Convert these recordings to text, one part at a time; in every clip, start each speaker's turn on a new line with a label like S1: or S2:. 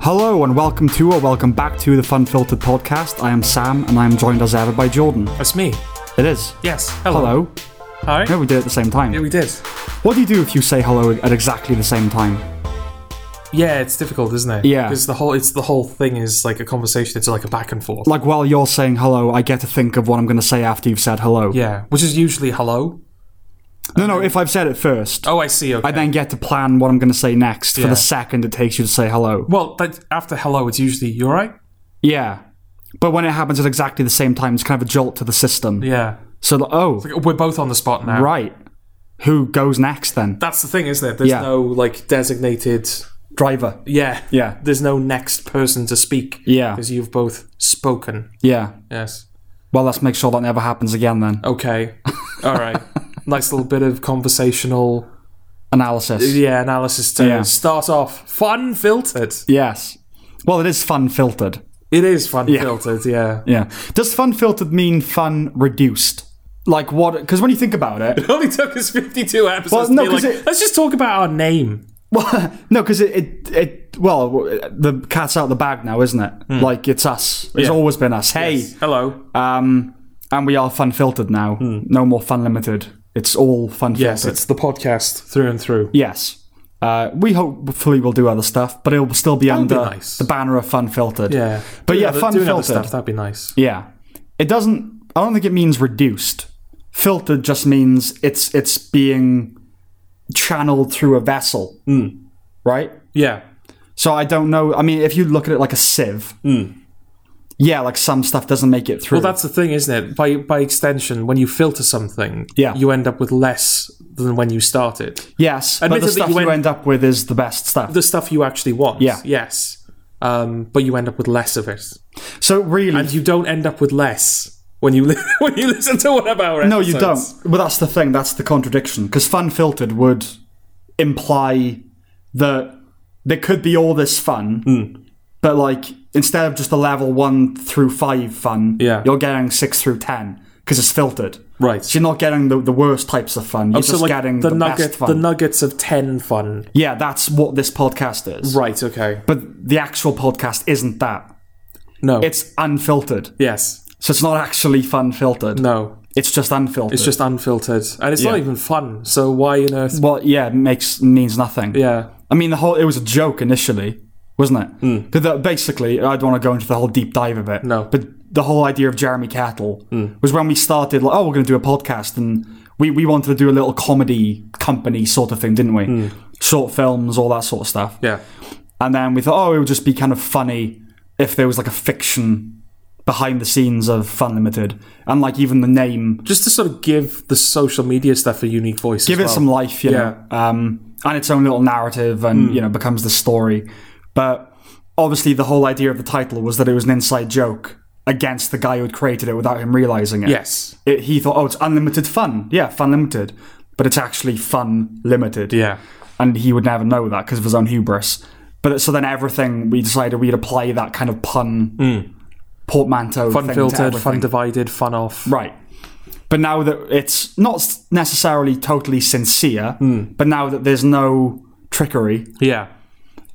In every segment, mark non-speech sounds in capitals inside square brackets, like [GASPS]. S1: Hello and welcome to or welcome back to the Fun Filtered podcast. I am Sam and I am joined as ever by Jordan.
S2: That's me.
S1: It is.
S2: Yes.
S1: Hello.
S2: Hi.
S1: No, we did it at the same
S2: Yeah,
S1: time.
S2: we did.
S1: What do you do if you say hello at exactly the same time?
S2: Yeah, it's difficult, isn't it?
S1: Yeah.
S2: Because the whole it's the whole thing is like a conversation. It's like a back and forth.
S1: Like while you're saying hello, I get to think of what I'm going to say after you've said hello.
S2: yeah, which is usually hello.
S1: No, no, if I've said it first,
S2: Oh, I see. Okay.
S1: I then get to plan what I'm going to say next for
S2: Yeah.
S1: the second it takes you to say hello.
S2: well, but after hello, it's usually you're right.
S1: Yeah. But when it happens at exactly the same time, it's kind of a jolt to the system.
S2: Yeah.
S1: So, like, oh,
S2: We're both on the spot now.
S1: right. Who goes next then?
S2: That's the thing, isn't it? There's
S1: Yeah.
S2: no like designated.
S1: Driver.
S2: Yeah.
S1: Yeah.
S2: There's no next person to speak.
S1: Yeah.
S2: Because you've both spoken.
S1: Yeah.
S2: Yes.
S1: Well, let's make sure that never happens again then.
S2: Okay.
S1: [LAUGHS]
S2: All right. nice little bit of conversational.
S1: Analysis.
S2: Yeah, analysis to
S1: Yeah.
S2: start off. Fun filtered.
S1: Yes. Well, it is fun filtered.
S2: It is fun filtered, [LAUGHS] yeah.
S1: Yeah. Does fun filtered mean fun reduced? Like what? Because when you think about it, [LAUGHS]
S2: It only took us 52 episodes
S1: Well,
S2: to
S1: no,
S2: be
S1: 'cause
S2: like,
S1: it-
S2: let's just talk about our name.
S1: well, no, because it, it, it, well, the cat's out of the bag now, isn't it?
S2: Hmm.
S1: Like it's us. It's always been us. Hey,
S2: Hello.
S1: um, and we are fun filtered now. No more fun limited. It's all fun
S2: Hmm. Yes,
S1: filtered.
S2: it's the podcast through and through.
S1: Yes. Uh, we hopefully will do other stuff, but it will still be under
S2: be nice.
S1: the banner of fun filtered.
S2: Yeah.
S1: But
S2: Doing
S1: yeah,
S2: other-
S1: fun
S2: doing other
S1: filtered.
S2: stuff, that'd be nice.
S1: Yeah. It doesn't I don't think it means reduced. Filtered just means it's it's being channeled through a vessel.
S2: Hmm.
S1: Right?
S2: Yeah.
S1: So I don't know. I mean, if you look at it like a sieve, yeah, like some stuff doesn't make it through.
S2: Hmm. Well, that's the thing, isn't it? By by extension, when you filter something,
S1: Yeah.
S2: you end up with less than when you started.
S1: yes, but the
S2: admittedly,
S1: stuff
S2: you
S1: you, end
S2: went-
S1: up with is the best stuff.
S2: The stuff you actually want.
S1: Yeah.
S2: Yes. Um, but you end up with less of it.
S1: so really,
S2: And you don't end up with less when you [LAUGHS] li- when you listen to one of our
S1: no, you don't.
S2: episodes.
S1: But that's the thing. That's the contradiction. Because fun filtered would imply that there could be all this fun,
S2: Hmm.
S1: but like instead of just the level one through five fun,
S2: Yeah.
S1: you're getting six through ten because it's filtered.
S2: Right.
S1: So you're not getting the, the worst types of fun. You're just getting the, best
S2: nugget,
S1: fun.
S2: Oh, the nuggets of ten fun.
S1: yeah, that's what this podcast is.
S2: Right. Okay.
S1: But the actual podcast isn't that.
S2: No.
S1: It's unfiltered.
S2: yes.
S1: So it's not actually fun filtered.
S2: No.
S1: It's just unfiltered.
S2: It's just unfiltered, and it's not even fun. So why on earth?
S1: well, yeah, makes means nothing.
S2: Yeah.
S1: I mean, the whole it was a joke initially, wasn't it? Because basically, I don't want to go into the whole deep dive of it.
S2: Hmm. No. Hmm.
S1: but the whole idea of Jeremy Cattle was when we started. Like, oh, we're going to do a podcast, and we we wanted to do a little comedy company sort of thing, didn't we? Short films, all that sort of stuff.
S2: Hmm. Yeah.
S1: And then we thought, oh, it would just be kind of funny if there was like a fiction behind the scenes of Fun Limited, and like even the name
S2: Just to sort of give the social media stuff a unique voice.
S1: give it some life, you
S2: Yeah. Hmm.
S1: know, um, and its own little narrative, and you know, becomes the story. But obviously, the whole idea of the title was that it was an inside joke against the guy who had created it without him realizing it.
S2: Yes.
S1: It, he thought, oh, it's unlimited fun. Yeah, fun limited, but it's actually fun limited.
S2: Yeah.
S1: and he would never know that because of his own hubris. But so then everything we decided we'd apply that kind of pun
S2: Hmm.
S1: portmanteau thing
S2: Fun
S1: to
S2: filtered,
S1: everything.
S2: fun divided, fun off.
S1: Right. But now that it's not s- necessarily totally sincere, but now that there's no trickery,
S2: Yeah.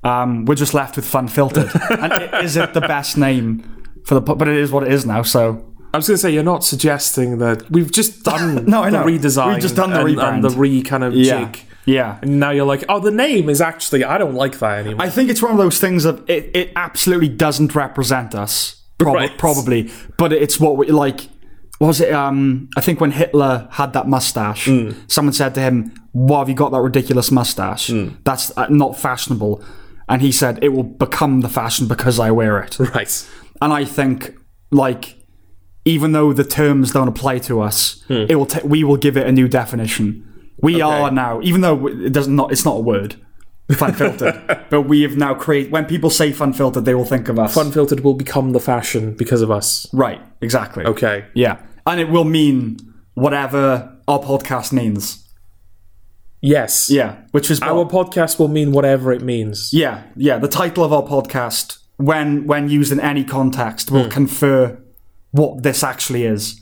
S1: um, we're just left with fun filtered. and i- is it the best name for the po- But it is what it is now. So
S2: I was going to say you're not suggesting that
S1: [LAUGHS]
S2: we've just done
S1: No, I
S2: the
S1: know.
S2: redesign.
S1: We've just done the
S2: and, and
S1: rebrand.
S2: the re kind of
S1: yeah,
S2: jig.
S1: yeah.
S2: And now you're like, oh, the name is actually I don't like that anymore.
S1: I think it's one of those things that it, it absolutely doesn't represent us. Prob-
S2: Right.
S1: Probably, but it's what we like. Was it? Um, I think when Hitler had that mustache, someone said to him, "Why have you got that ridiculous mustache? That's uh, not fashionable." And he said, "It will become the fashion because I wear it."
S2: right.
S1: And I think, like, even though the terms don't apply to us,
S2: Hmm.
S1: it will. ta- we will give it a new definition. We are now, even though it does not. It's not a word, fun
S2: [LAUGHS]
S1: filtered. but we have now created. When people say fun filtered, they will think of us.
S2: Unfiltered will become the fashion because of us.
S1: Right. Exactly.
S2: Okay.
S1: Yeah, and it will mean whatever our podcast means.
S2: Yes.
S1: Yeah, which is
S2: Our podcast will mean whatever it means.
S1: yeah, yeah. The title of our podcast, when when used in any context,
S2: Hmm.
S1: will confer [LAUGHS]
S2: [LAUGHS]
S1: what this actually is.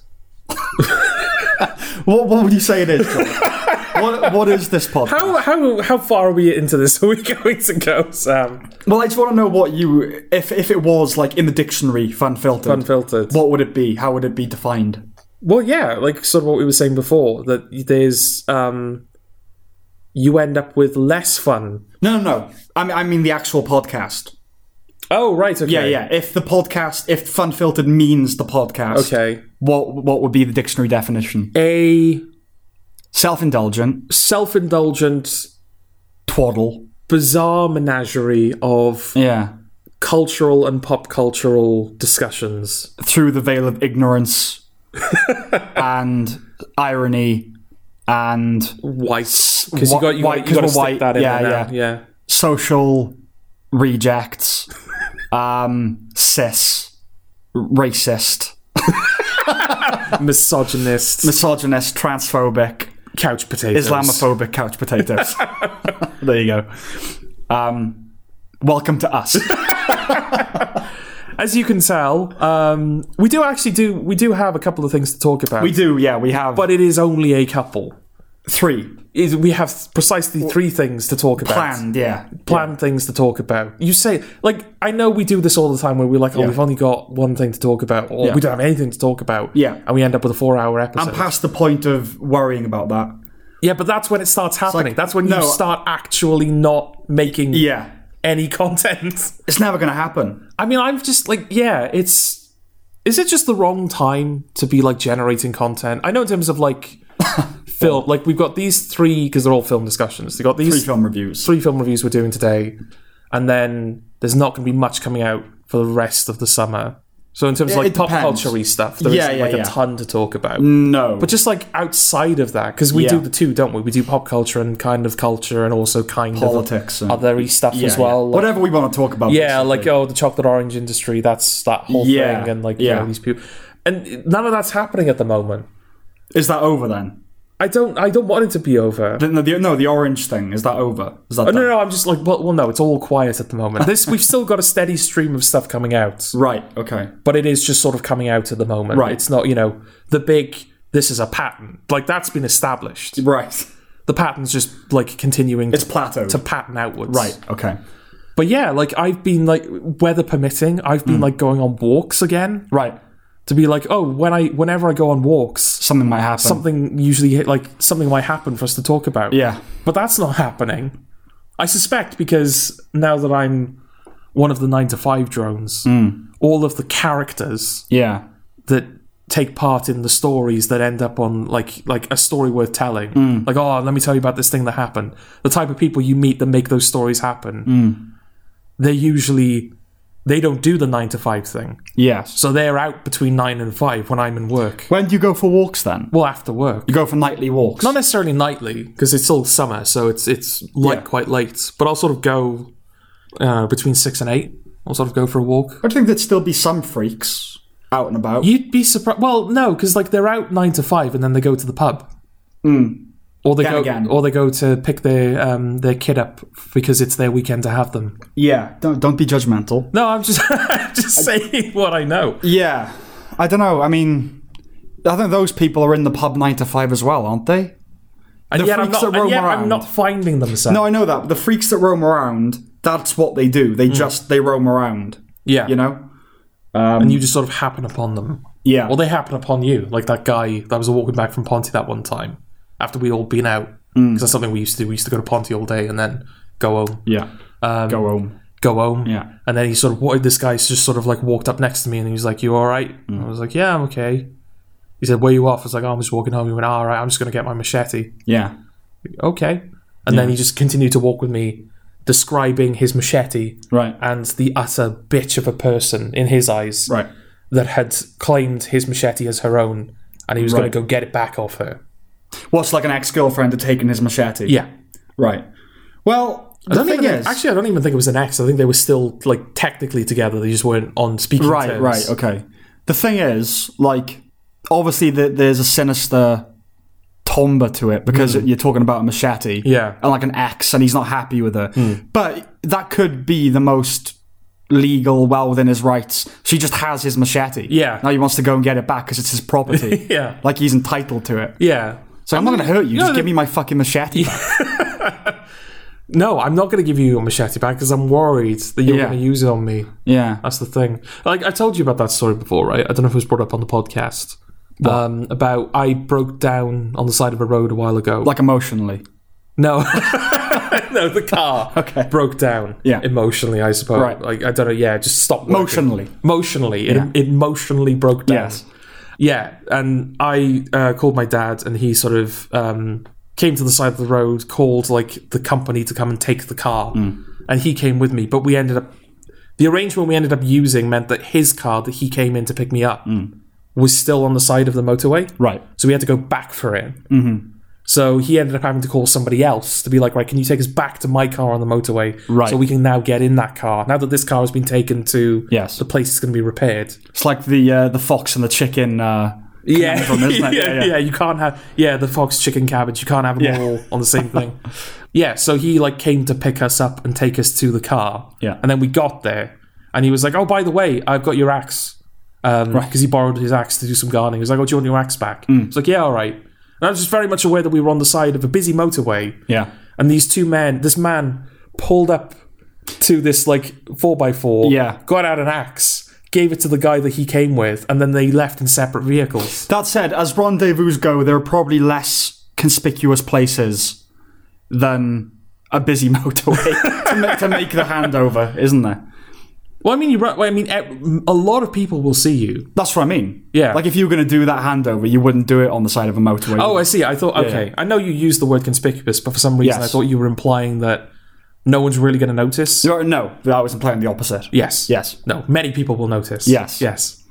S1: what what would you say it is? Jordan? what, what is this podcast?
S2: How, how, how far are we into this? [LAUGHS] Are we going to go, Sam?
S1: well, I just want to know what you if if it was like in the dictionary fan filtered.
S2: Unfiltered.
S1: What would it be? How would it be defined?
S2: Well, yeah, like sort of what we were saying before that there's um, you end up with less fun.
S1: No, no, no. I mean, I mean the actual podcast.
S2: Oh, right. Okay.
S1: Yeah, yeah. If the podcast, if fan filtered means the podcast,
S2: Okay.
S1: What what would be the dictionary definition?
S2: A
S1: Self indulgent,
S2: self-indulgent,
S1: twaddle.
S2: bizarre menagerie of
S1: Yeah.
S2: cultural and pop cultural discussions.
S1: through the veil of
S2: [LAUGHS]
S1: ignorance and irony and
S2: White, because you
S1: wh-
S2: got you,
S1: white,
S2: got,
S1: 'cause
S2: you
S1: we're
S2: got to stick
S1: white,
S2: that in
S1: yeah,
S2: there now. Yeah.
S1: social rejects, um, cis, racist,
S2: misogynist,
S1: misogynist, transphobic,
S2: couch potatoes,
S1: Islamophobic couch
S2: [LAUGHS]
S1: potatoes. there you go. Um, welcome to
S2: [LAUGHS]
S1: us.
S2: As you can tell, um, we do actually do we do have a couple of things to talk about.
S1: we do, yeah, we have
S2: but it is only a couple.
S1: three
S2: Is we have precisely three things to talk about.
S1: planned, yeah.
S2: Planned things to talk about. You say like I know we do this all the time where we're like, oh, we've only got one thing to talk about, or we don't have anything to talk about.
S1: Yeah.
S2: and we end up with a four-hour episode.
S1: Past the point of worrying about that.
S2: yeah, but that's when it starts happening. that's when
S1: no,
S2: you start actually not making
S1: Yeah.
S2: any [LAUGHS] content.
S1: It's never going to happen.
S2: I mean, I'm just like, yeah, it's. Is it just the wrong time to be like generating content? I know in terms
S1: [LAUGHS]
S2: of like film, like we've got these three because they're all film discussions. They got these
S1: Three
S2: three film.
S1: film reviews.
S2: reviews we're doing today, and then there's not going to be much coming out for the rest of the summer. So in terms of like
S1: it
S2: pop
S1: depends.
S2: culture stuff, there
S1: Yeah,
S2: not
S1: yeah,
S2: like
S1: yeah.
S2: a ton to talk about.
S1: No.
S2: But just like outside of that, because we
S1: Yeah.
S2: do the two, don't we? We do pop culture and kind of culture, and also kind
S1: Politics and-
S2: of othery stuff as
S1: Yeah, yeah.
S2: well. like-
S1: Whatever we want to talk about.
S2: yeah, like oh, the chocolate orange industry. That's that whole
S1: Yeah,
S2: thing, and like
S1: yeah.
S2: you know, these people, and none of that's happening at the moment.
S1: is that over then?
S2: I don't, I don't want it to be over.
S1: Then the- the- no, the orange thing is that over? Is that
S2: Oh, No,
S1: done?
S2: no, no, I'm just like, well, well, no, it's all quiet at the moment. This we've still got a steady stream of stuff coming out,
S1: right? Okay.
S2: but it is just sort of coming out at the moment.
S1: Right.
S2: It's not, you know, the big. This is a pattern. Like that's been established.
S1: Right. [LAUGHS]
S2: The pattern's just like continuing
S1: It's
S2: to,
S1: plateaued.
S2: to pattern outwards.
S1: right. Okay.
S2: But yeah, like I've been like weather permitting, I've been like going on walks again
S1: Right.
S2: to be like, oh, when I whenever I go on walks,
S1: Something might happen.
S2: something usually hit- like something might happen for us to talk about.
S1: Yeah.
S2: But that's not happening. I suspect because now that I'm one of the nine to five drones, all of the characters
S1: Yeah.
S2: that take part in the stories that end up on like like a story worth telling. Like, oh let me tell you about this thing that happened. The type of people you meet that make those stories happen. They usually they don't do the nine to five thing.
S1: Yes.
S2: So they're out between nine and five when I'm in work.
S1: When do you go for walks then?
S2: Well after work.
S1: You go for nightly walks.
S2: not necessarily nightly because it's still summer, so it's it's like
S1: Yeah.
S2: quite late. But I'll sort of go uh, between six and eight. I'll sort of go for a walk.
S1: I think there'd still be some freaks out and about.
S2: You'd be surprised. Well, no, because like they're out nine to five, and then they go to the pub, or they
S1: Then
S2: go
S1: Hmm. again.
S2: or they go to pick their um, their kid up because it's their weekend to have them.
S1: Yeah. Don't don't be judgmental.
S2: No, I'm just [LAUGHS] just saying what I know.
S1: Yeah. I don't know. I mean, I think those people are in the pub nine to five as well, aren't they?
S2: And
S1: The
S2: yet, I'm
S1: freaks
S2: not,
S1: that
S2: and
S1: roam
S2: yet
S1: around.
S2: I'm not finding them. Sam.
S1: No, I know that. The freaks that roam around, that's what they do.
S2: Hmm.
S1: They just they roam around.
S2: yeah,
S1: You know?
S2: and you just sort of happen upon them.
S1: Yeah.
S2: Well, they happen upon you, like that guy that was walking back from Ponty that one time after we'd all been out. Because that's something we used to do. We used to go to Ponty all day and then go home,
S1: yeah. Go
S2: um,
S1: home.
S2: go home.
S1: Yeah.
S2: And then he sort of what this guy just sort of like walked up next to me and he was like, "You all right?" I was like, "Yeah, I'm okay." He said, "Where you off?" I was like, oh, "I'm just walking home." He went, "All right, I'm just gonna get my machete."
S1: Yeah.
S2: Okay. And then he just continued to walk with me, describing his machete
S1: Right.
S2: and the utter bitch of a person in his eyes
S1: Right.
S2: that had claimed his machete as her own and he was going
S1: Right.
S2: to go get it back off her.
S1: What's like an ex girlfriend had taken his machete?
S2: Yeah.
S1: Right. Well,
S2: I
S1: the
S2: don't
S1: thing
S2: even,
S1: is.
S2: think- actually, I don't even think it was an ex. I think they were still like technically together. They just weren't on speaking
S1: right,
S2: terms.
S1: right, okay. The thing is, like, obviously th there's a sinister timbre to it because you're talking about a machete.
S2: Hmm. Yeah. Hmm.
S1: And like an axe, and he's not happy with her. But that could be the most legal, well within his rights. She just has his machete.
S2: Yeah.
S1: Now he wants to go and get it back because it's his property.
S2: [LAUGHS] Yeah.
S1: Like he's entitled to it.
S2: Yeah.
S1: So I'm, not going to hurt you.
S2: No,
S1: Just
S2: no.
S1: give me my fucking machete. back.
S2: No, I'm not going to give you a machete back because I'm worried that you're
S1: Yeah.
S2: going to use it on me.
S1: [LAUGHS] Yeah.
S2: That's the thing. Like I told you about that story before, right? I don't know if it was brought up on the podcast. Um, about I broke down on the side of a road a while ago.
S1: Like emotionally.
S2: no, [LAUGHS] no, the car
S1: [LAUGHS] Okay.
S2: broke down.
S1: Yeah.
S2: emotionally, I suppose.
S1: Right.
S2: Like I don't know. Yeah, it just stopped. working.
S1: Emotionally.
S2: emotionally, it, it emotionally broke down.
S1: Yes.
S2: Yeah, and I uh, called my dad, and he sort of um, came to the side of the road, called like the company to come and take the car,
S1: Mm.
S2: and he came with me. But we ended up the arrangement we ended up using meant that his car that he came in to pick me up
S1: Mm.
S2: was still on the side of the motorway,
S1: Right.
S2: so we had to go back for it. Mm-hmm. So he ended up having to call somebody else to be like, right, can you take us back to my car on the motorway,
S1: Right.
S2: So we can now get in that car. Now that this car has been taken to
S1: Yes.
S2: the place it's going to be repaired.
S1: It's like the uh, the fox and the chicken. Uh,
S2: Yeah.
S1: conundrum,
S2: [LAUGHS]
S1: isn't it?
S2: yeah,
S1: Yeah, yeah.
S2: yeah, You can't have yeah the fox, chicken, cabbage. You can't have them
S1: Yeah.
S2: all on the
S1: [LAUGHS]
S2: same thing. yeah. So he like came to pick us up and take us to the car.
S1: Yeah.
S2: And then we got there, and he was like, "Oh, by the way, I've got your axe." Because he borrowed his axe to do some gardening. He was like, "Oh, do you want your axe back?"
S1: Mm.
S2: I was like, "Yeah, all right." And I was just very much aware that we were on the side of a busy motorway,
S1: yeah.
S2: and these two men, this man pulled up to this like four by four,
S1: Yeah.
S2: got out an axe. Gave it to the guy that he came with, and then they left in separate vehicles.
S1: That said, as rendezvous go, there are probably less conspicuous places than a busy [LAUGHS] motorway to, make, to make the handover, isn't there?
S2: Well, I mean, you're right. Well, I mean, e- a lot of people will see you.
S1: That's what I mean.
S2: Yeah.
S1: Like if you were going to do that handover, you wouldn't do it on the side of a motorway.
S2: Oh, I see. I thought, okay. I know you used the word conspicuous, but for some reason,
S1: Yes.
S2: I thought you were implying that no one's really going to notice.
S1: You're- no, that was implying the opposite.
S2: Yes.
S1: Yes.
S2: No, many people will notice.
S1: Yes.
S2: Yes.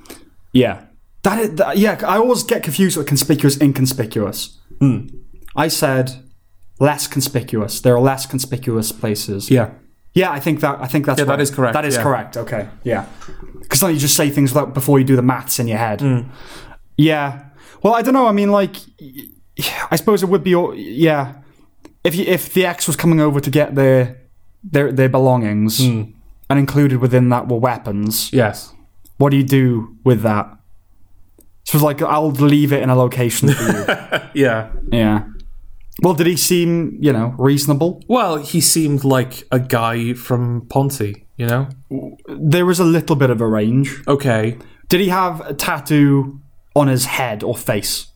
S1: Yeah. That, is, that yeah, I always get confused with conspicuous inconspicuous.
S2: Hmm.
S1: I said less conspicuous. There are less conspicuous places.
S2: Yeah.
S1: Yeah, I think that I think that's yeah,
S2: that is correct,
S1: That is
S2: yeah.
S1: correct. Okay, yeah, because then you just say things without before you do the maths in your head.
S2: Hmm.
S1: Yeah. Well, I don't know. I mean, like, y- I suppose it would be. all- Yeah, if you, if the ex was coming over to get their their their belongings,
S2: Hmm.
S1: and included within that were weapons,
S2: Yes.
S1: what do you do with that? So it's like I'll leave it in a location for
S2: [LAUGHS]
S1: you.
S2: Yeah.
S1: yeah. Well, did he seem you know reasonable?
S2: Well, he seemed like a guy from Ponty, you know?
S1: There was a little bit of a range.
S2: Okay.
S1: Did he have a tattoo on his head or face?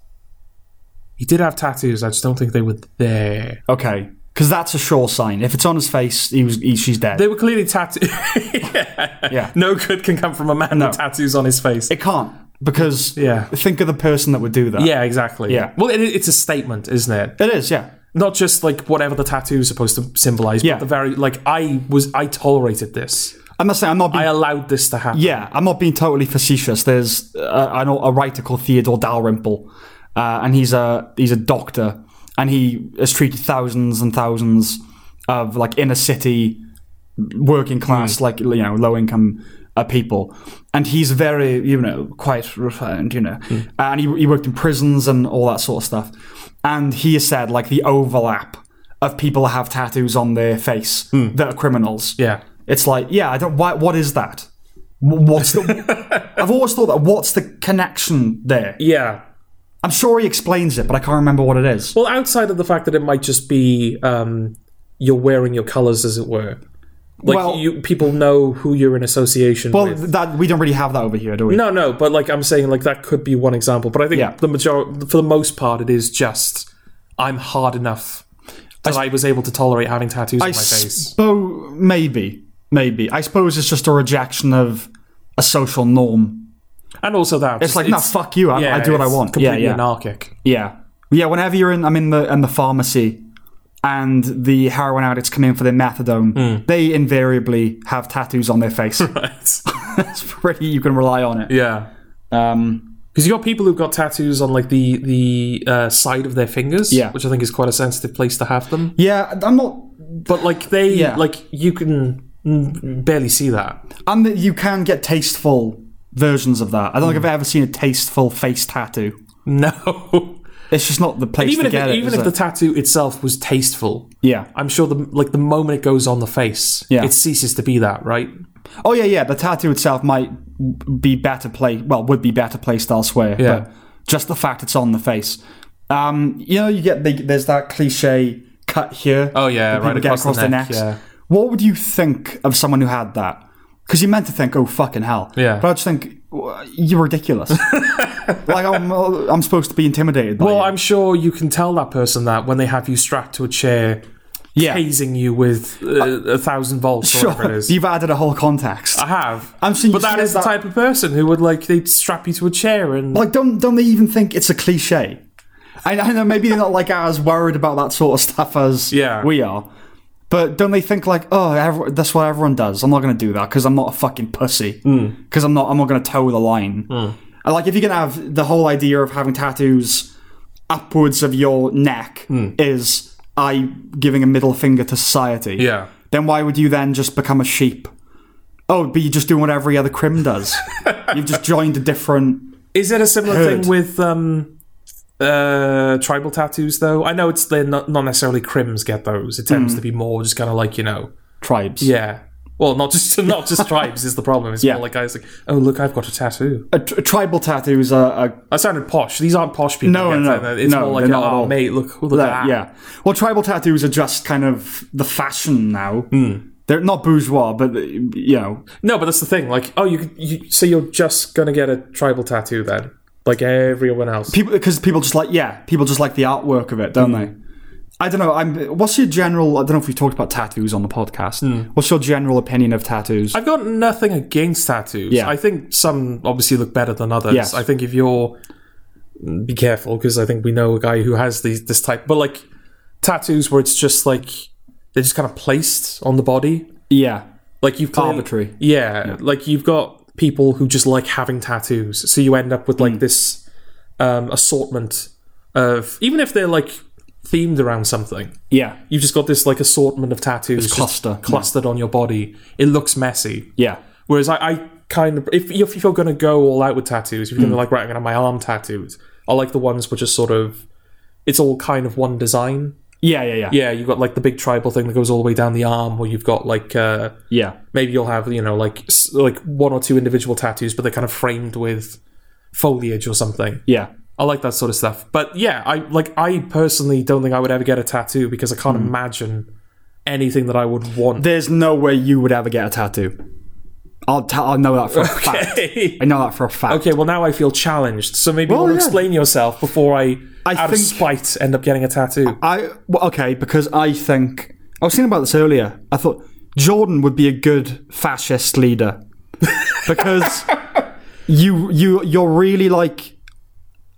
S2: He did have tattoos. I just don't think they were there.
S1: Okay, because that's a sure sign. If it's on his face, he was he, she's dead.
S2: They were clearly tattooed. [LAUGHS] yeah.
S1: Yeah.
S2: No good can come from a man with tattoos on his face.
S1: it can't because
S2: Yeah.
S1: Think of the person that would do that.
S2: yeah, exactly.
S1: Yeah.
S2: Well, it, it's a statement, isn't it?
S1: it is. Yeah,
S2: not just like whatever the tattoo is supposed to symbolize,
S1: Yeah.
S2: but the very like I was I tolerated this.
S1: I'm not saying I'm not being.
S2: I allowed this to happen.
S1: yeah, I'm not being totally facetious. There's uh, I know a writer called Theodore Dalrymple, uh, and he's a he's a doctor, and he has treated thousands and thousands of like inner city working class, like you know, low income uh, people, and he's very, you know, quite refined, you know, Uh, and he, he worked in prisons and all that sort of stuff, and he has said like the overlap of people that have tattoos on their face that are criminals.
S2: Yeah.
S1: it's like yeah, I don't. Why, what is that? Wh- What's
S2: [LAUGHS]
S1: the? I've always thought that. What's the connection there?
S2: Yeah.
S1: I'm sure he explains it, but I can't remember what it is.
S2: Well, outside of the fact that it might just be um, you're wearing your colors, as it were. Like
S1: Well-
S2: you, people know who you're in association
S1: Well,
S2: with.
S1: that we don't really have that over here, do we?
S2: No, no, but like I'm saying, like that could be one example. But I think
S1: Yeah.
S2: the major, for the most part, it is just I'm hard enough that I, was able to tolerate having tattoos on my face.
S1: So maybe, maybe. I suppose it's just a rejection of a social norm.
S2: And also that
S1: It's like, no, fuck you. I, I do what I want. Yeah,
S2: Completely
S1: yeah,
S2: anarchic. [LAUGHS]
S1: yeah, yeah. Whenever you're in, I'm in the in the pharmacy, and the heroin addicts come in for their methadone.
S2: Hmm.
S1: They invariably have tattoos on their face.
S2: [LAUGHS] Right.
S1: That's pretty. You can rely on it.
S2: Yeah.
S1: Um,
S2: Because you got people who've got tattoos on like the the uh, side of their fingers,
S1: Yeah.
S2: which I think is quite a sensitive place to have them.
S1: yeah, I'm not.
S2: But like they,
S1: Yeah.
S2: like you can mm, barely see that.
S1: I'm. the- You can get tasteful versions of that. I don't think I've ever seen a tasteful face tattoo. [LAUGHS]
S2: No,
S1: It's just not the place
S2: even
S1: to
S2: if
S1: get it.
S2: even
S1: is
S2: if the
S1: it?
S2: tattoo itself was tasteful,
S1: yeah.
S2: I'm sure the like the moment it goes on the face,
S1: Yeah.
S2: it ceases to be that, right?
S1: Oh yeah, yeah. The tattoo itself might be better placed. Well, would be better placed elsewhere.
S2: Yeah.
S1: But just the fact it's on the face. Um, you know, you get the, there's that cliche cut here.
S2: Oh, yeah,
S1: that people
S2: right
S1: get
S2: across the neck, yeah.
S1: What would you think of someone who had that? Because you meant to think, oh fucking hell.
S2: Yeah.
S1: But I just think w- you're
S2: [LAUGHS]
S1: ridiculous. like I'm, I'm supposed to be intimidated. By
S2: Well,
S1: you.
S2: I'm sure you can tell that person that when they have you strapped to a chair,
S1: yeah,
S2: hazing you with uh, a thousand volts or
S1: sure.
S2: whatever it is.
S1: You've added a whole context.
S2: I have.
S1: I'm seeing-
S2: but
S1: you
S2: that
S1: see
S2: is the
S1: that-
S2: type of person who would like they'd strap you to a chair and
S1: Like, don't don't they even think it's a cliche? I, I know maybe they're not like as worried about that sort of stuff as
S2: Yeah.
S1: we are, but don't they think like, oh, every, that's what everyone does. I'm not going to do that because I'm not a fucking pussy.
S2: Hmm.
S1: Because I'm not I'm not going to toe the line. And like, if you can have the whole idea of having tattoos upwards of your neck
S2: Hmm.
S1: is I giving a middle finger to society.
S2: Yeah.
S1: Then why would you then just become a sheep? Oh, but you're just doing what every other crim
S2: [LAUGHS]
S1: does. You've just joined a different
S2: Is it a similar
S1: Heard.
S2: thing with um, uh, tribal tattoos, though? I know it's they're not, not necessarily crims get those. It
S1: Hmm.
S2: tends to be more just kind of like you know,
S1: tribes.
S2: yeah. Well, not just [LAUGHS] not just tribes is the problem. It's
S1: Yeah.
S2: more like guys like, oh look, I've got a tattoo.
S1: Uh, tr- tribal tattoos are, are
S2: I sounded posh. These aren't posh people.
S1: No,
S2: who
S1: no,
S2: get
S1: no.
S2: that. It's
S1: No,
S2: more like,
S1: they're not at
S2: oh
S1: all.
S2: mate, look, look at that.
S1: yeah. Well, tribal tattoos are just kind of the fashion now. They're not bourgeois, but uh, you know,
S2: No, but that's the thing. Like, oh, you, could- you so you're just gonna get a tribal tattoo then, like everyone else.
S1: people because people just like yeah, people just like the artwork of it, don't they? I don't know. I'm. What's your general? I don't know if we talked about tattoos on the podcast. What's your general opinion of tattoos?
S2: I've got nothing against tattoos.
S1: Yeah.
S2: I think some obviously look better than others.
S1: Yes.
S2: I think if you're be careful because I think we know a guy who has these this type, but like tattoos where it's just like they're just kind of placed on the body.
S1: yeah,
S2: Like you've clearly-
S1: Arbitrary.
S2: Yeah, like you've got people who just like having tattoos, so you end up with like
S1: Hmm.
S2: this um, assortment of even if they're like themed around something
S1: yeah,
S2: you've just got this like assortment of tattoos just
S1: cluster, yeah.
S2: clustered on your body it looks messy
S1: yeah,
S2: Whereas I, I kind of, if, if you're going to go all out with tattoos, if you're going to like, right, I'm going to have my arm tattoos, I like the ones which are sort of, it's all kind of one design.
S1: yeah, yeah, yeah,
S2: Yeah, you've got like the big tribal thing that goes all the way down the arm, or you've got like, uh,
S1: yeah.
S2: maybe you'll have, you know, like s- like one or two individual tattoos, but they're kind of framed with foliage or something.
S1: yeah.
S2: I like that sort of stuff. But yeah, I like I personally don't think I would ever get a tattoo because I can't imagine anything that I would want.
S1: There's no way you would ever get a tattoo. I'll ta- I'll know that [LAUGHS] for a fact.
S2: [LAUGHS]
S1: I know that for a fact.
S2: Okay, well now I feel challenged. So maybe you want
S1: yeah.
S2: to explain yourself before I,
S1: I
S2: out
S1: think-
S2: of spite, end up getting a tattoo.
S1: I well, okay because I think I was thinking about this earlier. I thought Jordan would be a good fascist leader [LAUGHS] because you you you're really like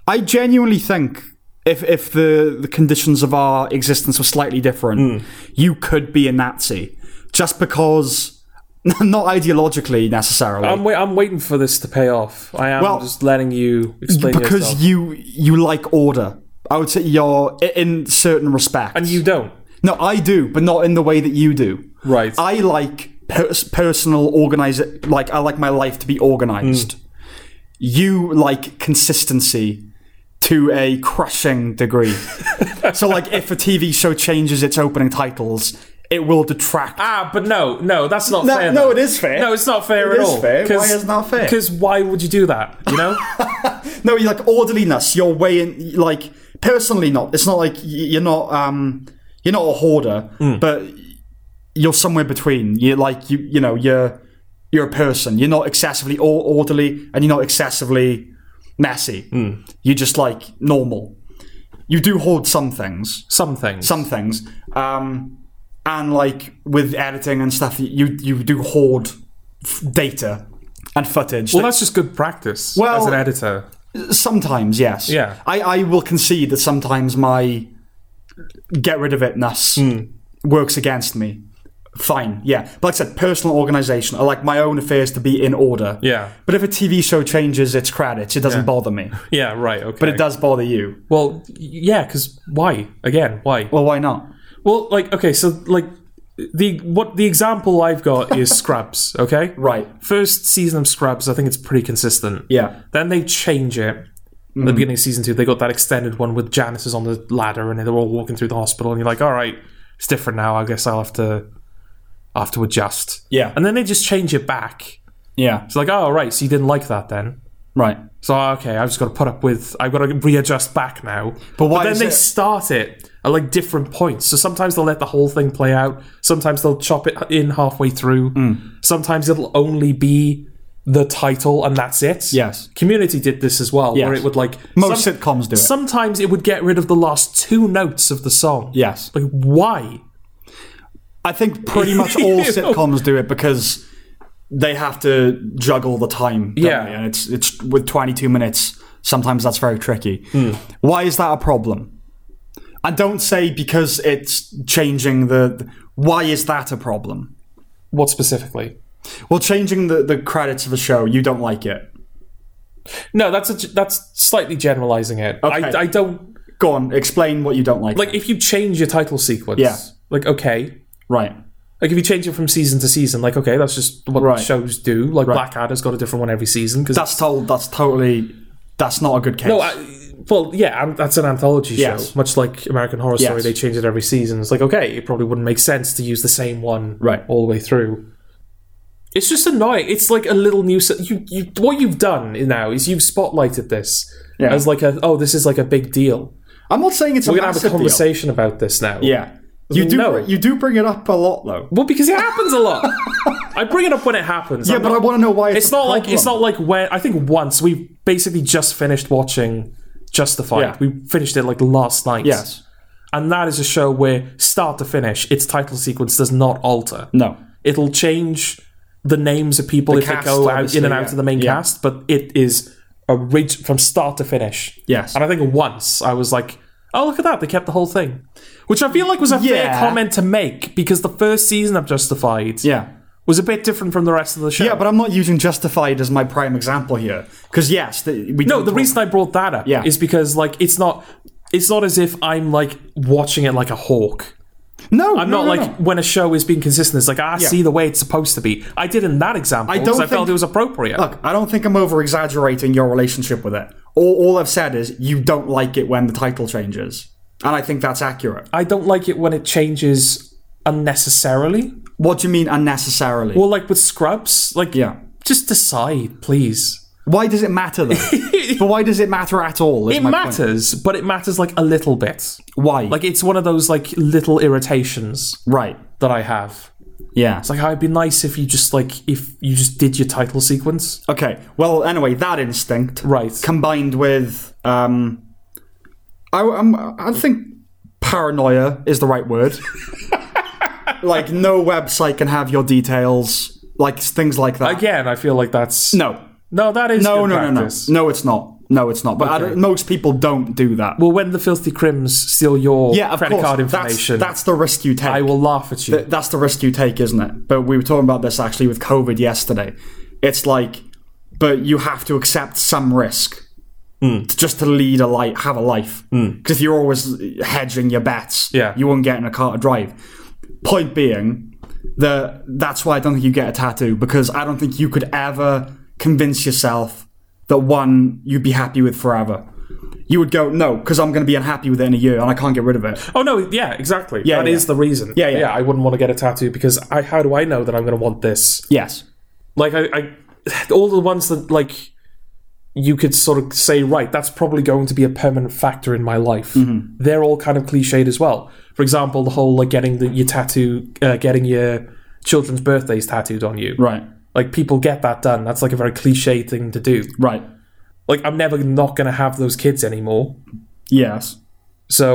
S1: I genuinely think if if the the conditions of our existence were slightly different,
S2: Hmm.
S1: you could be a Nazi just because [LAUGHS] not ideologically necessarily.
S2: I'm, wait, I'm waiting for this to pay off. I am
S1: Well,
S2: just letting you explain
S1: because
S2: yourself.
S1: you you like order. I would say you're i- in certain respects.
S2: And you don't.
S1: no, I do, but not in the way that you do.
S2: Right.
S1: I like pers- personal organize like I like my life to be organized. You like consistency to a crushing degree. so like if a TV show changes its opening titles, it will detract.
S2: ah, but no, no, that's not fair.
S1: no,
S2: though.
S1: it is fair.
S2: No, it's not fair
S1: It
S2: at
S1: is
S2: all.
S1: fair. Why is that fair?
S2: Because why would you do that?
S1: [LAUGHS]
S2: You know?
S1: No, you like orderliness. You're way in like personally not. It's not like y- you're not um you're not a hoarder, but you're somewhere between. You're like you you know you're you're a person. You're not excessively or- orderly and you're not excessively messy. You're just like normal. You do hoard some things
S2: Some things.
S1: some things. Um, and like with editing and stuff, you you do hoard f- data and footage.
S2: well, that's just good practice
S1: Well-
S2: as an editor.
S1: sometimes, yes.
S2: Yeah.
S1: I, I will concede that sometimes my get rid of itness
S2: Hmm.
S1: works against me. Fine, yeah. But like I said, personal organization. I like my own affairs to be in order.
S2: Yeah.
S1: But if a TV show changes its credits, it doesn't bother me.
S2: Yeah, right, okay. [LAUGHS]
S1: But it does bother you.
S2: well, y- yeah, because why? Again, why?
S1: Well, why not?
S2: Well, like okay, so like the what the example I've got
S1: [LAUGHS]
S2: is Scrubs, okay?
S1: Right.
S2: First season of Scrubs, I think it's pretty consistent.
S1: Yeah. Mm.
S2: Then they change it. At the beginning of season two, they got that extended one with Janice is on the ladder and they're all walking through the hospital and you're like, all right, it's different now. I guess I'll have to I'll have to adjust.
S1: Yeah.
S2: And then they just change it back.
S1: Yeah.
S2: It's like, oh right, so you didn't like that then.
S1: Right.
S2: So okay, I've just got to put up with. I've got to readjust back now. But
S1: why
S2: then
S1: is
S2: they
S1: it-
S2: start it at like different points. So sometimes they'll let the whole thing play out. Sometimes they'll chop it in halfway through.
S1: Hmm.
S2: Sometimes it'll only be the title and that's it.
S1: Yes.
S2: Community did this as well, where
S1: Yes.
S2: it would like
S1: Most sitcoms do it.
S2: Sometimes it would get rid of the last two notes of the song.
S1: Yes.
S2: Like why?
S1: I think pretty much all
S2: [LAUGHS] You know?
S1: sitcoms do it because they have to juggle the time. don't
S2: Yeah.
S1: they? and it's it's with 22 minutes. Sometimes that's very tricky.
S2: Hmm.
S1: Why is that a problem? And don't say because it's changing the. Why is that a problem?
S2: What specifically?
S1: Well, changing the, the credits of a show, you don't like it.
S2: No, that's a, that's slightly generalizing it.
S1: Okay.
S2: I, I don't
S1: Go on, explain what you don't like.
S2: like if you change your title sequence.
S1: Yeah.
S2: Like okay,
S1: right,
S2: Like if you change it from season to season, like okay, that's just what
S1: Right.
S2: shows do. Like Blackadder's got a different one every season because
S1: that's told. That's totally. That's not a good case.
S2: no, I, well, yeah, um, that's an anthology
S1: Yes.
S2: show, much like American Horror Story.
S1: Yes.
S2: They change it every season. It's like okay, it probably wouldn't make sense to use the same one
S1: Right.
S2: all the way through. It's just annoying. It's like a little new. se- You, you, what you've done now is you've spotlighted this
S1: Yeah.
S2: as like a oh, this is like a big deal.
S1: I'm not saying it's.
S2: We're
S1: a
S2: gonna have a
S1: massive deal.
S2: conversation about this now.
S1: Yeah, you do.
S2: No.
S1: You do bring it up a lot though.
S2: Well, because it happens
S1: [LAUGHS]
S2: a lot. I bring it up when it happens.
S1: Yeah, but I want to know why it's.
S2: it's
S1: a
S2: not like it's
S1: problem.
S2: not like when I think once we basically just finished watching Justified.
S1: Yeah.
S2: We finished it like last night.
S1: Yes.
S2: And that is a show where start to finish, its title sequence does not alter.
S1: No.
S2: It'll change the names of people if
S1: cast,
S2: they go out in
S1: obviously,
S2: and out
S1: yeah.
S2: of the main
S1: Yeah.
S2: cast, but it is orig- from start to finish.
S1: Yes.
S2: And I think once I was like, oh look at that, they kept the whole thing. Which I feel like was a
S1: Yeah.
S2: fair comment to make because the first season of Justified
S1: Yeah.
S2: was a bit different from the rest of the show.
S1: Yeah, but I'm not using Justified as my prime example here, because yes, the, we
S2: No, the reason I brought that up
S1: Yeah.
S2: is because like it's not it's not as if I'm like watching it like a hawk.
S1: No,
S2: I'm
S1: no,
S2: not
S1: no,
S2: like
S1: no.
S2: when a show is being consistent, it's like ah, I see the way it's supposed to be. I did in that example
S1: don't
S2: because I, felt
S1: think-
S2: it was appropriate.
S1: Look, I don't think I'm over exaggerating your relationship with it. All, all I've said is you don't like it when the title changes, and I think that's accurate.
S2: I don't like it when it changes unnecessarily.
S1: What do you mean unnecessarily?
S2: Or like with Scrubs, like
S1: yeah.
S2: just decide, please.
S1: Why does it matter
S2: [LAUGHS]
S1: though? but why does it matter at all? is
S2: It
S1: my point.
S2: matters, but it matters like a little bit.
S1: Why?
S2: Like it's one of those like little irritations
S1: right?
S2: that I have.
S1: Yeah.
S2: It's like oh, it'd be nice if you just like if you just did your title sequence.
S1: Okay. Well, anyway, that instinct,
S2: Right.
S1: combined with, um, I, i I think paranoia is the right
S2: [LAUGHS]
S1: word. like, no website can have your details, like things like that.
S2: Again, I feel like that's
S1: no,
S2: no, that is
S1: no,
S2: good
S1: no, no, no,
S2: practice.
S1: no. It's not. No, it's not. But I
S2: Okay.
S1: don't- most people don't do that.
S2: Well, when the filthy crims steal your
S1: yeah, of
S2: credit
S1: course.
S2: card
S1: That's-
S2: information,
S1: That's, the risk you take.
S2: I will laugh at you.
S1: that's the risk you take, isn't it? But we were talking about this actually with COVID yesterday. It's like, but you have to accept some risk to- just to lead a life, have a life. Because if you're always hedging your bets,
S2: Yeah.
S1: you won't get in a car to drive. Point being, that that's why I don't think you get a tattoo because I don't think you could ever convince yourself that one you'd be happy with forever. You would go no because I'm going to be unhappy with it in a year and I can't get rid of it.
S2: oh no, yeah, exactly. That is
S1: yeah.
S2: the reason.
S1: Yeah, yeah.
S2: I wouldn't want to get a tattoo because I how do I know that I'm going to want this?
S1: Yes.
S2: Like I, [SIGHS] I all the ones that like you could sort of say right that's probably going to be a permanent factor in my life
S1: Mm-hmm.
S2: they're all kind of cliched as well for example the whole like getting the, your tattoo uh, getting your children's birthdays tattooed on you
S1: Right.
S2: Like people get that done. That's like a very cliche thing to do.
S1: Right.
S2: Like I'm never not gonna have those kids anymore.
S1: Yes.
S2: So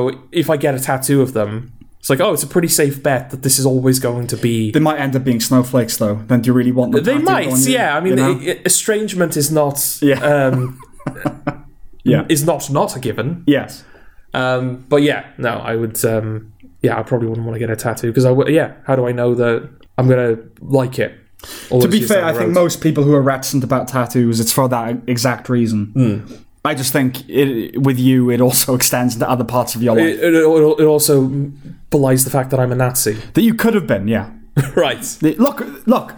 S2: if I get a tattoo of them, it's like, oh, it's a pretty safe bet that this is always going to be.
S1: They might end up being snowflakes, though. Then do you really want them?
S2: They
S1: tattooed
S2: might,
S1: on you,
S2: yeah. I mean,
S1: you know?
S2: e- e- estrangement is not,
S1: Yeah.
S2: um,
S1: [LAUGHS] Yeah.
S2: is not not a given.
S1: yes,
S2: Um, but yeah, no, I would, um, yeah, I probably wouldn't want to get a tattoo because I, w- yeah, how do I know that I'm gonna like it?
S1: to be fair, I think most people who are reticent about tattoos, it's for that exact reason.
S2: Hmm.
S1: I just think it, with you, it also [LAUGHS] extends to other parts of your life
S2: it, it, it also belies the fact that I'm a Nazi. [LAUGHS]
S1: that you could have been. Yeah,
S2: right.
S1: The- look, look.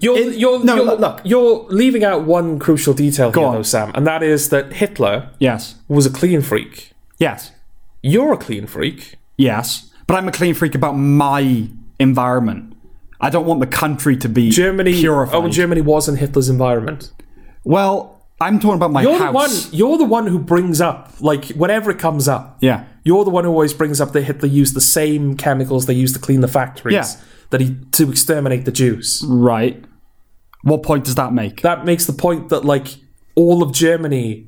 S2: You're,
S1: It-
S2: you're,
S1: no,
S2: you're,
S1: look, look.
S2: you're leaving out one crucial detail here,
S1: on.
S2: though, Sam, and that is that Hitler
S1: Yes,
S2: was a clean freak.
S1: yes,
S2: You're a clean freak.
S1: yes. But I'm a clean freak about my environment. I don't want the country to be
S2: Germany.
S1: purified.
S2: Oh, Germany was in Hitler's environment.
S1: well, I'm talking about my
S2: You're the one.
S1: house.
S2: You're the one who brings up like whenever it comes up.
S1: Yeah.
S2: You're the one who always brings up they hit they use the same chemicals they use to clean the factories
S1: Yeah.
S2: that he to exterminate the Jews.
S1: Right. What point does that make?
S2: That makes the point that like all of Germany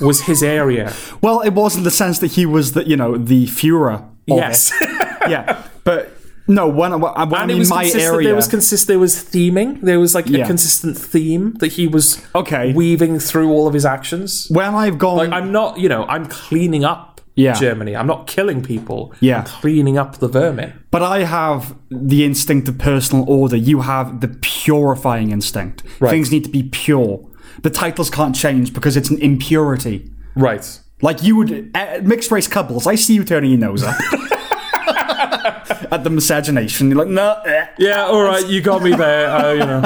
S2: was his area.
S1: Well, it was in the sense that he was the, you know, the Fuhrer. of
S2: yes.
S1: it. Yeah. But no, when, I- when I
S2: And it
S1: mean
S2: was
S1: my
S2: consistent,
S1: area.
S2: There was consist. There was theming. There was like
S1: Yeah.
S2: a consistent theme that he was
S1: Okay.
S2: weaving through all of his actions.
S1: when I've gone.
S2: I'm not, you know, I'm cleaning up
S1: Yeah.
S2: Germany. I'm not killing people.
S1: Yeah.
S2: I'm cleaning up the vermin.
S1: But I have the instinct of personal order. You have the purifying instinct. Things need to be pure. The titles can't change because it's an impurity.
S2: Right.
S1: Like you would uh, mixed race couples. I see you turning your nose up [LAUGHS] at the miscegenation. You're like, no. eh."
S2: Yeah, all right, you got me
S1: [LAUGHS]
S2: there. Uh, you know.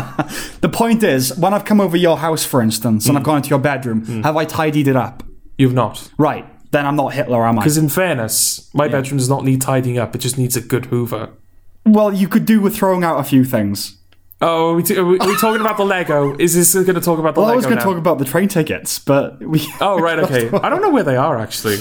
S1: The point is, when I've come over your house, for instance, and I've
S2: Mm.
S1: gone into your bedroom, have I tidied it up?
S2: You've not.
S1: Right. Then I'm not Hitler, am I?
S2: Because in fairness, my bedroom does not need tidying up. It just needs a good hoover.
S1: Well, you could do with throwing out a few things.
S2: Oh, are we, t- are we, are we talking about the Lego? Is this going to talk about the
S1: I was going
S2: Lego
S1: to
S2: now?
S1: talk about the train tickets, but we.
S2: oh, right, okay. I don't know where they are, actually.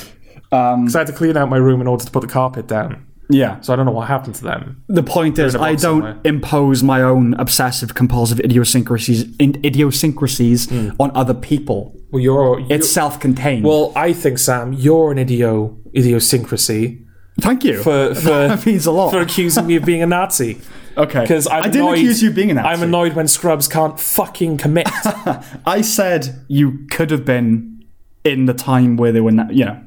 S1: Um,
S2: Because I had to clean out my room in order to put the carpet down.
S1: [LAUGHS] Yeah.
S2: So I don't know what happened to them.
S1: The point is, I
S2: box
S1: don't
S2: somewhere.
S1: impose my own obsessive compulsive idiosyncrasies in idiosyncrasies on other people.
S2: Well, you're... you
S1: It's self-contained.
S2: well, I think, Sam, you're an idio- idiosyncrasy
S1: thank you.
S2: for...
S1: [LAUGHS]
S2: for
S1: that means a lot.
S2: For accusing me of being a Nazi,
S1: okay,
S2: because I'm
S1: I did not
S2: annoyed-
S1: accuse you of being an
S2: I'm
S1: Nazi.
S2: annoyed when Scrubs can't fucking
S1: [LAUGHS]
S2: commit.
S1: I said you could have been in the time where they were, na- you know,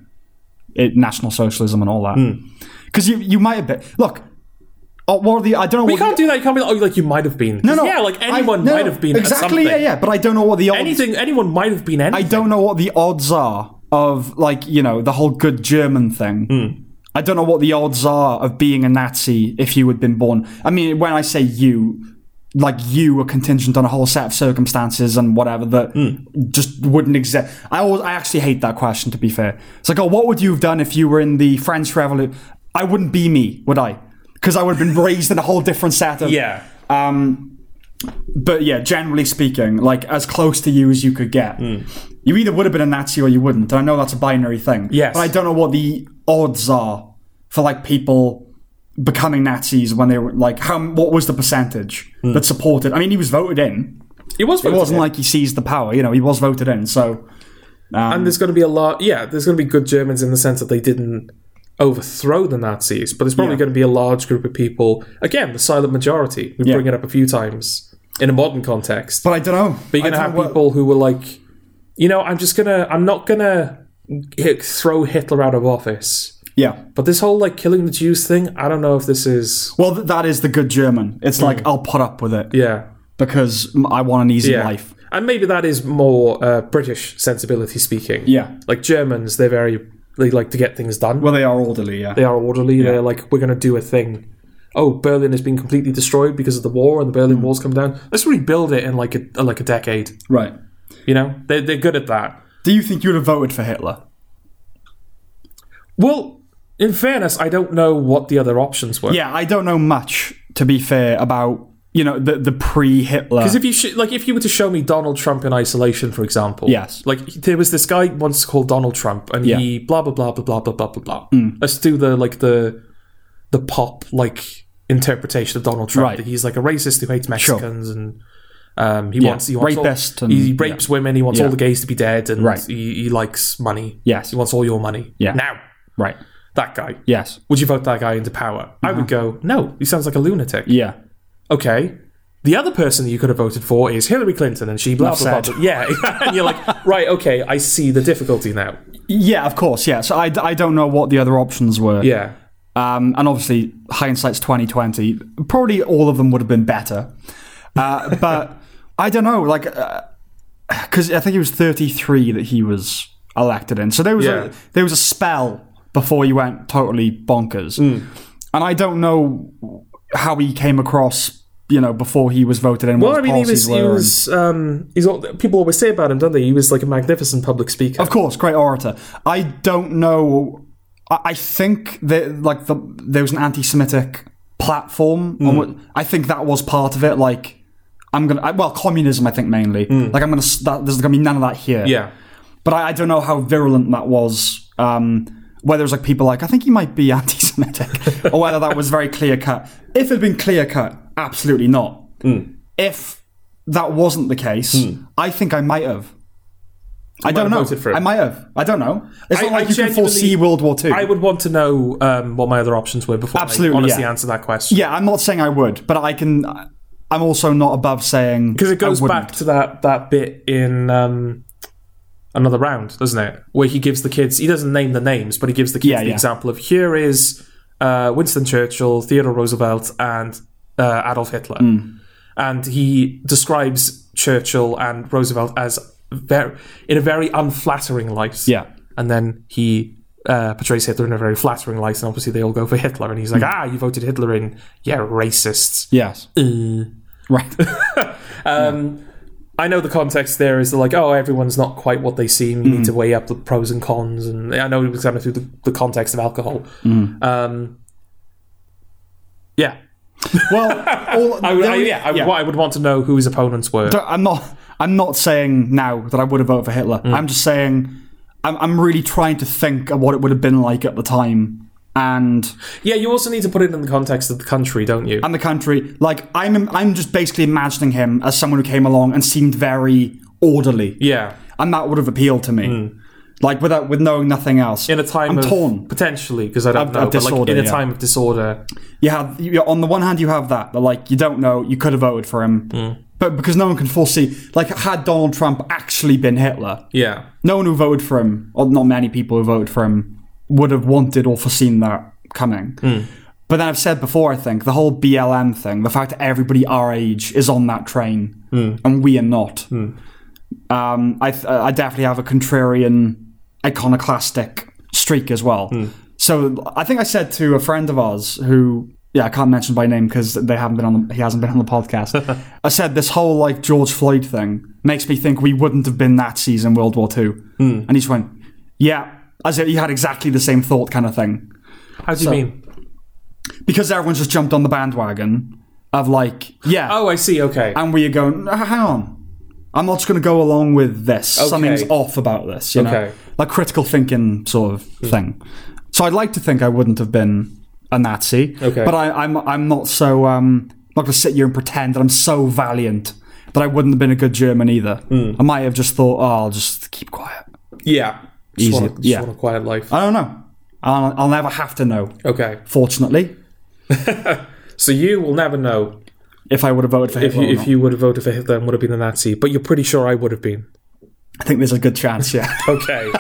S1: it, national socialism and all that. Because you you might have been. Look, oh, what are the? I don't know.
S2: You
S1: what
S2: can't do that. You can't be like, oh, like you might have been.
S1: the, no,
S2: yeah, like
S1: I-
S2: anyone
S1: no,
S2: might have been at
S1: exactly.
S2: something.
S1: Yeah, yeah. But I don't know what the odds.
S2: Anything, anyone might have been
S1: I
S2: anything.
S1: don't know what the odds are of like you know the whole good German thing.
S2: Hmm.
S1: I don't know what the odds are of being a Nazi if you had been born. I mean, when I say you, like you are contingent on a whole set of circumstances and whatever that
S2: Hmm.
S1: just wouldn't exist. I always, I actually hate that question. To be fair, it's like, oh, what would you have done if you were in the French Revolution? I wouldn't be me, would I? Because I would have been raised in a whole different set of
S2: yeah.
S1: um, but yeah, generally speaking, like as close to you as you could get.
S2: Hmm.
S1: You either would have been a Nazi or you wouldn't. I know that's a binary thing.
S2: Yes.
S1: But I don't know what the odds are for like people becoming Nazis when they were like how what was the percentage that supported? I mean, he was voted in.
S2: Hmm. It was.
S1: It wasn't like he seized the power. You know, he was voted in. So
S2: and there's going to be a lot. Yeah, there's going to be good Germans in the sense that they didn't overthrow the Nazis, but there's probably going to be a large group of people. Again, the silent majority. We bring it up a few times in a modern context.
S1: but I don't know.
S2: But you're going to have people who were like, you know, I'm just gonna, I'm not gonna hit, throw Hitler out of office.
S1: Yeah.
S2: But this whole like killing the Jews thing, I don't know if this is.
S1: Well, th- that is the good German. It's like I'll put up with it
S2: Hmm. Yeah.
S1: because I want an easy
S2: Yeah.
S1: life.
S2: And maybe that is more uh, British sensibility speaking.
S1: Yeah.
S2: Like Germans, they're very they like to get things done.
S1: Well, they are orderly. Yeah.
S2: they are orderly. They're like we're going to do a thing. Oh, Berlin has been completely destroyed because of the war, and the Berlin Wall's come down. Let's rebuild it in like a uh, like a decade.
S1: Right.
S2: You know, they they're good at that.
S1: Do you think you would have voted for Hitler?
S2: Well, in fairness, I don't know what the other options were.
S1: Yeah, I don't know much, to be fair, about you know the the pre Hitler.
S2: Because if you sh- like, if you were to show me Donald Trump in isolation, for example,
S1: Yes.
S2: like there was this guy once called Donald Trump, and he blah blah blah blah blah blah blah blah blah.
S1: Hmm.
S2: Let's do the like the the pop like interpretation of Donald Trump
S1: Right.
S2: that he's like a racist who hates Mexicans and um, he wants he wants
S1: rapist
S2: all,
S1: and-
S2: he rapes women, he wants
S1: Yeah.
S2: all the gays to be dead, and
S1: Right.
S2: he, he likes money.
S1: Yes.
S2: he wants all your money.
S1: Yeah.
S2: now
S1: Right.
S2: that guy.
S1: Yes.
S2: Would you vote that guy into power? I would go no. He sounds like a lunatic
S1: Yeah.
S2: okay. The other person that you could have voted for is Hillary Clinton, and she blah blah blah.
S1: said.
S2: blah. Yeah, [LAUGHS] and you're like, right, okay, I see the difficulty now.
S1: Yeah, of course. Yeah. So I, I don't know what the other options were.
S2: Yeah,
S1: Um, and obviously hindsight's twenty twenty. Probably all of them would have been better. Uh, [LAUGHS] but I don't know, like, because I think it was thirty three that he was elected in. So there was
S2: Yeah.
S1: a there was a spell before you went totally bonkers.
S2: Mm.
S1: And I don't know how he came across, you know, before he was voted in.
S2: well,
S1: what
S2: I
S1: his
S2: mean, he
S1: policies
S2: was, he
S1: were and-
S2: was, um, he's all, people always say about him, don't they? He was like a magnificent public speaker.
S1: Of course, great orator. I don't know. I, I think that like the there was an anti-Semitic platform. On what, I think that was part of it. Like I'm gonna I, well communism. I think mainly like I'm gonna s- that, there's gonna be none of that here.
S2: Yeah.
S1: but I, I don't know how virulent that was. Um, whether it's like people like I think he might be [LAUGHS] anti-Semitic, or whether that was very clear cut. If it'd been clear cut, absolutely not.
S2: Hmm.
S1: If that wasn't the case, I think I might have. I don't
S2: have
S1: know.
S2: voted for him.
S1: I might have. I don't know. It's
S2: I-
S1: not like
S2: I
S1: you can foresee
S2: genuinely-
S1: World War Two.
S2: I would want to know um, what my other options were before
S1: Absolutely,
S2: I honestly
S1: yeah.
S2: answer that question.
S1: yeah, I'm not saying I would, but I can. I'm also not above saying
S2: Because it goes
S1: I wouldn't.
S2: back to that that bit in um, another round, doesn't it? Where he gives the kids he doesn't name the names, but he gives the kids
S1: Yeah,
S2: the
S1: yeah.
S2: example of here is uh, Winston Churchill, Theodore Roosevelt, and uh, Adolf Hitler,
S1: Mm.
S2: and he describes Churchill and Roosevelt as very in a very unflattering light.
S1: Yeah.
S2: and then he. Uh, portrays Hitler in a very flattering light, and obviously they all go for Hitler. And he's like,
S1: Mm.
S2: "Ah, you voted Hitler in, yeah, racists."
S1: Yes.
S2: Uh. [LAUGHS]
S1: Right.
S2: Um, I know the context there is like, oh, everyone's not quite what they seem. You need
S1: Mm.
S2: to weigh up the pros and cons, and I know it was kind of through the, the context of alcohol.
S1: Mm.
S2: Um, yeah,
S1: well, all,
S2: I, would-
S1: the
S2: I,
S1: only-
S2: yeah, I, I would want to know who his opponents were.
S1: Don't- I'm not. I'm not saying now that I would have voted for Hitler.
S2: Mm.
S1: I'm just saying I'm, I'm really trying to think of what it would have been like at the time and
S2: Yeah, you also need to put it in the context of the country, don't you?
S1: and the country. Like I'm. I'm just basically imagining him as someone who came along and seemed very orderly,
S2: yeah,
S1: and that would have appealed to me. Like without with knowing nothing else.
S2: Mm. in a time
S1: I'm
S2: of
S1: torn.
S2: potentially because I don't
S1: Of-
S2: know,
S1: of
S2: but like
S1: disorder,
S2: in a
S1: yeah.
S2: time of disorder,
S1: You have you, on the one hand you have that, but like you don't know you could have voted for him,
S2: Mm.
S1: but because no one can foresee. Like had Donald Trump actually been Hitler,
S2: yeah,
S1: no one who voted for him, or not many people who voted for him, would have wanted or foreseen that coming. But then I've said before, I think, the whole BLM thing, the fact that everybody our age is on that train and we are not. Um, I, th- I definitely have a contrarian, iconoclastic streak as well. So I think I said to a friend of ours who. Yeah, I can't mention by name because they haven't been on. The, he hasn't been on the podcast. I said this whole like George Floyd thing makes me think we wouldn't have been Nazis in World War Two. And he just went, "Yeah," as if he had exactly the same thought, kind of thing
S2: how do you mean?
S1: because everyone's just jumped on the bandwagon of like, yeah,
S2: Oh, I see. Okay,
S1: and we are going, "H- hang on, I'm not just going to go along with this. Something's off about this, you
S2: Okay. Hmm.
S1: know, like critical thinking sort of thing. So I'd like to think I wouldn't have been a Nazi,
S2: Okay.
S1: but I, I'm I'm not so um not going to sit here and pretend that I'm so valiant that I wouldn't have been a good German either.
S2: Hmm.
S1: I might have just thought, oh, I'll just keep quiet.
S2: yeah, just
S1: Easy,
S2: want, a- just
S1: yeah. Uh,
S2: want a quiet life.
S1: I don't know. I'll, I'll never have to know.
S2: Okay,
S1: Fortunately,
S2: so you will never know
S1: if I would have voted for
S2: if
S1: Hitler,
S2: you,
S1: or
S2: if
S1: not.
S2: you would have voted for Hitler and would have been a Nazi, but you're pretty sure I would have been.
S1: I think there's a good chance.
S2: [LAUGHS]
S1: Yeah.
S2: Okay.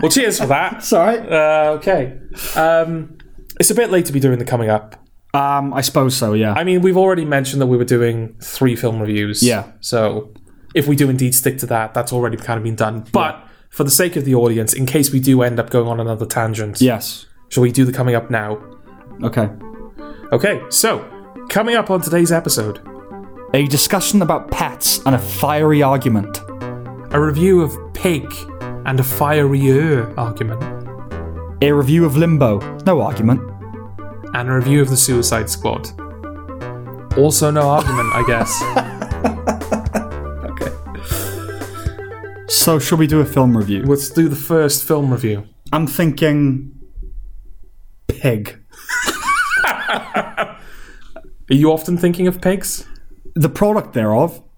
S2: well, cheers for that.
S1: It's all right.
S2: Uh, okay. Um, it's a bit late to be doing the coming up.
S1: Um, I suppose so. Yeah.
S2: I mean, we've already mentioned that we were doing three film reviews.
S1: Yeah.
S2: So if we do indeed stick to that, that's already kind of been done. But for the sake of the audience, in case we do end up going on another tangent,
S1: yes.
S2: shall we do the coming up now?
S1: Okay.
S2: Okay. So coming up on today's episode,
S1: A discussion about pets and a fiery argument.
S2: a review of Pig and a fierier argument.
S1: A review of Limbo. No argument.
S2: and a review of the Suicide Squad. Also, no argument, I
S1: [LAUGHS]
S2: guess.
S1: So, should we do a film review?
S2: Let's do the first film review.
S1: I'm thinking. Pig.
S2: Are you often thinking of pigs?
S1: The product thereof. [LAUGHS]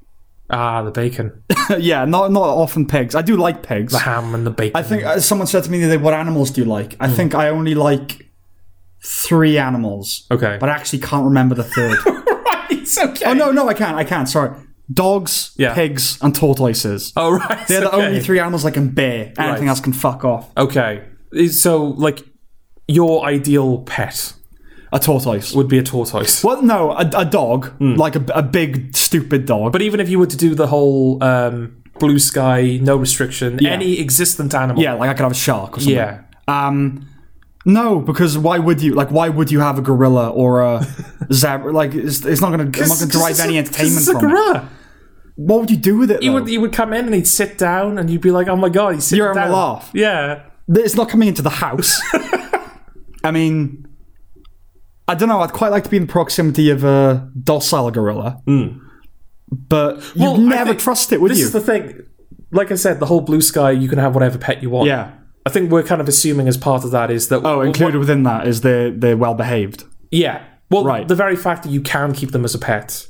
S2: Ah, the bacon,
S1: yeah, not not often pigs. I do like pigs.
S2: the ham, and the bacon.
S1: [LAUGHS] I think uh, someone said to me the other day, "What animals do you like?"
S2: Hmm.
S1: I think I only like three animals,
S2: okay.
S1: but I actually can't remember the third.
S2: [LAUGHS] it's okay.
S1: oh no, no, I can't. I can't. Sorry. Dogs,
S2: Yeah.
S1: pigs, and tortoises.
S2: Oh right.
S1: They're the
S2: okay.
S1: only three animals I can bear. Anything
S2: Right.
S1: else can fuck off.
S2: Okay. Is- So, like, your ideal pet
S1: A tortoise.
S2: would be a tortoise.
S1: Well, no, a, a dog,
S2: Hmm.
S1: like a, a big stupid dog.
S2: But even if you were to do the whole um, blue sky, no restriction, any existent animal.
S1: yeah, like I could have a shark or something.
S2: Yeah.
S1: Um, no, because why would you? Like, why would you have a gorilla or
S2: [LAUGHS]
S1: a zebra? Like, it's, it's not going to. I'm not going to derive
S2: It's a-
S1: any entertainment
S2: It's a
S1: from it.
S2: gorilla.
S1: What would you do with it?
S2: He
S1: though?
S2: would, he would come in and he'd sit down and you'd be like, oh my god, he's sitting
S1: You're having a
S2: down.
S1: laugh.
S2: Yeah.
S1: it's not coming into the
S2: [LAUGHS]
S1: house. I mean, I don't know. I'd quite like to be in proximity of a docile gorilla. but you
S2: Hmm. Well, I
S1: never
S2: think
S1: trust it, would
S2: this
S1: you?
S2: is the thing. Like I said, the whole blue sky, you can have whatever pet you want.
S1: yeah.
S2: I think we're kind of assuming as part of that is that
S1: Oh, included within that is they're they're well behaved.
S2: yeah. Well,
S1: Right.
S2: the very fact that you can keep them as a pet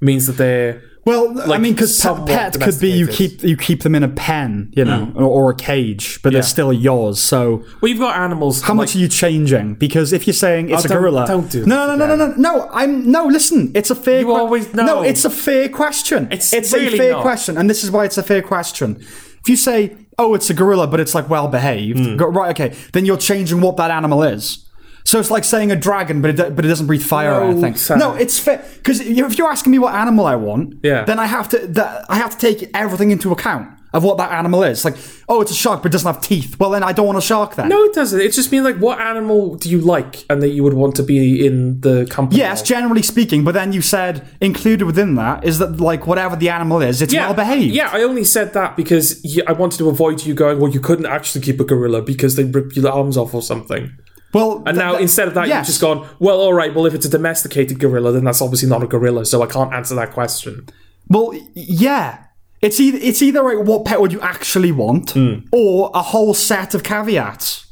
S2: means that they're
S1: Well, I mean, because
S2: somewhat
S1: pet could be you
S2: domesticated.
S1: keep you keep them in a pen, you know, or, or a cage, but they're still yours. So
S2: well, you've got animals.
S1: how much are you changing? Because if you're saying it's
S2: Oh,
S1: a
S2: don't-
S1: gorilla,
S2: don't do
S1: no, no,
S2: this
S1: no, no, no, no. I'm no. Listen, it's a fair. You
S2: always- no.
S1: it's a fair question.
S2: It's
S1: a
S2: really
S1: fair
S2: not.
S1: question, and this is why it's a fair question. If you say, "Oh, it's a gorilla," but it's like well behaved,
S2: Hmm.
S1: go, right? Okay, then you're changing what that animal is. So it's like saying a dragon, but it, do- but it doesn't breathe fire or
S2: No,
S1: anything.
S2: Sam.
S1: No, it's fair because if you're asking me what animal I want,
S2: Yeah.
S1: then I have to that, I have to take everything into account of what that animal is. Like, oh, it's a shark, but it doesn't have teeth. Well, then I don't want a shark then.
S2: No, it doesn't. It just means like what animal do you like and that you would want to be in the company.
S1: Yes,
S2: of?
S1: generally speaking, but then you said included within that is that like whatever the animal is, it's well behaved.
S2: Yeah, I only said that because y- I wanted to avoid you going, well, you couldn't actually keep a gorilla because they rip your arms off or something.
S1: Well,
S2: And now instead of that,
S1: yes.
S2: you've just gone, well, all right, well, if it's a domesticated gorilla, then that's obviously not a gorilla, so I can't answer that question.
S1: Well, y- yeah. It's either it's either like what pet would you actually want,
S2: Hmm.
S1: or a whole set of caveats.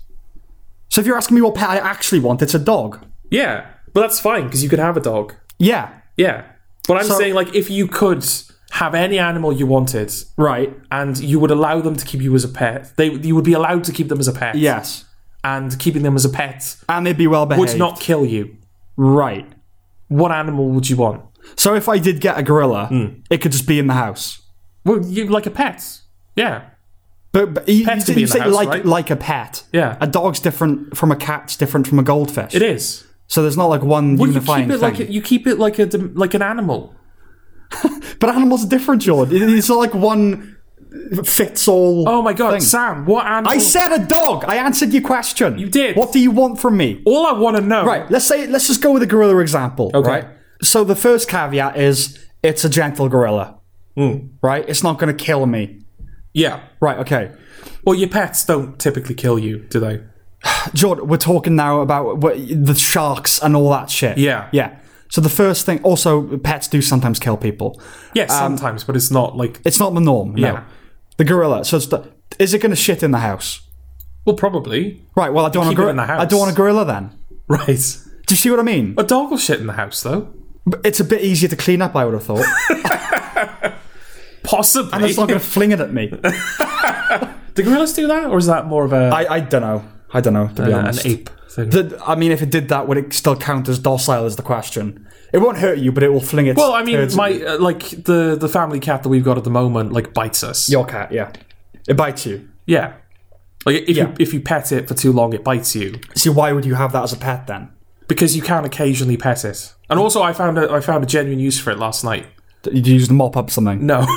S1: So if you're asking me what pet I actually want, it's a dog.
S2: Yeah, but that's fine because you could have a dog.
S1: Yeah.
S2: Yeah. But I'm
S1: So-
S2: saying, like, if you could have any animal you wanted
S1: Right.
S2: and you would allow them to keep you as a pet, they you would be allowed to keep them as a pet.
S1: Yes.
S2: And keeping them as a pet
S1: And they'd be well behaved.
S2: would not kill you.
S1: right.
S2: What animal would you want?
S1: So if I did get a gorilla,
S2: Hmm.
S1: it could just be in the house.
S2: Well, you like a pet. Yeah.
S1: But, but you,
S2: Pets
S1: you,
S2: can be
S1: you
S2: in the
S1: say
S2: house,
S1: like
S2: right?
S1: like a pet.
S2: Yeah.
S1: A dog's different from a cat's different from a goldfish.
S2: It is.
S1: So there's not like one
S2: Well, you
S1: unifying
S2: keep it
S1: thing.
S2: like a, you keep it like a dom- like an animal.
S1: but animals are different, Jordan. It- It's not like one fits all.
S2: Oh my god, Sam, what animal?
S1: I said a dog. I answered your question. You
S2: did.
S1: What do you want from me?
S2: All I want to know.
S1: Right. Let's say let's just go with a gorilla example.
S2: Okay.
S1: Right. So the first caveat is it's a gentle gorilla. Right. It's not going to kill me.
S2: Mm. Yeah.
S1: Right. Okay.
S2: Well, your pets don't typically kill you, do they?
S1: Jordan, we're talking now about what, the sharks and all that shit.
S2: Yeah.
S1: Yeah. So the first thing, also, pets do sometimes kill people.
S2: Yeah, sometimes, but it's not like.
S1: It's not the norm. No.
S2: Yeah.
S1: The gorilla. So it's the, is it going to shit in the house?
S2: Well, probably. [LAUGHS]
S1: Right. Well, I don't want a
S2: keep it
S1: gorilla.
S2: in the house.
S1: I don't want a gorilla then.
S2: Right.
S1: Do you see what I mean?
S2: A dog will shit in the house, though.
S1: But It's a bit easier to clean up, I would have
S2: [LAUGHS]
S1: thought.
S2: Possibly.
S1: and it's not going to fling it at me.
S2: do gorillas do that, or is that more of a
S1: I, I don't know. I don't know, to be
S2: Uh, an
S1: honest.
S2: ape thing?
S1: The- I mean, if it did that, would it still count as docile? Is the question. It won't hurt you, but it will fling it.
S2: well, I mean, my uh, like the the family cat that we've got at the moment like bites us.
S1: your cat, yeah, it bites you.
S2: Yeah. Like if
S1: Yeah.
S2: you if you pet it for too long, it bites you
S1: See, why would you have that as a pet then?
S2: because you can occasionally pet it. And also, I found a, I found a genuine use for it last night.
S1: Did you use the mop up something?
S2: No. [LAUGHS]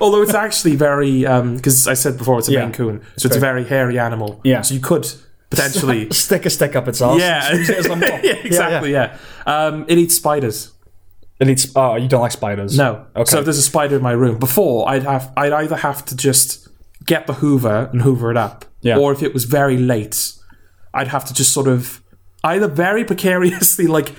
S2: Although it's actually very, because I said before it's a
S1: Yeah.
S2: Maine Coon, so it's a very hairy animal.
S1: Yeah.
S2: So you could
S1: [LAUGHS]
S2: potentially,
S1: Stick a stick up its ass.
S2: yeah,
S1: Use it as a mop.
S2: [LAUGHS] yeah, exactly, yeah. Um, it eats spiders.
S1: It needs. Oh, you don't like spiders?
S2: No.
S1: Okay.
S2: So if there's a spider in my room, before I'd have, I'd either have to just get the Hoover and Hoover it up,
S1: Yeah.
S2: or if it was very late, I'd have to just sort of either very [LAUGHS] precariously like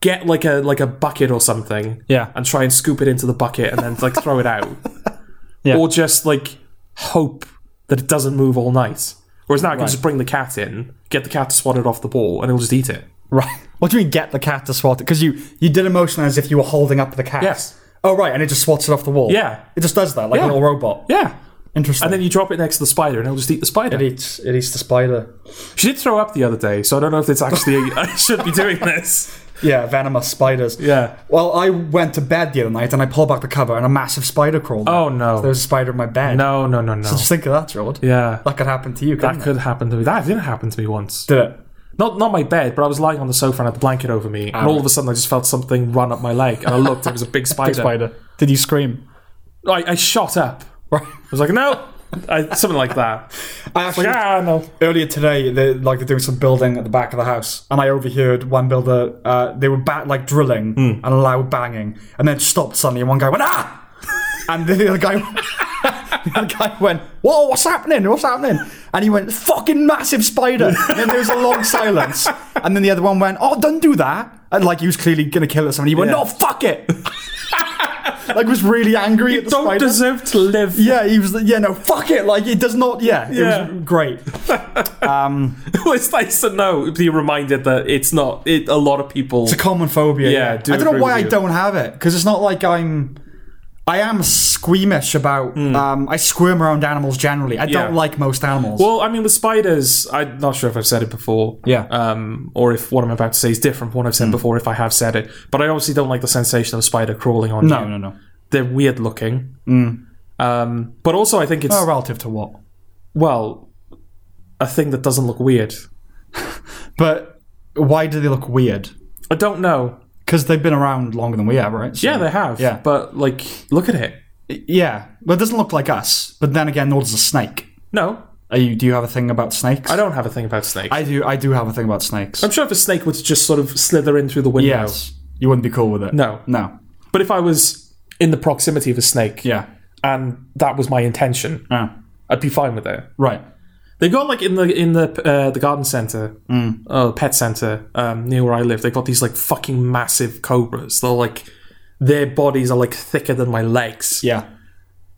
S2: get like a like a bucket or something,
S1: Yeah.
S2: and try and scoop it into the bucket and then like throw it out,
S1: [LAUGHS] Yeah.
S2: or just like hope that it doesn't move all night. Whereas now I can just bring the cat in, get the cat to swat it off the ball, and it'll just eat it.
S1: Right. What do you mean? Get the cat to swat it? Because you you did a motion as if you were holding up the cat.
S2: Yes.
S1: Oh right, and it just swats it off the wall.
S2: Yeah.
S1: It just does that like a
S2: Yeah.
S1: little robot.
S2: Yeah.
S1: Interesting.
S2: And then you drop it next to the spider, and it'll just eat the spider.
S1: it eats it eats the spider.
S2: She did throw up the other day, so I don't know if it's actually I should be doing this.
S1: [LAUGHS] Yeah, venomous spiders.
S2: Yeah.
S1: Well, I went to bed the other night and I pulled back the cover and a massive spider crawled.
S2: Oh
S1: There
S2: no.
S1: was a spider in my bed.
S2: No, no, no, no.
S1: Just think of that, George.
S2: Yeah.
S1: That could happen to you.
S2: That
S1: couldn't
S2: could happen to me. That didn't happen to me once.
S1: it? Did it?
S2: Not not my bed, but I was lying on the sofa and I had the blanket over me, and all of a sudden I just felt something run up my leg, and I looked, it was
S1: [LAUGHS]
S2: a big spider.
S1: Spider. Did you scream? [LAUGHS]
S2: I, I shot up. I
S1: Right.
S2: was like, no, I, something like that.
S1: I actually
S2: Like ah no.
S1: earlier today they like they're doing some building at the back of the house and i overheard one builder uh, they were ba- like drilling
S2: Hmm.
S1: and a loud banging and then stopped suddenly and one guy went
S2: [LAUGHS]
S1: ah and the other guy [LAUGHS] the other guy went whoa what's happening what's happening and he went fucking massive spider
S2: [LAUGHS]
S1: and then there was a long silence and then the other one went oh don't do that and like he was clearly gonna kill it [LAUGHS] somebody he went
S2: Yeah.
S1: no fuck it like was really angry at the
S2: Don't
S1: spider.
S2: deserve to live. [LAUGHS]
S1: yeah, he was. Yeah, no, fuck it. Like it does not. Yeah,
S2: Yeah.
S1: it was great.
S2: it's nice to know. Be reminded that it's not. It, a lot of people.
S1: It's a common phobia.
S2: Yeah, I
S1: Yeah,
S2: do
S1: I don't
S2: agree
S1: know why I
S2: with you.
S1: don't have it because it's not like I'm. I am squeamish about. Um, I squirm around animals generally. I don't
S2: Hmm. Yeah.
S1: like most animals.
S2: Well, I mean, with spiders, I'm not sure if I've said it before.
S1: Yeah. Mm.
S2: Um, or if what I'm about to say is different from what I've said before, if I have said it. But I obviously don't like the sensation of a spider crawling on you.
S1: no, no, no.
S2: They're weird looking. Um, but also, I think it's,
S1: Oh, relative to what?
S2: well, a thing that doesn't look weird.
S1: But why do they look weird?
S2: I don't know.
S1: Because they've been around longer than we have, right? So-
S2: Yeah, they have.
S1: Mm. Yeah.
S2: But, like, look at it.
S1: Yeah. Well, it doesn't look like us. But then again, nor does a snake.
S2: No,
S1: Are you? Do you have a thing about snakes?
S2: I don't have a thing about snakes. I-
S1: I do. I do have a thing about snakes.
S2: am sure if a snake were to just sort of slither in through the window.
S1: Yes. You wouldn't be cool with it.
S2: No.
S1: No.
S2: But if I was in the proximity of a snake
S1: Yeah.
S2: and that was my intention,
S1: Uh,
S2: I'd be fine with it.
S1: right.
S2: They've got like in the in the uh, the garden center, uh, pet center um, near where I live. They've got these like fucking massive cobras. They're like their bodies are like thicker than my legs.
S1: Yeah.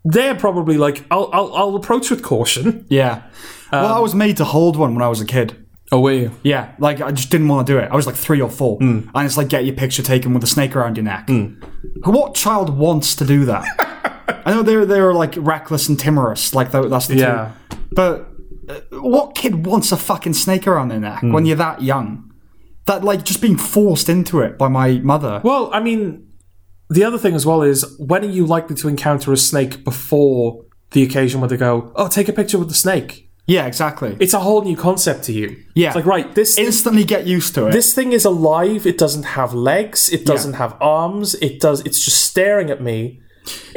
S2: They're probably like I'll I'll, I'll approach with caution.
S1: Yeah.
S2: Um,
S1: well, I was made to hold one when I was a kid.
S2: Oh, were you?
S1: Yeah, like I just didn't want to do it. I was like three or four,
S2: Hmm.
S1: and it's like get your picture taken with a snake around your neck. What child wants to do
S2: [LAUGHS]
S1: that? I know they're they're like reckless and timorous, like tho- that's the
S2: Yeah.
S1: two. But uh, what kid wants a fucking snake around their neck
S2: Hmm.
S1: when you're that young? That like just being forced into it by my mother.
S2: Well, I mean, the other thing as well is when are you likely to encounter a snake before the occasion where they go, oh, take a picture with the snake?
S1: Yeah, exactly.
S2: It's a whole new concept to you.
S1: Yeah.
S2: it's like right this
S1: Instantly get used to it.
S2: this thing is alive it doesn't have legs it doesn't have arms it does it's just staring at me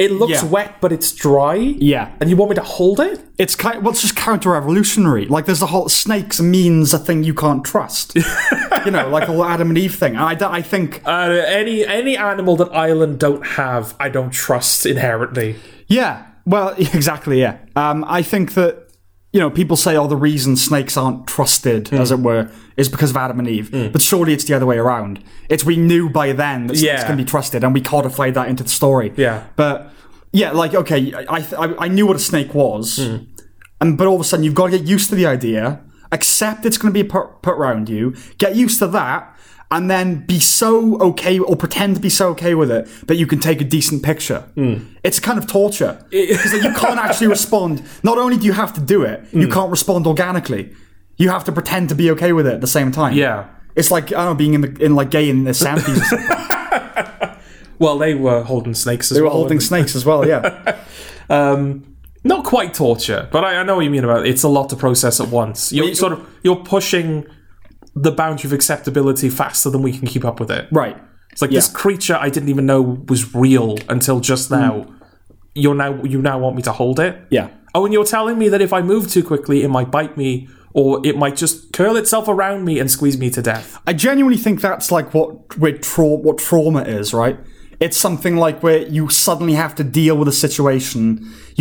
S2: it looks
S1: Yeah.
S2: wet but it's dry
S1: yeah,
S2: and you want me to hold it
S1: it's kind. Well, it's just counter-revolutionary. Like there's the whole snakes means a thing you can't
S2: [LAUGHS]
S1: trust. you know, like the whole Adam and Eve thing. And I, don't- I think
S2: uh, any any animal that ireland don't have i don't trust inherently
S1: Yeah. Well, [LAUGHS] exactly. Yeah. Um, I think that you know people say, "Oh, the reason snakes aren't trusted, as
S2: Hmm.
S1: it were, is because of Adam and Eve." But surely it's the other way around. It's we knew by then that snakes
S2: Yeah.
S1: can be trusted, and we codified that into the story.
S2: Yeah.
S1: But yeah, like okay, I I, I knew what a snake was,
S2: Hmm.
S1: and but all of a sudden you've got to get used to the idea, accept it's going to be put put around you, get used to that. And then be so okay, or pretend to be so okay with it that you can take a decent picture.
S2: Hmm.
S1: It's kind of
S2: [LAUGHS]
S1: torture because you can't actually respond. Not only do you have to do it,
S2: Hmm.
S1: you can't respond organically. You have to pretend to be okay with it at the same time.
S2: Yeah.
S1: it's like I don't know, being in the in like gay in
S2: [LAUGHS]
S1: the Santys. or something.
S2: well they were holding snakes as
S1: They were
S2: well
S1: holding snakes as well.
S2: [LAUGHS]
S1: Yeah.
S2: um not quite torture but I, I know what you mean about it. it's a lot to process at once you're sort of you're pushing the boundary of acceptability faster than we can keep up with it
S1: Right.
S2: It's like this creature I didn't even know was real until just now. You're now you now want me to hold it?
S1: Yeah.
S2: Oh, and you're telling me that if I move too quickly, it might bite me, or it might just curl itself around me and squeeze me to death.
S1: I genuinely think that's like what we're trau- what trauma is, right? It's something like where you suddenly have to deal with a situation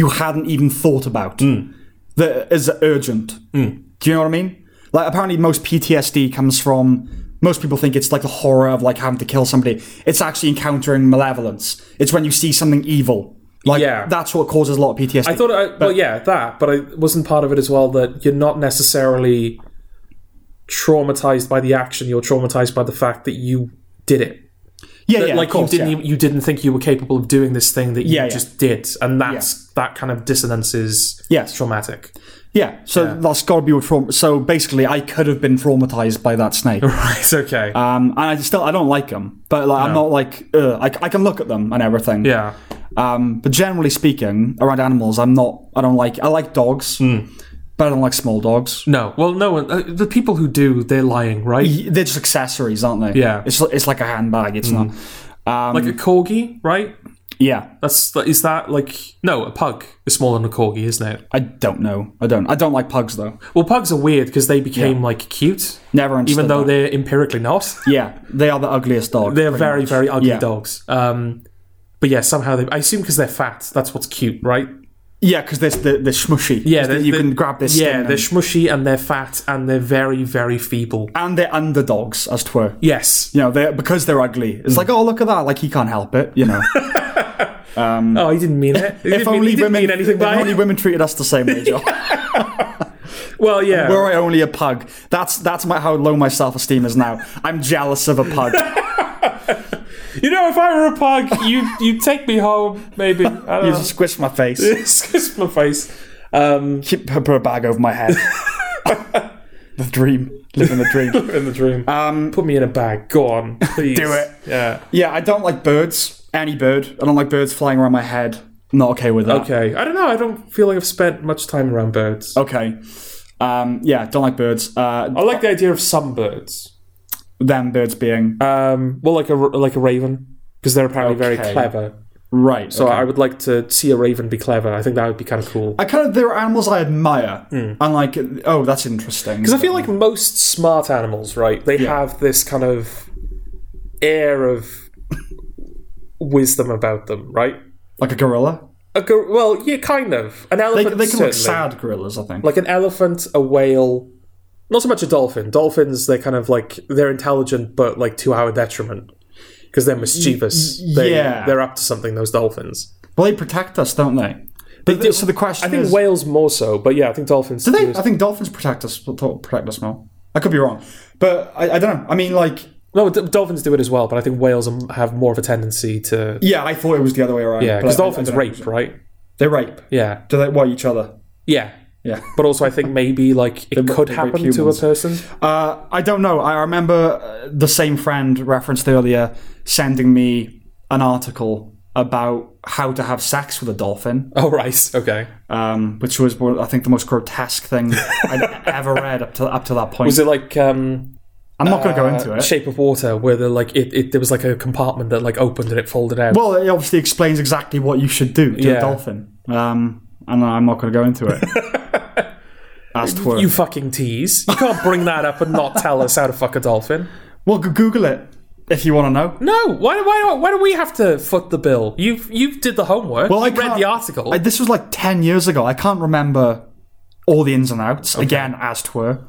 S1: you hadn't even thought about
S2: Mm.
S1: that is urgent. Do you know what I mean? Like apparently most PTSD comes from most people think it's like the horror of like having to kill somebody. It's actually encountering malevolence. It's when you see something evil. Like
S2: Yeah.
S1: that's what causes a lot of PTSD.
S2: I thought, I, well, yeah, that, but I wasn't part of it as well. That you're not necessarily traumatized by the action; you're traumatized by the fact that you did it.
S1: yeah, yeah,
S2: like
S1: of course,
S2: you didn't
S1: yeah.
S2: even- you didn't think you were capable of doing this thing that you
S1: Yeah, yeah.
S2: just did, and that's that kind of dissonance is
S1: Yes.
S2: traumatic.
S1: Yeah, so that's got to be what trauma. So basically, I could have been traumatized by that
S2: [LAUGHS]
S1: snake.
S2: Right. Uh, Okay.
S1: Um, and I still I don't like them, but like I'm not like Ugh. I, I can look at them and everything.
S2: yeah.
S1: Um, but generally speaking, around animals, I'm not. I don't like. I like dogs,
S2: Hmm.
S1: but I don't like small dogs.
S2: No. Well, no. Uh, the people who do, they're lying, right?
S1: Y- They're just accessories, aren't they?
S2: Yeah. Hmm.
S1: It's it's like a handbag. It's not. Um,
S2: Like a corgi, right?
S1: yeah.
S2: That's that- is that like no, a pug is smaller than a corgi, isn't it?
S1: I don't know. I don't. I don't like pugs though.
S2: Well, pugs are weird because they became like cute,
S1: Never understood.
S2: even though
S1: that.
S2: they're empirically
S1: [LAUGHS]
S2: not.
S1: yeah, they are the ugliest dog.
S2: they're
S1: pretty
S2: very,
S1: much.
S2: very ugly
S1: Yeah.
S2: dogs. Um, but yeah, somehow they. I assume because they're fat, that's what's cute, right?
S1: Yeah, because they're, they're they're smushy.
S2: Yeah,
S1: you can grab this.
S2: Yeah, they're smushy and they're fat and they're very, very feeble.
S1: and they're underdogs, as 'twere.
S2: Yes. Hmm. [LAUGHS]
S1: you know, they're because they're ugly. It's like, oh, look at that! Like he can't help it, you know. Um,
S2: Oh, he didn't mean it.
S1: [LAUGHS]
S2: He
S1: if
S2: didn't, mean,
S1: only
S2: he didn't
S1: women,
S2: mean anything
S1: [LAUGHS] if
S2: by
S1: only
S2: it.
S1: women treated us the
S2: [LAUGHS]
S1: same way, John.
S2: Well, yeah.
S1: Were I only a pug? That's that's my, how low my self esteem is now. I'm jealous of a
S2: [LAUGHS]
S1: pug.
S2: You know, if I were a pug, you you'd take me home, maybe. I don't
S1: you
S2: know. [LAUGHS]
S1: just squished my face.
S2: Excuse my face. Um,
S1: Keep put a bag over my
S2: [LAUGHS]
S1: head. the dream, living the dream.
S2: in the dream.
S1: Um,
S2: Put me in a bag. Go on, please.
S1: Do it.
S2: Yeah.
S1: yeah, I don't like birds. Any bird. I don't like birds flying around my head. Not okay with that.
S2: Okay. I don't know. I don't feel like I've spent much time around birds.
S1: Okay. Um, yeah, don't like birds. Uh,
S2: I like the idea of some birds.
S1: them birds being
S2: Um, well, like a r- like a raven, because they're apparently
S1: Okay.
S2: very clever.
S1: right.
S2: So I would like to see a raven be clever. I think that would be kind of cool.
S1: I kind of there are animals I admire. I'm like, oh, that's interesting.
S2: Hmm. Because I feel like most smart animals, right? They have this kind of air of wisdom about them, right?
S1: like a gorilla.
S2: A gor- well, yeah, kind of. An
S1: They,
S2: elephant,
S1: they can look
S2: certainly.
S1: sad gorillas. I think.
S2: Like an elephant, a whale. Not so much a dolphin. Dolphins, they're kind of like they're intelligent, but like to our detriment because they're mischievous. They,
S1: yeah.
S2: they're up to something. Those dolphins.
S1: well, they protect us, don't they? But
S2: do.
S1: so the question
S2: I think
S1: is,
S2: whales more so, but yeah, I think dolphins.
S1: do they? I think dolphins protect us. Protect us more. I could be wrong, but I, I don't know. I mean, like,
S2: No, d- dolphins do it as well, but I think whales are- have more of a tendency to.
S1: yeah, I thought it was the other way around.
S2: Yeah,
S1: but
S2: because
S1: I- I- I
S2: dolphins
S1: don't know.
S2: rape, right?
S1: They rape.
S2: Yeah,
S1: Do they? Why each other?
S2: yeah.
S1: Yeah.
S2: But also, I think maybe like it could
S1: they rape
S2: happen to a
S1: humans.
S2: person.
S1: Uh, I don't know. I remember uh, the same friend referenced earlier sending me an article about how to have sex with a dolphin,
S2: Oh right, okay.
S1: um, which was one- I think the most grotesque thing [LAUGHS] I'd ever read up to up to that point.
S2: Was it like um,
S1: I'm not going to go into it.
S2: Shape of Water, where the like it, it there was like a compartment that like opened and it folded out?
S1: Well, it obviously explains exactly what you should do to
S2: Yeah.
S1: a dolphin, um, and I'm not going to go into
S2: [LAUGHS]
S1: it. As to
S2: you fucking tease! You can't bring that up and not tell us how to fuck a dolphin.
S1: well, go- Google it if you want to know.
S2: No, why why do- why do we have to foot the bill? You have you did the homework.
S1: Well, I
S2: you read
S1: can't-
S2: the article.
S1: I, this was like 10 years ago. I can't remember all the ins and outs, again, as
S2: [LAUGHS]
S1: twere.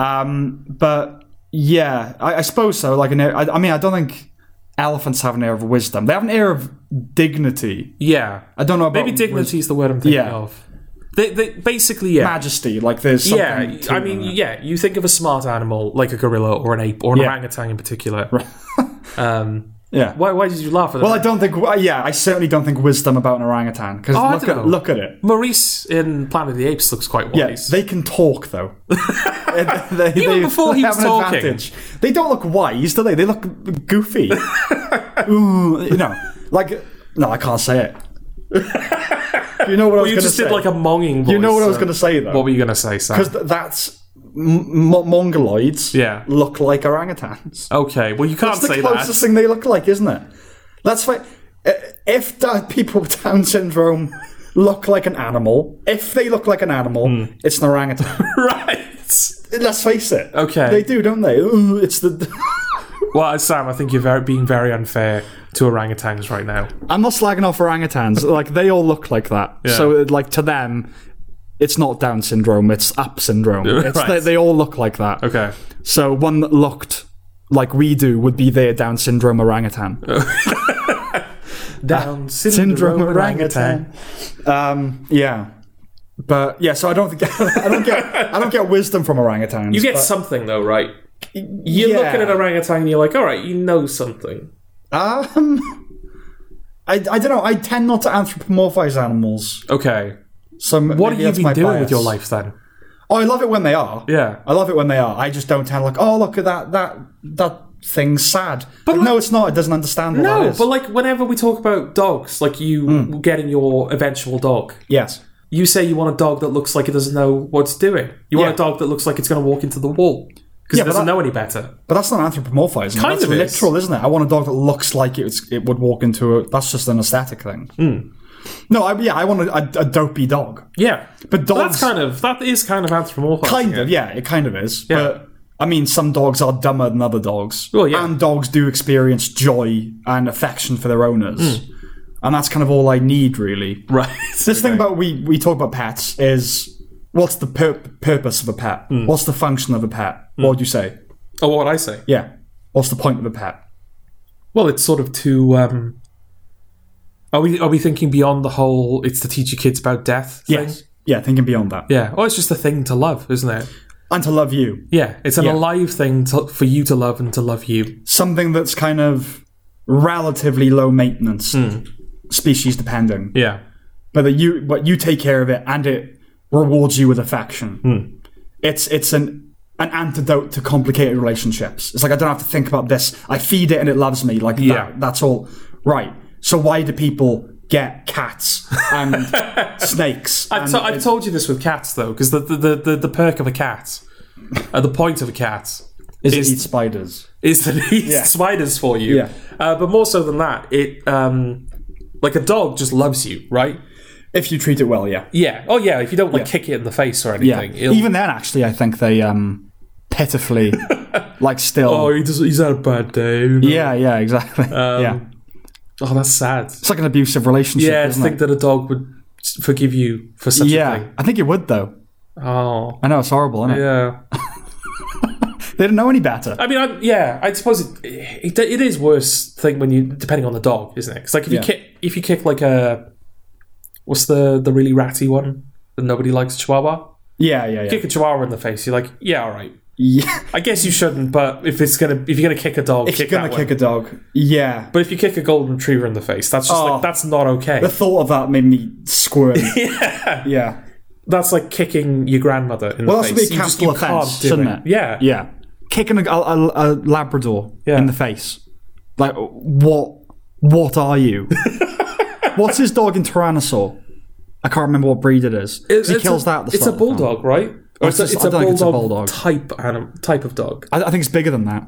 S1: um, but yeah, I, I suppose so. Like an air, I, I mean, I don't think elephants have an air of wisdom. They have an air of dignity.
S2: yeah,
S1: I don't know about
S2: maybe dignity is the word I'm thinking
S1: Yeah.
S2: of. They, they basically yeah.
S1: majesty. Like there's something
S2: Yeah,
S1: to
S2: I mean, yeah. You think of a smart animal like a gorilla or an ape or an orangutan in particular. um,
S1: yeah.
S2: why, why did you laugh at
S1: Well, I
S2: that?
S1: don't think. well, Yeah, I certainly don't think wisdom about an orangutan because
S2: Oh, I
S1: look
S2: don't
S1: at
S2: know.
S1: look at it.
S2: Maurice in Planet of the Apes looks quite
S1: Yeah,
S2: wise.
S1: they can talk
S2: [LAUGHS]
S1: though. They- they-
S2: Even before he
S1: have
S2: was
S1: an
S2: talking.
S1: advantage. They don't look wise, do they? They look
S2: [LAUGHS]
S1: goofy. Ooh, you know, like no, I can't say it. you know what I was
S2: you
S1: going to
S2: just
S1: say.
S2: did like a monging voice.
S1: you know what I was
S2: so-
S1: going to say though,
S2: What were you going to say, Sam?
S1: because th- that's m- m- mongoloids.
S2: Yeah.
S1: look like orangutans.
S2: Okay, well you can't
S1: That's the
S2: say
S1: closest
S2: that.
S1: thing they look like, isn't it? That's why. uh, If that people [LAUGHS] with Down syndrome look like an animal, if they look like an animal,
S2: Hmm.
S1: it's an
S2: [LAUGHS]
S1: orangutan.
S2: [LAUGHS] right.
S1: Let's face it.
S2: Okay.
S1: They do, don't they? Ooh, it's the. [LAUGHS]
S2: Well, Sam, I think you're very, being very unfair to orangutans right now.
S1: I'm not slagging off orangutans. Like they all look like that. So uh, like to them, it's not Down syndrome. It's up
S2: [LAUGHS]
S1: syndrome. It's,
S2: Right.
S1: they, they all look like that.
S2: Okay.
S1: So one that looked like we do would be their Down syndrome orangutan.
S2: Down syndrome,
S1: syndrome
S2: orangutan.
S1: orangutan. Um, yeah, but yeah. So I don't think [LAUGHS] I don't get I don't get wisdom from orangutans.
S2: You get something though, right? You
S1: yeah.
S2: look at an orangutan and you're like, all right, you know something.
S1: Um, I, I don't know. I tend not to anthropomorphize animals.
S2: Okay.
S1: So m-
S2: What have
S1: maybe
S2: you
S1: that's
S2: been
S1: my
S2: doing
S1: bias.
S2: with your life then?
S1: Oh, I love it when they are.
S2: Yeah.
S1: I love it when they are. I just don't tell like, oh, look at that that that thing's sad. But no, it's not. It doesn't understand. What that
S2: No,
S1: is.
S2: but like whenever we talk about dogs, like you
S1: Hmm.
S2: getting your eventual dog,
S1: yes.
S2: you say you want a dog that looks like it doesn't know what it's doing. You want
S1: Yeah.
S2: a dog that looks like it's going to walk into the wall because
S1: Yeah, but
S2: it doesn't
S1: that-
S2: know any better.
S1: But that's not anthropomorphizing.
S2: Kind
S1: that's
S2: of is.
S1: literal, is. not it? I want a dog that looks like it's, it would walk into a. That's just an aesthetic thing.
S2: Hmm.
S1: No, I, yeah, I want a, a, a dopey dog.
S2: Yeah,
S1: But dogs,
S2: that's kind of that is kind of anthropomorphizing.
S1: kind
S2: it.
S1: of, yeah, it kind of is. But I mean, some dogs are dumber than other dogs.
S2: Well, yeah.
S1: And dogs do experience joy and affection for their owners, and that's kind of all I need, really.
S2: [LAUGHS] Hmm. right?
S1: [LAUGHS] This thing about we we talk about pets is what's the pur- purpose of a pet?
S2: Hmm.
S1: What's the function of a pet? What would you say?
S2: oh, what would I say?
S1: Yeah. What's the point of a pet?
S2: Well, it's sort of to um, Are we are we thinking beyond the whole? It's to teach your kids about death. Thing?
S1: Yes. Yeah, thinking beyond that.
S2: Yeah. Or it's just a thing to love, isn't it?
S1: And to love you.
S2: Yeah. It's an
S1: Yeah.
S2: alive thing to, for you to love and to love you.
S1: Something that's kind of relatively low maintenance, species dependent.
S2: Hmm. Yeah.
S1: But that you but you take care of it and it rewards you with affection.
S2: Hmm.
S1: It's it's an an antidote to complicated relationships. It's like I don't have to think about this. I feed it and it loves me. Like
S2: Yeah.
S1: that, that's all. Right. So why do people get
S2: [LAUGHS]
S1: cats and snakes?
S2: I've,
S1: and
S2: to- I've told you this with cats though, because the the, the, the the perk of a cat, uh, the point of a cat,
S1: is it eat spiders?
S2: is that it eats [LAUGHS] spiders for you.
S1: Yeah.
S2: Uh, but more so than that, it um, like a dog just loves you, right?
S1: If you treat it well, yeah.
S2: Yeah. Oh yeah. If you don't like kick it in the face or anything, it'll-
S1: Even then, actually, I think they um
S2: [LAUGHS]
S1: pitifully like still.
S2: oh he does, he's had a bad day. you know.
S1: yeah, yeah, exactly. [LAUGHS] yeah,
S2: Oh, that's sad.
S1: it's like an abusive relationship.
S2: Yeah, to
S1: isn't
S2: think
S1: it?
S2: that a dog would s- forgive you for such a
S1: yeah,
S2: thing.
S1: I think it would though.
S2: Oh.
S1: I know it's horrible, isn't it?
S2: Yeah. Uh,
S1: They didn't know any better.
S2: I mean, I, yeah. I suppose it, it it is worse thing when you depending on the dog, isn't it? 'Cause, like if
S1: Yeah.
S2: you kick if you kick like a what's the the really ratty one that nobody likes, Chihuahua.
S1: yeah, yeah, yeah.
S2: Kick a Chihuahua in the face, you're like, yeah, all right.
S1: yeah.
S2: I guess you shouldn't, but if it's gonna if you're gonna kick a dog,
S1: If you're
S2: kick
S1: gonna
S2: that
S1: kick
S2: one.
S1: a dog, yeah.
S2: But if you kick a golden retriever in the face, that's just
S1: Oh.
S2: like that's not okay.
S1: The thought of that made me
S2: [LAUGHS]
S1: squirm. yeah, yeah.
S2: that's like kicking your grandmother in
S1: Well,
S2: the
S1: that's
S2: face.
S1: a big
S2: You just-
S1: capital
S2: you can't
S1: offence,
S2: do
S1: shouldn't it?
S2: Yeah.
S1: Yeah, kicking a, a, a- a Labrador
S2: Yeah.
S1: in the face. Like what? What are
S2: [LAUGHS]
S1: you? What's his dog in Tyrannosaur? I can't remember what breed it is. 'Cause he
S2: It's
S1: kills
S2: a,
S1: that. At the
S2: It's a
S1: start of the film.
S2: bulldog, right? Or it's, a,
S1: just-
S2: it's,
S1: I
S2: a
S1: don't
S2: bulldog
S1: think it's a bulldog.
S2: type anim, type of dog,
S1: I, I think it's bigger than that.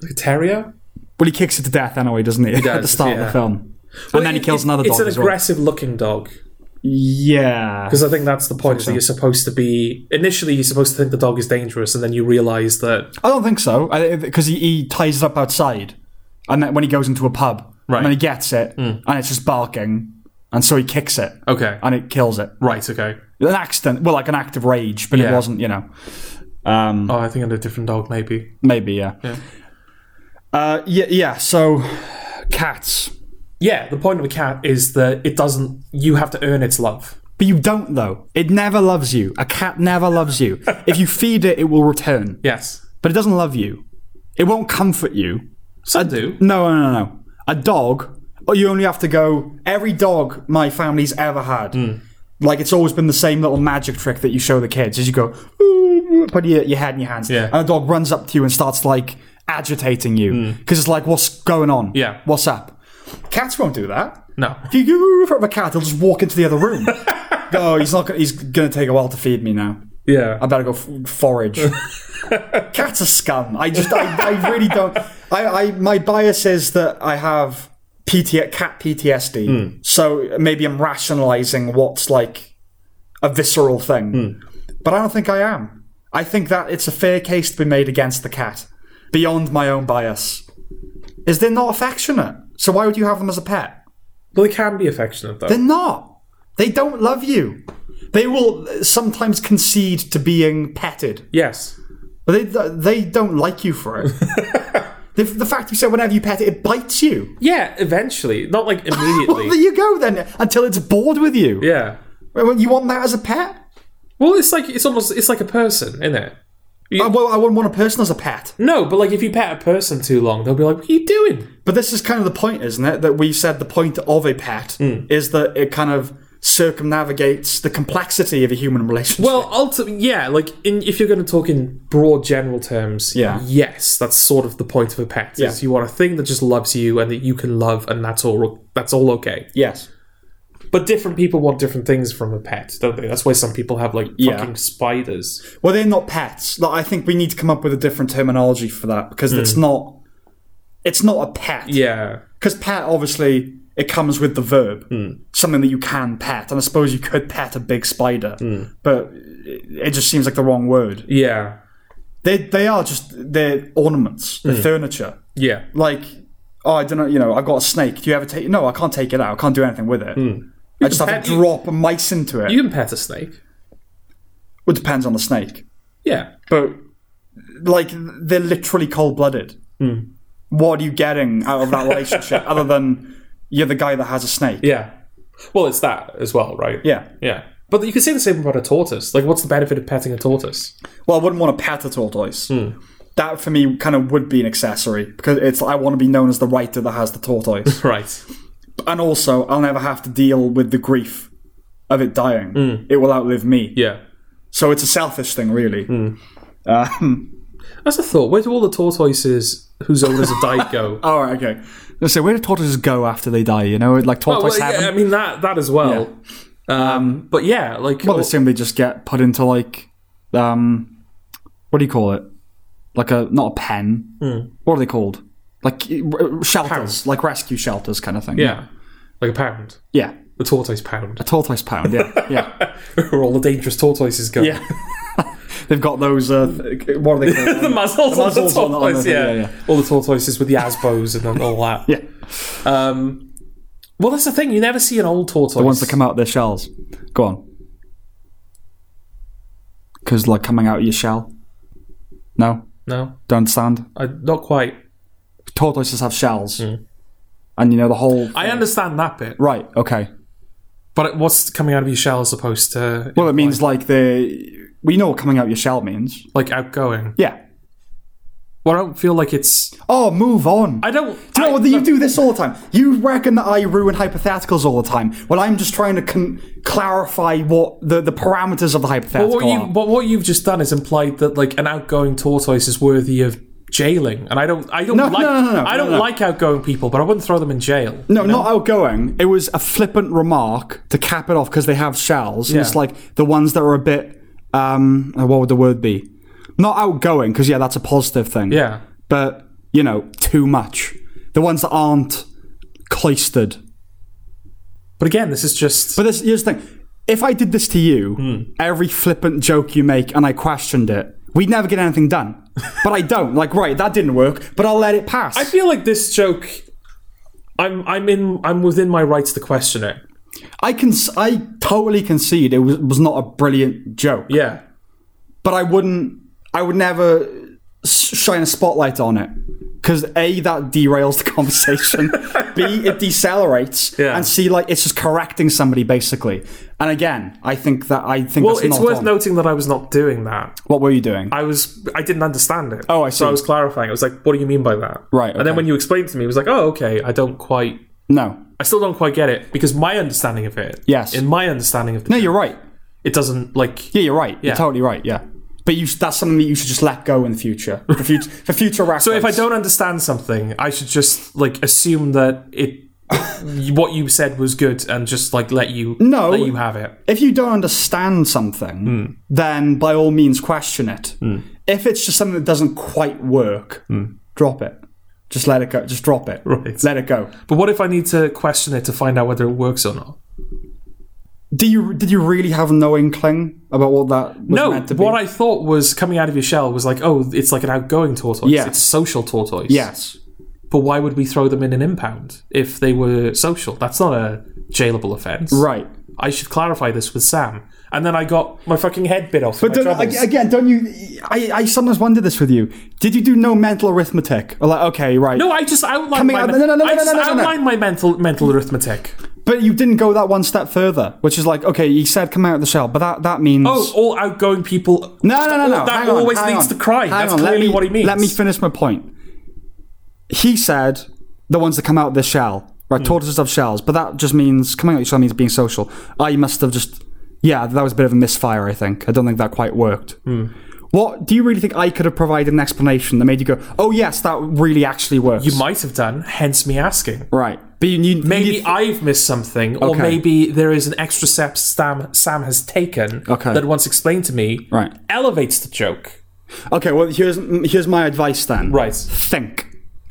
S2: like a terrier.
S1: But he kicks it to death anyway, doesn't he? [LAUGHS] At the
S2: does,
S1: start of
S2: yeah.
S1: the film, and then he
S2: It-
S1: kills
S2: it-
S1: another
S2: It's
S1: dog
S2: an
S1: as well.
S2: aggressive looking dog
S1: Yeah,
S2: because I think that's the point that you're supposed to be. Initially, you're supposed to think the dog is dangerous, and then you realize that
S1: I don't think so. Because he, he ties it up outside, and then when he goes into a pub,
S2: Right. Hmm.
S1: and then he gets it, and it's just barking, and so he kicks it,
S2: okay,
S1: and it kills it.
S2: right, okay.
S1: An accident, well, like an act of rage, but it
S2: Yeah.
S1: wasn't, you know. Um,
S2: Oh, I think I had a different dog, maybe.
S1: Maybe, yeah. Yeah. Uh, yeah, yeah. So, cats,
S2: Yeah, the point of a cat is that it doesn't. You have to earn its love.
S1: but you don't though. It never loves you. A cat never loves
S2: [LAUGHS]
S1: you. if you feed it, it will return,
S2: Yes,
S1: but it doesn't love you. It won't comfort you.
S2: some do.
S1: No, no, no, no. A dog, or you only have to go. Every dog my family's ever had,
S2: Hmm.
S1: like it's always been the same little magic trick that you show the kids. Is you go, put your, your head in your hands,
S2: Yeah.
S1: and a dog runs up to you and starts like agitating you because it's like, what's going on?
S2: Hmm. Yeah.
S1: what's up? Cats won't do that.
S2: No,
S1: If you go in front of a cat, they'll just walk into the other
S2: [LAUGHS]
S1: room. oh, he's not. Gonna, he's gonna take a while to feed me now.
S2: yeah,
S1: I better go f- forage. Cats are scum. I just, I, I really don't. I, I, my bias is that I have PT, cat PTSD. So maybe I'm rationalizing what's like a visceral thing. But I don't think I am. I think that it's a fair case to be made against the cat beyond my own bias. Is they're not affectionate. So why would you have them as a pet?
S2: well, they can be affectionate though.
S1: They're not. They don't love you. They will sometimes concede to being petted.
S2: yes,
S1: But they they don't like you for
S2: [LAUGHS]
S1: it. the, the fact you said whenever you pet it, it bites you.
S2: yeah. Eventually, not like
S1: Well, there
S2: immediately.
S1: you go then. Until it's bored with you.
S2: yeah.
S1: Well, You want that as a pet?
S2: Well, it's like it's almost it's like a person, isn't it?
S1: I, Uh, well, I wouldn't want a person as a pet.
S2: No, but like if you pet a person too long, they'll be like, "What are you doing?"
S1: But this is kind of the point, isn't it? That we said the point of a pet
S2: Hmm.
S1: is that it kind of circumnavigates the complexity of a human relationship.
S2: Well, ultimately, yeah. Like in, if you're going to talk in broad general terms,
S1: Yeah.
S2: yes, that's sort of the point of a pet. Is you want a thing that just loves you and that you can love, and that's all. That's all okay.
S1: yes.
S2: But different people want different things from a pet, don't they? That's why some people have like
S1: Yeah.
S2: fucking spiders.
S1: Well, they're not pets. Like, I think we need to come up with a different terminology for that because
S2: Hmm.
S1: it's not. It's not a pet.
S2: Yeah,
S1: because pet obviously it comes with the verb something that you can pet and i suppose you could pet a big spider but it it just seems like the wrong word
S2: yeah,
S1: they they are just they're ornaments they're furniture
S2: yeah.
S1: like oh i don't know you know i've got a snake do you ever take no i can't take it out i can't do anything with it i just have
S2: pet-
S1: to
S2: you-
S1: drop mice into it
S2: You can pet a snake.
S1: well, it depends on the snake
S2: Yeah,
S1: but like they're literally cold-blooded what are you getting out of that relationship other than you're the guy that has a snake.
S2: Yeah. Well, it's that as well, right?
S1: Yeah.
S2: Yeah. But you could say the same about a tortoise. Like, what's the benefit of petting a tortoise?
S1: Well, I wouldn't want to pet a tortoise.
S2: Hmm.
S1: That for me kind of would be an accessory because it's I want to be known as the writer that has the
S2: [LAUGHS]
S1: tortoise,
S2: Right.
S1: and also I'll never have to deal with the grief of it dying. It will outlive me.
S2: Hmm. Yeah. Hmm.
S1: So it's a selfish thing, really. Um,
S2: That's a thought. Where do all the tortoises whose owners have died [LAUGHS] go?
S1: all right, okay. So where do tortoises go after they die? You know, like
S2: Oh,
S1: tortoise
S2: well,
S1: heaven.
S2: yeah, I mean that that as well. Um, but yeah, like
S1: I assume they just get put into like, um, what do you call it? Like a not a pen.
S2: Hmm.
S1: What are they called? Like uh, shelters, like rescue shelters, kind of thing.
S2: yeah, like a pound,
S1: yeah.
S2: the tortoise pound,
S1: A tortoise pound. Yeah, yeah,
S2: [LAUGHS] where all the dangerous tortoises go.
S1: yeah. They've got those. Uh, th- what are they called?
S2: [LAUGHS] the muzzles, on the
S1: muzzles on the- on the
S2: tortoise,
S1: thing,
S2: yeah.
S1: yeah, yeah.
S2: all the tortoises with the asbos and all
S1: [LAUGHS]
S2: that.
S1: yeah,
S2: Um, well, that's the thing. You never see an old tortoise.
S1: the ones that come out of their shells. Go on. Because like coming out of your shell. No,
S2: no,
S1: don't understand.
S2: I, not quite.
S1: Tortoises have shells, and you know the whole.
S2: Hmm. I understand that bit,
S1: right. Okay.
S2: but what's coming out of your shell is supposed to
S1: Well, it means like the we know what coming out your shell means.
S2: like outgoing.
S1: Yeah.
S2: Well, I don't feel like it's.
S1: Oh, move on.
S2: I don't.
S1: do you know
S2: I-
S1: what? You do this all the time. You reckon that I ruin hypotheticals all the time. Well, I'm just trying to con- clarify what the, the parameters of the hypothetical
S2: What you,
S1: are.
S2: but what you've just done is implied that like an outgoing tortoise is worthy of jailing, and I don't, I don't
S1: No,
S2: like,
S1: no, no, no,
S2: I
S1: no,
S2: don't
S1: no.
S2: like outgoing people, but I wouldn't throw them in jail.
S1: No, not outgoing. It was a flippant remark to cap it off because they have shells. And it's
S2: Yeah.
S1: like the ones that are a bit, um, uh, what would the word be? Not outgoing because, yeah, that's a positive thing.
S2: Yeah,
S1: But, you know, too much. The ones that aren't cloistered
S2: but again, this is just
S1: But this, here's the thing: if I did this to you,
S2: Hmm.
S1: every flippant joke you make, and I questioned it, we'd never get anything
S2: [LAUGHS]
S1: done. but I don't. Like, right, that didn't work, but I'll let it pass.
S2: I feel like this joke. I'm, I'm in, I'm within my rights to question it.
S1: I can, s- I totally concede it was, was not a brilliant joke,
S2: Yeah,
S1: but I wouldn't, I would never s- shine a spotlight on it. Because a that derails the [LAUGHS] conversation, b it decelerates,
S2: Yeah.
S1: and c like it's just correcting somebody basically. And again, I think that I think
S2: well,
S1: that's
S2: it's
S1: not
S2: worth
S1: on.
S2: noting that I was not doing that.
S1: what were you doing?
S2: I was, I didn't understand it.
S1: Oh, I
S2: So
S1: see.
S2: I was clarifying. I was like, what do you mean by that?
S1: Right,
S2: And then
S1: okay.
S2: when you explained to me, it was like, oh, okay, I don't quite.
S1: no,
S2: I still don't quite get it because my understanding of it.
S1: Yes.
S2: In my understanding of the
S1: no, you're right.
S2: it doesn't like
S1: Yeah, you're right. You're
S2: Yeah.
S1: totally right. Yeah, but you, that's something that you should just let go in [LAUGHS] the future for future for future reference.
S2: so if i don't understand something i should just like assume that it [LAUGHS] what you said was good and just like let you
S1: No.
S2: let you have it
S1: if you don't understand something,
S2: Hmm.
S1: then by all means question it. If it's just something that doesn't quite work, drop it. Just let it go. Just drop it.
S2: Hmm. Right.
S1: Let it go.
S2: but what if i need to question it to find out whether it works or not
S1: Do you did you really have no inkling about what that was
S2: no
S1: meant to be?
S2: what i thought was coming out of your shell was like oh it's like an outgoing tortoise
S1: Yeah.
S2: it's social tortoise
S1: yes.
S2: but why would we throw them in an impound if they were social that's not a jailable offense
S1: Right.
S2: i should clarify this with sam and then i got my fucking head bit off
S1: But don't, ag- again, don't you? I, I sometimes wonder this with you. Did you do no mental arithmetic? Or like, okay, right.
S2: No, I just outlined
S1: Coming
S2: my
S1: out-
S2: men-
S1: no, no, no, no,
S2: I
S1: no,
S2: just
S1: no, no, no.
S2: outlined my mental mental arithmetic.
S1: But you didn't go that one step further, which is like, okay, you said come out of the shell, but that, that means.
S2: Oh, all outgoing people.
S1: no, no, no, no.
S2: that
S1: hang on,
S2: always
S1: hang
S2: leads
S1: on,
S2: to crime.
S1: hang
S2: That's
S1: on, let
S2: clearly
S1: me-
S2: what he means.
S1: Let me finish my point. He said the ones that come out of the shell,
S2: Hmm.
S1: right? Tortoises have shells, but that just means coming out of your shell means being social. I must have just. Yeah, that was a bit of a misfire, I think. I don't think that quite worked.
S2: Hmm.
S1: What do you really think I could have provided an explanation that made you go, oh, yes, that really actually works?
S2: You might have done. Hence me asking.
S1: right. But you need.
S2: Maybe I've missed something, or
S1: Okay.
S2: maybe there is an extra step Sam Sam has taken
S1: Okay.
S2: that once explained to me
S1: Right.
S2: elevates the joke.
S1: Okay, well, here's, here's my advice then.
S2: Right.
S1: Think.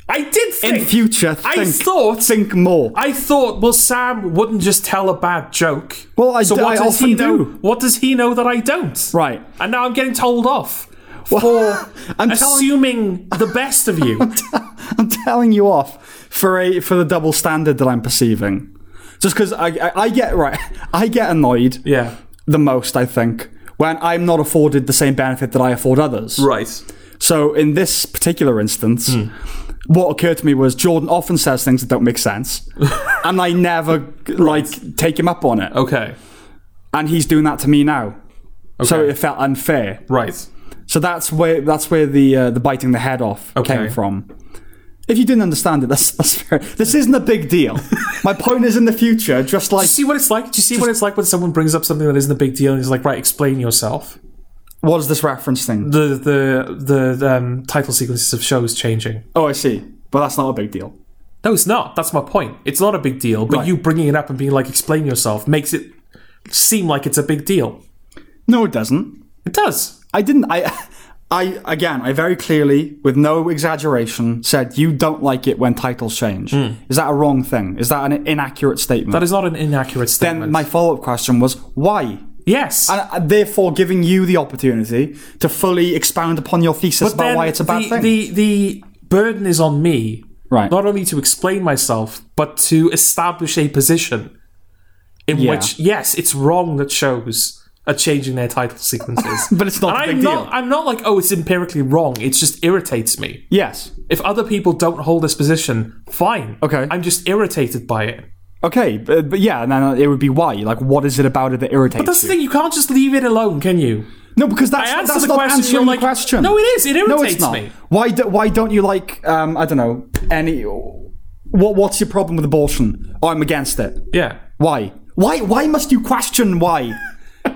S2: I did think.
S1: in future think,
S2: I thought.
S1: think more.
S2: I thought, well, Sam wouldn't just tell a bad joke.
S1: Well, I
S2: so
S1: d-
S2: what
S1: I
S2: does
S1: often
S2: he know?
S1: do.
S2: What does he know that I don't?
S1: Right.
S2: And now I'm getting told off
S1: [LAUGHS] Well,
S2: for
S1: [LAUGHS] I'm telling-
S2: assuming the best of you.
S1: [LAUGHS] I'm telling you off for a for the double standard that I'm perceiving. Just because I, I I get right, [LAUGHS] I get annoyed
S2: yeah.
S1: the most I think when I'm not afforded the same benefit that I afford others.
S2: Right. Hmm.
S1: So in this particular instance, what occurred to me was Jordan often says things that don't make
S2: [LAUGHS]
S1: sense, and I never like take him up on it.
S2: Okay.
S1: And he's doing that to me now. So
S2: Okay.
S1: it felt unfair.
S2: Right.
S1: So that's where that's where the uh, the biting the head off
S2: Okay.
S1: came from. If you didn't understand it, that's [LAUGHS] that's fair. This isn't a big
S2: [LAUGHS]
S1: deal. My point is in the future, just like
S2: Do you see what it's like? Do you see what it's like when someone brings up something that isn't a big deal and is like, right, explain yourself?
S1: what is this reference thing?
S2: The the the um, title sequences of shows changing.
S1: Oh, I see. But that's not a big deal.
S2: No, it's not. That's my point. It's not a big deal, but
S1: Right.
S2: you bringing it up and being like, explain yourself, makes it seem like it's a big deal.
S1: No, it doesn't.
S2: It does.
S1: I didn't. I, [LAUGHS] I again, I very clearly, with no exaggeration, said you don't like it when titles change. Is that a wrong thing? Is that an inaccurate statement?
S2: Hmm. That is not an inaccurate statement.
S1: then my follow-up question was why,
S2: yes.
S1: and uh, therefore giving you the opportunity to fully expound upon your thesis about
S2: Then
S1: why it's a bad
S2: the,
S1: thing.
S2: The the burden is on me,
S1: Right.
S2: Not only to explain myself, but to establish a position in
S1: Yeah.
S2: which yes, it's wrong that shows are changing their title sequences.
S1: But it's not
S2: And
S1: a [LAUGHS] big
S2: I'm
S1: deal.
S2: not. I'm not like oh, it's empirically wrong. It just irritates me.
S1: yes.
S2: If other people don't hold this position, fine.
S1: Okay.
S2: I'm just irritated by it.
S1: Okay, but, but yeah, and then it would be why. Like, what is it about it that irritates
S2: That's the
S1: you?
S2: thing. You can't just leave it alone, can you?
S1: no, because that's,
S2: I answer
S1: that's
S2: the
S1: not
S2: question,
S1: answering
S2: you're like-
S1: the question.
S2: No, it is. It
S1: No,
S2: irritates
S1: it's not.
S2: me.
S1: Why? Do, why don't you like? Um, I don't know. Any? What? What's your problem with abortion? Oh, I'm against it.
S2: Yeah.
S1: Why? Why? Why must you question
S2: [LAUGHS]
S1: why?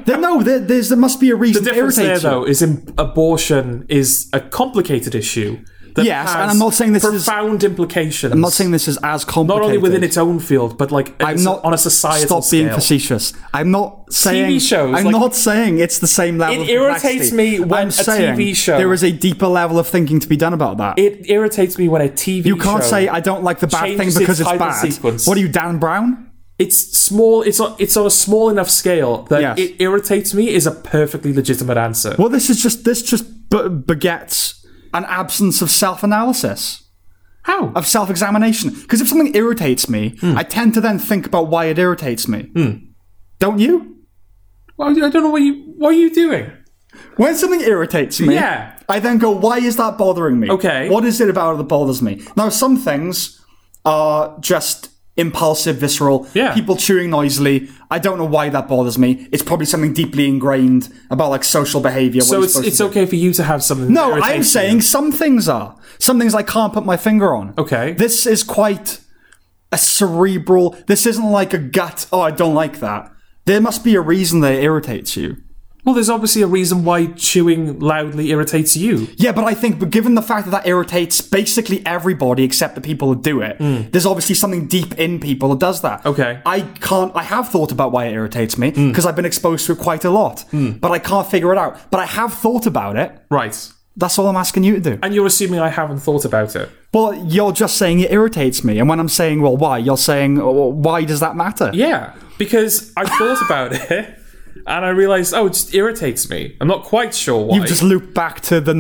S1: there, no, there, there's there must be a reason.
S2: The
S1: that
S2: difference there,
S1: irritates you.
S2: though, is in abortion is a complicated issue. That
S1: Yes, and
S2: has
S1: I'm not saying this is-
S2: profound implications.
S1: I'm not saying this is as complicated.
S2: not only within its own field, but like
S1: I'm not
S2: on a societal
S1: Stop being
S2: scale.
S1: facetious. I'm not saying
S2: shows,
S1: I'm
S2: like-
S1: not saying it's the same level.
S2: It
S1: of complexity.
S2: irritates me when
S1: I'm
S2: a
S1: saying
S2: TV show-
S1: There is a deeper level of thinking to be done about that.
S2: It irritates me when a TV
S1: you can't
S2: show-
S1: say I don't like the bad thing
S2: changes
S1: because
S2: its
S1: it's
S2: title
S1: bad.
S2: sequence.
S1: What are you, Dan Brown?
S2: it's small. It's on, it's on a small enough scale that
S1: Yes.
S2: it irritates me is a perfectly legitimate answer.
S1: Well, this is just this just b- begets an absence of self-analysis.
S2: How?
S1: of self examination. Because if something irritates me,
S2: Hmm.
S1: I tend to then think about why it irritates me. Don't you?
S2: Well, I don't know what you what are you doing.
S1: When something irritates me,
S2: Yeah.
S1: I then go, why is that bothering me?
S2: Okay.
S1: What is it about it that bothers me? Now, some things are just impulsive, visceral,
S2: Yeah.
S1: people chewing noisily. I don't know why that bothers me. It's probably something deeply ingrained about like social behavior.
S2: So it's it's okay for you to have something.
S1: No,
S2: that irritates
S1: I'm
S2: you.
S1: saying some things are. Some things I can't put my finger on.
S2: Okay.
S1: This is quite a cerebral. This isn't like a gut, oh, I don't like that. There must be a reason that it irritates you.
S2: Well, there's obviously a reason why chewing loudly irritates you.
S1: Yeah, but I think, but given the fact that that irritates basically everybody except the people that do it, there's obviously something deep in people that does that.
S2: Hmm. Okay. Hmm.
S1: I can't, I have thought about why it irritates me because I've been exposed to it quite a lot, but I can't figure it out. But I have thought about it.
S2: Right.
S1: That's all I'm asking you to do.
S2: And you're assuming I haven't thought about it.
S1: Well, you're just saying it irritates me, and when I'm saying, well, why, you're saying, oh, well, why does that matter?
S2: Yeah, because I thought about it and I realized, oh, it just irritates me. I'm not quite sure why.
S1: You just loop back to the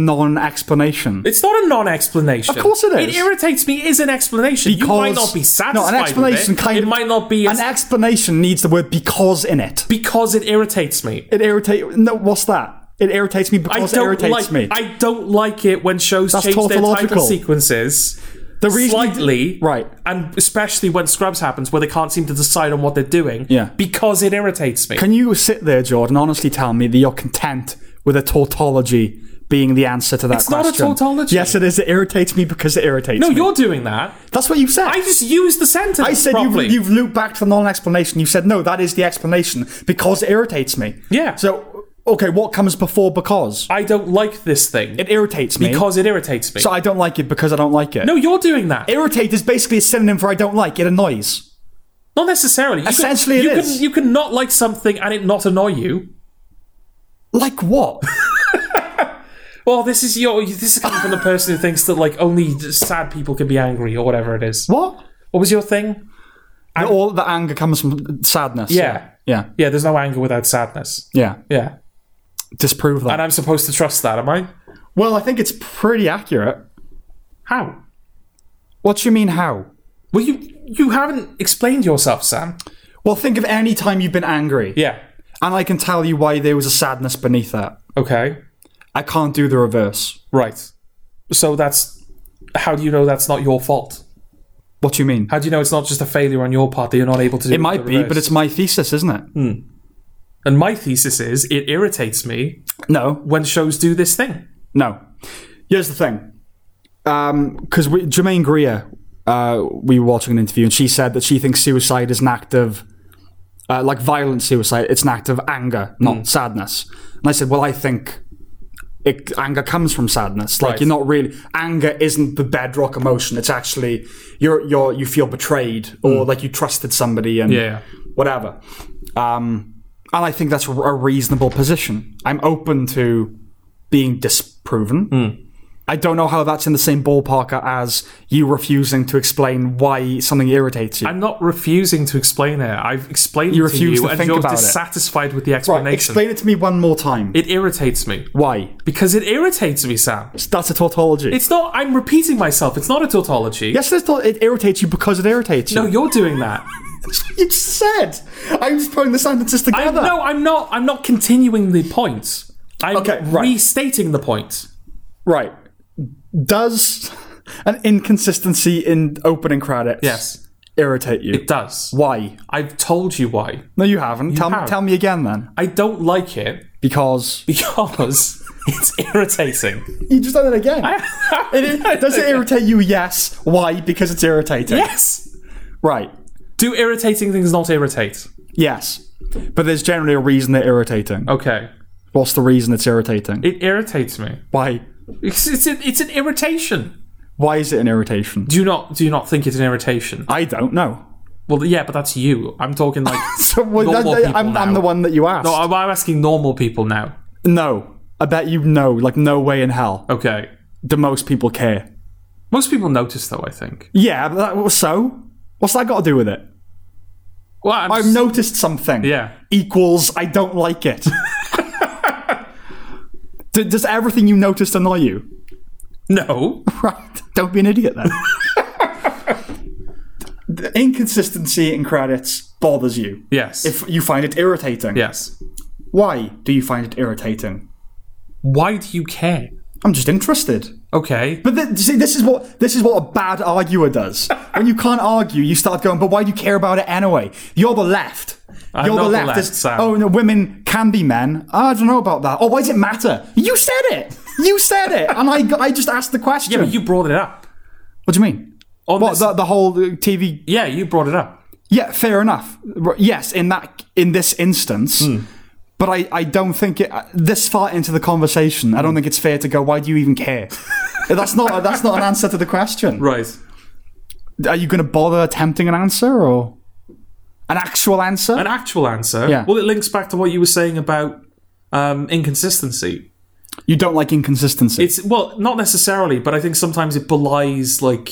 S1: non-explanation.
S2: it's not a non-explanation. Of
S1: course it is.
S2: It irritates me is an explanation. you might
S1: Because-
S2: not be satisfied.
S1: No, an explanation
S2: with it.
S1: kind
S2: it
S1: of-
S2: might not be as,
S1: An explanation needs the word because in it.
S2: because it irritates me.
S1: It irritates. No, what's that? It irritates me
S2: I
S1: because it
S2: don't
S1: irritates
S2: like.
S1: me.
S2: I don't like it when shows change their title
S1: tautological.
S2: sequences.
S1: the reason
S2: slightly,
S1: Right.
S2: and especially when Scrubs happens, where they can't seem to decide on what they're doing,
S1: Yeah.
S2: because it irritates me.
S1: Can you sit there, Jordan, honestly tell me that you're content with a tautology being the answer to that
S2: It's not a
S1: question?
S2: tautology.
S1: Yes, it is. It irritates me because it irritates
S2: no,
S1: me.
S2: you're doing that.
S1: That's what you said.
S2: I just used the sentence.
S1: I said you've,
S2: properly.
S1: you've looped back to the non-explanation. You said no, that is the explanation because it irritates me.
S2: Yeah.
S1: So okay, what comes before because?
S2: I don't like this thing
S1: It irritates me.
S2: because it irritates me.
S1: so I don't like it because I don't like it.
S2: no, you're doing that.
S1: Irritate is basically a synonym for I don't like. It annoys.
S2: not necessarily. You can-
S1: Essentially it
S2: you
S1: is.
S2: Can, you can not like something and it not annoy you.
S1: Like
S2: [LAUGHS]
S1: what?
S2: Well, this is your. This is coming from the person who thinks that like only sad people can be angry or whatever it is.
S1: what?
S2: What was your thing?
S1: All the anger comes from sadness.
S2: Yeah.
S1: Yeah.
S2: Yeah. There's no anger without sadness.
S1: Yeah.
S2: Yeah.
S1: Disprove that.
S2: And I'm supposed to trust that, am I?
S1: well, I think it's pretty accurate.
S2: How?
S1: What do you mean how?
S2: Well, you you haven't explained yourself, Sam.
S1: Well, think of any time you've been angry,
S2: Yeah.
S1: and I can tell you why there was a sadness beneath that.
S2: Okay.
S1: I can't do the reverse.
S2: Right. So that's how do you know that's not your fault?
S1: What do you mean?
S2: How do you know it's not just a failure on your part that you're not able to do
S1: It might
S2: the
S1: be,
S2: reverse? Hmm.
S1: but it's my thesis, isn't it?
S2: And my thesis is it irritates me
S1: No,
S2: when shows do this thing.
S1: no. Here's the thing. Because we Jermaine Greer, uh, we were watching an interview, and she said that she thinks suicide is an act of, uh, like violent suicide, it's an act of anger, not
S2: Mm.
S1: sadness. And I said, well, I think it, anger comes from sadness. Like
S2: Right.
S1: you're not really anger isn't the bedrock emotion. It's actually you're you're you feel betrayed or like you trusted somebody and
S2: Mm. Yeah.
S1: whatever. Um, and I think that's a reasonable position. I'm open to being disproven.
S2: Mm.
S1: I don't know how that's in the same ballpark as you refusing to explain why something irritates you.
S2: I'm not refusing to explain it. I've explained
S1: You
S2: it to
S1: refuse
S2: you,
S1: to
S2: and
S1: think
S2: you're
S1: about it.
S2: dissatisfied with the explanation.
S1: Explain it to me one more time.
S2: it irritates me
S1: why?
S2: because it irritates me, Sam.
S1: That's a tautology.
S2: It's not. I'm repeating myself. It's not a tautology.
S1: yes, it's taut- it irritates you because it irritates [LAUGHS] you.
S2: No, you're doing that.
S1: You just said. I'm just putting the sentences
S2: I,
S1: together.
S2: no, I'm not. I'm not continuing the point. I'm
S1: Okay, right.
S2: restating the point.
S1: Right. Does an inconsistency in opening credits
S2: Yes,
S1: irritate you?
S2: it does.
S1: Why?
S2: I've told you why.
S1: No, you haven't. tell,
S2: have.
S1: Me, tell me again then.
S2: I don't like it [LAUGHS]
S1: Because
S2: because it's irritating.
S1: you just done it again. It i- does
S2: [LAUGHS]
S1: it irritate you? Yes. Why? Because it's irritating.
S2: Yes.
S1: Right.
S2: Do irritating things not irritate?
S1: Yes. But there's generally a reason they're irritating.
S2: Okay.
S1: What's the reason it's irritating?
S2: It irritates me.
S1: Why?
S2: It's, it's, an, it's an irritation.
S1: Why is it an irritation?
S2: Do you not do you not think it's an irritation?
S1: I don't know. [LAUGHS]
S2: Well, yeah, but that's you. I'm talking like
S1: So well, that-
S2: Normal people
S1: I'm, I'm
S2: now.
S1: the one that you asked. No,
S2: I'm, I'm asking normal people now.
S1: I bet you know. Like no way in hell.
S2: Okay.
S1: Do most people care?
S2: Most people notice though. I think.
S1: Yeah, but that, so what's that got to do with it?
S2: Well, I'm
S1: I've
S2: s-
S1: noticed something.
S2: Yeah.
S1: Equals I don't like it. [LAUGHS] D- does everything you noticed annoy you?
S2: No.
S1: Right. Don't be an idiot then. [LAUGHS] the inconsistency in credits bothers you.
S2: Yes.
S1: If you find it irritating.
S2: yes.
S1: Why do you find it irritating?
S2: Why do you care?
S1: I'm just interested.
S2: Okay.
S1: But th- see, this is what this is what a bad arguer
S2: [LAUGHS]
S1: does. When you can't argue, you start going, "But why do you care about it anyway? You're the left. You're
S2: not the left,
S1: There's-
S2: Sam.
S1: Oh no, women can be men. I don't know about that. Oh, why does it matter? You said it. You said it, and I, I just asked the question.
S2: But you brought it up.
S1: what do you mean?
S2: On
S1: What
S2: this-
S1: the, the whole uh, TV?
S2: yeah, you brought it up.
S1: Yeah, fair enough. R- Yes, in that in this instance.
S2: Hmm.
S1: But I, I don't think it, uh, this far into the conversation,
S2: Hmm.
S1: I don't think it's fair to go. Why do you even care? [LAUGHS] that's not that's not an answer to the question.
S2: Right.
S1: are you going to bother attempting an answer or an actual answer?
S2: An actual answer.
S1: Yeah.
S2: Well, it links back to what you were saying about um, inconsistency.
S1: you don't like inconsistency.
S2: it's well not necessarily but i think sometimes it belies like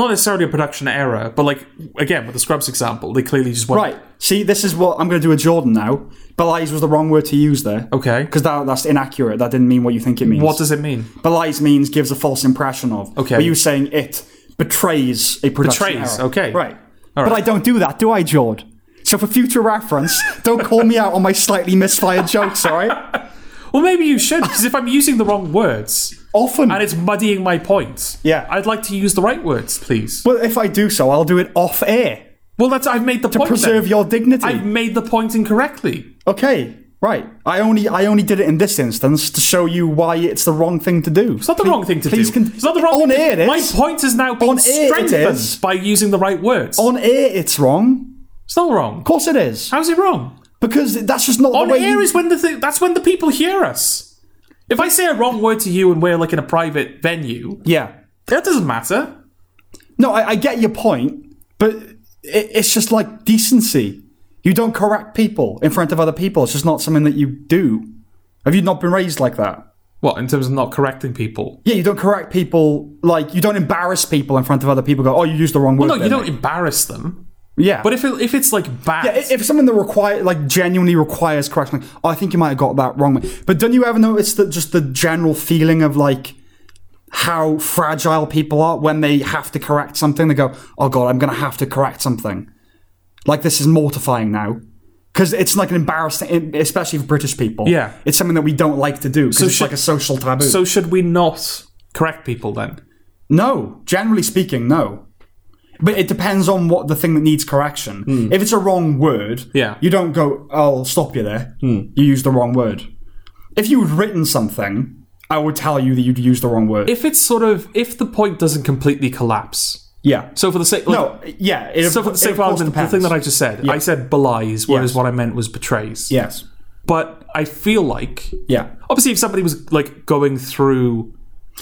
S2: not necessarily a production error but like again with the scrubs example they clearly just went
S1: right. See, this is what I'm going to do with Jordan now. Belies was the wrong word to use there.
S2: okay
S1: Because that, that's inaccurate. That didn't mean what you think it means.
S2: what does it mean
S1: belies means gives a false impression of?
S2: Okay.
S1: Were you saying it betrays a production
S2: Betrays,
S1: error?
S2: okay.
S1: Right.
S2: right.
S1: But I don't do that, do I, Jord? So for future reference, don't call me out on my slightly misfired jokes. All right.
S2: well maybe you should because if i'm using the wrong words
S1: Often.
S2: and it's muddying my point
S1: Yeah.
S2: i'd like to use the right words please
S1: well, if I do so, I'll do it off air.
S2: well that's i've made the point then.
S1: Preserve your dignity.
S2: i've made the point incorrectly
S1: Okay, right. I only I only did it in this instance to show you why it's the wrong thing to do.
S2: it's not the wrong thing to
S1: please
S2: do.
S1: con-
S2: it's not the wrong
S1: on
S2: thing
S1: air
S2: to-
S1: it
S2: My
S1: is.
S2: point has now been
S1: On air it
S2: strengthened
S1: is.
S2: by using the right words.
S1: On air, it's wrong.
S2: it's not wrong.
S1: Of course, it is
S2: How's it wrong?
S1: because that's just not
S2: On
S1: the way.
S2: air
S1: Oh, you-
S2: is when the th- that's when the people hear us. If I say a wrong word to you and we're like in a private venue,
S1: yeah.
S2: that doesn't matter.
S1: No, I, I get your point, but it, it's just like decency. You don't correct people in front of other people. It's just not something that you do. Have you not been raised like that?
S2: What in terms of not correcting people?
S1: Yeah, you don't correct people. Like you don't embarrass people in front of other people. Go, oh, you used the wrong word.
S2: No, you
S1: there,
S2: don't
S1: mate."
S2: embarrass them.
S1: Yeah,
S2: But if it, if it's like bad,
S1: I- if something that require like genuinely requires correction, like, oh, I think you might have got that wrong. But don't you ever notice that just the general feeling of like how fragile people are when they have to correct something? They go, "Oh God, I'm going to have to correct something." Like this is mortifying now because it's like an embarrassing, especially for British people.
S2: Yeah.
S1: it's something that we don't like to do because it's
S2: should-
S1: like a social taboo.
S2: so should we not correct people then?
S1: No, generally speaking, no. But it depends on what the thing that needs correction. If it's a wrong word,
S2: Hmm. Yeah. Hmm.
S1: you don't go, I'll stop you there. You use the wrong word. If you had written something, I would tell you that you'd use the wrong word.
S2: If it's sort of if the point doesn't completely collapse.
S1: yeah.
S2: So for the sake like,
S1: no, yeah. It,
S2: so for the
S1: it
S2: sake of
S1: course
S2: argument, the
S1: depends.
S2: thing that I just said, I said belies, whereas what I meant was betrays.
S1: Yes.
S2: But I feel like
S1: Yeah.
S2: obviously if somebody was like going through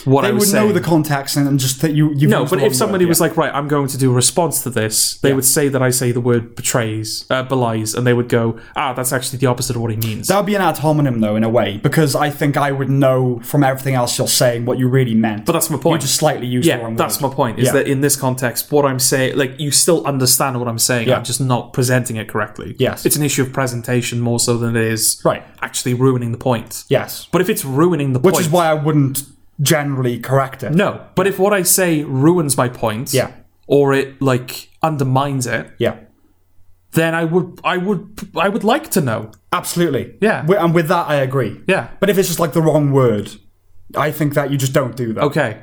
S2: what I
S1: They
S2: was
S1: would
S2: saying,
S1: know the context and just that you. You've
S2: No,
S1: used
S2: but
S1: the wrong
S2: if somebody
S1: word,
S2: was like, right, I'm going to do a response to this, they would say that I say the word betrays, uh, belies, and they would go, ah, that's actually the opposite of what he means.
S1: That would be an ad hominem, though, in a way, because I think I would know from everything else you're saying what you really meant.
S2: but that's my point.
S1: you just slightly used the
S2: yeah,
S1: wrong
S2: that's
S1: word.
S2: my point. Is
S1: Yeah.
S2: that in this context, what I'm saying, like you still understand what I'm saying,
S1: Yeah.
S2: I'm just not presenting it correctly.
S1: Yes.
S2: it's an issue of presentation more so than it is
S1: Right.
S2: actually ruining the point.
S1: Yes.
S2: But if it's ruining the
S1: Which
S2: point,
S1: is why I wouldn't generally correct it.
S2: no. But if what I say ruins my point,
S1: Yeah.
S2: or it like undermines it,
S1: Yeah.
S2: then I would, I would, I would like to know.
S1: Absolutely.
S2: Yeah.
S1: Wi- and with that, I agree.
S2: Yeah.
S1: But if it's just like the wrong word, I think that you just don't do that.
S2: Okay.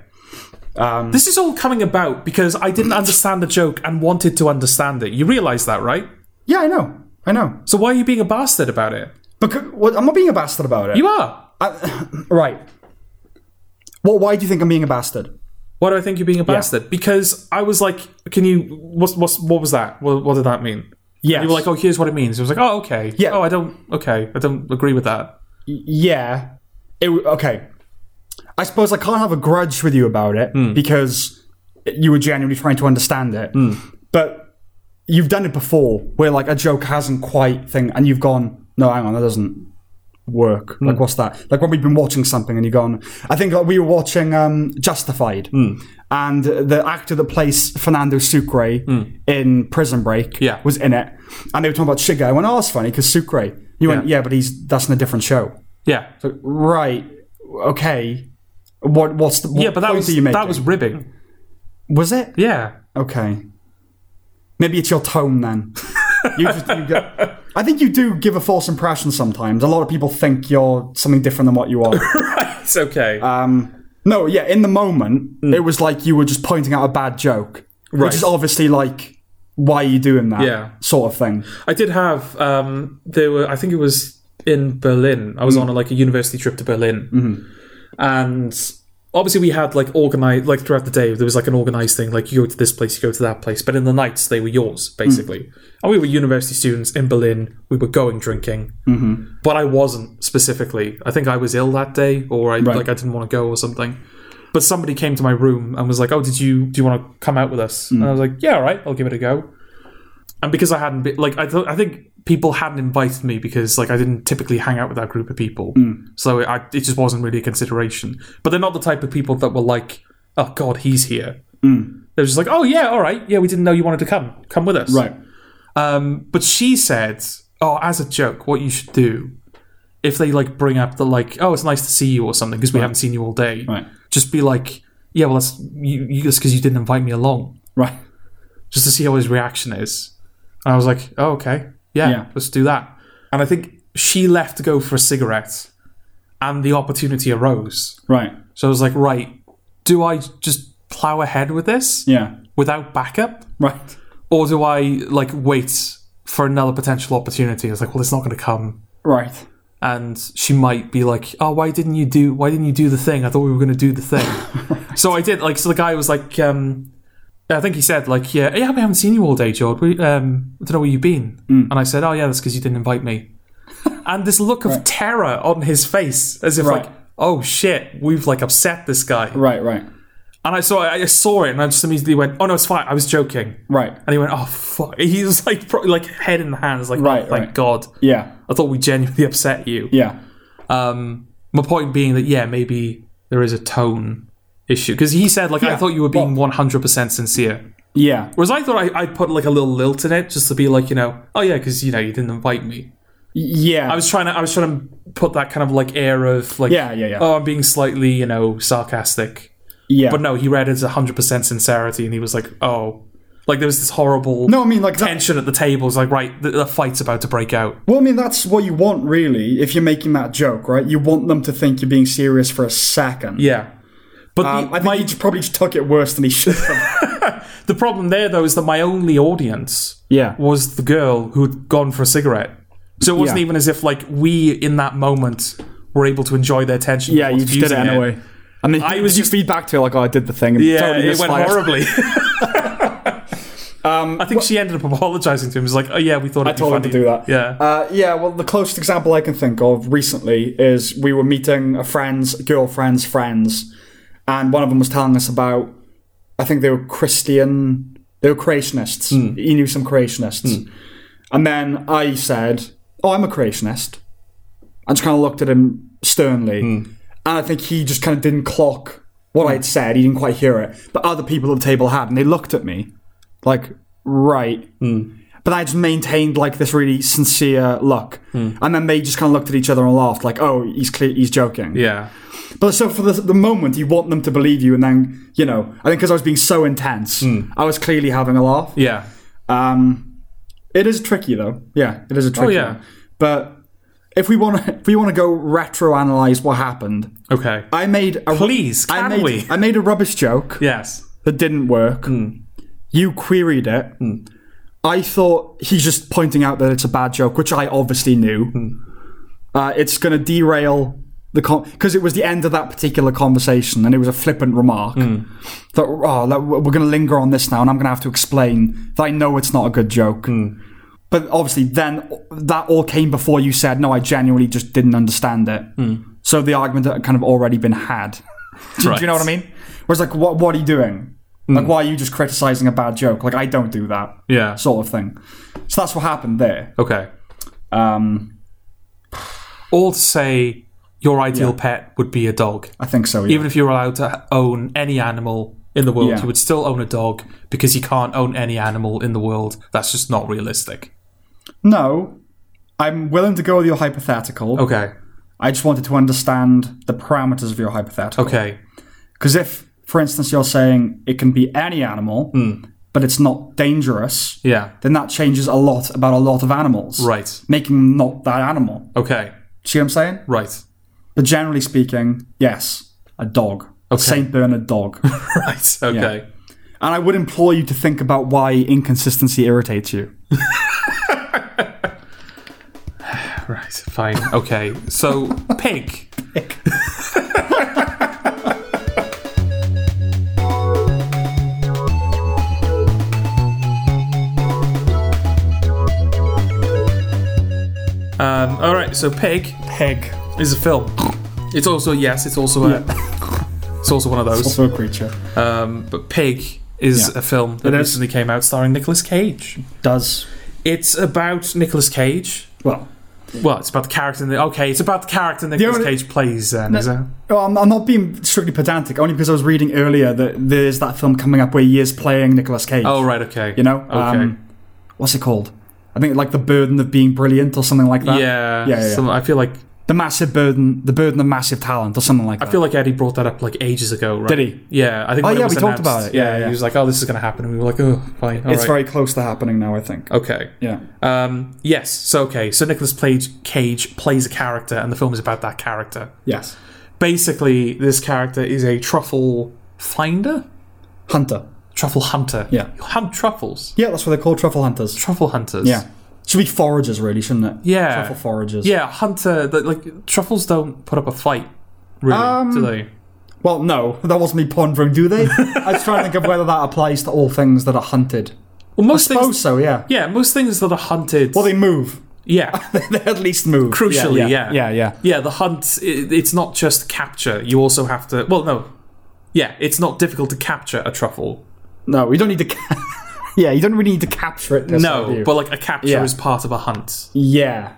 S1: Um,
S2: this is all coming about because I didn't understand the joke and wanted to understand it. You realise that, right?
S1: Yeah, I know. I know.
S2: So why are you being a bastard about it?
S1: Because well, I'm not being a bastard about it.
S2: You are.
S1: I- right. Well, why do you think I'm being a bastard?
S2: Why do I think you're being a bastard? Because I was like, "Can you? What's, what's what was that? What, what did that mean?"
S1: Yes.
S2: You were like, "Oh, here's what it means." It was like, "Oh, okay.
S1: Yeah.
S2: Oh, I don't. Okay, I don't agree with that."
S1: yeah. It, w- okay. I suppose I can't have a grudge with you about it because you were genuinely trying to understand it. But you've done it before where like a joke hasn't quite thing and you've gone, no, hang on, that doesn't work. Like what's that? Like when we've been watching something and you've gone, I think like, we were watching um, Justified and the actor that plays Fernando Sucre in Prison Break
S2: Yeah.
S1: was in it. And they were talking about Sugar. I went, oh, that's funny because Sucre. You went, yeah, but he's that's in a different show.
S2: Yeah.
S1: Right. Okay. What? What's the? What
S2: yeah, but that
S1: point
S2: was
S1: are you making?
S2: that was ribbing.
S1: was it?
S2: Yeah.
S1: Okay. Maybe it's your tone
S2: [LAUGHS]
S1: then. you just, you go, I think you do give a false impression sometimes. A lot of people think you're something different than what you
S2: [LAUGHS]
S1: are.
S2: It's okay.
S1: Um, no, yeah. In the moment, it was like you were just pointing out a bad joke,
S2: Hmm. Right.
S1: which is obviously like why are you doing that?
S2: Yeah.
S1: Sort of thing.
S2: I did have um there were I think it was in Berlin. I was
S1: Mm-hmm.
S2: on a, like a university trip to Berlin. And obviously we had like organized like throughout the day there was like an organized thing like you go to this place you go to that place but in the nights they were yours basically
S1: Mm.
S2: and we were university students in berlin we were going drinking mm-hmm. but i wasn't specifically i think i was ill that day or i like i didn't want to go or something but somebody came to my room and was like oh did you do you want to come out with us and i was like yeah all right i'll give it a go and because I hadn't been like I, th- I think people hadn't invited me because like I didn't typically hang out with that group of people, so I, it just wasn't really a consideration. But they're not the type of people that were like, "Oh God, he's here." They're just like, "Oh yeah, all right, yeah, we didn't know you wanted to come, come with us."
S1: Right.
S2: Um, but she said, "Oh, as a joke, what you should do if they like bring up the like, oh, it's nice to see you or something because we haven't seen you all day,
S1: Right.
S2: just be like, yeah, well, that's you, you just because you didn't invite me along."
S1: Right.
S2: just to see how his reaction is. And I was like, oh, okay. Yeah,
S1: Yeah.
S2: let's do that. And I think she left to go for a cigarette and the opportunity arose.
S1: Right.
S2: So I was like, right, do I just plow ahead with this
S1: Yeah.
S2: without backup?
S1: Right.
S2: Or do I like wait for another potential opportunity? I was like, well, it's not going to come.
S1: Right.
S2: And she might be like, "Oh, why didn't you do? Why didn't you do the thing? I thought we were going to do the
S1: [LAUGHS]
S2: thing." So I did. Like, so the guy was like, um, I think he said, like, yeah, yeah, we haven't seen you all day, George. We, um, I don't know where you've been.
S1: Hmm.
S2: And I said, oh, yeah, that's because you didn't
S1: [LAUGHS]
S2: invite me. and this look of terror on his face, as if,
S1: Right.
S2: like, oh, shit, we've, like, upset this guy.
S1: Right. Right.
S2: And I saw I saw it, and I just immediately went, oh, no, it's fine. I was joking.
S1: Right.
S2: And he went, oh, fuck. He was, like, pro- like head in the hands, like,
S1: Right,
S2: oh, thank
S1: right.
S2: God.
S1: Yeah.
S2: I thought we genuinely [LAUGHS] upset you.
S1: Yeah.
S2: Um, my point being that yeah, maybe there is a tone issue because he said like I
S1: Yeah,
S2: thought you were being one hundred percent sincere,
S1: Yeah.
S2: whereas I thought I, I'd put like a little lilt in it just to be like you know oh yeah because you know you didn't invite me.
S1: Yeah.
S2: I was trying to I was trying to put that kind of like air of like
S1: Yeah, yeah, yeah.
S2: oh I'm being slightly you know sarcastic,
S1: yeah.
S2: but no he read it as hundred percent sincerity and he was like oh like there was this horrible
S1: No, I mean like that,
S2: tension at the table it's like right the, the fight's about to break out
S1: well, I mean that's what you want really. If you're making that joke, right? You want them to think you're being serious for a second.
S2: yeah. But
S1: Um,
S2: the,
S1: I think
S2: my,
S1: he j- probably just took it worse than he should have.
S2: the problem there, though, is that my only audience
S1: [LAUGHS] yeah.
S2: was the girl who'd gone for a cigarette. So it wasn't
S1: Yeah.
S2: even as if like we in that moment were able to enjoy their tension.
S1: Yeah, you
S2: towards
S1: just did it
S2: using
S1: anyway. And then
S2: I
S1: I
S2: was
S1: was you feedback to her like, oh, I did the thing. And
S2: Yeah,
S1: totally
S2: it went
S1: misfired. [LAUGHS]
S2: horribly.
S1: Um,
S2: I think she ended up apologizing to him. It was like, "Oh yeah, we thought it'd
S1: I
S2: be
S1: told him to
S2: funny."
S1: do that.
S2: Yeah,
S1: Uh, yeah, well, the closest example I can think of recently is we were meeting a friend's girlfriend's friends, and one of them was telling us about, I think they were Christian, they were creationists. He knew some creationists. And then I said, Oh, I'm a creationist. I just kind of looked at him sternly. And I think he just kind of didn't clock what I'd said. He didn't quite hear it. But other people at the table had. And they looked at me like, right. But I just maintained like this really sincere look. And then they just kind of looked at each other and laughed like, oh, he's clear, he's joking.
S2: yeah.
S1: But so for the, the moment, you want them to believe you. And then, you know, I think because I was being so intense, I was clearly having a laugh.
S2: Yeah.
S1: Um, it is tricky though. Yeah, it is a tricky.
S2: Oh, yeah.
S1: one. But if we want to, [LAUGHS] if we want to go retroanalyze what happened,
S2: Okay.
S1: I made a
S2: Please,
S1: Uh, I
S2: can
S1: made,
S2: we?
S1: I made a rubbish joke
S2: Yes.
S1: that didn't work. You queried it. I thought he's just pointing out that it's a bad joke, which I obviously knew. Uh, it's going to derail the con because it was the end of that particular conversation, and it was a flippant remark that oh, that we're going to linger on this now, and I'm going to have to explain that I know it's not a good joke. But obviously, then that all came before you said, "No, I genuinely just didn't understand it." So the argument had kind of already been had. [LAUGHS] do, do you know what I mean? Whereas, like, what what are you doing? Like, why are you just criticizing a bad joke? Like, I don't do that
S2: Hmm. Yeah.
S1: sort of thing. So that's what happened there.
S2: Okay.
S1: Um,
S2: All to say, your ideal pet would be a dog.
S1: I think so. Yeah.
S2: Even if you were allowed to own any animal in the world,
S1: Yeah.
S2: you would still own a dog because you can't own any animal in the world. That's just not realistic.
S1: no, I'm willing to go with your hypothetical.
S2: Okay.
S1: I just wanted to understand the parameters of your hypothetical.
S2: Okay.
S1: Because if, for instance, you're saying it can be any animal,
S2: Hmm.
S1: but it's not dangerous,
S2: Yeah.
S1: then that changes a lot about a lot of animals,
S2: Right.
S1: making them not that animal.
S2: Okay.
S1: See what I'm saying?
S2: Right.
S1: But generally speaking, yes, a dog, a Saint Bernard dog.
S2: Right. Okay.
S1: And I would implore you to think about why inconsistency irritates you.
S2: Right. Fine. Okay. So, pig. Um, all right. So, pig
S1: Pig.
S2: is a film. It's also yes. It's also a. [LAUGHS] It's also one of those.
S1: Also a creature.
S2: Um, but pig is
S1: Yeah.
S2: a film that
S1: It is.
S2: recently came out starring Nicolas Cage.
S1: Does.
S2: It's about Nicolas Cage.
S1: Well.
S2: Well, it's about the character. That, okay, it's about the character Nicolas
S1: only-
S2: Cage plays. uh, Then is it?
S1: Oh, I'm, I'm not being strictly pedantic, only because I was reading earlier that there's that film coming up where he is playing Nicolas Cage.
S2: Oh right, okay.
S1: You know?
S2: okay.
S1: Um, what's it called? I think like The Burden of Being Brilliant or something like that.
S2: yeah,
S1: uh, Yeah, yeah,
S2: some- I feel like
S1: The Massive Burden, The Burden of Massive Talent or something like that.
S2: I feel like Eddie brought that up like ages ago. Right?
S1: Did he?
S2: Yeah, I think.
S1: Oh,
S2: when it
S1: yeah,
S2: was
S1: we talked
S2: announced,
S1: about it. Yeah, yeah.
S2: he was like, "Oh, this is going to happen," and we were like, "Oh, fine." all
S1: it's
S2: right."
S1: very close to happening now, I think.
S2: okay.
S1: Yeah.
S2: Um, yes. So okay. So Nicholas Cage plays a character, and the film is about that character.
S1: Yes.
S2: Basically, this character is a truffle finder,
S1: Hunter.
S2: truffle hunter.
S1: Yeah.
S2: you hunt truffles.
S1: Yeah, that's what they call truffle hunters.
S2: Truffle hunters.
S1: Yeah. Should be foragers, really, shouldn't it?
S2: Yeah.
S1: Truffle foragers.
S2: Yeah, Hunter. the- Like truffles don't put up a fight, really,
S1: Um,
S2: do they?
S1: Well, no, [LAUGHS] that wasn't me pondering, do they? I was trying to think of whether that applies to all things that are hunted.
S2: Well, most
S1: I suppose
S2: things.
S1: so, yeah.
S2: Yeah, most things that are hunted.
S1: Well, they move. [LAUGHS]
S2: yeah,
S1: they at least move.
S2: Crucially, yeah.
S1: Yeah, yeah.
S2: yeah. The hunt. It, it's not just capture. You also have to. Well, no. Yeah, it's not difficult to capture a truffle.
S1: No, you don't need to. Ca- [LAUGHS] yeah, you don't really need to capture it. this time, do
S2: No,
S1: you?
S2: but like a capture
S1: Yeah.
S2: is part of a hunt.
S1: yeah,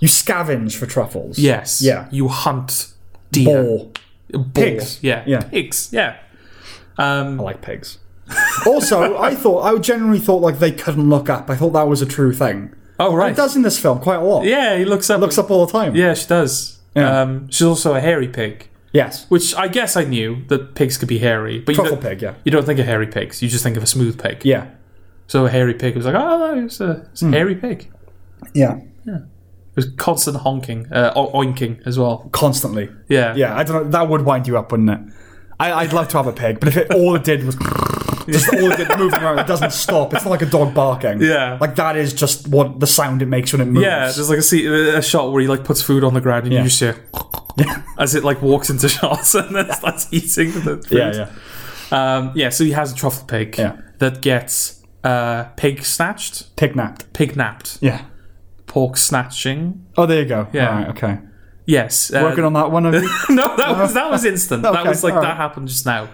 S1: you scavenge for truffles.
S2: Yes.
S1: Yeah.
S2: You hunt deer.
S1: Or
S2: boar.
S1: Pigs.
S2: Yeah.
S1: Yeah.
S2: Pigs. Yeah. Um,
S1: I like pigs. also, I thought I generally thought like they couldn't look up. I thought that was a true thing.
S2: oh right.
S1: It does in this film quite a lot.
S2: yeah, he looks up.
S1: Looks up all the time.
S2: Yeah, she does.
S1: Yeah.
S2: Um, she's also a hairy pig.
S1: Yes.
S2: Which I guess I knew that pigs could be hairy, but you
S1: Truffle
S2: don't,
S1: pig. Yeah.
S2: you don't think of hairy pigs. You just think of a smooth pig.
S1: Yeah. Hmm.
S2: So a hairy pig was like, oh, no, it's a, it's a hairy pig.
S1: Yeah.
S2: It was constant honking, uh, o- oinking as well.
S1: Constantly.
S2: Yeah.
S1: Yeah. I don't know. That would wind you up, wouldn't it? I, I'd love to have a pig, but if it, all it did was [LAUGHS] just all it did moving around, it doesn't stop. It's not like a dog barking.
S2: Yeah.
S1: like that is just what the sound it makes when it moves. [LAUGHS]
S2: Yeah, there's like a, se- a shot where he like puts food on the ground and
S1: Yeah.
S2: you just hear as it like walks into [LAUGHS] shots and then starts eating the food.
S1: yeah, yeah.
S2: Um, yeah, so he has a truffle pig
S1: Yeah.
S2: that gets uh, pig snatched,
S1: Pig napped.
S2: pig napped,
S1: Yeah.
S2: pork snatching.
S1: Oh, there you go.
S2: Yeah.
S1: All right, okay.
S2: Yes, uh,
S1: Working on that one. Of
S2: [LAUGHS]
S1: you?
S2: no, that was that was instant. that
S1: Okay,
S2: was like that
S1: alright.
S2: happened just now.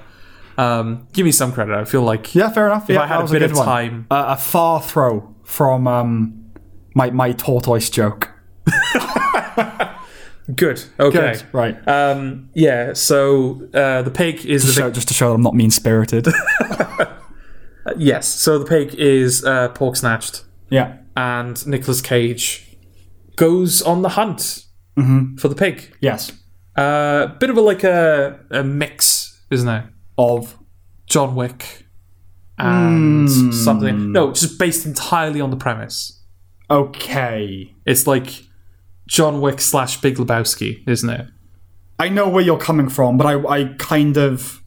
S2: Um, give me some credit. I feel like
S1: yeah, fair enough. Yeah,
S2: I had
S1: that
S2: a
S1: was
S2: bit
S1: good
S2: of
S1: one.
S2: time.
S1: Uh, a far throw from um, my my tortoise joke.
S2: good. Okay,
S1: Good. Right.
S2: Um, yeah. So uh, the pig is the
S1: So just to show that I'm not mean
S2: [LAUGHS]
S1: spirited.
S2: vic- yes. So the pig is uh, pork snatched,
S1: yeah.
S2: and Nicolas Cage goes on the hunt
S1: Mm-hmm.
S2: for the pig.
S1: Yes.
S2: Uh, bit of a like a, a mix, isn't it?
S1: Of.
S2: John Wick and
S1: Hmm.
S2: something. No, just based entirely on the premise.
S1: Okay.
S2: It's like John Wick slash Big Lebowski, isn't it?
S1: I know where you're coming from, but I, I kind of.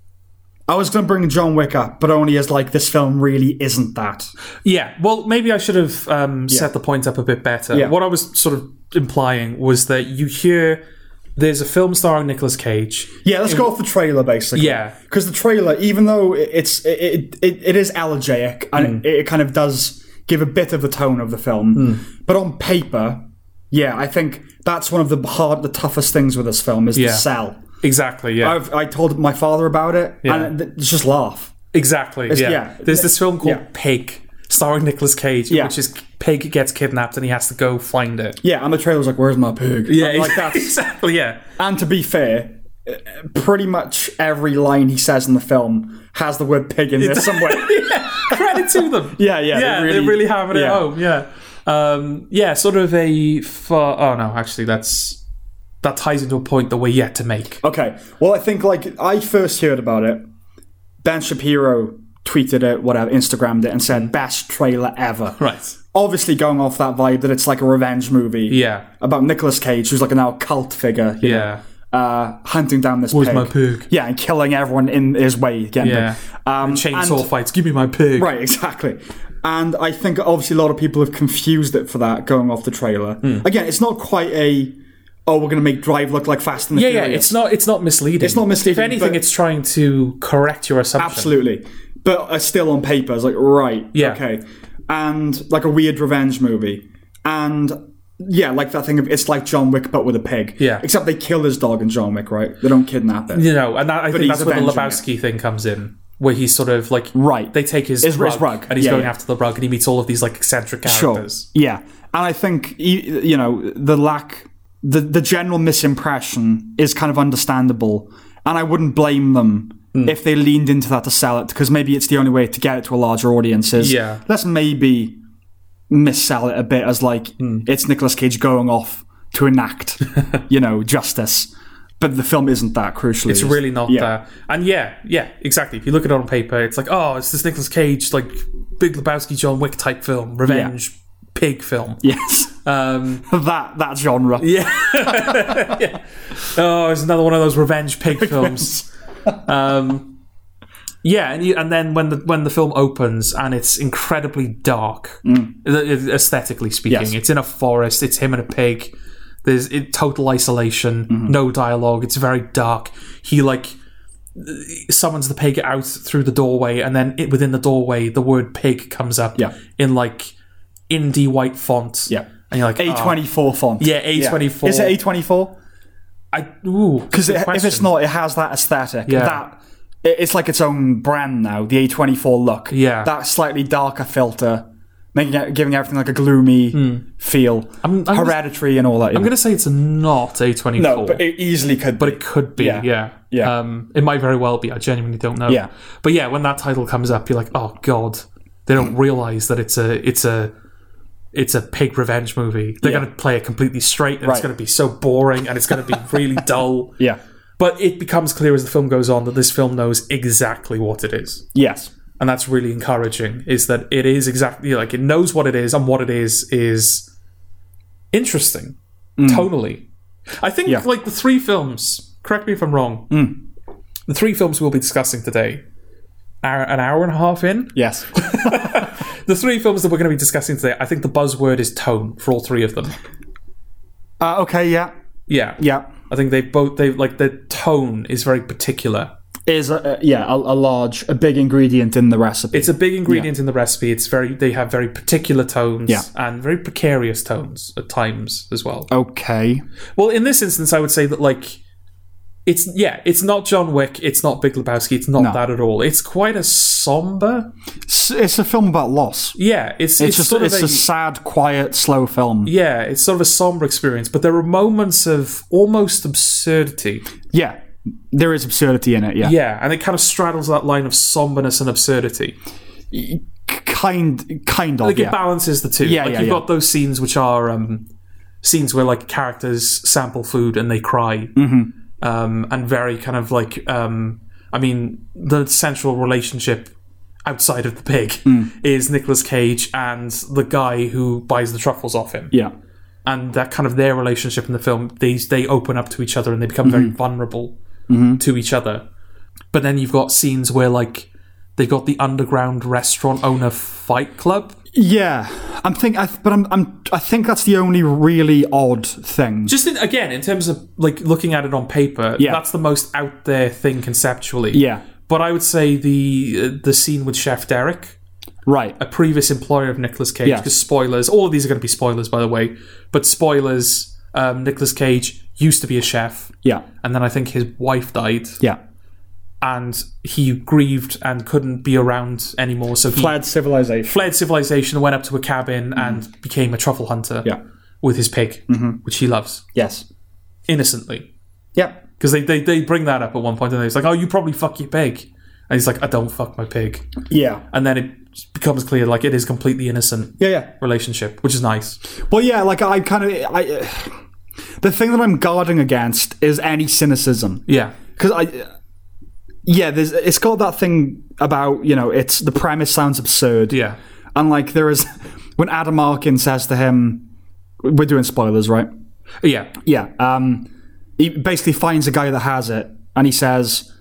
S1: I was going to bring John Wick up, but only as like this film really isn't that.
S2: Yeah. Well, maybe I should have um, set the point up a bit better.
S1: Yeah.
S2: What I was sort of implying was that you hear there's a film starring Nicolas Cage.
S1: Yeah, let's go off the trailer basically.
S2: Yeah.
S1: because the trailer, even though i- it's it it, it is elegiac and
S2: Mm.
S1: it, it kind of does give a bit of the tone of the film,
S2: Mm.
S1: but on paper, yeah, I think that's one of the hard, the toughest things with this film is
S2: Yeah.
S1: the sell.
S2: Exactly. Yeah.
S1: I've I told my father about it, and it, it's just laugh.
S2: exactly. Yeah.
S1: yeah.
S2: There's this film called
S1: Yeah.
S2: Pig. Starring Nicolas Cage,
S1: Yeah.
S2: which is Pig gets kidnapped and he has to go find it.
S1: Yeah, and the trailer's like, "Where's my pig?" And, like that.
S2: [LAUGHS] exactly. Yeah,
S1: And to be fair, uh, pretty much every line he says in the film has the word pig in there
S2: [LAUGHS]
S1: somewhere.
S2: yeah, credit to them.
S1: [LAUGHS] Yeah, yeah,
S2: yeah.
S1: they
S2: They really,
S1: really-
S2: have it at
S1: yeah.
S2: home. Yeah, um, yeah. Sort of a. Fu- oh no, actually, that's that ties into a point that we're yet to make.
S1: Okay. Well, I think like I first heard about it. Ben Shapiro tweeted it, whatever, Instagrammed it, and said best trailer ever.
S2: Mm-hmm. Right.
S1: Obviously, going off that vibe that it's like a revenge movie.
S2: Yeah.
S1: About Nicolas Cage, who's like an now cult figure. you
S2: Yeah.
S1: know, Uh, hunting down this Where's pig.
S2: my pig?
S1: Yeah, and killing everyone in his way. Again.
S2: Yeah.
S1: Um,
S2: Chainsaw fights. Give me my pig.
S1: Right, exactly. And I think obviously a lot of people have confused it for that going off the trailer.
S2: Hmm.
S1: Again, it's not quite a oh we're gonna make Drive look like Fast and the
S2: Yeah, yeah.
S1: Furious.
S2: It's not. It's not misleading. It's
S1: not misleading,
S2: If anything,
S1: but-
S2: it's trying to correct your assumption.
S1: absolutely. But uh, still on paper, it's like right,
S2: Yeah.
S1: okay, and like a weird revenge movie, and yeah, like that thing of it's like John Wick but with a pig.
S2: Yeah.
S1: except they kill his dog in John Wick, right? They don't kidnap it.
S2: You know, and that, I think
S1: he's
S2: that's where the
S1: avenging
S2: Lebowski thing comes in. Where he's sort of like
S1: Right.
S2: They take his,
S1: His-
S2: rug,
S1: his rug.
S2: and he's
S1: Yeah,
S2: going
S1: yeah.
S2: after the rug, and he meets all of these like eccentric characters.
S1: Yeah, and I think y- you know the lack, the the general misimpression is kind of understandable, and I wouldn't blame them
S2: Hmm.
S1: if they leaned into that to sell it because maybe it's the only way to get it to a larger audience. Is
S2: Yeah.
S1: let's maybe missell it a bit as like
S2: Hmm.
S1: it's Nicolas Cage going off to
S2: [LAUGHS]
S1: enact, you know, justice. But the film isn't that crucially.
S2: It's really not that. And yeah, yeah, exactly. If you look at it on paper, it's like, oh, it's this Nicolas Cage, like Big Lebowski, John Wick type film, revenge pig film.
S1: Yes,
S2: Um,
S1: [LAUGHS] that that genre. Yeah,
S2: oh, it's another one of those revenge pig films. um, yeah, and you, and then when the when the film opens and it's incredibly dark, a- a- aesthetically speaking,
S1: Mm. Yes.
S2: it's in a forest. It's him and a pig. There's it, total isolation,
S1: Mm-hmm.
S2: no dialogue. It's very dark. He like uh, summons the pig out through the doorway, and then it, within the doorway, the word pig comes up
S1: Yeah.
S2: in like indie white font.
S1: Yeah.
S2: and you're like
S1: A
S2: "Ah."
S1: twenty four font.
S2: Yeah, A24.
S1: Is it A twenty four?
S2: I
S1: [LAUGHS]
S2: ooh,
S1: Because
S2: good
S1: if it's
S2: question.
S1: not, it has that aesthetic.
S2: Yeah.
S1: That it- it's like its own brand now. The A24 look.
S2: Yeah.
S1: That slightly darker filter, making it, giving everything like a gloomy feel.
S2: Hmm. I'm gonna-
S1: Hereditary and all that.
S2: I'm gonna say it's not a twenty four,
S1: no, but it easily could. But
S2: it could be. Yeah,
S1: Yeah.
S2: yeah.
S1: Yeah.
S2: Um, it might very well be. I genuinely don't know.
S1: Yeah.
S2: but yeah, when that title comes up, you're like, oh god, they don't realize that it's a it's a it's a pig revenge movie. They're
S1: Yeah.
S2: gonna play it completely straight, and it's
S1: Right.
S2: gonna be so boring, and it's gonna be really [LAUGHS] dull.
S1: yeah.
S2: But it becomes clear as the film goes on that this film knows exactly what it is.
S1: Yes.
S2: And that's really encouraging, is that it is exactly like it knows what it is, and what it is is interesting tonally. I think like the three films, correct me if I'm wrong, the three films we'll be discussing today are an hour and a half in. [LAUGHS]
S1: Yes.
S2: The three films that we're going to be discussing today, I think the buzzword is tone for all three of them.
S1: uh, okay. Yeah.
S2: Yeah,
S1: Yeah.
S2: I think they both they like their tone is very particular.
S1: Is a, a- yeah a, a large a big ingredient in the recipe.
S2: It's a big ingredient in the recipe. It's very they have very particular tones
S1: Yeah.
S2: and very precarious tones at times as well.
S1: okay.
S2: Well, in this instance, I would say that like it's yeah, it's not John Wick, it's not Big Lebowski, it's not that at all. It's quite a somber.
S1: It's, it's a film about loss.
S2: Yeah, it's it's,
S1: It's, just
S2: sort
S1: it's
S2: of
S1: a,
S2: a,
S1: sad, quiet, slow film.
S2: yeah, it's sort of a somber experience, but there are moments of almost absurdity.
S1: Yeah. There is absurdity in it. Yeah.
S2: Yeah, and it kind of straddles that line of somberness and absurdity.
S1: C- Kind kind of.
S2: Like
S1: yeah.
S2: it balances the two.
S1: Yeah,
S2: like
S1: yeah,
S2: you've
S1: yeah.
S2: got those scenes which are um, scenes where like characters sample food and they cry,
S1: Mm-hmm.
S2: um, and very kind of like um, I mean the central relationship outside of the pig
S1: Mm.
S2: is Nicolas Cage and the guy who buys the truffles off him,
S1: yeah.
S2: and that kind of their relationship in the film. They they open up to each other and they become very
S1: Mm-hmm.
S2: vulnerable to each other. But then you've got scenes where like they've got the underground restaurant owner fight club.
S1: Yeah, I'm think, I, th- but I'm, I'm, I think that's the only really odd thing.
S2: just in, again in terms of like looking at it on paper
S1: Yeah.
S2: that's the most out there thing conceptually
S1: Yeah,
S2: but i would say the uh, the scene with chef derek
S1: right.
S2: a previous employer of nicolas cage
S1: Yeah.
S2: because spoilers all of these are going to be spoilers by the way but spoilers um, nicolas cage used to be a chef
S1: Yeah,
S2: and then i think his wife died
S1: yeah.
S2: and he grieved and couldn't be around anymore so he
S1: Plaid civilization.
S2: fled civilization went up to a cabin and became a truffle hunter
S1: Mm-hmm. Yeah. Mm-hmm.
S2: with his pig which he loves
S1: Yes.
S2: innocently
S1: Yeah.
S2: Because they, they, they bring that up at one point and he's like, oh, you probably fuck your pig. And he's like, I don't fuck my pig.
S1: Yeah.
S2: And then it becomes clear, like, it is completely innocent
S1: Yeah. Yeah.
S2: relationship, which is nice.
S1: Well, yeah. Like I kind of, I. [SIGHS] Uh, the thing that I'm guarding against is any cynicism
S2: Yeah.
S1: because I. Yeah, there's. It's got that thing about you know. It's the premise sounds absurd.
S2: Yeah.
S1: And like there is, [LAUGHS] when Adam Arkin says to him, "We're doing spoilers, right?"
S2: Yeah.
S1: Yeah. Um, he basically finds a guy that has it, and he says,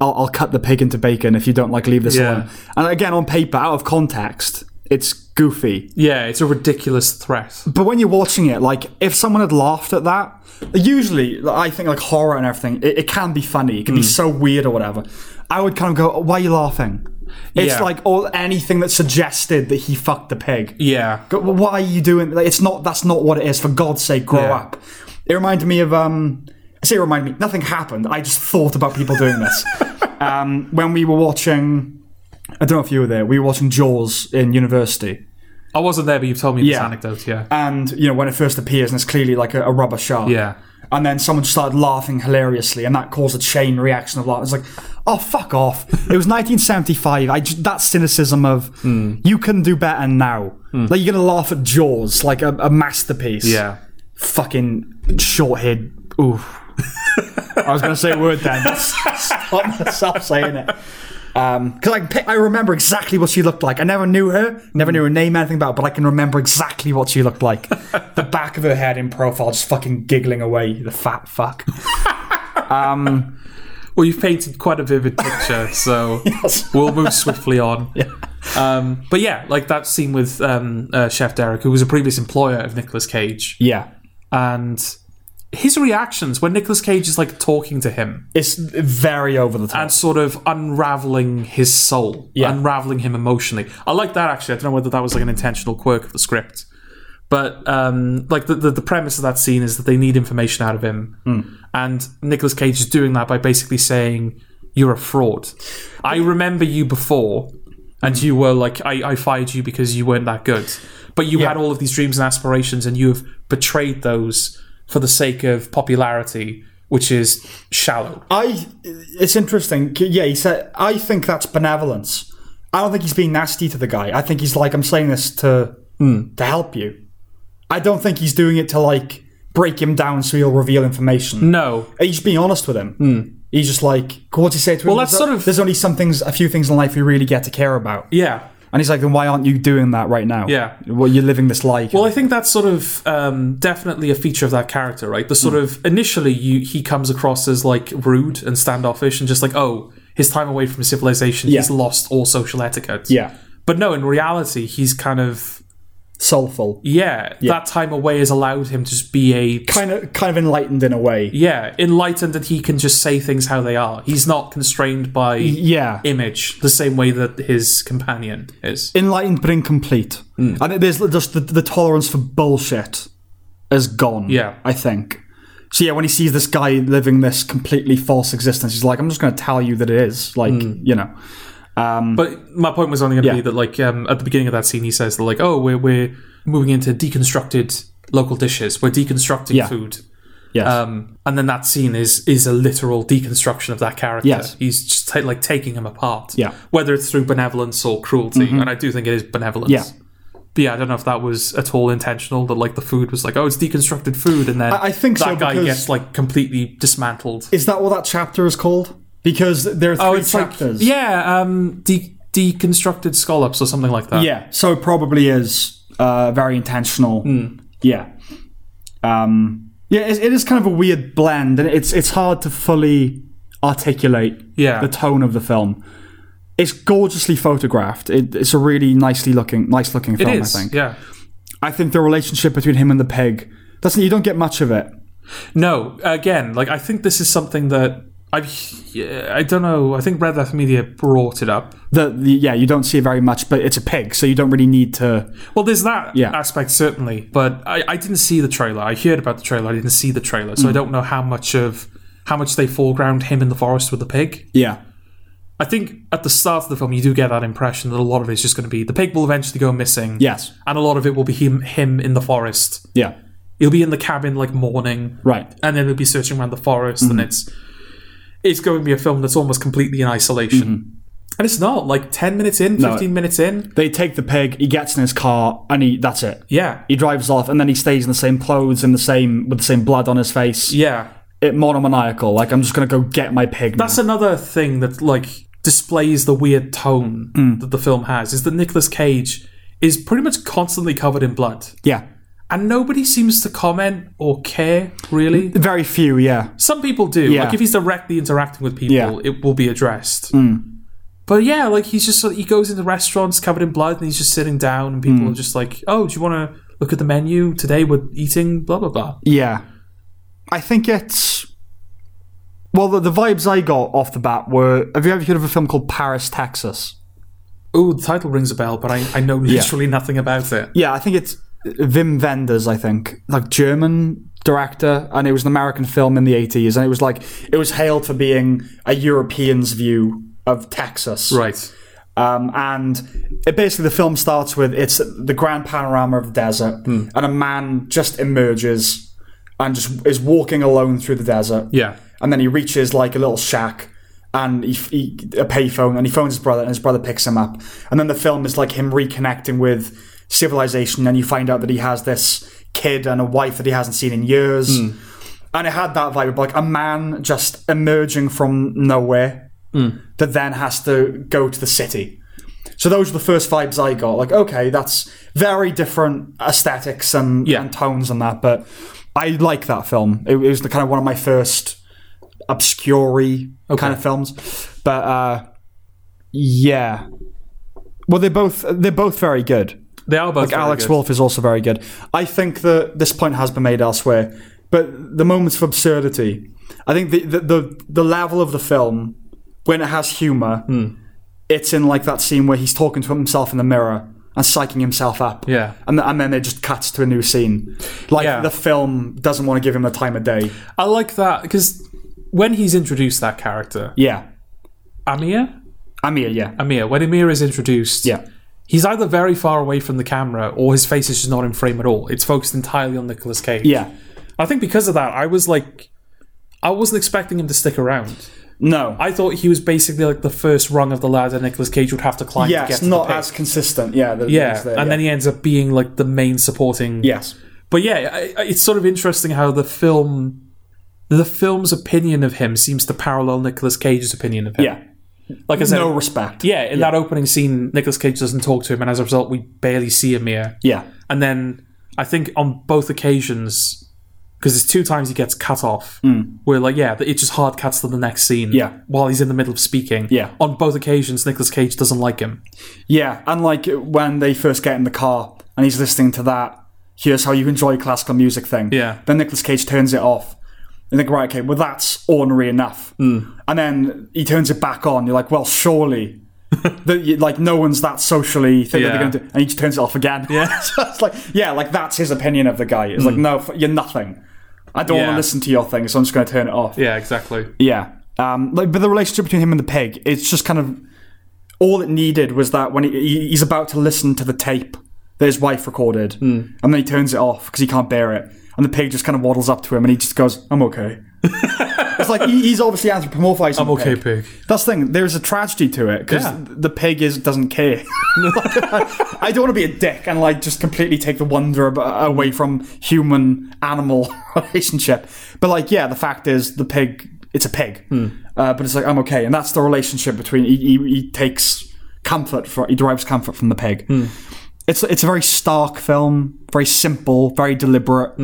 S1: "I'll, I'll cut the pig into bacon if you don't like leave this
S2: Yeah.
S1: alone." And again, on paper, out of context, it's goofy.
S2: Yeah, it's a ridiculous threat.
S1: But when you're watching it, like if someone had laughed at that, usually I think like horror and everything, it, it can be funny. It can be
S2: Mm.
S1: so weird or whatever. I would kind of go, "Why are you laughing?" It's
S2: Yeah.
S1: like all anything that suggested that he fucked the pig.
S2: Yeah.
S1: Go- Why are you doing? Like, it's not. That's not what it is. For God's sake, grow
S2: Yeah.
S1: up. It reminded me of. um I say, it reminded me. Nothing happened. I just thought about people doing this. um, when we were watching, I don't know if you were there. We were watching Jaws in university,
S2: I wasn't there, but you've told me this
S1: Yeah.
S2: anecdote. Yeah.
S1: and you know when it first appears, and it's clearly like a, a rubber shark.
S2: Yeah.
S1: And then someone started laughing hilariously, and that caused a chain reaction of laughter. It's like, oh fuck off! it was 1975. I just, that cynicism of
S2: Hmm.
S1: you can do better now. Like you're gonna laugh at Jaws, like a, a masterpiece.
S2: Yeah.
S1: Fucking short head. Oof. I was gonna say a word then. but [LAUGHS] Stop myself saying it. Because I, can pic- I remember exactly what she looked like. I never knew her, never knew her name, anything about, her, but I can remember exactly what she looked [LAUGHS] like. the back of her head in profile, just fucking giggling away. The fat fuck.
S2: Well, you've painted quite a vivid [LAUGHS] picture, so we'll move swiftly on. Um, but yeah, like that scene with um, uh, Chef Derek, who was a previous employer of Nicolas Cage,
S1: Yeah,
S2: and his reactions when Nicolas Cage is like talking to him.
S1: it's very over the top.
S2: and sort of unraveling his soul, unraveling him emotionally. I like that actually. I don't know whether that was like an intentional quirk of the script, but um, like the, the the premise of that scene is that they need information out of him, and Nicolas Cage is doing that by basically saying, "You're a fraud. I remember you before." And you were like, I, I fired you because you weren't that good. But you had all of these dreams and aspirations, and you have betrayed those for the sake of popularity, which is shallow.
S1: I. It's interesting. C- Yeah, he said. I think that's benevolence. I don't think he's being nasty to the guy. I think he's like, I'm saying this to
S2: Hmm.
S1: to help you. I don't think he's doing it to like break him down so he'll reveal information.
S2: No,
S1: He's being honest with him. He's just like, what do you say to him?
S2: Hmm. that's
S1: There's-
S2: sort of-
S1: There's only some things, a few things in life we really get to care about.
S2: Yeah.
S1: And he's like, then why aren't you doing that right now?
S2: Yeah.
S1: Well, you're living this life.
S2: Well, I think that's sort of um, definitely a feature of that character, right? The
S1: Hmm.
S2: sort of initially you he comes across as like rude and standoffish and just like, oh, his time away from civilization, he's
S1: Yeah.
S2: lost all social etiquette.
S1: yeah.
S2: But no, in reality, he's kind of
S1: Soulful.
S2: yeah, That time away has allowed him to just be a
S1: Kind of, kind of enlightened in a way.
S2: yeah enlightened that he can just say things how they are. He's not constrained by
S1: Yeah.
S2: image the same way that his companion is.
S1: enlightened but incomplete. And there's just the, the tolerance for bullshit is gone.
S2: Yeah.
S1: I think. So yeah, when he sees this guy living this completely false existence, he's like, "I'm just going to tell you that it is." Like, you know,
S2: But my point was only going to
S1: Yeah.
S2: be that, like, um, at the beginning of that scene, he says that, like, oh, we're we're moving into deconstructed local dishes. We're deconstructing
S1: Yeah.
S2: food.
S1: yes,
S2: Um, and then that scene is is a literal deconstruction of that character.
S1: Yes.
S2: He's just ta- like taking him apart.
S1: Yeah. Mm-hmm.
S2: Whether it's through benevolence or cruelty, and I do think it is benevolence.
S1: Yeah.
S2: But yeah, I don't know if that was at all intentional. That like the food was like, oh, it's deconstructed food, and then
S1: I- I think
S2: that
S1: so,
S2: guy
S1: because-
S2: gets like completely dismantled.
S1: is that what that chapter is called? Because there are three
S2: Oh, it's
S1: chapters.
S2: like yeah, um, de- deconstructed scallops or something like that.
S1: yeah. So it probably is uh, very intentional.
S2: Hmm.
S1: Yeah. Um, yeah, it, it is kind of a weird blend, and it's it's hard to fully articulate
S2: Yeah.
S1: the tone of the film. It's gorgeously photographed. It, it's a really nicely looking, nice looking film.
S2: It is,
S1: I think.
S2: Yeah.
S1: I think the relationship between him and the pig doesn't. You don't get much of it.
S2: No, again, like I think this is something that I've yeah, I don't know. I think Red Death Media brought it up.
S1: The, the yeah, you don't see it very much, but it's a pig, so you don't really need to.
S2: Well, there's that
S1: Yeah.
S2: aspect certainly, but I, I didn't see the trailer. I heard about the trailer. I didn't see the trailer,
S1: Mm.
S2: so I don't know how much of how much they foreground him in the forest with the pig.
S1: Yeah,
S2: I think at the start of the film, you do get that impression that a lot of it's just going to be the pig will eventually go missing.
S1: Yes.
S2: and a lot of it will be him him in the forest.
S1: yeah,
S2: He'll be in the cabin like mourning.
S1: right.
S2: and then we'll be searching around the forest and it's it's going to be a film that's almost completely in isolation and it's not like 10 minutes in 15 minutes in
S1: They take the pig. He gets in his car, and he that's it.
S2: yeah
S1: He drives off, and then he stays in the same clothes and the same with the same blood on his face.
S2: yeah
S1: It monomaniacal. Like I'm just gonna go get my pig. now.
S2: that's another thing that like displays the weird tone that the film has is that Nicolas Cage is pretty much constantly covered in blood
S1: yeah,
S2: and nobody seems to comment or care really
S1: very few. Yeah,
S2: Some people do.
S1: Yeah.
S2: Like if he's directly interacting with people,
S1: Yeah. Hmm.
S2: it will be addressed. But yeah, like he's just he goes into restaurants covered in blood and he's just sitting down and
S1: Hmm.
S2: people are just like, "Oh, do you want to look at the menu today? We're eating blah blah blah."
S1: Yeah. I think it's. Well, the, the vibes I got off the bat were. Have you ever heard of a film called Paris, Texas?
S2: Oh, the title rings a bell, but I, I know literally nothing about it.
S1: Yeah, I think it's Wim Wenders, I think. Like, German director, and it was an American film in the 80s, and it was like. It was hailed for being a European's view of Texas.
S2: Right.
S1: Um, and it basically, the film starts with it's the grand panorama of the desert, and a man just emerges and just is walking alone through the desert.
S2: Yeah.
S1: And then he reaches like a little shack and he, he a payphone and he phones his brother and his brother picks him up. And then the film is like him reconnecting with civilization and you find out that he has this kid and a wife that he hasn't seen in years. And it had that vibe of like a man just emerging from nowhere that then has to go to the city. So those were the first vibes I got. Like, okay, that's very different aesthetics and,
S2: Yeah.
S1: and tones and that, but I like that film. It, it was the kind of one of my first obscure kind of films. But uh, yeah, well, they're both they're both very good.
S2: They are both
S1: Like Alex
S2: Alex
S1: Wolf is also very good. I think that this point has been made elsewhere, but the moments of absurdity. I think the the the, the level of the film when it has humor,
S2: Hmm.
S1: it's in like that scene where he's talking to himself in the mirror and psyching himself up.
S2: Yeah.
S1: and and then it just cuts to a new scene. Like
S2: Yeah.
S1: the film doesn't want to give him the time of day.
S2: I like that because when he's introduced that character,
S1: Yeah,
S2: Amir,
S1: Amir. Yeah,
S2: Amir, when Amir is introduced,
S1: yeah,
S2: he's either very far away from the camera or his face is just not in frame at all. It's focused entirely on Nicolas Cage.
S1: yeah.
S2: I think because of that, I was like, I wasn't expecting him to stick around.
S1: No,
S2: I thought he was basically like the first rung of the ladder Nicolas Cage would have to climb
S1: yeah,
S2: to get
S1: it's
S2: to
S1: not
S2: the pit.
S1: as consistent. Yeah, the,
S2: yeah,
S1: there,
S2: and
S1: yeah.
S2: then he ends up being like the main supporting.
S1: yes,
S2: but yeah, I, I- it's sort of interesting how the film, the film's opinion of him seems to parallel Nicolas Cage's opinion of him.
S1: yeah,
S2: Like I said,
S1: no respect.
S2: yeah, in that opening scene, Nicolas Cage doesn't talk to him, and as a result, we barely see Amir.
S1: Yeah.
S2: And then I think on both occasions, because it's two times he gets cut off, where like yeah, it just hard cuts to the next scene.
S1: Mm. Yeah.
S2: while he's in the middle of speaking.
S1: Yeah.
S2: on both occasions, Nicolas Cage doesn't like him.
S1: Yeah, and like when they first get in the car and he's listening to that, here's how you enjoy classical music thing.
S2: Yeah.
S1: Then Nicolas Cage turns it off. And think, right, okay, well that's ornery enough.
S2: Mm.
S1: And then he turns it back on. You're like, well,
S2: [LAUGHS]
S1: surely. that you- like no one's that socially thing that
S2: Yeah.
S1: they're gonna do and he just turns it off again. Yeah. [LAUGHS] so it's like yeah, like that's his opinion of the guy. It's like, no, f- you're nothing. I don't want
S2: Mm. Yeah.
S1: to listen to your thing, so I'm just gonna turn it off.
S2: Yeah, exactly.
S1: Yeah. Um, like, but the relationship between him and the pig, it's just kind of all it needed was that when he, he- he's about to listen to the tape that his wife recorded, and then he turns it off because he can't bear it, and the pig just kind of waddles up to him and he just goes, "I'm okay." it's like he, he's obviously anthropomorphizing. I'm
S2: Okay, pig.
S1: That's the thing. There is a tragedy to it because
S2: Yeah.
S1: the pig is doesn't care. I don't want to be a dick and like just completely take the wonder ab- away from human animal [LAUGHS] relationship. But like, yeah, the fact is the pig. It's a pig, uh, but it's like I'm okay, and that's the relationship between he, he, he takes comfort from he derives comfort from the pig. It's it's a very stark film, very simple, very deliberate.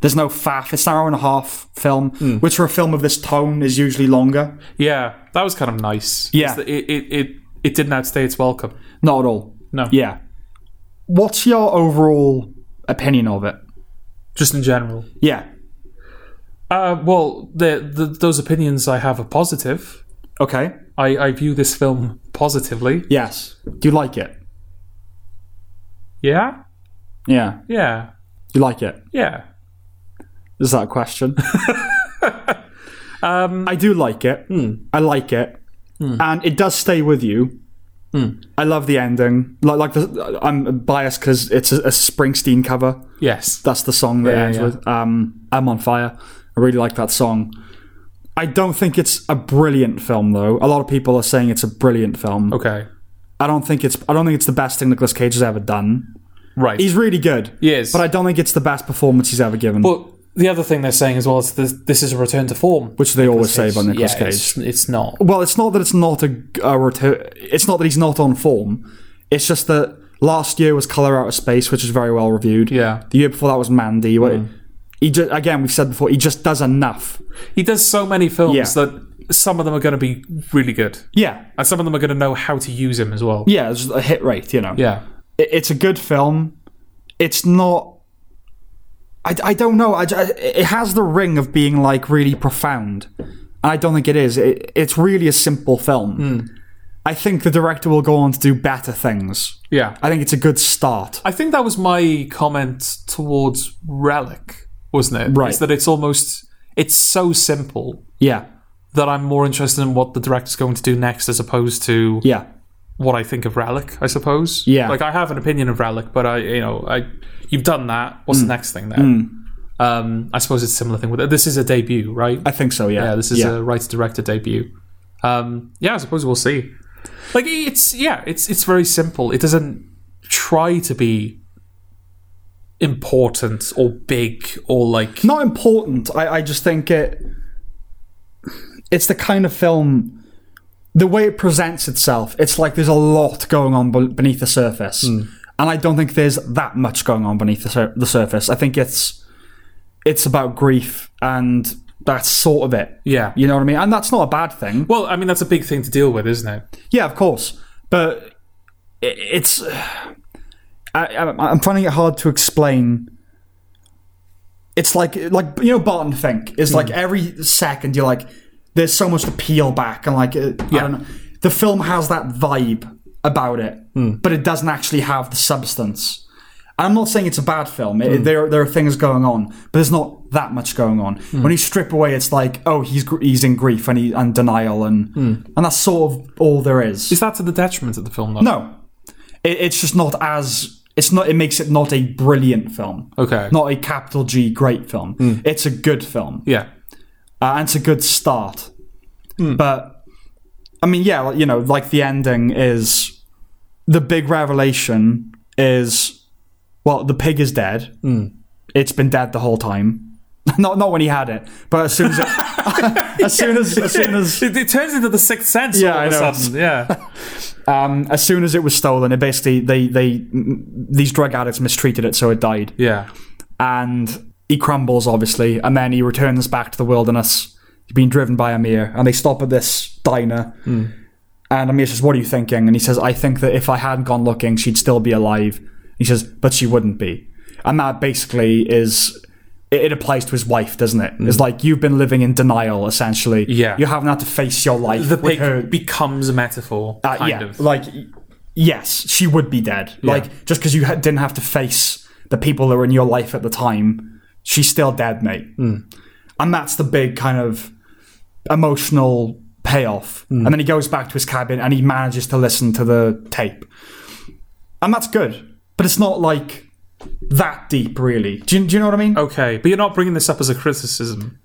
S1: There's no faff. It's an hour and a half film, which for a film of this tone is usually longer.
S2: Yeah, that was kind of nice.
S1: Yeah.
S2: It's the- it it it, it didn't outstay its welcome.
S1: Not at all.
S2: No.
S1: Yeah. What's your overall opinion of it?
S2: just in general.
S1: Yeah.
S2: Uh, well, the, the, those opinions I have are positive.
S1: Okay.
S2: I, I view this film positively.
S1: Yes. Do you like it?
S2: Yeah,
S1: Yeah.
S2: yeah,
S1: You like it?
S2: yeah.
S1: Is that a [LAUGHS] question? um, I do like it. I like it, and it does stay with you. I love the ending. Like, like the, I'm biased because it's a, a Springsteen cover.
S2: Yes.
S1: That's the song that it
S2: Yeah,
S1: ends
S2: yeah.
S1: with. Um, I'm on fire. I really like that song. I don't think it's a brilliant film though. A lot of people are saying it's a brilliant film.
S2: Okay.
S1: I don't think it's I don't think it's the best thing Nicolas Cage has ever done.
S2: Right.
S1: He's really good.
S2: Yes.
S1: But I don't think it's the best performance he's ever given.
S2: but the other thing they're saying as well is this, this is a return to form.
S1: which they always say about Nicolas
S2: yeah,
S1: Cage.
S2: It's, it's not.
S1: Well, it's not that it's not a, a return. It's not that he's not on form. It's just that last year was Color Out of Space, which is very well reviewed.
S2: Yeah. Mm.
S1: The year before that was Mandy. What- He just, again, we've said before, he just does enough.
S2: He does so many films
S1: Yeah.
S2: that some of them are going to be really good,
S1: Yeah.
S2: and some of them are going to know how to use him as well.
S1: Yeah, it's just a hit rate, you know.
S2: Yeah.
S1: It- It's a good film. It's not. I, I don't know. I, I- it has the ring of being like really profound. And I don't think it is. It, it's really a simple film.
S2: Hmm.
S1: I think the director will go on to do better things.
S2: Yeah.
S1: I think it's a good start.
S2: I think that was my comment towards Relic, wasn't it?
S1: Right.
S2: Is that it's almost it's so simple
S1: Yeah.
S2: that I'm more interested in what the director's going to do next as opposed to
S1: Yeah.
S2: what I think of Relic, I suppose.
S1: Yeah.
S2: Like I have an opinion of Relic, but I you know, I you've done that. What's
S1: Mm.
S2: the next thing then? Um I suppose it's a similar thing with this is a debut, right?
S1: I think so, yeah.
S2: yeah, this is a writer director debut. Um yeah, I suppose we'll see. Like it's yeah, it's it's very simple. It doesn't try to be important or big or like
S1: not important. I, I just think it it's the kind of film the way it presents itself, it's like there's a lot going on be- beneath the surface.
S2: Hmm.
S1: And I don't think there's that much going on beneath the, sur- the surface. I think it's it's about grief and that's sort of it.
S2: yeah.
S1: You know what I mean? And that's not a bad thing.
S2: Well, I mean that's a big thing to deal with, isn't it?
S1: Yeah, of course, but i- it's. I, I'm I'm finding it hard to explain. It's like like you know Barton Fink is like every second you're like there's so much to peel back and like uh, I don't know the film has that vibe about it but it doesn't actually have the substance. And I'm not saying it's a bad film. It, there there are things going on, but there's not that much going on. When you strip away, it's like oh he's gr- he's in grief and he and denial and and that's sort of all there is.
S2: Is that to the detriment of the film though?
S1: No, it, it's just not as it's not. It makes it not a brilliant film.
S2: Okay. Hmm.
S1: Not a capital G great film. It's a good film,
S2: Yeah.
S1: uh, and it's a good start.
S2: Hmm.
S1: But I mean, yeah, like, you know, like the ending is the big revelation
S2: Hmm.
S1: is well, the pig is dead. It's been dead the whole time. [LAUGHS] Not not when he had it, but as soon as it, [LAUGHS]
S2: [LAUGHS]
S1: as soon as as soon as
S2: it, it turns into the sixth sense
S1: Yeah,
S2: all of a
S1: I know.
S2: sudden.
S1: [LAUGHS]
S2: Yeah,
S1: um, as soon as it was stolen, it basically they they these drug addicts mistreated it, so it died.
S2: yeah.
S1: and he crumbles obviously and then he returns back to the wilderness he's being driven by amir and they stop at this diner
S2: Hmm.
S1: and amir says what are you thinking and he says i think that if i had gone looking she'd still be alive he says but she wouldn't be and that basically is it, it applies to his wife doesn't it it's like you've been living in denial essentially
S2: Hmm. Yeah.
S1: you haven't had to face your life
S2: The
S1: with
S2: pig
S1: her
S2: becomes a metaphor,
S1: uh,
S2: kind
S1: yeah,
S2: of.
S1: like y- yes, she would be dead. Like just because you ha- didn't have to face the people that were in your life at the time, she's still dead, mate.
S2: Hmm.
S1: And that's the big kind of emotional payoff.
S2: Hmm.
S1: And then he goes back to his cabin and he manages to listen to the tape, and that's good. But it's not like that deep, really. Do you, do you know what I mean?
S2: Okay, but you're not bringing this up as a criticism.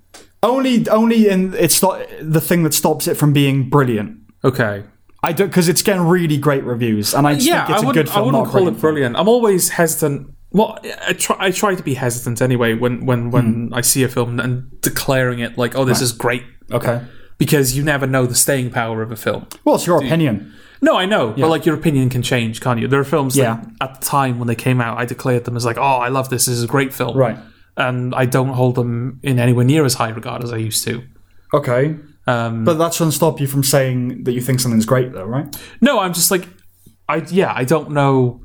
S1: Only, only in it's not the thing that stops it from being brilliant.
S2: Okay.
S1: I do because it's getting really great reviews, and I just
S2: Yeah,
S1: think it's
S2: I
S1: a
S2: wouldn't,
S1: good
S2: I
S1: film.
S2: wouldn't
S1: not a
S2: call
S1: brilliant
S2: it brilliant. I'm always hesitant. Well, I try, I try to be hesitant anyway when,
S1: Hmm.
S2: when, when I see a film and declaring it like, oh, this is great.
S1: Okay.
S2: Because you never know the staying power of a film.
S1: Well, it's your opinion.
S2: No, I know, but like your opinion can change, can't you? There are films
S1: Yeah.
S2: that at the time when they came out, I declared them as like, oh, I love this. This is a great film. And I don't hold them in anywhere near as high regard as I used to.
S1: Okay.
S2: Um,
S1: But that shouldn't stop you from saying that you think something's great, though, right?
S2: No, I'm just like, I yeah, I don't know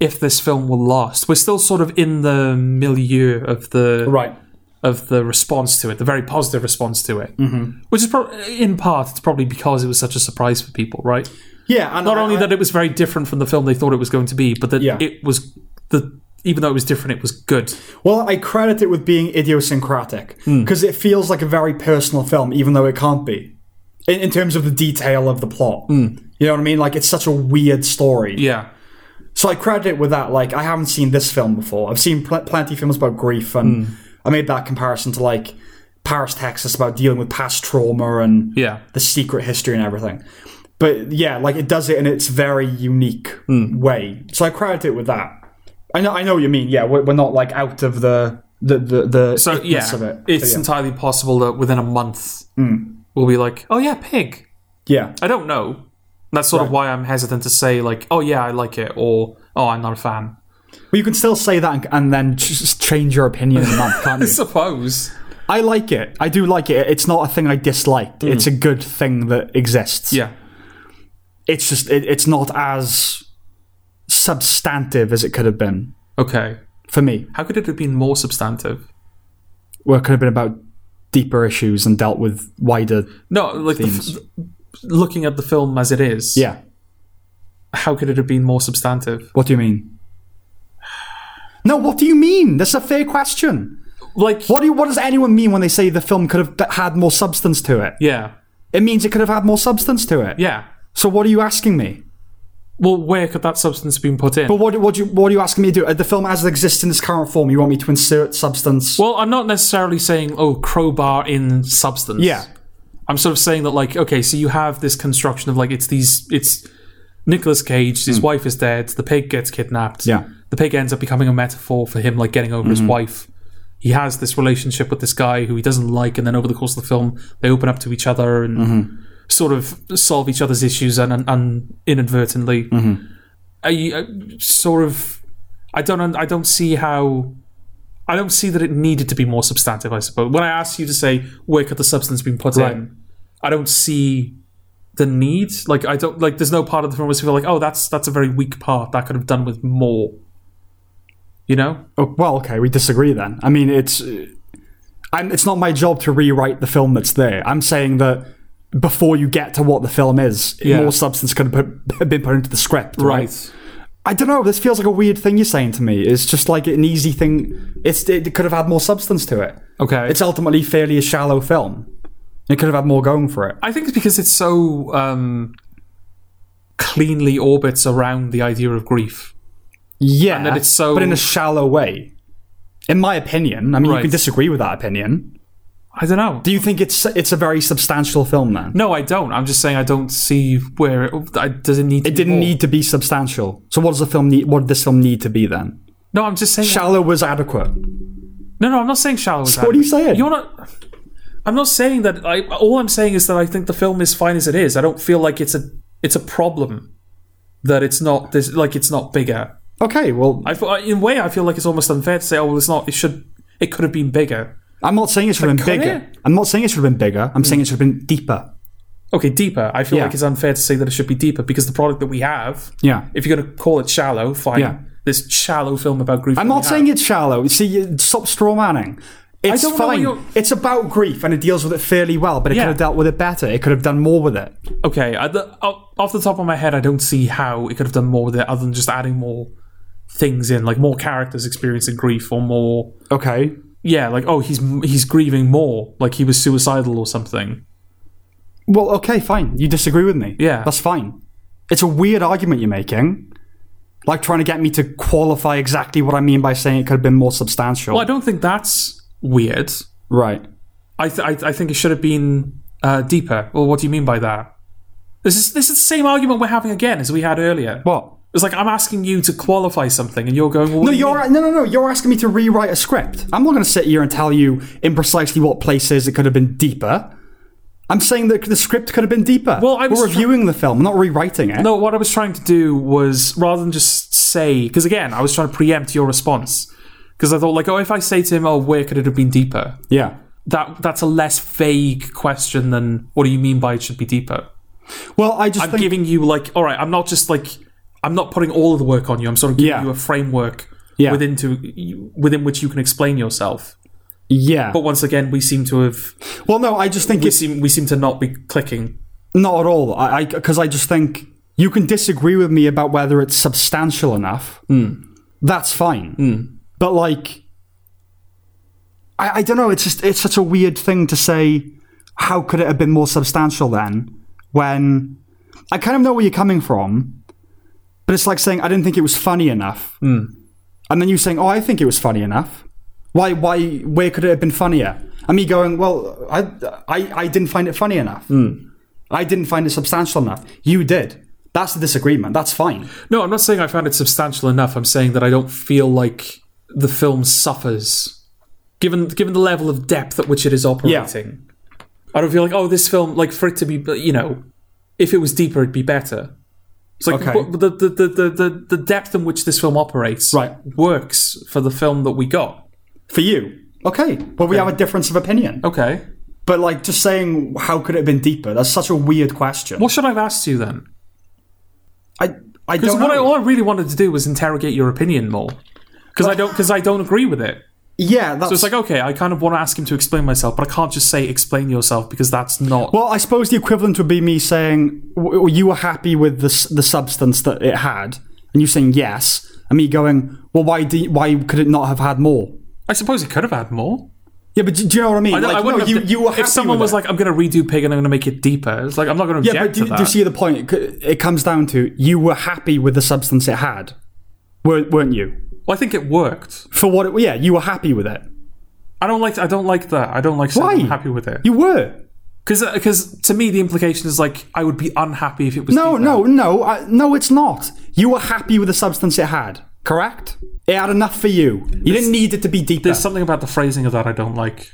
S2: if this film will last. We're still sort of in the milieu of the
S1: Right.
S2: of the response to it, the very positive response to it, mm-hmm. which is pro- in part it's probably because it was such a surprise for people, right?
S1: Yeah. And
S2: Not only that it was very different from the film they thought it was going to be, but that
S1: Yeah.
S2: it was the even though it was different, it was good.
S1: Well, I credit it with being idiosyncratic
S2: Hmm.
S1: because it feels like a very personal film, even though it can't be, in, in terms of the detail of the plot.
S2: Hmm.
S1: You know what I mean? Like it's such a weird story.
S2: Yeah,
S1: So I credit it with that. Like I haven't seen this film before. I've seen pl- plenty of films about grief,
S2: Hmm.
S1: and I made that comparison to like Paris, Texas, about dealing with past trauma and
S2: yeah,
S1: the secret history and everything. But yeah, like it does it in its very unique
S2: Hmm.
S1: way. So I credit it with that. I know, I know what you mean. Yeah, we're, we're not like out of the the the, the
S2: so
S1: itness
S2: yeah,
S1: of it. Mm.
S2: it's
S1: So,
S2: entirely possible that within a month we'll be like, oh yeah, pig.
S1: yeah.
S2: I don't know. That's sort of why I'm hesitant to say like, oh yeah, I like it, or oh, I'm not a fan.
S1: Well, you can still say that and, and then just change your opinion in a month, can't
S2: [LAUGHS]
S1: you?
S2: Suppose.
S1: I like it. I do like it. It's not a thing I disliked. It's a good thing that exists.
S2: Yeah.
S1: It's just it, it's not as substantive as it could have been
S2: Okay.
S1: for me.
S2: How could it have been more substantive?
S1: Where it could have been about deeper issues and dealt with wider.
S2: No, like the f-
S1: Themes.
S2: looking at the film as it is.
S1: Yeah.
S2: How could it have been more substantive?
S1: What do you mean? No, what do you mean? That's a fair question.
S2: Like.
S1: What do you, what does anyone mean when they say the film could have d- had more substance to it?
S2: Yeah.
S1: It means it could have had more substance to it.
S2: Yeah.
S1: So what are you asking me?
S2: Well, where could that substance have been put in?
S1: But what what do you, what are you asking me to do? Uh, The film as it exists in its current form, you want me to insert substance?
S2: well, I'm not necessarily saying oh crowbar in substance.
S1: yeah.
S2: I'm sort of saying that like okay, so you have this construction of like it's these it's Nicolas Cage, his wife is dead, the pig gets kidnapped.
S1: Hmm. Yeah. Mm-hmm.
S2: The pig ends up becoming a metaphor for him like getting over his wife. He has this relationship with this guy who he doesn't like and then over the course of the film they open up to each other and
S1: Mm-hmm.
S2: sort of solve each other's issues and, and, and inadvertently
S1: Mm-hmm.
S2: I, I sort of I don't un- I don't see how I don't see that it needed to be more substantive. I suppose when I asked you to say where could the substance been put
S1: Right.
S2: in, I don't see the need. Like I don't like. There's no part of the film where I feel like oh that's that's a very weak part that could have done with more. You know?
S1: Oh, well, okay, we disagree then. I mean, it's uh, I'm, it's not my job to rewrite the film that's there. I'm saying that before you get to what the film is,
S2: Yeah.
S1: more substance could have put, [LAUGHS] been put into the script. right?
S2: Right.
S1: I don't know. This feels like a weird thing you're saying to me. It's just like an easy thing. It's it could have had more substance to it.
S2: Okay.
S1: It's ultimately fairly a shallow film. It could have had more going for it.
S2: I think it's because it's so um, cleanly orbits around the idea of grief.
S1: Yeah,
S2: then it's so-
S1: but in a shallow way. In my opinion, I mean,
S2: Right.
S1: you can disagree with that opinion.
S2: I don't know.
S1: Do you think it's it's a very substantial film then?
S2: No, I don't. I'm just saying I don't see where it I, does it need. To
S1: It didn't
S2: more.
S1: need to be substantial. So what does the film need? What did this film need to be then?
S2: No, I'm just saying.
S1: Shallow was adequate.
S2: No, no, I'm not saying shallow. is
S1: So what are you saying?
S2: You're not. I'm not saying that. I all I'm saying is that I think the film is fine as it is. I don't feel like it's a it's a problem that it's not this like it's not bigger.
S1: Okay, well,
S2: I fe- in a way I feel like it's almost unfair to say oh well it's not it should it could have been bigger.
S1: I'm not saying it should have been
S2: kinda-
S1: bigger. I'm not saying it should have been bigger. I'm saying it
S2: Mm.
S1: should have been deeper.
S2: Okay, deeper. I feel
S1: Yeah.
S2: like it's unfair to say that it should be deeper because the product that we have,
S1: Yeah.
S2: if you're going to call it shallow, fine.
S1: Yeah.
S2: This shallow film about grief.
S1: I'm not saying it's shallow. You See, you stop straw manning. It's
S2: don't know what
S1: fine.
S2: you're-
S1: It's about grief, and it deals with it fairly well. But it
S2: Yeah.
S1: could have dealt with it better. It could have done more with it.
S2: Okay, I, the, off off the top of my head, I don't see how it could have done more with it other than just adding more things in, like more characters experiencing grief or more.
S1: Okay.
S2: Yeah, like oh, he's he's grieving more, like he was suicidal or something.
S1: Well, okay, fine. You disagree with me.
S2: Yeah.
S1: That's fine. It's a weird argument you're making. Like trying to get me to qualify exactly what I mean by saying it could have been more substantial.
S2: Well, I don't think that's weird.
S1: Right.
S2: I th- I, th- I think it should have been uh, deeper. Well, what do you mean by that? This is this is the same argument we're having again as we had earlier.
S1: What?
S2: It's like I'm asking you to qualify something, and you're going. Well, what
S1: No,
S2: do you
S1: you're no, no, no. You're asking me to rewrite a script. I'm not going to sit here and tell you in precisely what places it could have been deeper. I'm saying that the script could have been deeper.
S2: Well, I was
S1: we're
S2: try-
S1: reviewing the film, not rewriting it.
S2: No, what I was trying to do was rather than just say, because again, I was trying to preempt your response. Because I thought, like, oh, if I say to him, oh, where could it have been deeper?
S1: Yeah.
S2: That that's a less vague question than what do you mean by it should be deeper?
S1: Well, I just think
S2: Giving you like, all right, I'm not just like, I'm not putting all of the work on you. I'm sort of giving
S1: Yeah.
S2: you a framework
S1: Yeah.
S2: within to within which you can explain yourself.
S1: yeah.
S2: But once again, we seem to have
S1: well, no, I just think
S2: we
S1: it's
S2: seem we seem to not be clicking.
S1: not at all. I because I, just think you can disagree with me about whether it's substantial enough. That's fine. But like, I, I don't know. It's just it's such a weird thing to say. How could it have been more substantial then? When I kind of know where you're coming from, but it's like saying I didn't think it was funny enough, and then you saying, "Oh, I think it was funny enough." Why? Why? Where could it have been funnier? And me going, "Well, I, I, I didn't find it funny enough. I didn't find it substantial enough. You did. That's the disagreement. That's fine.
S2: No, I'm not saying I found it substantial enough. I'm saying that I don't feel like the film suffers, given given the level of depth at which it is operating. I don't feel like oh, this film like for it to be you know, if it was deeper, it'd be better. It's like
S1: Okay.
S2: but the, the, the, the, the, the depth in which this film operates
S1: Right.
S2: works for the film that we got.
S1: For you, okay. Well, we have a difference of opinion.
S2: Okay.
S1: But like, just saying, how could it have been deeper? That's such a weird question.
S2: What should I have asked you then?
S1: I, I
S2: Because
S1: don't
S2: what I,
S1: know.
S2: all I really wanted to do was interrogate your opinion more. Because I don't because I don't agree with it.
S1: yeah, that's.
S2: So it's like, okay, I kind of want to ask him to explain myself, but I can't just say explain yourself because that's not.
S1: well, I suppose the equivalent would be me saying w- w- you were happy with the s- the substance that it had, and you saying yes, and me going, well, why do you- why could it not have had more?
S2: I suppose he could have had more.
S1: Yeah, but do, do you know what I mean?
S2: I,
S1: like,
S2: I
S1: no,
S2: wouldn't have
S1: you,
S2: to-
S1: you were happy
S2: if someone
S1: with
S2: was
S1: it.
S2: like, I'm going to redo Pig and I'm going to make it deeper, it's like, I'm not going to
S1: Yeah,
S2: object
S1: but do,
S2: to that.
S1: do you see the point? It c- It comes down to you were happy with the substance it had, weren't, weren't you?
S2: well, I think it worked.
S1: For what? It, yeah, you were happy with it.
S2: I don't like. I don't like that. I don't like. saying I'm
S1: Why?
S2: happy with it.
S1: You were.
S2: Because to me the implication is like I would be unhappy if it was.
S1: No,
S2: deeper.
S1: no, no, I, no. It's not. You were happy with the substance it had. Correct. It had enough for you. You didn't need it to be deeper.
S2: There's something about the phrasing of that I don't like.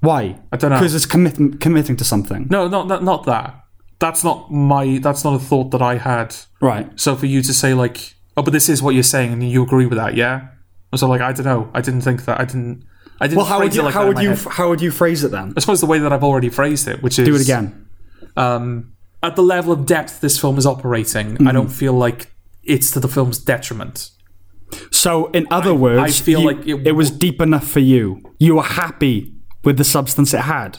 S1: Why? I
S2: don't know.
S1: Because it's commit- committing to something.
S2: No, not not not that. That's not my. That's not a thought that I had.
S1: Right.
S2: So for you to say like, oh, but this is what you're saying, and you agree with that, yeah? And so like, I don't know, I didn't think that, I didn't, I didn't.
S1: Well, how would
S2: phrase it
S1: you?
S2: like that
S1: How
S2: in
S1: would
S2: my
S1: you?
S2: head.
S1: f- How would you phrase it then?
S2: I suppose the way that I've already phrased it, which is
S1: Do it again.
S2: Um, at the level of depth this film is operating,
S1: Mm-hmm.
S2: I don't feel like it's to the film's detriment.
S1: So, in other words,
S2: feel
S1: you-
S2: like it
S1: it was deep enough for you. You were happy with the substance it had.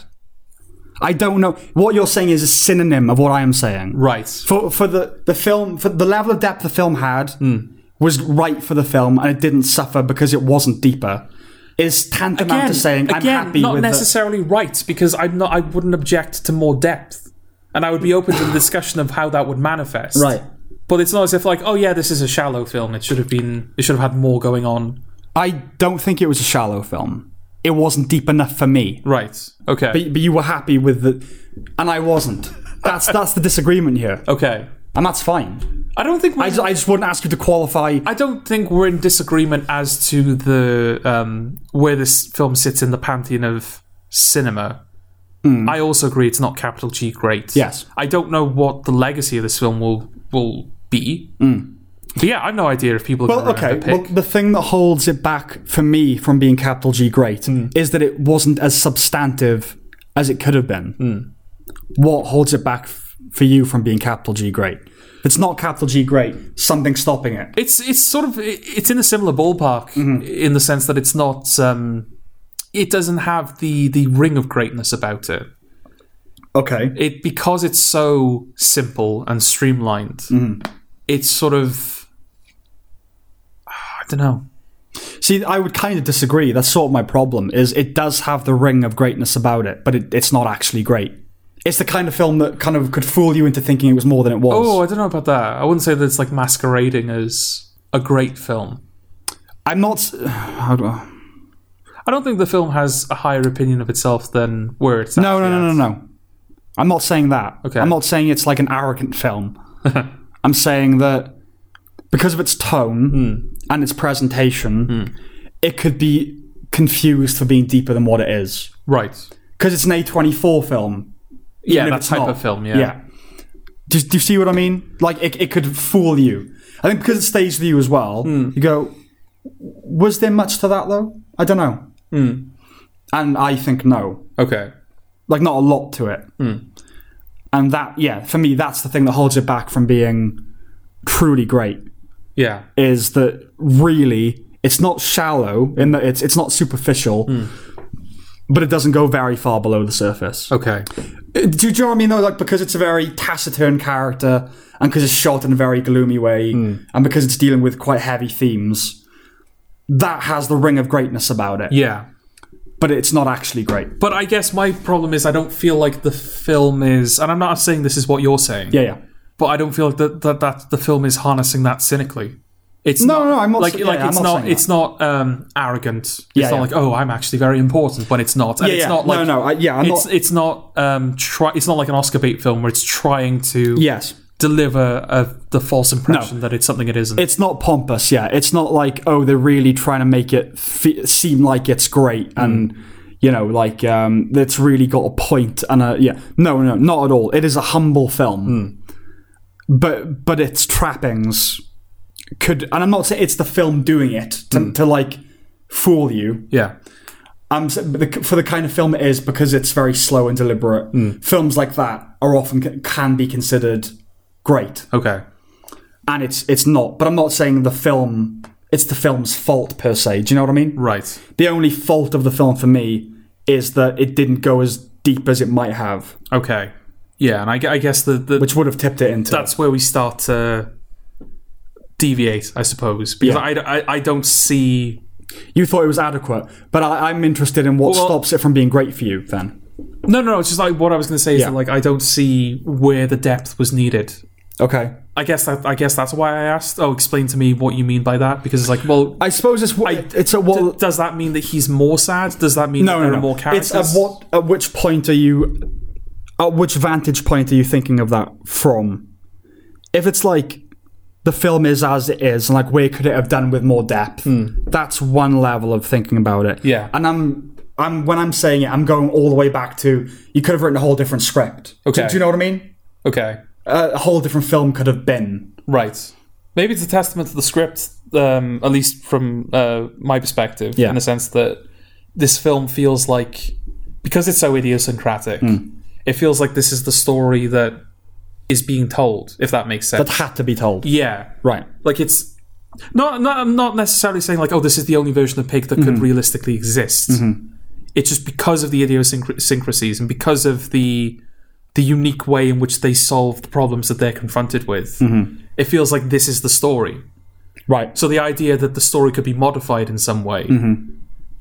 S1: I don't know what you're saying is a synonym of what I am saying.
S2: Right.
S1: for for the the film for the level of depth the film had
S2: Hmm.
S1: was right for the film and it didn't suffer because it wasn't deeper is tantamount to saying I'm
S2: again,
S1: happy
S2: not
S1: with the,
S2: necessarily right because I'm not. I wouldn't object to more depth, and I would be open to the discussion of how that would manifest.
S1: Right.
S2: But it's not as if like, oh yeah, this is a shallow film. It should have been. It should have had more going on.
S1: I don't think it was a shallow film it wasn't deep enough for me
S2: Right. Okay.
S1: but, but you were happy with the and I wasn't that's that's the disagreement here
S2: okay.
S1: and that's fine
S2: I don't think
S1: I
S2: we're,
S1: just, I just wouldn't ask you to qualify.
S2: I don't think we're in disagreement as to the um, where this film sits in the pantheon of cinema. I also agree it's not capital G great.
S1: Hmm. Yes.
S2: I don't know what the legacy of this film will will be. But yeah, I've no idea if people. Are
S1: Hmm. Well,
S2: gonna
S1: okay.
S2: remember
S1: Well,
S2: Pick.
S1: the thing that holds it back for me from being capital G great
S2: Hmm.
S1: is that it wasn't as substantive as it could have been.
S2: Hmm.
S1: What holds it back f- for you from being capital G great? If it's not capital G great, something's stopping it.
S2: it's it's sort of it- it's in a similar ballpark
S1: Mm-hmm.
S2: in the sense that it's not um, it doesn't have the the ring of greatness about it.
S1: Okay.
S2: It because it's so simple and streamlined.
S1: Mm-hmm.
S2: It's sort of ah, I don't know.
S1: See, I would kind of disagree. That's sort of my problem. Is it does have the ring of greatness about it, but it, it's not actually great. It's the kind of film that kind of could fool you into thinking it was more than it was.
S2: Oh, I don't know about that. I wouldn't say that it's like masquerading as a great film.
S1: I'm not. s- [SIGHS] How do I?
S2: I don't think the film has a higher opinion of itself than where it's
S1: No, no, no, no, no. I'm not saying that.
S2: Okay.
S1: I'm not saying it's like an arrogant
S2: [LAUGHS]
S1: film. I'm saying that because of its tone
S2: Hmm.
S1: and its presentation, it could be confused for being deeper than what it is.
S2: Right.
S1: Because it's an A24 film.
S2: Yeah,
S1: even if
S2: that
S1: it's
S2: type
S1: not.
S2: of film. Yeah.
S1: Do, do you see what I mean? Like, it, it could fool you. I think because it stays with you as well,
S2: Hmm.
S1: you go, was there much to that though? I don't know.
S2: Hmm.
S1: And I think no
S2: Okay.
S1: like not a lot to it.
S2: Hmm.
S1: And that, yeah, for me, that's the thing that holds it back from being truly great
S2: Yeah.
S1: is that really it's not shallow in that it's it's not superficial,
S2: Hmm.
S1: but it doesn't go very far below the surface.
S2: Okay.
S1: Uh, Do, do you know what I mean though? Like because it's a very taciturn character, and because it's shot in a very gloomy way,
S2: Hmm.
S1: and because it's dealing with quite heavy themes, that has the ring of greatness about it.
S2: Yeah.
S1: But it's not actually great.
S2: But I guess my problem is I don't feel like the film is, and I'm not saying this is what you're saying.
S1: Yeah, yeah.
S2: But I don't feel like that that, that the film is harnessing that cynically. It's
S1: No,
S2: not,
S1: no, I'm not
S2: like
S1: sa- yeah,
S2: like
S1: yeah,
S2: it's
S1: I'm not
S2: not,
S1: saying
S2: it's not um, arrogant. It's
S1: Yeah,
S2: not
S1: yeah.
S2: like oh I'm actually very important, but it's not. And
S1: Yeah,
S2: it's
S1: yeah.
S2: not like
S1: no, no. I, yeah, I'm
S2: it's
S1: not.
S2: it's not um try it's not like an Oscar bait film where it's trying to
S1: Yes.
S2: deliver a, the false impression that it's something it isn't.
S1: it's not pompous yeah it's not like oh they're really trying to make it fe- seem like it's great and you know like um it's really got a point and a yeah no no not at all it is a humble film but but its trappings could and i'm not saying it's the film doing it to, to like fool you
S2: yeah,
S1: i'm s- but the, for the kind of film it is because it's very slow and deliberate films like that are often can be considered great
S2: okay,
S1: and it's it's not. But I'm not saying the film. It's the film's fault per se. Do you know what I mean?
S2: right,
S1: The only fault of the film for me is that it didn't go as deep as it might have,
S2: okay, yeah, and I, gu- I guess the, the
S1: which would have tipped it into.
S2: that's where we start to deviate, I suppose, because
S1: Yeah.
S2: I, I, I don't see.
S1: you thought it was adequate, but I, I'm interested in what
S2: Well-
S1: stops it from being great for you. Then
S2: No, no, no. It's just like what I was going to say is
S1: Yeah.
S2: that like I don't see where the depth was needed.
S1: okay.
S2: I guess that I guess that's why I asked. Oh, explain to me what you mean by that, because it's like,
S1: [LAUGHS]
S2: well,
S1: I suppose it's what it's at what
S2: does that mean that he's more sad? Does that mean that
S1: no
S2: there
S1: no no.
S2: are more characters?
S1: It's at what at which point are you at which vantage point are you thinking of that from? If it's like the film is as it is, and like where could it have done with more depth? That's one level of thinking about it.
S2: Hmm. Yeah.
S1: and I'm I'm when I'm saying it, I'm going all the way back to you could have written a whole different script. Do-
S2: Okay.
S1: do, you know what I mean?
S2: Okay,
S1: Uh, a whole different film could have been.
S2: right. Maybe it's a testament to the script, um, at least from uh, my perspective,
S1: Yeah.
S2: in the sense that this film feels like because it's so idiosyncratic,
S1: Hmm.
S2: it feels like this is the story that is being told. If that makes sense,
S1: It had to be told.
S2: yeah,
S1: Right.
S2: like it's not not I'm not necessarily saying like oh this is the only version of pig that could realistically exist. It's just because of the idiosyncrasies and because of the the unique way in which they solve the problems that they're confronted with. It feels like this is the story.
S1: Right.
S2: So the idea that the story could be modified in some way,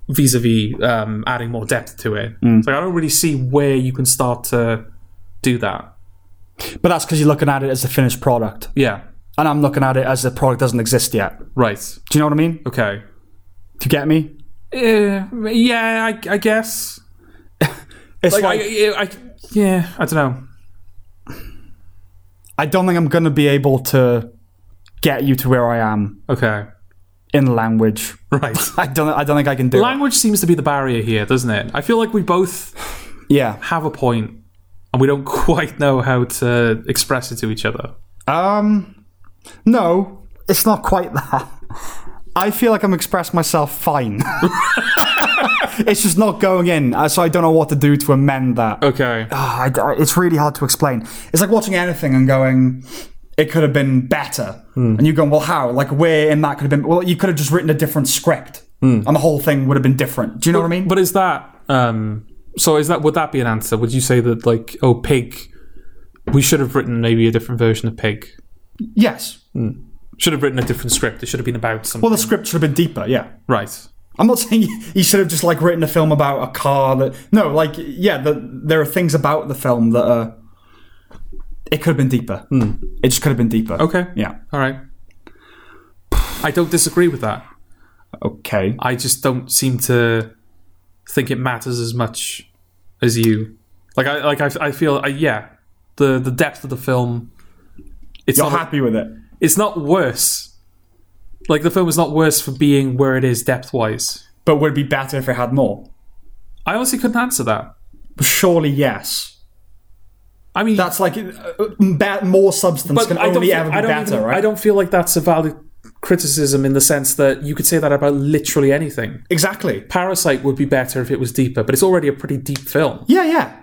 S2: vis-a-vis um, adding more depth to it, it's like I don't really see where you can start to do that.
S1: But that's because you're looking at it as a finished product,
S2: Yeah,
S1: and I'm looking at it as the product doesn't exist yet. Do
S2: right.
S1: you know what I mean?
S2: Okay.
S1: Do you get me?
S2: Uh, yeah, I, I guess.
S1: It's
S2: Like, I, I, I, yeah, I don't know.
S1: I don't think I'm going to be able to get you to where I am
S2: Okay.
S1: in language.
S2: Right.
S1: I don't. I don't think I can do. it.
S2: [LAUGHS] Language seems to be the barrier here, doesn't it? I feel like we both
S1: Yeah.
S2: have a point and we don't [LAUGHS] quite know how to express it to each other.
S1: Um, no, it's not quite [LAUGHS] that. I feel like I'm expressing myself fine. [LAUGHS] it's just not going in, uh, so I don't know what to do to amend that.
S2: Okay.
S1: Ah, I- I- it's really hard to explain. It's like watching anything and going, it could have been better.
S2: Hmm.
S1: And you're going, well, how? Like, where in that could have been? Well, you could have just written a different script, and the whole thing would have been different. Do you know what I mean?
S2: Hmm. But is that um so is that would that be an answer? Would you say that like oh pig we should have written maybe a different version of pig.
S1: yes.
S2: Should have written a different script. It should have been about something.
S1: Well, the script should have been deeper. Yeah.
S2: right.
S1: I'm not saying [LAUGHS] you should have just like written a film about a car that no, like yeah, the, there are things about the film that are. It could have been deeper. It just could have been deeper.
S2: Hmm. Okay.
S1: Yeah.
S2: All right. I don't disagree with that.
S1: Okay.
S2: I just don't seem to think it matters as much as you. Like I like I, I feel I, yeah, the the depth of the film. It's
S1: You're
S2: not
S1: happy with it.
S2: it's not worse. Like the film is not worse for being where it is depth wise.
S1: But would it be better if it had more?
S2: I honestly couldn't answer that.
S1: Surely yes.
S2: I mean,
S1: That's like uh, ba- more substance
S2: but
S1: can
S2: I don't,
S1: only
S2: feel-
S1: ever
S2: I
S1: be
S2: don't
S1: better,
S2: even-
S1: right?
S2: I don't feel like that's a valid criticism in the sense that you could say that about literally anything.
S1: exactly.
S2: Parasite would be better if it was deeper, but it's already a pretty deep film.
S1: Yeah, yeah.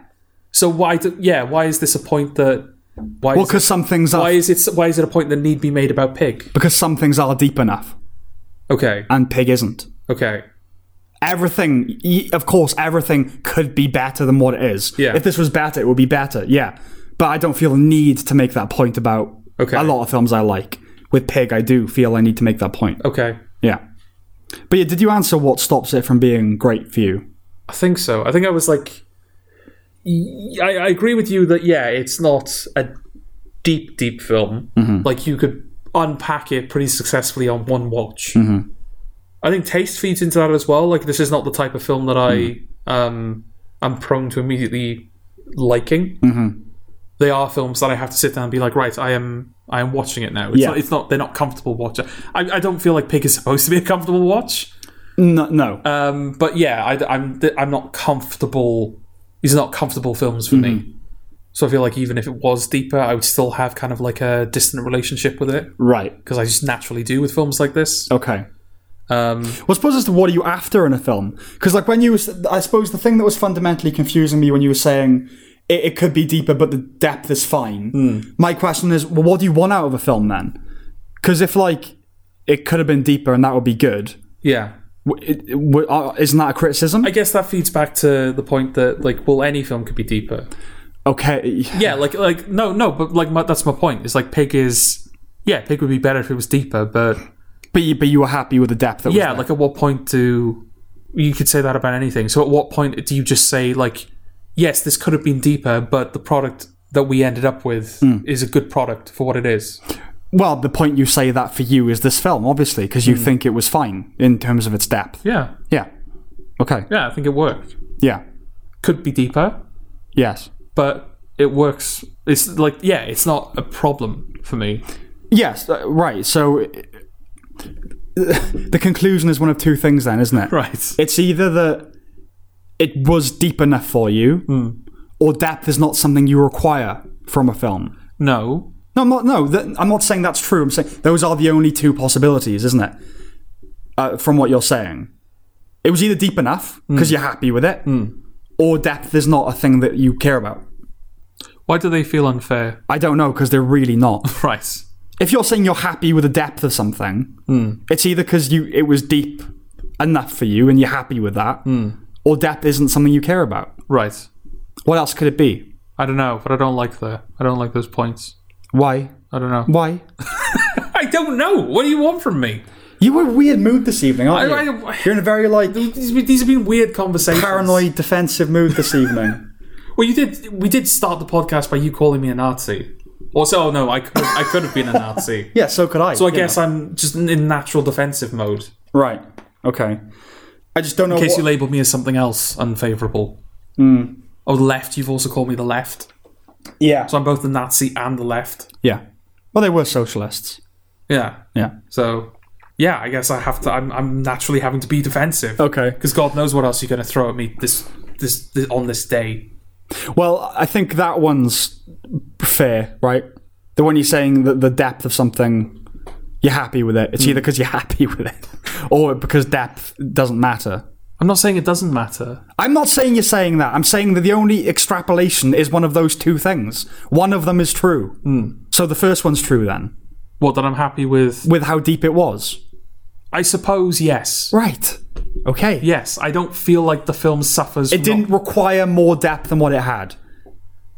S2: So why do yeah, why is this a point that why
S1: Well,
S2: is it,
S1: because some things
S2: why
S1: are
S2: is it why is it a point that need be made about pig?
S1: because some things are deep enough,
S2: Okay.
S1: and Pig isn't.
S2: Okay.
S1: everything y- of course everything could be better than what it is
S2: Yeah.
S1: if this was better it would be better yeah but i don't feel the need to make that point about
S2: Okay.
S1: a lot of films i like with pig i do feel i need to make that point
S2: Okay.
S1: yeah but yeah did you answer what stops it from being great for you
S2: I think so. I think I was like y- I, I agree with you that yeah, it's not a deep deep film. Like you could unpack it pretty successfully on one watch. I think taste feeds into that as well. Like this is not the type of film that I um am prone to immediately liking. They are films that I have to sit down and be like, right, I am I am watching it now. It's,
S1: Yeah.
S2: not, it's not they're not comfortable watching. I, I don't feel like Pig is supposed to be a comfortable watch.
S1: no no
S2: Um, but yeah, I, am I'm not comfortable. These are not comfortable films for me. So I feel like even if it was deeper, I would still have kind of like a distant relationship with it
S1: right
S2: because I just naturally do with films like this.
S1: okay
S2: Um,
S1: Well, I suppose as to what are you after in a film? Because like when you, was, I suppose the thing that was fundamentally confusing me when you were saying it, it could be deeper, but the depth is fine.
S2: Hmm.
S1: My question is, well, what do you want out of a film then? Because if like it could have been deeper and that would be good,
S2: yeah,
S1: w- it, it- w- uh, isn't that a criticism?
S2: I guess that feeds back to the point that like, well, any film could be deeper.
S1: okay,
S2: Yeah, like like no no, but like my, that's my point. It's like Pig is yeah, Pig would be better if it was deeper, but
S1: but you, but you were happy with the depth. That
S2: yeah
S1: was
S2: like at what point do you could say that about anything so at what point do you just say like yes this could have been deeper but the product that we ended up with is a good product for what it is
S1: there. well, the point you say that for you is this film, obviously, because
S2: Hmm.
S1: you think it was fine in terms of its depth.
S2: yeah
S1: Yeah. Okay.
S2: yeah i think it worked
S1: Yeah.
S2: could be deeper
S1: Yes.
S2: but it works it's like yeah it's not a problem for me
S1: Yes, uh, right. So uh, the conclusion is one of two things, then, isn't it?
S2: [LAUGHS] right
S1: It's either that it was deep enough for you, or depth is not something you require from a film.
S2: no
S1: No, I'm not. No, that, I'm not saying that's true. I'm saying those are the only two possibilities, isn't it? Uh, from what you're saying, it was either deep enough because you're happy with it, or depth is not a thing that you care about.
S2: why do they feel unfair
S1: I don't know because they're really not.
S2: right
S1: if you're saying you're happy with the depth of something,
S2: Hmm.
S1: it's either because you it was deep enough for you and you're happy with that,
S2: Hmm.
S1: or depth isn't something you care about.
S2: right
S1: What else could it be?
S2: i don't know but i don't like the i don't like those points
S1: Why?
S2: i don't know
S1: Why?
S2: i don't know what do you want from me
S1: You were in a weird mood this evening, aren't
S2: I-
S1: you?
S2: I-
S1: you're in a very like
S2: these, these have been weird conversations
S1: paranoid, defensive mood this evening.
S2: [LAUGHS] Well, you did. We did start the podcast by you calling me a Nazi. Also, oh no, I could, I could have been a Nazi.
S1: [LAUGHS] yeah, so could I.
S2: So I guess I'm just in natural defensive mode.
S1: right. Okay. I just don't know.
S2: In case
S1: what-
S2: you labelled me as something else unfavourable.
S1: Hmm.
S2: Oh, the left. You've also called me the left.
S1: yeah.
S2: So I'm both the Nazi and the left.
S1: yeah. Well, they were socialists.
S2: Yeah.
S1: Yeah.
S2: So, yeah, I guess I have to. I'm, I'm naturally having to be defensive.
S1: Okay.
S2: Because God knows what else you're going to throw at me this, this this on this day.
S1: Well, I think that one's fair, right? The one you're saying that the depth of something, you're happy with it. It's either because you're [LAUGHS] happy with it or because depth doesn't matter.
S2: I'm not saying it doesn't matter.
S1: I'm not saying you're saying that. I'm saying that the only extrapolation is one of those two things. One of them is true. So the first one's true then,
S2: What that I'm happy with.
S1: with how deep it was.
S2: I suppose yes.
S1: Right. Okay.
S2: Yes, I don't feel like the film suffers.
S1: It didn't require more depth than what it had.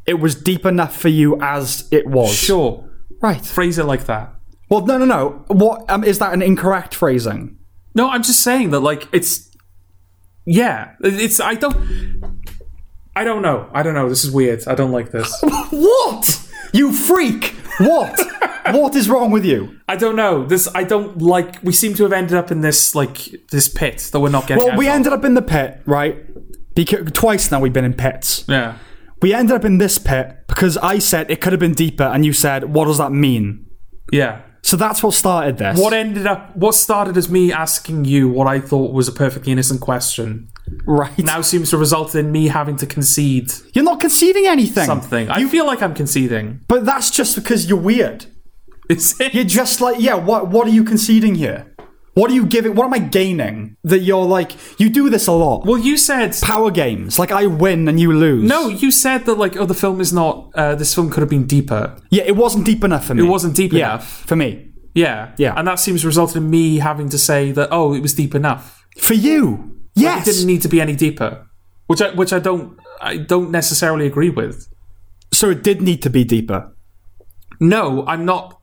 S1: It was deep enough for you as it was.
S2: sure
S1: Right.
S2: phrase it like that.
S1: Well, no, no, no. What um, is that an incorrect phrasing?
S2: No, I'm just saying that like it's yeah, it- it's I don't I don't know. I don't know. This is weird. I don't
S1: [LAUGHS]
S2: like this.
S1: What? You freak!
S2: [LAUGHS]
S1: What? what is wrong with you?
S2: I don't know. This I don't like we seem to have ended up in this like this pit that we're not getting
S1: Well,
S2: out
S1: Oh, we
S2: of.
S1: ended up in the pit, right? Because twice now we've been in pits.
S2: Yeah.
S1: We ended up in this pit because I said it could have been deeper, and you said, "What does that mean?"
S2: Yeah.
S1: So that's what started this.
S2: What ended up what started as me asking you what I thought was a perfectly innocent question
S1: right?
S2: now seems to result in me having to concede
S1: You're not conceding anything.
S2: something. I feel like I'm conceding.
S1: But that's just because you're weird.
S2: Is it?
S1: You're just like, yeah, what what are you conceding here? What are you giving? What am I gaining? That you're like, you do this a lot.
S2: Well, you said
S1: Power games, like I win and you lose.
S2: no. You said that like oh, the film is not. Uh, this film could have been deeper.
S1: Yeah, it wasn't deep enough for me.
S2: It wasn't deep
S1: yeah,
S2: enough.
S1: For me.
S2: Yeah.
S1: Yeah.
S2: And that seems to result in me having to say that, oh, it was deep enough.
S1: For you.
S2: It
S1: Yes.
S2: didn't need to be any deeper. Which I which I don't I don't necessarily agree with.
S1: so it did need to be deeper.
S2: No, I'm not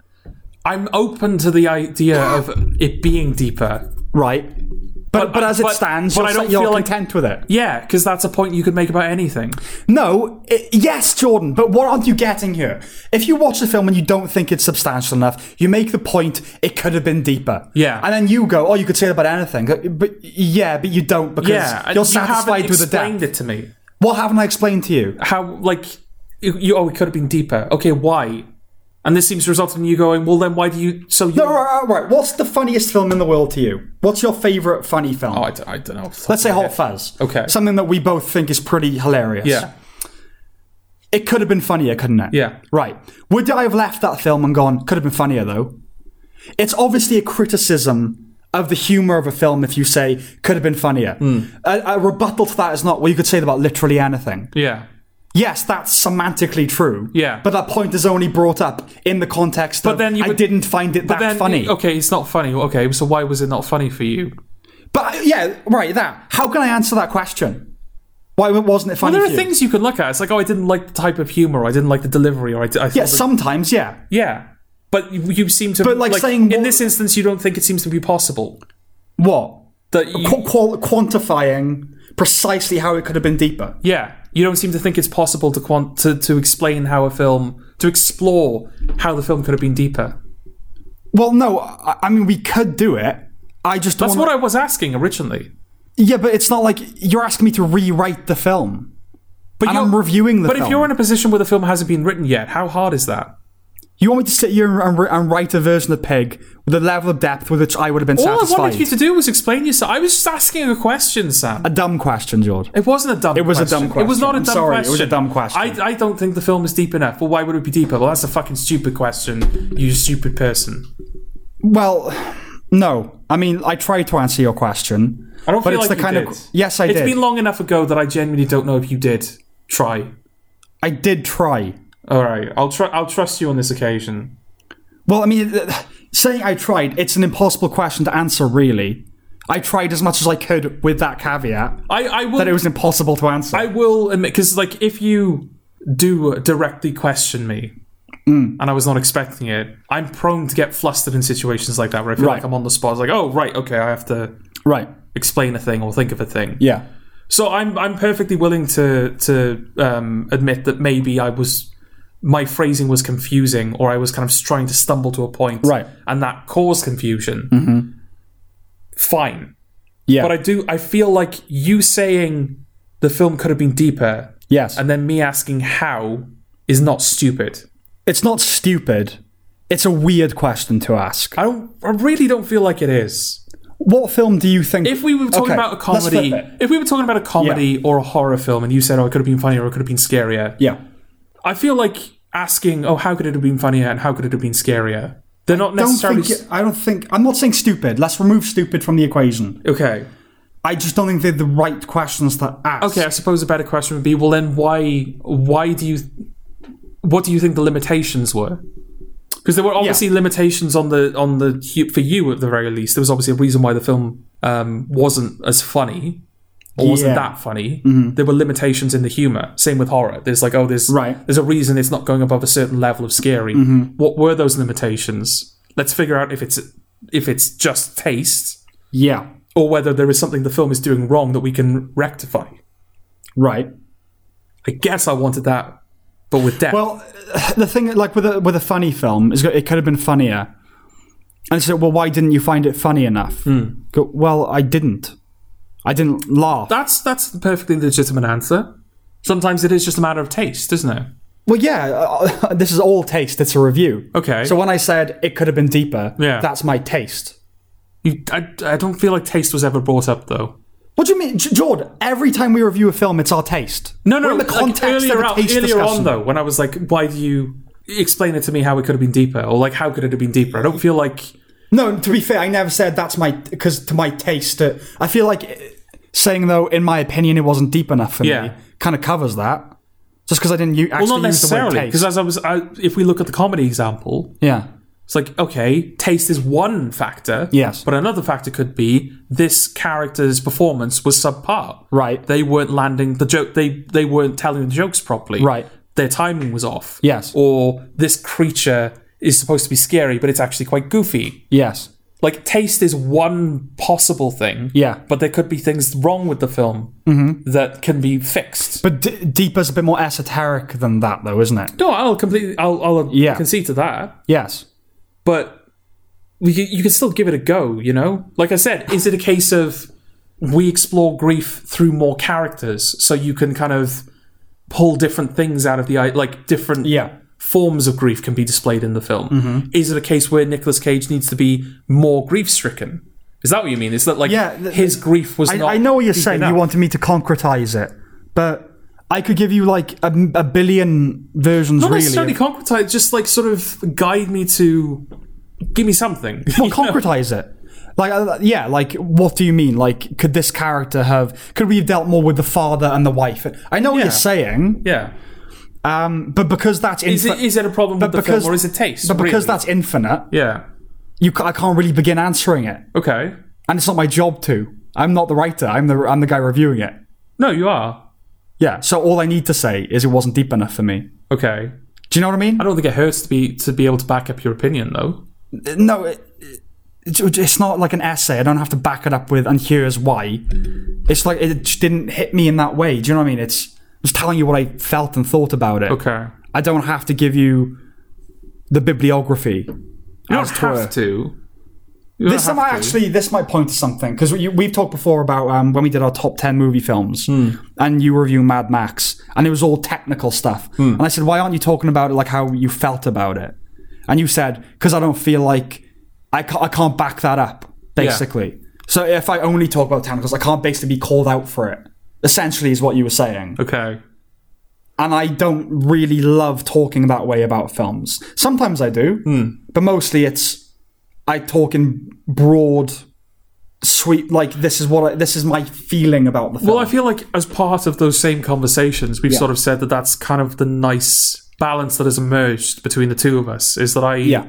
S2: I'm open to
S1: [GASPS]
S2: the idea of it being deeper.
S1: Right. But, but,
S2: But I-
S1: as it
S2: but-
S1: stands,
S2: but
S1: you're,
S2: I don't
S1: you're
S2: feel like-
S1: content with it.
S2: Yeah, because that's a point you could make about anything.
S1: No, i yes, Jordan, but what aren't you getting here? If you watch the film and you don't think it's substantial enough, you make the point it could have been deeper.
S2: Yeah.
S1: And then you go, oh, you could say that about anything. But yeah, but you don't because
S2: Yeah, and
S1: you're
S2: you
S1: satisfied
S2: haven't
S1: with the
S2: explained
S1: depth.
S2: it to me.
S1: What haven't I explained to you?
S2: How like you, you oh it could have been deeper. Okay, why? And this seems to result in you going, well then why do you so you
S1: All right, all right, what's the funniest film in the world to you? What's your favourite funny film?
S2: Oh, I, d- I don't know.
S1: Let's say Hot Fuzz.
S2: Okay.
S1: Something that we both think is pretty hilarious.
S2: Yeah.
S1: It could have been funnier, couldn't it?
S2: Yeah.
S1: Right. Would I have left that film and gone, could have been funnier though? It's obviously a criticism of the humor of a film if you say, could have been funnier.
S2: Hmm.
S1: A, a rebuttal to that is not, well, you could say that about literally anything.
S2: Yeah.
S1: Yes, that's semantically true.
S2: Yeah.
S1: But that point is only brought up in the context but of,
S2: then you
S1: I
S2: would-
S1: didn't find it that
S2: then
S1: funny.
S2: okay it's not funny okay so why was it not funny for you
S1: But uh, yeah, right, that. How can I answer that question? Why wasn't it funny
S2: there
S1: for
S2: are
S1: you?
S2: things you can look at it's like oh i didn't like the type of humor i didn't like the delivery or i, I
S1: yeah, sometimes, yeah.
S2: yeah but you, you seem to
S1: But, like, saying
S2: in
S1: what-
S2: this instance you don't think it seems to be possible
S1: What?
S2: that you,
S1: Qu- qual- quantifying precisely how it could have been deeper.
S2: yeah you don't seem to think it's possible to quant to, to explain how a film to explore how the film could have been deeper
S1: Well, no, I, I mean we could do it. I just don't
S2: that's
S1: wanna-
S2: what i was asking originally
S1: yeah, but it's not like you're asking me to rewrite the film.
S2: but
S1: And
S2: you're-
S1: I'm reviewing the
S2: but
S1: film.
S2: if you're in a position where the film hasn't been written yet how hard is that
S1: you want me to sit here and, and write a version of Pig with the level of depth with which I would have been
S2: all i
S1: satisfied.
S2: wanted you to do was explain yourself i was just asking a question sam
S1: a dumb question, George.
S2: It wasn't a dumb. It
S1: was a dumb
S2: It
S1: question.
S2: was not a
S1: I'm
S2: dumb
S1: sorry, it
S2: question.
S1: was a dumb question.
S2: I, I don't think the film is deep enough. Well, why would it be deeper? Well, that's a fucking stupid question. You stupid person.
S1: Well, no. I mean, I tried to answer your question.
S2: I don't
S1: But
S2: feel
S1: it's
S2: like
S1: the
S2: you
S1: kind of-
S2: did.
S1: Yes, I did.
S2: It's been long enough ago that I genuinely don't know if you did try.
S1: I did try.
S2: All right, I'll try. I'll trust you on this occasion.
S1: Well, I mean, th- saying I tried, it's an impossible question to answer, really. I tried as much as I could with that caveat
S2: I I will.
S1: that it was impossible to answer.
S2: I will admit because like if you do directly question me.
S1: Mm.
S2: And I was not expecting it. I'm prone to get flustered in situations like that where I feel
S1: Right.
S2: like I'm on the spot. It's like, oh, right, okay, I have to
S1: right.
S2: explain a thing or think of a thing.
S1: Yeah.
S2: So I'm I'm perfectly willing to to um, admit that maybe I was my phrasing was confusing or I was kind of trying to stumble to a point,
S1: Right. Mm-hmm.
S2: And that caused confusion. Fine,
S1: Yeah.
S2: but I do I feel like you saying the film could have been deeper,
S1: yes.
S2: and then me asking how is not stupid.
S1: it's not stupid, It's a weird question to ask.
S2: I don't. I really don't feel like it is.
S1: What film do you think?
S2: If we were talking
S1: Okay,
S2: about a
S1: let's flip
S2: comedy,
S1: it.
S2: if we were talking about a comedy or a horror film, and you said, "Oh, it could have been funnier, or it could have been scarier,"
S1: yeah,
S2: I feel like asking, "Oh, how could it have been funnier, and how could it have been scarier?" They're not
S1: don't
S2: necessarily.
S1: think. it- I don't think. I'm not saying stupid. Let's remove stupid from the equation.
S2: okay.
S1: I just don't think they're the right questions to ask.
S2: Okay, I suppose a better question would be, well, then why why do you what do you think the limitations were? Because there were obviously limitations on the on the hu- for you at the very least. There was obviously a reason why the film um, wasn't as funny or wasn't
S1: Yeah. Mm-hmm.
S2: that funny. There were limitations in the humor. Same with horror. There's like, oh, there's
S1: Right. Mm-hmm.
S2: there's a reason it's not going above a certain level of scary. What were those limitations? Let's figure out if it's if it's just taste
S1: Yeah.
S2: or whether there is something the film is doing wrong that we can rectify.
S1: Right.
S2: I guess I wanted that, but with depth.
S1: Well, [SIGHS] the thing, like with a with a funny film, is it could have been funnier. And so, well, why didn't you find it funny enough?
S2: Hmm.
S1: Go, well, I didn't. I didn't laugh.
S2: that's that's the perfectly legitimate answer. Sometimes it is just a matter of taste, isn't it?
S1: well, yeah, uh, [LAUGHS] this is all taste. It's a review.
S2: Okay.
S1: So when I said it could have been deeper,
S2: Yeah.
S1: that's my taste.
S2: You, I, I don't feel like taste was ever brought up though.
S1: What do you mean, J- Jord? Every time we review a film, it's our taste.
S2: No, no.
S1: We're in the
S2: like,
S1: context
S2: earlier,
S1: of a
S2: out-
S1: taste
S2: earlier
S1: discussion.
S2: on though, when I was like, "Why do you explain it to me? How it could have been deeper, or like how could it have been deeper?" I don't feel like
S1: No, to be fair, I never said that's my because to my taste. uh, I feel like uh, saying though, in my opinion, it wasn't deep enough for
S2: Yeah.
S1: me. Kind of covers that. Just because I didn't u- actually
S2: well, not
S1: use the word
S2: necessarily
S1: taste.
S2: because as I was, I, if we look at the comedy example,
S1: yeah,
S2: It's like, okay, taste is one factor.
S1: Yes.
S2: But another factor could be this character's performance was subpar.
S1: Right.
S2: They weren't landing the joke they they weren't telling the jokes properly.
S1: Right.
S2: Their timing was off.
S1: Yes.
S2: Or this creature is supposed to be scary, but it's actually quite goofy.
S1: yes,
S2: Like taste is one possible thing.
S1: Yeah. Mm-hmm.
S2: But there could be things wrong with the film that can be fixed.
S1: but d- deeper's a bit more esoteric than that, though, isn't it?
S2: no, I'll completely I'll I'll
S1: Yeah.
S2: concede to that.
S1: Yes.
S2: but we, you can still give it a go, you know? Like I said, is it a case of we explore grief through more characters so you can kind of pull different things out of the i- like different
S1: Yeah. Mm-hmm.
S2: forms of grief can be displayed in the film? Is it a case where Nicolas Cage needs to be more grief stricken? Is that what you mean? Is that like
S1: Yeah, th-
S2: his grief was
S1: I,
S2: not
S1: I know what you're
S2: deep
S1: saying.
S2: enough?
S1: You wanted me to concretize it, but I could give you like a, m- a billion versions.
S2: not
S1: really,
S2: necessarily
S1: of-
S2: concretize, just like sort of guide me to give
S1: [LAUGHS]
S2: me something.
S1: well, concretize it. Like, uh, yeah, like, what do you mean? Like, could this character have? Could we have dealt more with the father and the wife? I know what
S2: Yeah.
S1: you're saying,
S2: yeah.
S1: um, but because that's
S2: Is it
S1: infinite,
S2: is it a problem with the
S1: because-
S2: film or is it taste?
S1: but because
S2: really?
S1: that's infinite,
S2: Yeah.
S1: you ca- I can't really begin answering it,
S2: Okay.
S1: and it's not my job to. I'm not the writer. I'm the I'm the guy reviewing it.
S2: No, you are.
S1: Yeah. So all I need to say is it wasn't deep enough for me.
S2: Okay.
S1: Do you know what I mean?
S2: I don't think it hurts to be to be able to back up your opinion though.
S1: no. It, it's, it's not like an essay. I don't have to back it up with, and here's why. It's like it just didn't hit me in that way. Do you know what I mean? It's just telling you what I felt and thought about it.
S2: Okay.
S1: I don't have to give you the bibliography.
S2: You
S1: as
S2: don't
S1: it were.
S2: have to. You don't
S1: This
S2: have
S1: might
S2: to.
S1: actually this might point to something because we, we've talked before about um, when we did our top ten movie films
S2: Hmm.
S1: and you review Mad Max and it was all technical stuff
S2: Hmm.
S1: and I said why aren't you talking about it like how you felt about it and you said because I don't feel like I can't, I can't back that up basically so if I only talk about technicals I can't basically be called out for it essentially is what you were saying
S2: Okay.
S1: and I don't really love talking that way about films. Sometimes I do,
S2: Hmm.
S1: but mostly it's I talk in broad, sweet. Like this is what I, this is my feeling about the film.
S2: Well, I feel like as part of those same conversations, we've sort of said that that's kind of the nice balance that has emerged between the two of us is that I
S1: yeah.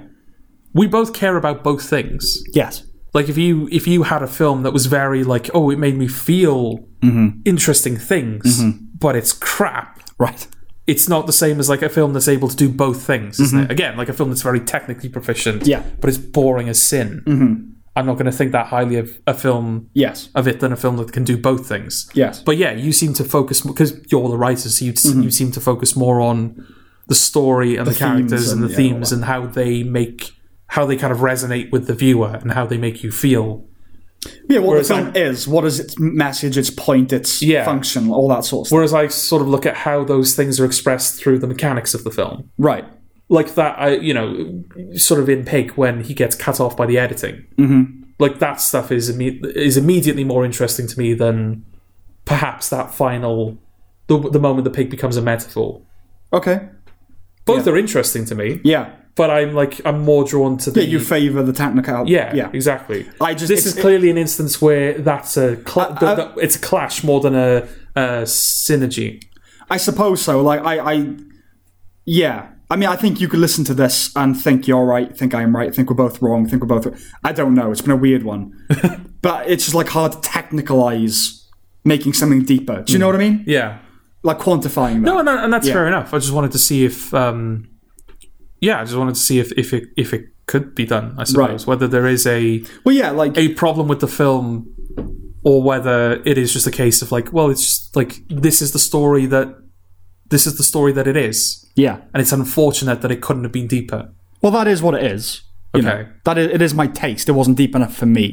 S2: we both care about both things.
S1: Yes.
S2: like if you if you had a film that was very like oh it made me feel
S1: Mm-hmm.
S2: interesting things but it's crap
S1: Right.
S2: it's not the same as like a film that's able to do both things isn't it again like a film that's very technically proficient
S1: Mm-hmm. Yeah. Mm-hmm.
S2: but it's boring as sin i'm not going to think that highly of a film
S1: Yes.
S2: of it than a film that can do both things
S1: Yes.
S2: but yeah you seem to focus because you're the writer so you
S1: Mm-hmm.
S2: you seem to focus more on the story and the, characters
S1: themes
S2: and,
S1: and-
S2: the
S1: yeah, all
S2: themes and how they make how they kind of resonate with the viewer and how they make you feel
S1: Yeah. What the film is, what is its message, its point, its
S2: Yeah.
S1: function, all that sort of stuff.
S2: Whereas I sort of look at how those things are expressed through the mechanics of the film,
S1: Right.
S2: like that. I you know, sort of in Pig when he gets cut off by the editing.
S1: Mm-hmm.
S2: Like that stuff is imme- is immediately more interesting to me than perhaps that final the the moment the pig becomes a metaphor.
S1: Okay.
S2: Both are interesting to me,
S1: Yeah.
S2: but I'm like I'm more drawn to the
S1: Yeah, you favour the technical.
S2: yeah,
S1: Yeah.
S2: exactly.
S1: I just
S2: this
S1: it's-
S2: is clearly an instance where that's a cla
S1: I- I-
S2: that- it's a clash more than a, a synergy.
S1: I suppose so. Like I, I, yeah. I mean, I think you could listen to this and think you're right, think I'm right, think we're both wrong, think we're both. I don't know. It's been a weird [LAUGHS] one, but it's just like hard to technicalize making something deeper. Do you know what I mean?
S2: Yeah.
S1: Like quantifying that.
S2: No, no, Oh, and that's fair enough. I just wanted to see if, um, yeah, I just wanted to see if if it if it could be done. I suppose
S1: Right.
S2: whether there is a
S1: Well, yeah. Like
S2: a problem with the film, or whether it is just a case of like, well, it's just like this is the story that this is the story that it is,
S1: yeah.
S2: and it's unfortunate that it couldn't have been deeper.
S1: Well, that is what it is. You know,
S2: Okay.
S1: that is, it is my taste. It wasn't deep enough for me.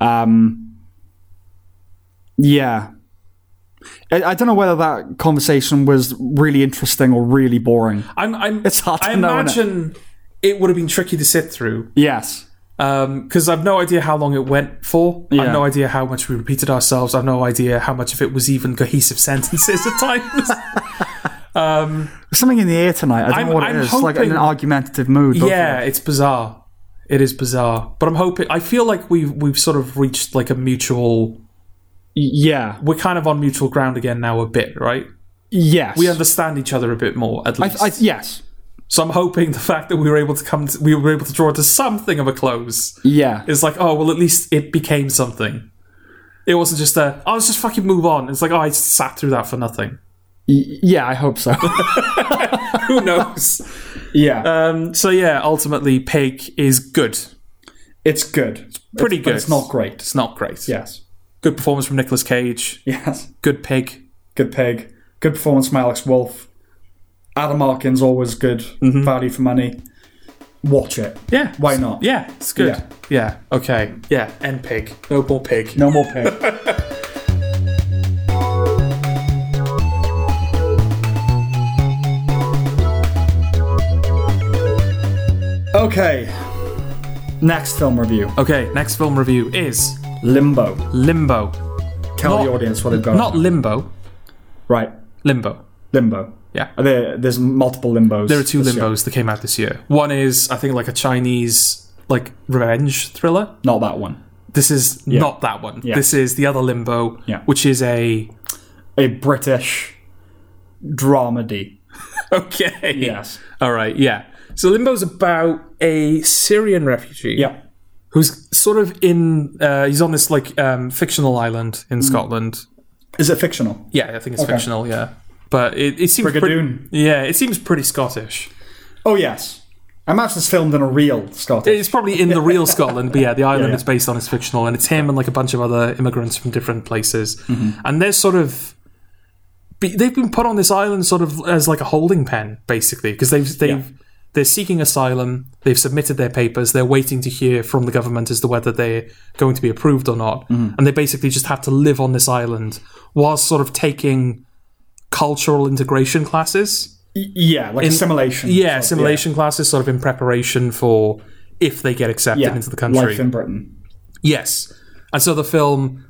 S1: Um, yeah. I, I don't know whether that conversation was really interesting or really boring.
S2: I'm, I'm
S1: It's hard to
S2: I
S1: know, innit?
S2: imagine it would have been tricky to sit through.
S1: Yes.
S2: because Um, I've no idea how long it went for.
S1: Yeah.
S2: I've no idea how much we repeated ourselves. I've no idea how much of it was even cohesive [LAUGHS] sentences at
S1: [LAUGHS]
S2: times.
S1: something in the air tonight. I don't
S2: I'm-
S1: know what it
S2: I'm
S1: is. Like in
S2: hoping-
S1: an argumentative mood. don't
S2: yeah,
S1: you?
S2: it's bizarre. It is bizarre. But I'm hoping. I feel like we've we've sort of reached like a mutual.
S1: Yeah.
S2: We're kind of on mutual ground again now a bit, right?
S1: Yes.
S2: We understand each other a bit more at least.
S1: I, yes.
S2: so I'm hoping the fact that we were able to come, to, we were able to draw to something of a close.
S1: Yeah.
S2: It's like, oh well, at least it became something. It wasn't just a, oh, let's just fucking move on. It's like, oh, I sat through that for nothing.
S1: Y- yeah. I hope so. [LAUGHS]
S2: Who knows?
S1: yeah.
S2: Um, so yeah, ultimately, Pig is good.
S1: it's good. It's
S2: pretty
S1: but
S2: good.
S1: It's not great.
S2: It's not great.
S1: Yes.
S2: Good performance from Nicolas Cage.
S1: Yes.
S2: Good Pig.
S1: Good peg. Good performance from Alex Wolf. Adam Arkin's always good. Value for money. Watch it.
S2: Yeah.
S1: Why not?
S2: Yeah, it's good.
S1: Yeah.
S2: Yeah. Okay. Yeah. And Pig. No more Pig.
S1: No more
S2: [LAUGHS]
S1: peg. okay. Next film review.
S2: Okay. Next film review is
S1: Limbo.
S2: Limbo.
S1: Tell
S2: Not-
S1: the audience what they've got.
S2: Not Limbo.
S1: right.
S2: Limbo.
S1: Limbo.
S2: Yeah.
S1: Are There, there's multiple limbos.
S2: There are two Limbos that came out this year. One is, I think, like a Chinese like revenge thriller.
S1: Not that one.
S2: This is not that one.
S1: Yeah.
S2: This is the other Limbo,
S1: Yeah.
S2: which is a [LAUGHS]
S1: A British dramedy.
S2: okay.
S1: Yes.
S2: All right, yeah. So Limbo's about a Syrian refugee
S1: Yeah.
S2: who's sort of in. Uh, he's on this like um, fictional island
S1: Mm.
S2: in Scotland.
S1: Is it fictional?
S2: Yeah, I think it's fictional. Yeah, but it, it seems pretty.
S1: Brigadoon.
S2: Yeah, it seems pretty Scottish.
S1: Oh, yes. I imagine it's filmed in a real Scottish.
S2: It's probably in
S1: [LAUGHS]
S2: the real Scotland, but yeah, the island
S1: yeah.
S2: is based on is fictional, and it's him and like a bunch of other immigrants from different places,
S1: Mm-hmm.
S2: and they're sort of. be- They've been put on this island sort of as like a holding pen, basically, because they've they've they're seeking asylum. They've submitted their papers. They're waiting to hear from the government as to whether they're going to be approved or not.
S1: Mm-hmm.
S2: And they basically just have to live on this island whilst sort of taking cultural integration classes.
S1: yeah, like assimilation.
S2: Yeah,
S1: sort of,
S2: assimilation classes, sort of in preparation for if they get accepted
S1: yeah.
S2: into the country.
S1: Life in Britain.
S2: yes. And so the film,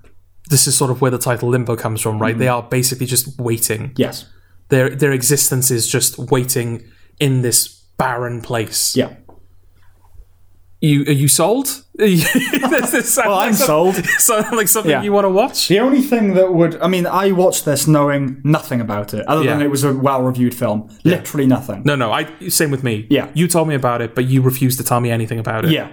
S2: this is sort of where the title Limbo comes from,
S1: Mm.
S2: right? They are basically just waiting.
S1: Yes.
S2: Their their existence is just waiting in this barren place.
S1: Yeah.
S2: You are you sold? [LAUGHS] well,
S1: [LAUGHS] I'm sold.
S2: [LAUGHS] Sound like something
S1: Yeah.
S2: you want to watch?
S1: The only thing that would, I mean, I watched this knowing nothing about it, other than
S2: Yeah.
S1: it was a well-reviewed film. Literally nothing.
S2: No, no. I same with me.
S1: Yeah.
S2: You told me about it, but you refused to tell me anything about it.
S1: Yeah.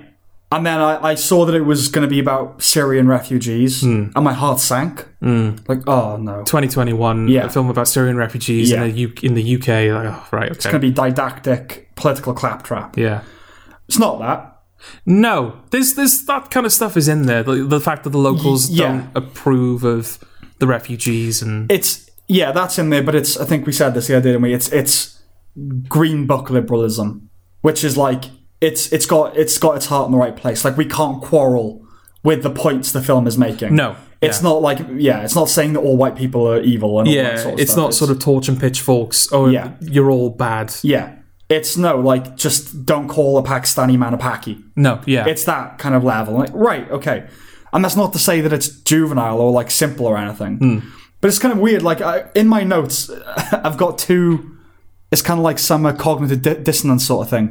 S1: And then I, I saw that it was going to be about Syrian refugees,
S2: Hmm.
S1: and my heart sank. Like, oh no, it's
S2: 2021,
S1: Yeah.
S2: a film about Syrian refugees
S1: Yeah.
S2: in, the U- in the UK. Like, oh, right, okay.
S1: going to be didactic political claptrap.
S2: Yeah.
S1: It's not that.
S2: No, there's there's that kind of stuff is in there. The, the fact that the locals
S1: Y- yeah.
S2: don't approve of the refugees and
S1: It's yeah, that's in there, but it's I think we said this the other day, didn't we? It's it's green book liberalism, which is like it's it's got it's got its heart in the right place. Like we can't quarrel with the points the film is making.
S2: no,
S1: It's not like yeah, it's not saying that all white people are evil and all
S2: yeah,
S1: that sort of
S2: it's
S1: stuff.
S2: not sort of torch and pitchforks. Oh,
S1: Yeah.
S2: you're all bad.
S1: yeah, It's no, like, just don't call a Pakistani man a Paki.
S2: No, yeah.
S1: It's that kind of level. Like, right, okay. And that's not to say that it's juvenile or like simple or anything.
S2: Hmm.
S1: But it's kind of weird. Like I, in my notes, [LAUGHS] I've got two. It's kind of like some uh, cognitive di- dissonance sort of thing.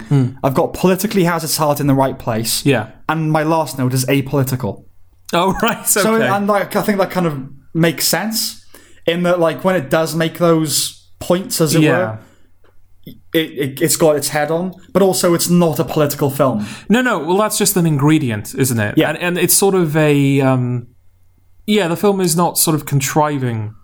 S1: I've got politically has its heart in the right place.
S2: Hmm. yeah.
S1: And my last note is apolitical.
S2: [LAUGHS] Oh right. Okay.
S1: So and like I think that kind of makes sense in that like when it does make those points as it
S2: yeah.
S1: were, it, it it's got its head on. But also, it's not a political film.
S2: No, no. Well, that's just an ingredient, isn't it?
S1: Yeah.
S2: And, and it's sort of a. Um, yeah, the film is not sort of contriving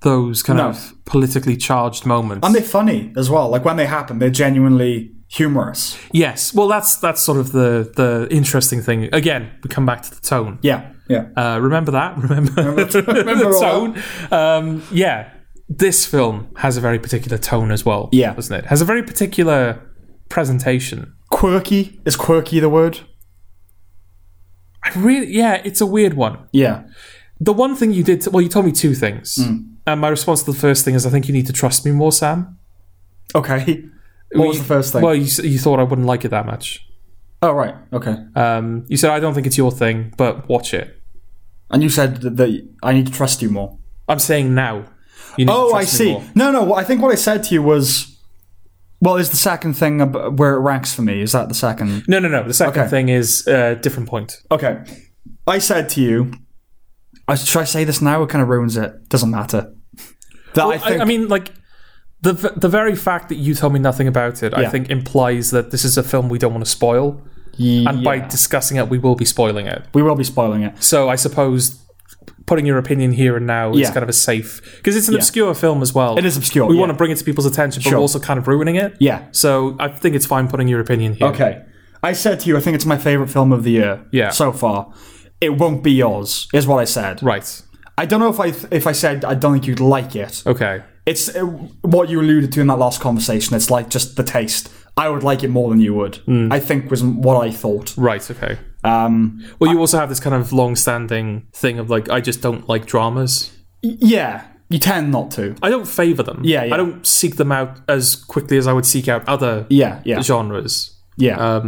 S2: those kind
S1: No.
S2: of politically charged moments.
S1: And they're funny as well. Like when they happen, they're genuinely humorous.
S2: yes. Well, that's that's sort of the the interesting thing. Again, we come back to the tone.
S1: Yeah, yeah.
S2: Uh, remember that. [LAUGHS] Remember,
S1: [LAUGHS] remember
S2: the
S1: all
S2: tone. Um, yeah, this film has a very particular tone as well.
S1: Yeah.
S2: doesn't it? Has a very particular presentation.
S1: quirky is quirky the word?
S2: I really, yeah, it's a weird one.
S1: Yeah.
S2: The one thing you did, well, you told me two things.
S1: Mm.
S2: And my response to the first thing is, I think you need to trust me more, Sam.
S1: Okay. [LAUGHS] What was
S2: You-
S1: the first thing?
S2: Well, you, s- you thought I wouldn't like it that much.
S1: oh right. Okay.
S2: Um, you said, I don't think it's your thing, but watch it.
S1: And you said that, that I need to trust you more.
S2: I'm saying now. You need to
S1: Oh, I
S2: trust me
S1: see.
S2: more.
S1: No, no. what- I think what I said to you was, well, is the second thing ab- where it ranks for me? Is that the second?
S2: No, no, no. The second
S1: Okay.
S2: thing is uh, different point.
S1: Okay. I said to you, I, should I say this now? It kind of ruins it. Doesn't matter. That I
S2: I,
S1: think.
S2: I mean, like, the, v- the very fact that you told me nothing about it, I
S1: Yeah.
S2: think, implies that this is a film we don't want to spoil. And by
S1: yeah.
S2: discussing it, we will be spoiling it.
S1: we will be spoiling it.
S2: So I suppose putting your opinion here and now is
S1: Yeah.
S2: kind of a safe because it's an obscure film as well.
S1: It is obscure.
S2: We
S1: yeah.
S2: want to bring it to people's attention, but
S1: Sure.
S2: we're also kind of ruining it.
S1: Yeah.
S2: So I think it's fine putting your opinion here.
S1: Okay. I said to you, I think it's my favorite film of the year.
S2: Yeah.
S1: So far, it won't be yours. Is what I said.
S2: Right.
S1: I don't know if I if I said I don't think you'd like it.
S2: Okay.
S1: It's uh, what you alluded to in that last conversation. It's like just the taste. I would like it more than you would.
S2: Mm.
S1: I think was what I thought.
S2: Right. Okay.
S1: Um,
S2: Well, you also have this kind of long-standing thing of like, I just don't like dramas.
S1: y- yeah, you tend not to.
S2: I don't favor them.
S1: Yeah, yeah.
S2: I don't seek them out as quickly as I would seek out other
S1: Yeah, yeah,
S2: genres.
S1: yeah,
S2: Um,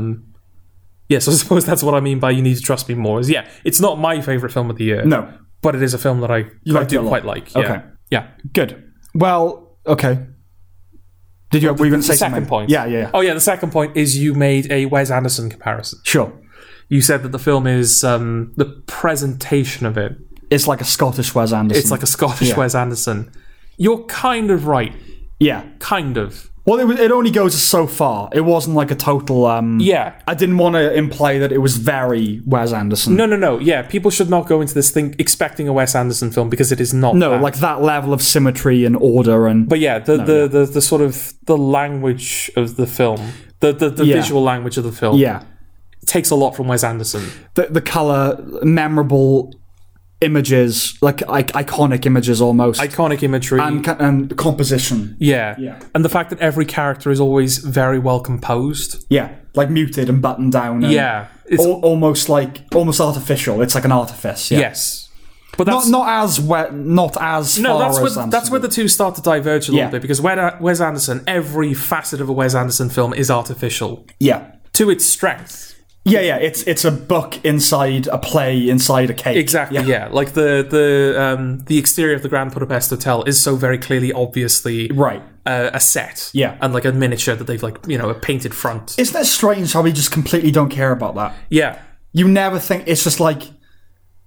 S2: yeah. So I [LAUGHS] suppose that's what I mean by you need to trust me more. Is yeah, it's not my favorite film of the year.
S1: No.
S2: but it is a film that I, I
S1: liked it
S2: do
S1: a lot.
S2: quite like. Yeah.
S1: Okay.
S2: Yeah.
S1: good. Well, okay. Did you? were you going to say
S2: second
S1: something?
S2: point.
S1: Yeah, yeah, yeah.
S2: Oh yeah, the second point is you made a Wes Anderson comparison.
S1: Sure.
S2: You said that the film is um, the presentation of it.
S1: It's like a Scottish Wes Anderson.
S2: It's like a Scottish Wes Anderson. You're kind of right.
S1: yeah.
S2: Kind of.
S1: Well, it was, it only goes so far. It wasn't like a total. Um,
S2: Yeah.
S1: I didn't want to imply that it was very Wes Anderson.
S2: No, no, no. Yeah, people should not go into this thing expecting a Wes Anderson film because it is not.
S1: No,
S2: that.
S1: like that level of symmetry and order and
S2: But yeah, the, the, the, the sort of the language of the film, the the, the
S1: Yeah.
S2: visual language of the film,
S1: yeah,
S2: takes a lot from Wes Anderson.
S1: the the color, memorable images, like I- iconic images almost,
S2: Iconic imagery.
S1: and, ca- and composition.
S2: yeah.
S1: Yeah.
S2: And the fact that every character is always very well composed.
S1: Yeah, like muted and buttoned down. And
S2: Yeah, it's
S1: al- almost like almost artificial. It's like an artifice. Yeah.
S2: yes, but that's
S1: Not, not as we- not as
S2: no,
S1: far
S2: that's
S1: as
S2: where
S1: Anderson.
S2: that's where the two start to diverge a little
S1: Yeah.
S2: bit because Wed- Wes Anderson, every facet of a Wes Anderson film is artificial
S1: yeah
S2: to its strength.
S1: yeah yeah it's it's a book inside a play inside a cake
S2: Exactly. Yeah, like the the um, the exterior of the Grand Budapest Hotel is so very clearly, obviously,
S1: right.
S2: uh, a set.
S1: Yeah.
S2: and like a miniature that they've like you know a painted front.
S1: Isn't it strange how we just completely don't care about that?
S2: yeah.
S1: you never think it's just like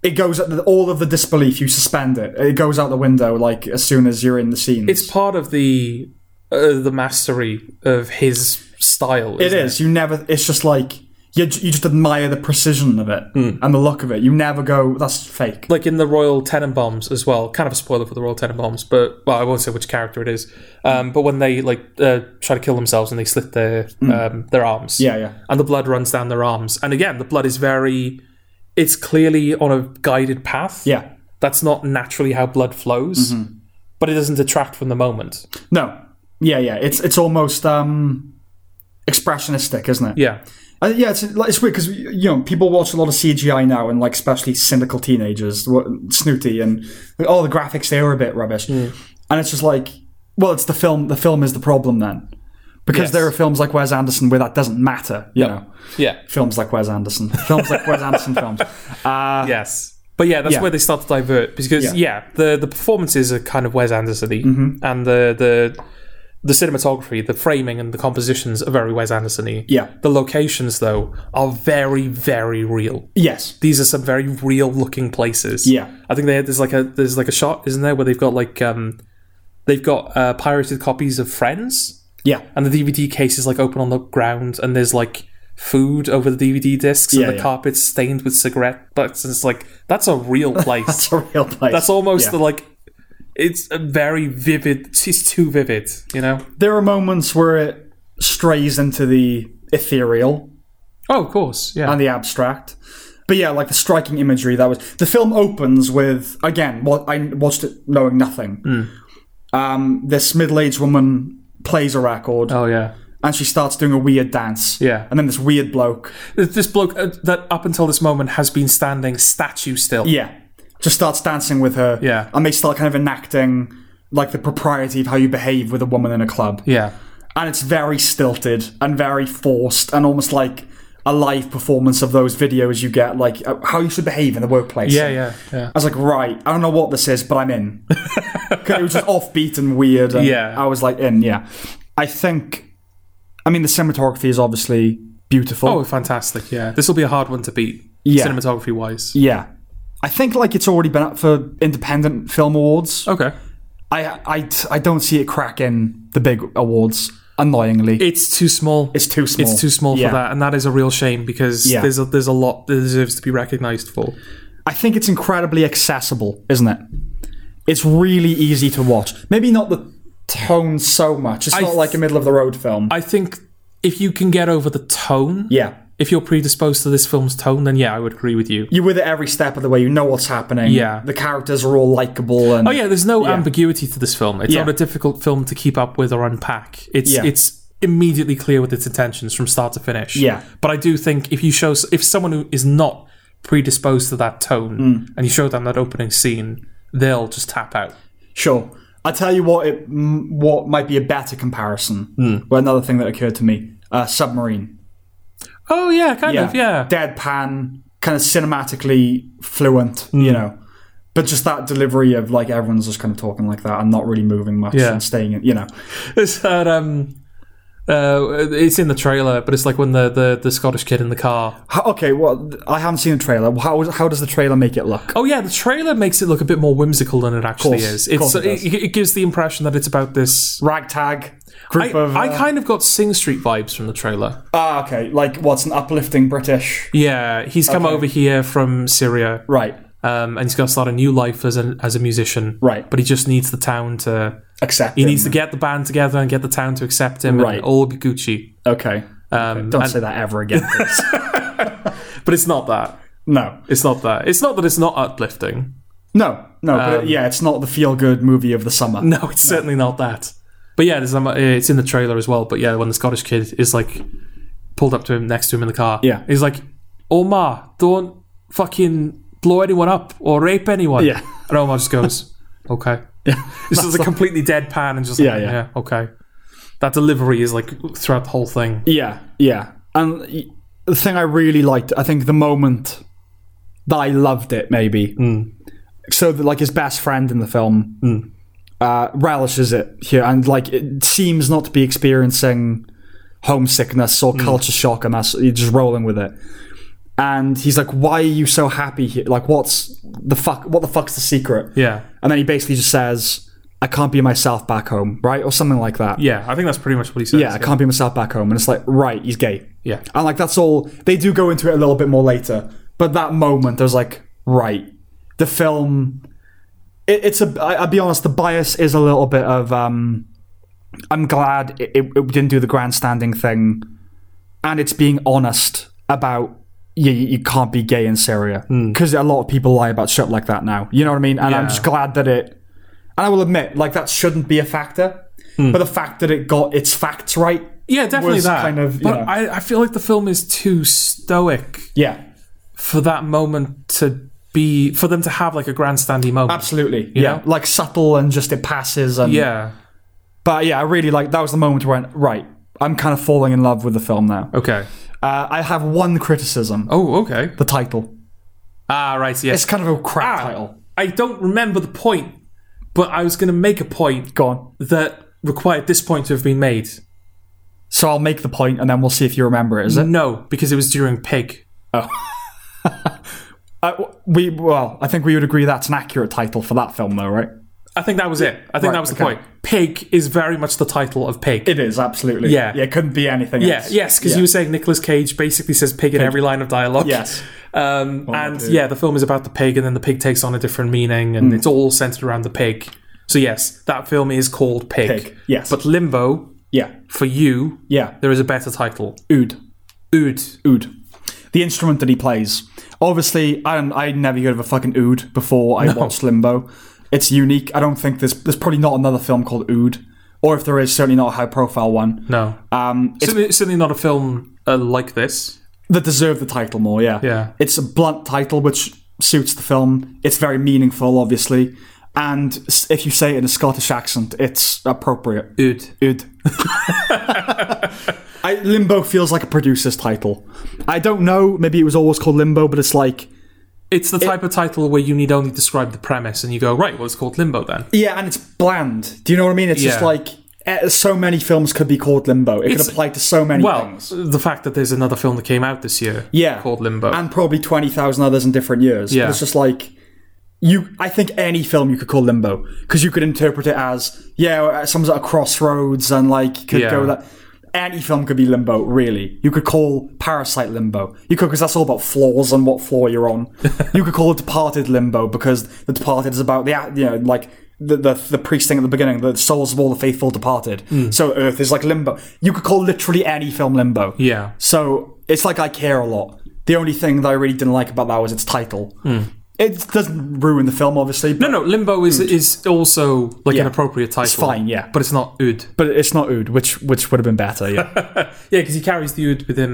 S1: it goes all of the disbelief you suspend it it goes out the window like as soon as you're in the scene
S2: It's part of the uh, the mastery of his style.
S1: it
S2: isn't
S1: is you never it's just like you, you just admire the precision of it
S2: Hmm.
S1: and the look of it you never go that's fake
S2: like in the Royal Tenenbaums as well. Kind of a spoiler for the Royal Tenenbaums, but well, I won't say which character it is. Um, but when they like uh, try to kill themselves and they slit their um, their arms,
S1: Mm. yeah yeah
S2: and the blood runs down their arms, and again, the blood is very. It's clearly on a guided path.
S1: yeah Mm-hmm.
S2: that's not naturally how blood flows, but it doesn't detract from the moment.
S1: no yeah yeah it's it's almost um expressionistic isn't it
S2: Yeah,
S1: Uh, yeah, it's, like, it's weird because you know people watch a lot of CGI now, and like especially cynical teenagers, wh- snooty, and like, oh, the
S2: Hmm.
S1: graphics they were a bit rubbish, and it's just like, well, it's the film. The film is the problem then, Because
S2: Yes.
S1: there are films like Wes Anderson where that doesn't matter. You know,
S2: Yeah.
S1: films like Wes Anderson, films like Wes Anderson
S2: [LAUGHS]
S1: films. Uh,
S2: Yes. But yeah, that's
S1: Yeah.
S2: where they start to divert because
S1: Yeah. Mm-hmm.
S2: yeah, the the performances are kind of Wes Anderson y and the the the cinematography, the framing and the compositions are very Wes Anderson y.
S1: Yeah.
S2: The locations though are very, very real.
S1: Yes.
S2: These are some very real looking places.
S1: Yeah.
S2: I think they had, there's like a there's like a shot, isn't there, where they've got like um they've got uh, pirated copies of Friends
S1: Yeah.
S2: and the DVD case is like open on the ground, and there's like food over the DVD discs,
S1: Yeah,
S2: and the
S1: yeah.
S2: carpet's stained with cigarette butts. And it's like that's a
S1: [LAUGHS]
S2: real place. that's,
S1: It's a real place.
S2: almost
S1: Yeah.
S2: the like. It's a very vivid. It's too vivid, you know.
S1: there are moments where it strays into the ethereal
S2: Oh, of course, yeah.
S1: and the abstract. But yeah, like the striking imagery that was the film opens with again. What I watched it knowing nothing.
S2: Hmm.
S1: Um, this middle-aged woman plays a record
S2: oh, yeah.
S1: and she starts doing a weird dance.
S2: Yeah.
S1: and then this weird bloke.
S2: This this bloke uh, that up until this moment has been standing statue still.
S1: Yeah, just starts dancing with her.
S2: Yeah.
S1: and they start kind of enacting like the propriety of how you behave with a woman in a club.
S2: Yeah.
S1: and it's very stilted and very forced and almost like a live performance of those videos you get like uh, how you should behave in the workplace
S2: Yeah. Yeah. Yeah.
S1: i was like right i don't know what this is but i'm
S2: [LAUGHS]
S1: in 'Cause it was just offbeat and weird and
S2: Yeah.
S1: i was like in yeah i think i mean the cinematography is obviously beautiful
S2: Oh, fantastic! Yeah, this will be a hard one to beat,
S1: Yeah.
S2: cinematography wise.
S1: yeah i think like it's already been up for independent film awards
S2: Okay,
S1: I, I i don't see it cracking the big awards annoyingly
S2: it's too small.
S1: it's too small
S2: It's too small
S1: Yeah.
S2: for that, and that is a real shame because
S1: Yeah.
S2: there's a, there's a lot that deserves to be recognised for.
S1: I think it's incredibly accessible, isn't it? It's really easy to watch. Maybe not the tone so much. It's not like a middle of the road film.
S2: I think if you can get over the tone,
S1: yeah.
S2: if you're predisposed to this film's tone, then yeah, I would agree with you.
S1: You're with it every step of the way. You know what's happening.
S2: Yeah.
S1: The characters are all likable and
S2: Oh yeah, there's no ambiguity to this film. It's
S1: Yeah.
S2: not a difficult film to keep up with or unpack. It's
S1: Yeah.
S2: it's immediately clear with its intentions from start to finish.
S1: Yeah.
S2: but I do think if you show s- if someone who is not predisposed to that tone and you show them that opening scene, they'll just tap out.
S1: Sure. I'll tell you what it m- what might be a better comparison.
S2: Hmm.
S1: Well, another thing that occurred to me. Uh, submarine.
S2: Oh yeah, kind of yeah.
S1: Deadpan, kind of cinematically fluent,
S2: Hmm.
S1: you know. But just that delivery of like everyone's just kind of talking like that and not really moving much
S2: Yeah.
S1: and staying in, you know.
S2: [LAUGHS] It's that um, uh, it's in the trailer, but it's like when the, the the Scottish kid in the car.
S1: How, okay, well, I haven't seen the trailer. How how does the trailer make it look?
S2: Oh yeah, the trailer makes it look a bit more whimsical than it actually
S1: Course,
S2: is.
S1: of
S2: It's
S1: course it does.
S2: it, it gives the impression that it's about this.
S1: Ragtag
S2: I,
S1: group of.
S2: I
S1: uh,
S2: kind of got Sing Street vibes from the trailer.
S1: ah, okay. Like what's an uplifting British?
S2: Yeah, he's come over here from Syria,
S1: Right,
S2: um, and he's going to start a new life as a as a musician.
S1: Right.
S2: but he just needs the town to.
S1: accept.
S2: He needs to get the band together and get the town to accept him,
S1: Right.
S2: and all be Gucci.
S1: Okay.
S2: Um,
S1: Don't
S2: and-
S1: say that ever again.
S2: [LAUGHS]
S1: please.
S2: but it's not that.
S1: no,
S2: It's not that. It's not that it's not uplifting.
S1: no, no. but yeah, it's not the feel good movie of the summer.
S2: Um, [LAUGHS] No, it's certainly not that. But yeah, there's, um, uh, it's in the trailer as well. But yeah, when the Scottish kid is like pulled up to him next to him in the car,
S1: Yeah.
S2: he's like, "Omar, don't fucking blow anyone up or rape anyone."
S1: Yeah.
S2: and Omar just [LAUGHS] goes, "Okay." Yeah, this is a completely deadpan and just like,
S1: Yeah,
S2: yeah,
S1: yeah.
S2: okay. That delivery is like throughout the whole thing.
S1: Yeah, yeah. And y- the thing I really liked, I think the moment that I loved it, maybe.
S2: Mm.
S1: So, that, like, his best friend in the film uh, relishes it here and, like, it seems not to be experiencing homesickness
S2: Mm.
S1: or culture shock and that's you're just rolling with it. And he's like, why are you so happy here? Like, what's the fuck? What the fuck's the secret?
S2: Yeah,
S1: And then he basically just says, I can't be myself back home, right? Or something like that.
S2: yeah. I think that's pretty much what he says.
S1: yeah, I can't be myself back home. And it's like, right, he's gay.
S2: yeah.
S1: And like that's all they do go into it a little bit more later. But that moment, I was like, right, the film. It, it's a. I, I'll be honest. The bias is a little bit of. um I'm glad it, it, it didn't do the grandstanding thing, and it's being honest about. You, you can't be gay in Syria because a lot of people lie about shit like that now. You know what I mean? And I'm
S2: Yeah.
S1: just glad that it. And I will admit, like that shouldn't be a factor, but the fact that it got its facts right,
S2: Yeah, definitely
S1: was
S2: that.
S1: kind of, you
S2: but
S1: know.
S2: I, I feel like the film is too stoic
S1: yeah,
S2: for that moment to be for them to have like a grandstandy moment.
S1: Absolutely. Yeah.
S2: know?
S1: Like subtle and just it passes and
S2: Yeah,
S1: but yeah, I really like that was the moment where I went, right, I'm kind of falling in love with the film now.
S2: Okay.
S1: Uh, I have one criticism:
S2: Oh, okay.
S1: the title.
S2: Ah, right. Yes.
S1: It's kind of a crap
S2: Ah,
S1: title.
S2: I don't remember the point, but I was going to make a point
S1: Go on.
S2: that required this point to have been made.
S1: So I'll make the point, and then we'll see if you remember it. Is it?
S2: No, because it was during Pig.
S1: Uh, w- we well, I think we would agree that's an accurate title for that film, though, right?
S2: I think that was it. I
S1: Right,
S2: think that was the
S1: okay.
S2: point. Pig is very much the title of Pig.
S1: It is absolutely.
S2: Yeah.
S1: yeah. It couldn't be anything.
S2: yeah,
S1: else.
S2: yes, because
S1: Yeah.
S2: you were saying Nicolas Cage basically says pig in every line of dialogue.
S1: Yes. Oh,
S2: Um, and yeah, the film is about the pig, and then the pig takes on a different meaning,
S1: Hmm.
S2: and it's all centered around the pig. So, yes, that film is called Pig.
S1: Pig, yes.
S2: But Limbo,
S1: Yeah.
S2: for you,
S1: Yeah.
S2: there is a better title
S1: Ood.
S2: Ood.
S1: Ood. The instrument that he plays. Obviously, I don't, I'd never heard of a fucking oud before I watched Limbo. It's unique. I don't think there's there's probably not another film called Ood, or if there is, certainly not a high profile one.
S2: No.
S1: Um, it's,
S2: Certainly, certainly not a film uh, like this.
S1: that deserve the title more. Yeah,
S2: Yeah.
S1: It's a blunt title which suits the film. It's very meaningful, obviously, and s- if you say it in a Scottish accent, it's appropriate.
S2: Ood. [LAUGHS]
S1: Ood. I, Limbo feels like a producer's title. I don't know. Maybe it was always called Limbo, but it's like
S2: It's the type of title where you need only describe the premise, and you go, right, well, it's called Limbo then.
S1: Yeah, and it's bland. Do you know what I mean? It's just
S2: Yeah.
S1: like eh, so many films could be called Limbo. It
S2: It's-
S1: could apply to so many
S2: Well,
S1: things.
S2: the fact that there's another film that came out this year
S1: Yeah,
S2: called Limbo.
S1: and probably twenty thousand others in different years. But
S2: Yeah.
S1: it's just like you. I think any film you could call Limbo because you could interpret it as yeah, uh, someone's at a crossroads and like could
S2: Yeah.
S1: go that. Any film could be limbo, really. You could call Parasite limbo. You could, because that's all about floors and what floor you're
S2: [LAUGHS]
S1: on. you could call it Departed limbo because the Departed is about the a- you know like the the, the priest thing at the beginning, the souls of all the faithful departed.
S2: Mm.
S1: So Earth is like limbo. You could call literally any film limbo.
S2: yeah.
S1: So it's like I care a lot. The only thing that I really didn't like about that was its title. It doesn't ruin the film, obviously, but,
S2: Hmm. No, no, Limbo is is also like an
S1: Yeah.
S2: appropriate title.
S1: fine, yeah.
S2: But it's not Ood.
S1: but it's not Ood, which which would have been better.
S2: [LAUGHS]
S1: Yeah,
S2: Yeah, because he carries the Ood with him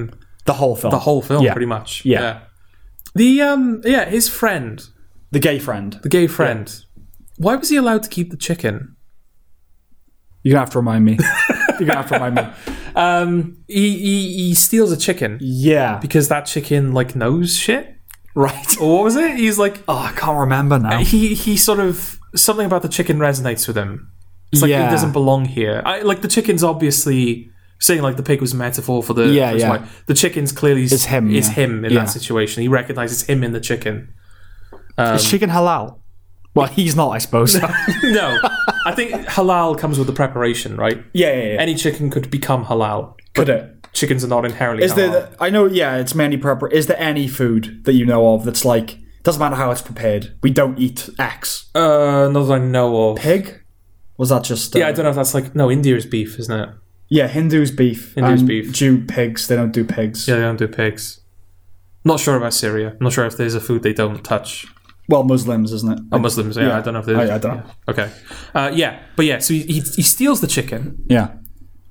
S1: the whole film,
S2: the whole film,
S1: Yeah.
S2: pretty much.
S1: Yeah.
S2: The um yeah, his friend,
S1: the gay friend.
S2: the gay friend. Why was he allowed to keep the chicken?
S1: You're gonna have to remind
S2: [LAUGHS]
S1: me. You're gonna have to remind me.
S2: Um he he, he steals a chicken [LAUGHS]
S1: Yeah,
S2: because that chicken like knows shit.
S1: right.
S2: Or what was it? He's like
S1: Oh, I can't remember now.
S2: he he sort of something about the chicken resonates with him. It's like
S1: Yeah.
S2: he doesn't belong here. I like the chicken's obviously saying like the pig was a metaphor for the
S1: Yeah,
S2: for his
S1: yeah.
S2: wife. The chicken's clearly is
S1: him,
S2: is
S1: yeah.
S2: him in
S1: Yeah.
S2: that situation. He recognizes him in
S1: [LAUGHS]
S2: the chicken.
S1: Is chicken halal?
S2: [LAUGHS]
S1: Well, he's not, I suppose. [LAUGHS] yeah,
S2: Um, No, I think halal comes with the preparation, right?
S1: yeah, yeah.
S2: Any chicken could become halal.
S1: could it?
S2: Chickens are not inherently
S1: Is
S2: halal.
S1: there? I know. Yeah, it's many prepar. Is there any food that you know of that's like doesn't matter how it's prepared? We don't eat X.
S2: uh, not that I know of.
S1: Pig? Was that just? Uh,
S2: Yeah, I don't know if that's like no. India is beef, isn't it?
S1: Yeah, Hindus beef.
S2: Hindus
S1: and
S2: beef.
S1: Jew pigs. They don't do pigs.
S2: Yeah, they don't do pigs. Not sure about Syria. I'm not sure if there's a food they don't touch.
S1: Well, Muslims, isn't it?
S2: Oh, Muslims. Yeah, I don't know if they.
S1: I- I don't know.
S2: Okay. Uh, yeah, but yeah, so he, he he steals the chicken,
S1: yeah.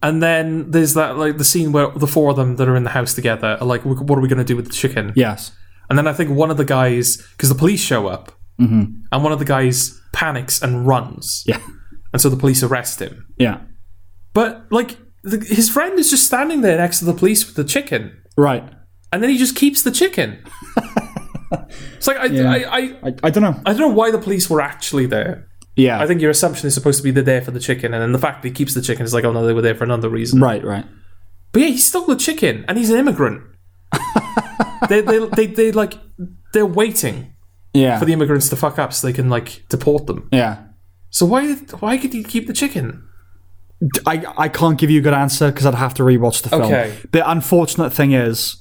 S2: and then there's that like the scene where the four of them that are in the house together are like, "What are we going to do with the chicken?"
S1: Yes.
S2: And then I think one of the guys, because the police show up, and one of the guys panics and runs,
S1: Yeah.
S2: and so the police arrest him.
S1: Yeah.
S2: But like the, his friend is just standing there next to the police with the chicken,
S1: Right.
S2: and then he just keeps the chicken. it's like I, I, I
S1: I, I don't know.
S2: I don't know why the police were actually there.
S1: Yeah.
S2: I think your assumption is supposed to be they're there for the chicken, and then the fact that he keeps the chicken is like, oh no, they were there for another reason.
S1: right. Right.
S2: But yeah, he stole the chicken, and he's an
S1: [LAUGHS]
S2: immigrant. they, they, they, they, like, they're waiting
S1: Yeah.
S2: for the immigrants to fuck up so they can like deport them.
S1: yeah.
S2: So why, why could he keep the chicken?
S1: D- I, I can't give you a good answer because I'd have to rewatch the film.
S2: Okay.
S1: The unfortunate thing is,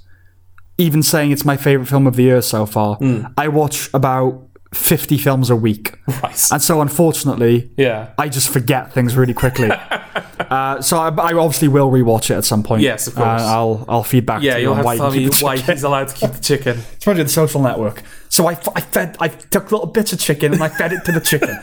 S1: even saying it's my favorite film of the year so far,
S2: Hmm.
S1: I watch about fifty films a
S2: [LAUGHS]
S1: week,
S2: Right.
S1: and so unfortunately,
S2: Yeah.
S1: I just forget things really
S2: [LAUGHS]
S1: quickly. uh, so I, I obviously will rewatch it at some point.
S2: Yes, of course.
S1: Uh, I'll I'll feedback.
S2: Yeah,
S1: to you
S2: you'll
S1: on
S2: have
S1: why
S2: to tell
S1: you
S2: me
S1: keep the
S2: why
S1: chicken.
S2: he's allowed to keep the chicken.
S1: It's probably the social network. So I, f- I fed I took little bits of chicken and I fed it to the
S2: [LAUGHS]
S1: chicken.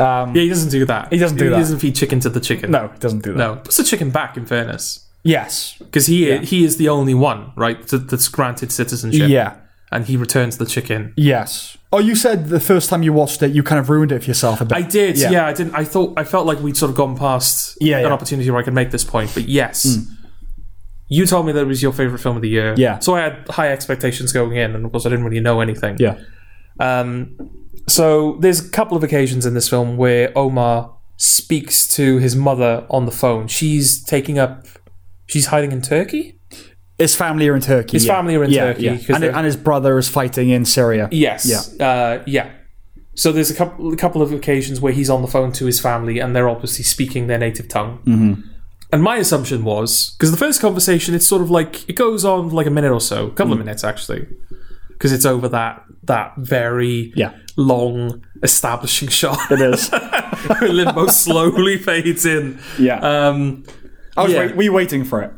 S1: Um,
S2: Yeah, he doesn't do that. He
S1: doesn't do that.
S2: He doesn't feed chicken to the chicken.
S1: no, it doesn't do that.
S2: No. Puts the chicken back, in fairness.
S1: Yes.
S2: Because he, he is the only one, right, that, that's granted citizenship.
S1: Yeah.
S2: and he returns the chicken.
S1: Yes. Oh, you said the first time you watched it, you kind of ruined it for yourself a bit.
S2: I did,
S1: Yeah.
S2: yeah. I didn't. I thought I felt like we'd sort of gone past
S1: Yeah,
S2: an
S1: yeah.
S2: opportunity where I could make this point, but yes, you told me that it was your favorite film of the year.
S1: Yeah.
S2: so I had high expectations going in, and of course I didn't really know anything.
S1: yeah.
S2: Um, so there's a couple of occasions in this film where Omar speaks to his mother on the phone. She's taking up. She's hiding in Turkey.
S1: His family are in Turkey.
S2: His
S1: yeah.
S2: family are in
S1: yeah,
S2: Turkey,
S1: yeah.
S2: 'cause
S1: And,
S2: they're-
S1: and his brother is fighting in Syria.
S2: Yes. Yeah. Uh, yeah. So there's a couple, a couple of occasions where he's on the phone to his family, and they're obviously speaking their native tongue. Mm-hmm. And my assumption was because the first conversation, it's sort of like it goes on for like a minute or so, a couple of
S1: Mm.
S2: minutes actually, because it's over that that very
S1: Yeah.
S2: long establishing [LAUGHS] shot.
S1: It is. [LAUGHS]
S2: Limbo slowly fades in.
S1: Yeah.
S2: Um,
S1: I was
S2: Yeah.
S1: wait, we waiting for it.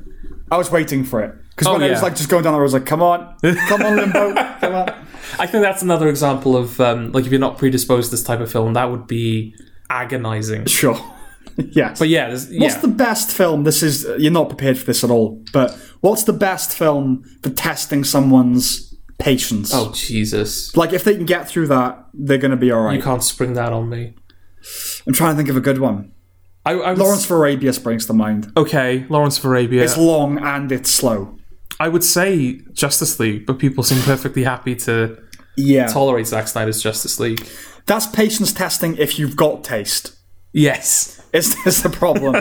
S1: I was waiting for it because when
S2: Oh,
S1: it was
S2: yeah.
S1: like just going down, I was like, "Come on, come on,
S2: [LAUGHS]
S1: Limbo, come on."
S2: I think that's another example of um, like if you're not predisposed to this type of film, that would be agonizing.
S1: Sure. [LAUGHS] yes.
S2: But yeah, there's, yeah.
S1: what's the best film? This is you're not prepared for this at all. But what's the best film for testing someone's patience?
S2: oh Jesus.
S1: Like if they can get through that, they're going to be all
S2: You
S1: right.
S2: can't spring that on me.
S1: I'm trying to think of a good one.
S2: I, I would
S1: Lawrence for Arabia springs to mind.
S2: okay, Lawrence of Arabia.
S1: It's long and it's slow.
S2: I would say Justice League, but people seem perfectly happy to
S1: Yeah,
S2: tolerate Zack Snyder's Justice League.
S1: that's patience testing if you've got taste.
S2: Yes.
S1: Is is the problem?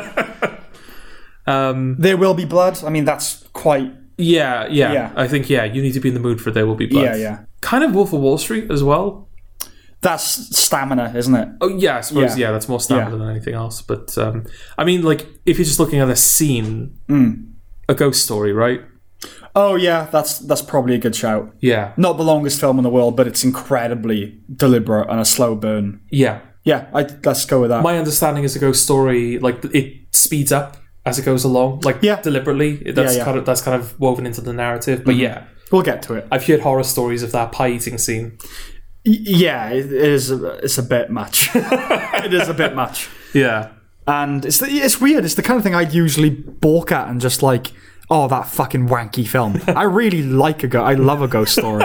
S2: Um,
S1: there will be blood. I mean, that's quite
S2: yeah, yeah,
S1: Yeah.
S2: I think yeah, you need to be in the mood for There Will Be Blood.
S1: Yeah, yeah.
S2: Kind of Wolf of Wall Street as well.
S1: that's stamina, isn't it?
S2: Oh yeah, I suppose yeah,
S1: Yeah.
S2: that's more stamina
S1: Yeah.
S2: than anything else. But um, I mean, like if you're just looking at a scene,
S1: Hmm.
S2: a ghost story, right?
S1: Oh yeah, that's that's probably a good shout.
S2: Yeah,
S1: Not the longest film in the world, but it's incredibly deliberate and a slow burn.
S2: yeah.
S1: Yeah, I, let's go with that.
S2: My understanding is a ghost story, like it speeds up as it goes along, like
S1: Yeah.
S2: deliberately. That's
S1: Yeah, Mm-hmm. yeah.
S2: kind of that's kind of woven into the narrative. But yeah,
S1: we'll get to it.
S2: I've heard horror stories of that pie eating scene.
S1: Y- yeah, it, it is. A, it's a bit much. [LAUGHS] it is a bit much,
S2: Yeah,
S1: and it's the, it's weird. It's the kind of thing I'd usually balk at and just like, oh, that fucking wanky film. I really [LAUGHS] like a ghost. I love a ghost
S2: [LAUGHS]
S1: story.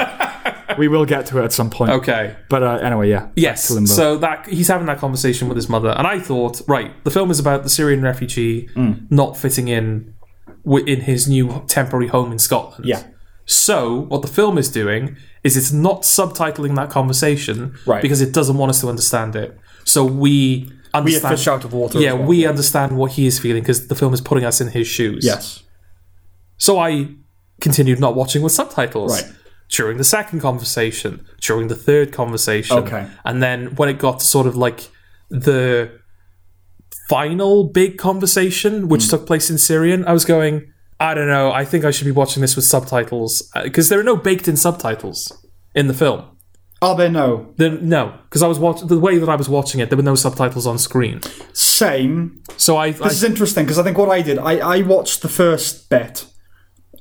S1: we will get to it at some point.
S2: Okay.
S1: But uh, anyway, yeah.
S2: Yes.
S1: To Limbo.
S2: So that he's having that conversation with his mother, and I thought, right, the film is about the Syrian refugee
S1: Mm.
S2: not fitting in wi- in his new temporary home in Scotland.
S1: Yeah.
S2: So what the film is doing is it's not subtitling that conversation
S1: Right.
S2: because it doesn't want us to understand it. So we understand.
S1: fish out of water as
S2: Yeah,
S1: well,
S2: we understand what he is feeling because the film is putting us in his shoes.
S1: Yes.
S2: So I continued not watching with subtitles.
S1: Right.
S2: During the second conversation, during the third conversation.
S1: Okay.
S2: And then when it got to sort of like the final big conversation, which
S1: Hmm.
S2: took place in Syrian, I was going, I don't know, I think I should be watching this with subtitles. Because there are no baked in subtitles in the film.
S1: Are there no
S2: There, no, because I was watching the way that I was watching it, there were no subtitles on screen.
S1: same?
S2: So I, I
S1: This is interesting because I think what I did, I, I watched the first bit,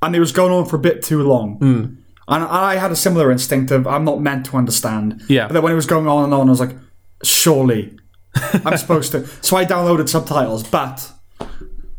S1: and it was going on for a bit too long.
S2: Hmm.
S1: And I had a similar instinct of I'm not meant to understand.
S2: Yeah.
S1: But then when it was going on and on, I was like, surely I'm
S2: [LAUGHS]
S1: supposed to. So I downloaded subtitles, but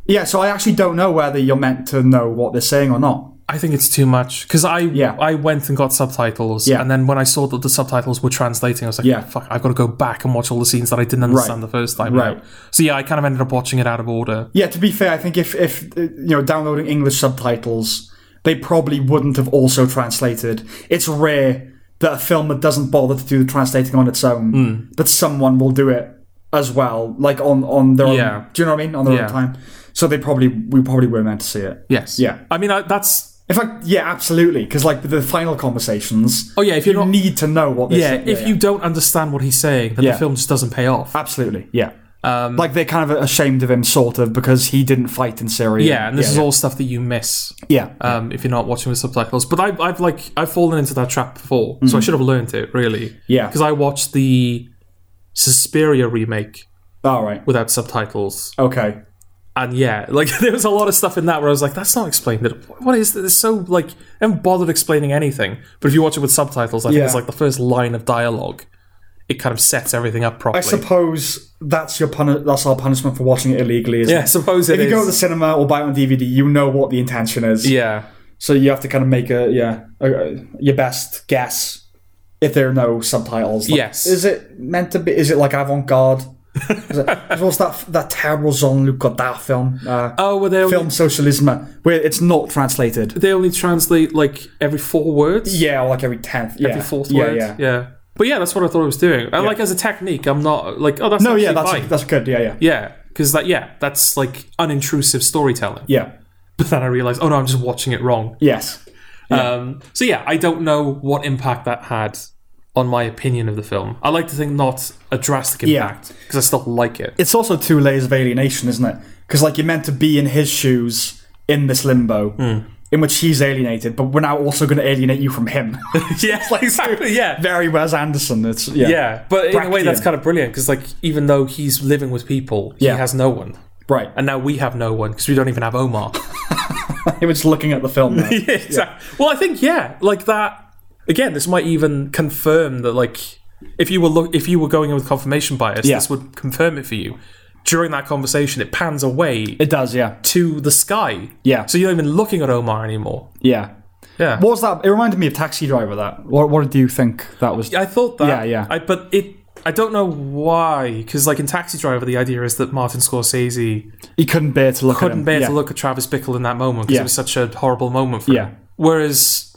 S1: yeah. So I actually don't know whether you're meant to know what they're saying or not.
S2: I think it's too much because I
S1: Yeah.
S2: I went and got subtitles,
S1: Yeah.
S2: and then when I saw that the subtitles were translating, I was like,
S1: Yeah.
S2: fuck, I've got to go back and watch all the scenes that I didn't understand the first time.
S1: Right.
S2: round." So yeah, I kind of ended up watching it out of order.
S1: Yeah. To be fair, I think if if uh, you know downloading English subtitles, they probably wouldn't have also translated. It's rare that a film that doesn't bother to do the translating on its own
S2: Hmm.
S1: that someone will do it as well, like on on their
S2: Yeah.
S1: own. Do you know what I mean? On their
S2: Yeah.
S1: own time. So they probably we probably were meant to see it.
S2: Yes.
S1: Yeah.
S2: I mean, I, that's
S1: In fact, yeah, absolutely. Because like the final conversations,
S2: oh yeah. If you're
S1: you
S2: not
S1: need to know what. They're
S2: yeah,
S1: saying.
S2: if you don't understand what he's saying, then
S1: Yeah.
S2: the film just doesn't pay off.
S1: absolutely, yeah.
S2: Um,
S1: like they're kind of ashamed of him, sort of, because he didn't fight in Syria.
S2: yeah, and this
S1: yeah,
S2: is all stuff that you miss
S1: yeah.
S2: um, if you're not watching with subtitles. But I, I've like I've fallen into that trap before, so I should have learnt it really.
S1: Mm. Yeah.
S2: because I watched the Suspiria remake
S1: All right.
S2: without subtitles.
S1: Okay.
S2: and yeah, like [LAUGHS] there was a lot of stuff in that where I was like, that's not explained. What is this? It's so like, I haven't bothered explaining anything. But if you watch it with subtitles, I think
S1: Yeah.
S2: it's like the first line of dialogue. It kind of sets everything up properly.
S1: I suppose that's your puni- that's our punishment for watching it illegally. Isn't
S2: [LAUGHS] yeah, I
S1: it?
S2: suppose it
S1: If you go
S2: is.
S1: to the cinema or buy it on DVD, you know what the intention is.
S2: yeah,
S1: So you have to kind of make a yeah a, your best guess if there are no subtitles. Like,
S2: Yes.
S1: Is it meant to be? Is it like avant garde?
S2: [LAUGHS]
S1: What's that that terrible Jean-Luc Godard film? Uh,
S2: Oh, well, they only,
S1: film socialism uh, where it's not translated.
S2: they only translate like every four words.
S1: Yeah, like every tenth, yeah.
S2: every fourth
S1: yeah,
S2: word.
S1: Yeah.
S2: But yeah, that's what I thought it was doing. And like as a technique, I'm not like, oh, that's
S1: No, yeah,
S2: actually
S1: that's
S2: fine.
S1: that's good. Yeah, yeah,
S2: yeah, because that yeah, that's like unintrusive storytelling.
S1: yeah.
S2: But [LAUGHS] then I realized, oh no, I'm just watching it wrong.
S1: Yes.
S2: Um, so yeah, I don't know what impact that had on my opinion of the film. I like to think not a drastic
S1: Yeah.
S2: impact because I still like it.
S1: It's also two layers of alienation, isn't it? Because like you're meant to be in his shoes in this limbo,
S2: Hmm.
S1: in which he's alienated, but we're now also going to alienate you from him. [LAUGHS]
S2: [LAUGHS] yeah, exactly. Yeah.
S1: Very Wes Anderson. It's yeah,
S2: Yeah, but in a way
S1: Brachtian.
S2: that's kind of brilliant because, like, even though he's living with people,
S1: Yeah.
S2: he has no one,
S1: right.
S2: and now we have no one because we don't even
S1: [LAUGHS]
S2: have Omar. [LAUGHS]
S1: He was looking at the film. now.
S2: yeah, exactly. Well, I think yeah, like that. Again, this might even confirm that like if you were look if you were going in with confirmation bias,
S1: Yeah.
S2: this would confirm it for you. During that conversation, it pans away
S1: It does, yeah,
S2: to the sky.
S1: yeah,
S2: So you're not even looking at Omar anymore.
S1: yeah.
S2: Yeah.
S1: What was that? It reminded me of Taxi Driver. That. What, what do you think that was?
S2: I thought that.
S1: Yeah, yeah.
S2: I, but it. I don't know why, because like in Taxi Driver, the idea is that Martin Scorsese
S1: He couldn't bear to look at
S2: couldn't
S1: him.
S2: bear
S1: yeah.
S2: to look at Travis Bickle in that moment because
S1: Yeah.
S2: it was such a horrible moment for
S1: Yeah.
S2: him. Whereas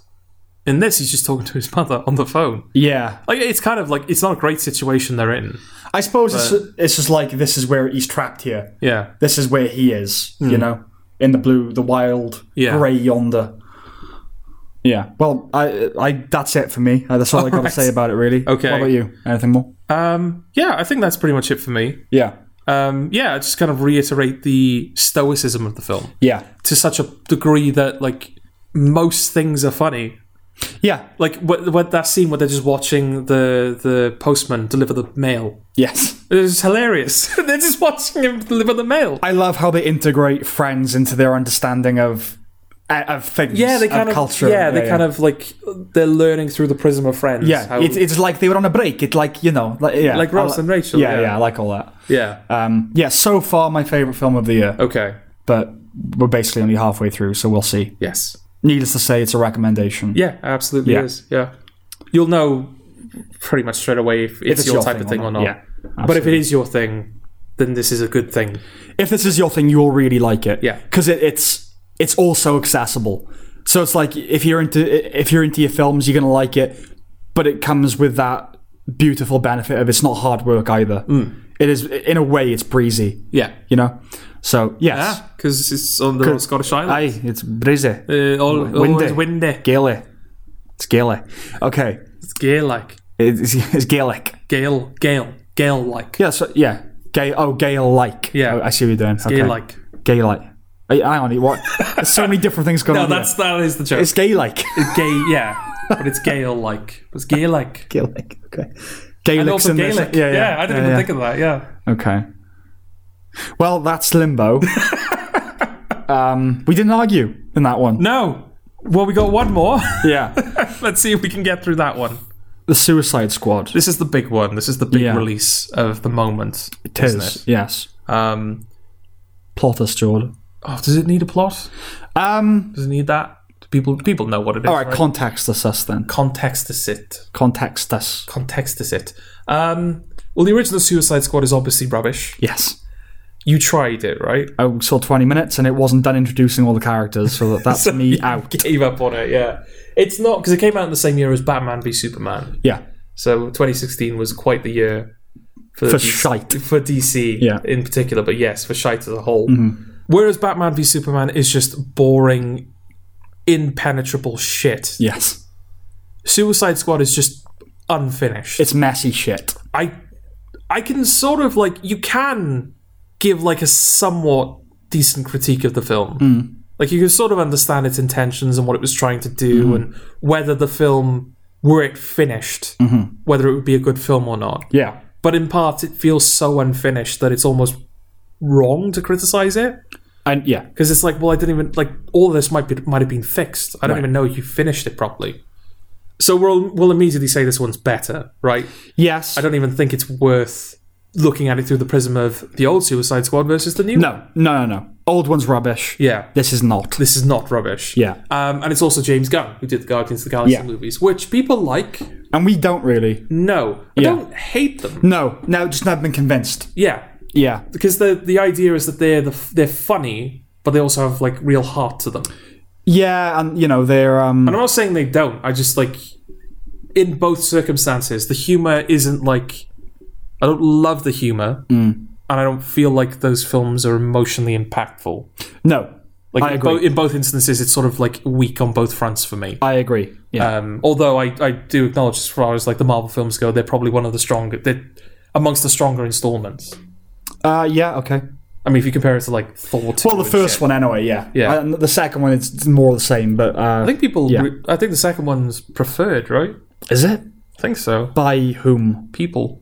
S2: in this, he's just talking to his mother on the phone.
S1: Yeah,
S2: Like it's kind of like it's not a great situation they're in.
S1: I suppose it's, it's just like this is where he's trapped here.
S2: Yeah.
S1: This is where he is. You know, in the blue, the wild,
S2: Hmm. Yeah.
S1: grey yonder. Yeah. Well, I, I that's it for me. Uh, That's all I got to
S2: Alright.
S1: say about it, really.
S2: Okay.
S1: What about you? Anything more?
S2: Um yeah, I think that's pretty much it for me.
S1: Yeah.
S2: Um yeah, I just kind of reiterate the stoicism of the film
S1: Yeah.
S2: to such a degree that like most things are funny.
S1: Yeah.
S2: Like what, what that scene where they're just watching the the postman deliver the mail.
S1: Yes.
S2: It's just hilarious. [LAUGHS] they're just watching him deliver the mail.
S1: I love how they integrate friends into their understanding of uh, of things.
S2: yeah, they kind of,
S1: culture.
S2: yeah, they kind of like they're learning through the prism of friends.
S1: Yeah,
S2: how-
S1: it, it's like they were on a break. It's like you know, like, yeah,
S2: Like
S1: I
S2: Ross and Rachel,
S1: Yeah,
S2: yeah.
S1: yeah, I like all that.
S2: yeah.
S1: Um, yeah, so far my favorite film of the year,
S2: Okay.
S1: but we're basically only halfway through, so we'll see.
S2: Yes.
S1: Needless to say, it's a recommendation.
S2: Yeah, absolutely
S1: Yeah.
S2: is. Yeah, you'll know pretty much straight away if it's,
S1: it's
S2: your,
S1: your
S2: type
S1: thing
S2: of thing
S1: or
S2: or not.
S1: not. Yeah,
S2: but if it is your thing, then this is a good thing.
S1: if this is your thing, you'll really like it.
S2: Yeah.
S1: because it, it's it's also accessible. So it's like if you're into if you're into your films, you're gonna like it. But it comes with that beautiful benefit of it's not hard work either.
S2: Mm.
S1: It is in a way it's breezy,
S2: Yeah,
S1: you know. So yes,
S2: yeah, because Ah, it's on the Scottish island.
S1: aye, it's breezy,
S2: uh, all,
S1: windy.
S2: windy. windy,
S1: Gaelic. It's Gaelic. Okay,
S2: it's Gael like
S1: it's, it's Gaelic.
S2: Gael, Gael, Gael like
S1: Yeah, so yeah, gay. Oh, Gael like.
S2: Yeah.
S1: I see what you're doing. Okay.
S2: Gael like.
S1: Gay like. Hang on, what? There's so many different things going
S2: No,
S1: on. here.
S2: Oh, that's that is the joke.
S1: It's
S2: It's
S1: gay like.
S2: gay, yeah, but it's Gael like. It's Gael like.
S1: Gaelic. Okay. Gaelic's
S2: Also
S1: in there.
S2: Gaelic.
S1: so- Yeah, yeah.
S2: I
S1: yeah,
S2: didn't even
S1: yeah.
S2: think of that. Yeah,
S1: Okay. Well, that's
S2: [LAUGHS]
S1: limbo. um, we didn't argue in that one.
S2: no. Well, we got one more.
S1: Yeah.
S2: [LAUGHS] Let's see if we can get through that one.
S1: the Suicide Squad.
S2: This is the big one. This is the big
S1: Yeah.
S2: release of the moment. It
S1: Tis, Yes.
S2: Um,
S1: Plot us, Jordan.
S2: oh, does it need a plot?
S1: Um,
S2: Does it need that? Do people people know what it is.
S1: all right,
S2: right?
S1: context us, us then.
S2: Context is it.
S1: Context us.
S2: Context is it. Um, well, the original Suicide Squad is obviously rubbish.
S1: Yes.
S2: You tried it, right?
S1: I saw 20 minutes and it wasn't done introducing all the characters, so that,
S2: [LAUGHS]
S1: that's me out.
S2: Gave up on it. Yeah, it's not because it came out in the same year as Batman v Superman.
S1: Yeah.
S2: So 2016 was quite the year for,
S1: For
S2: DC
S1: shite.
S2: for DC
S1: Yeah. Mm-hmm.
S2: in particular, but yes, for shite as a whole. Whereas Batman v Superman is just boring, impenetrable shit.
S1: Yes.
S2: Suicide Squad is just unfinished.
S1: It's messy shit.
S2: I I can sort of like you can give like a somewhat decent critique of the film. Like you can sort of understand its intentions and what it was trying to do and whether the film were it finished, whether it would be a good film or not.
S1: Yeah.
S2: But in part it feels so unfinished that it's almost wrong to criticize it
S1: And yeah.
S2: because it's like, well, I didn't even like all of this might be might have been fixed. I don't
S1: Right.
S2: even know if you finished it properly. So we'll we'll immediately say this one's better, right?
S1: Yes.
S2: I don't even think it's worth looking at it through the prism of the old Suicide Squad versus the new. one.
S1: No, no, no, no. Old one's rubbish.
S2: Yeah.
S1: This is not.
S2: This is not rubbish.
S1: Yeah.
S2: Um, and it's also James Gunn who did the Guardians of the Galaxy
S1: Yeah.
S2: movies, which people like.
S1: And we don't really.
S2: No, I
S1: Yeah.
S2: don't hate them.
S1: No, no, just not been convinced.
S2: Yeah,
S1: Yeah.
S2: because the the idea is that they're the, they're funny, but they also have like real heart to them.
S1: Yeah, and you know, they're um
S2: And I'm not saying they don't. I just like in both circumstances, the humor isn't like I don't love the humor,
S1: Mm.
S2: and I don't feel like those films are emotionally impactful.
S1: no.
S2: Like
S1: I
S2: in,
S1: agree.
S2: bo- in both instances, it's sort of like weak on both fronts for me.
S1: I agree. Yeah.
S2: Um, although I, I do acknowledge, as far as like the Marvel films go, they're probably one of the stronger. They're amongst the stronger installments.
S1: Uh, yeah, okay.
S2: I mean, if you compare it to like Thor, 2
S1: Well, the
S2: and
S1: first
S2: shit.
S1: one anyway, yeah.
S2: Yeah.
S1: And the second one it's more the same, but uh
S2: I think people.
S1: Yeah.
S2: re- I think the second one's preferred, right?
S1: is it
S2: I think so.
S1: by whom?
S2: People.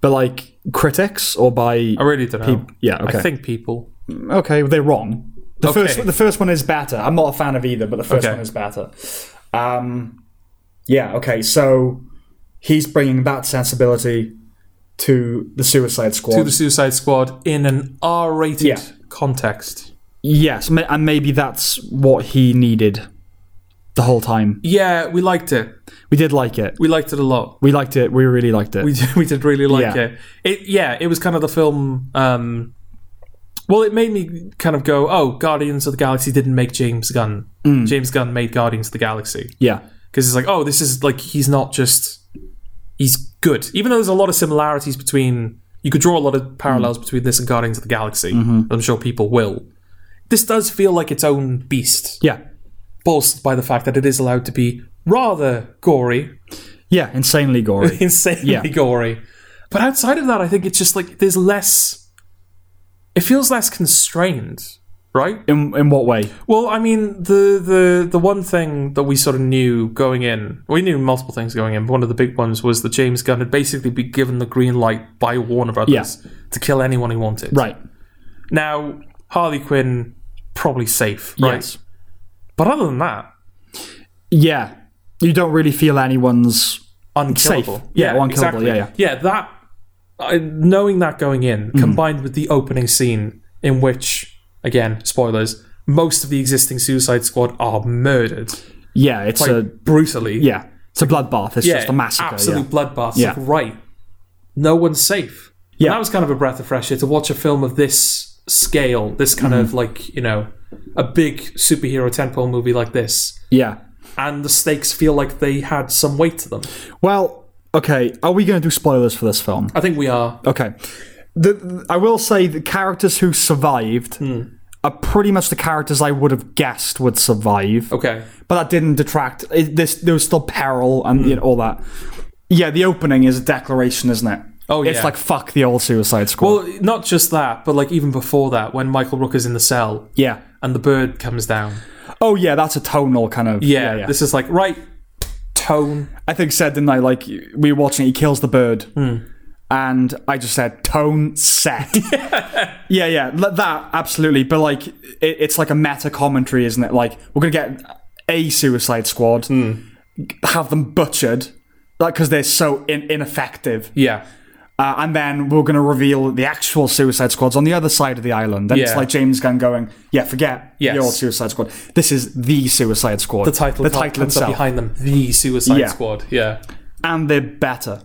S1: By like critics or by
S2: I really don't know.
S1: yeah, okay.
S2: I think people.
S1: okay, they're wrong. The
S2: Okay.
S1: first the first one is better. I'm not a fan of either, but the first
S2: Okay.
S1: one is better. Um yeah, okay. So he's bringing that sensibility to the Suicide Squad.
S2: To the Suicide Squad in an R-rated
S1: Yeah.
S2: context.
S1: yes, ma- and maybe that's what he needed the whole time.
S2: Yeah, we liked it.
S1: We did like it.
S2: We liked it a lot.
S1: We liked it. We really liked it.
S2: We did, [LAUGHS] we did really like
S1: Yeah.
S2: it. It yeah, it was kind of the film. Um, well, it made me kind of go, oh, Guardians of the Galaxy didn't make James Gunn. James Gunn made Guardians of the Galaxy.
S1: yeah.
S2: because it's like, oh, this is like he's not just he's good. Even though there's a lot of similarities between, you could draw a lot of parallels between this and Guardians of the Galaxy. I'm sure people will. This does feel like its own beast,
S1: Yeah.
S2: bolstered by the fact that it is allowed to be rather gory,
S1: Yeah, insanely gory.
S2: [LAUGHS] insanely
S1: Yeah.
S2: gory. But outside of that, I think it's just like there's less. It feels less constrained, right?
S1: in in what way?
S2: Well, I mean, the, the the one thing that we sort of knew going in, we knew multiple things going in, but one of the big ones was that James Gunn had basically been given the green light by Warner Brothers to kill anyone he wanted.
S1: Right.
S2: Now, Harley Quinn probably safe, right?
S1: Yes.
S2: But other than that,
S1: Yeah. You don't really feel anyone's
S2: unkillable.
S1: Safe. Yeah, unkillable, yeah, yeah. Mm-hmm.
S2: that I, knowing that going in, combined with the opening scene in which, again, spoilers, most of the existing Suicide Squad are murdered
S1: Yeah, it's
S2: like,
S1: a
S2: brutally.
S1: yeah. It's a bloodbath. It's just a massacre.
S2: Absolute
S1: Yeah.
S2: bloodbath. It's
S1: Yeah.
S2: Like, right. No one's safe. And
S1: Yeah.
S2: that was kind of a breath of fresh air to watch a film of this scale, this kind
S1: Mm-hmm.
S2: of like, you know, a big superhero tentpole movie like this.
S1: Yeah.
S2: And the stakes feel like they had some weight to them.
S1: Well, okay, are we going to do spoilers for this film?
S2: I think we are.
S1: Okay. The, I will say the characters who survived
S2: Hmm.
S1: are pretty much the characters I would have guessed would survive.
S2: Okay.
S1: but that didn't detract. It, this there was still peril and
S2: Hmm.
S1: you know, all that. Yeah, the opening is a declaration, isn't it?
S2: Oh, yeah.
S1: It's like fuck the old Suicide Squad.
S2: Well, not just that, but like even before that, when Michael Rooker's in the cell
S1: yeah.
S2: and the bird comes down.
S1: Oh yeah, that's a tonal kind of.
S2: Yeah. This is like, right, tone.
S1: I think said didn't I? Like we were watching, it, he kills the bird,
S2: Hmm.
S1: and I just said tone
S2: [LAUGHS]
S1: set. yeah, yeah, li- that absolutely. But like, it, it's like a meta commentary, isn't it? Like we're gonna get a Suicide Squad,
S2: Hmm.
S1: have them butchered, like because they're so in- ineffective.
S2: Yeah.
S1: Uh, and then we're going to reveal the actual Suicide Squad's on the other side of the island. And it's
S2: Yeah.
S1: like James Gunn going, yeah, forget
S2: Yes.
S1: the old Suicide Squad. This is the Suicide Squad.
S2: The title,
S1: the title
S2: comes up
S1: itself.
S2: behind them. The Suicide
S1: Yeah.
S2: Squad. Yeah.
S1: And they're better.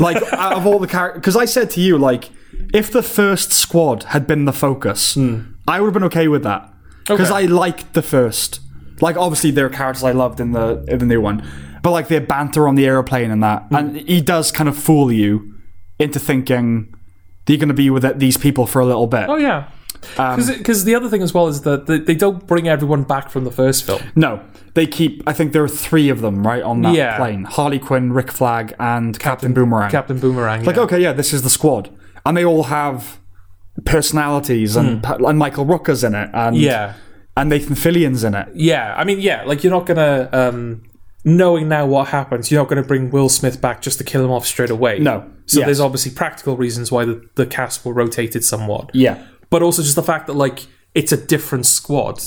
S1: Like, [LAUGHS] out of all the characters. Because I said to you, like, if the first squad had been the focus, I would have been okay with that. Because
S2: Hmm. Okay.
S1: I liked the first. Like, obviously, there are characters I loved in the, in the new one. But, like, their banter on the aeroplane and
S2: Hmm.
S1: that. And he does kind of fool you into thinking that you're going to be with it- these people for a little bit.
S2: Oh yeah, because the other thing as well is that they, they don't bring everyone back from the first film.
S1: No, they keep. I think there are three of them right on that
S2: Yeah.
S1: plane: Harley Quinn, Rick Flag, and Captain, Boomerang.
S2: Captain Boomerang.
S1: like,
S2: yeah.
S1: okay, yeah, this is the squad, and they all have personalities, and and Michael Rooker's in it, and
S2: Hmm. yeah,
S1: and Nathan Fillion's in it.
S2: yeah. I mean, yeah. Like you're not gonna um, knowing now what happens. You're not gonna bring Will Smith back just to kill him off straight away.
S1: No.
S2: So
S1: Yes.
S2: there's obviously practical reasons why the, the cast were rotated somewhat.
S1: Yeah,
S2: But also just the fact that like it's a different squad.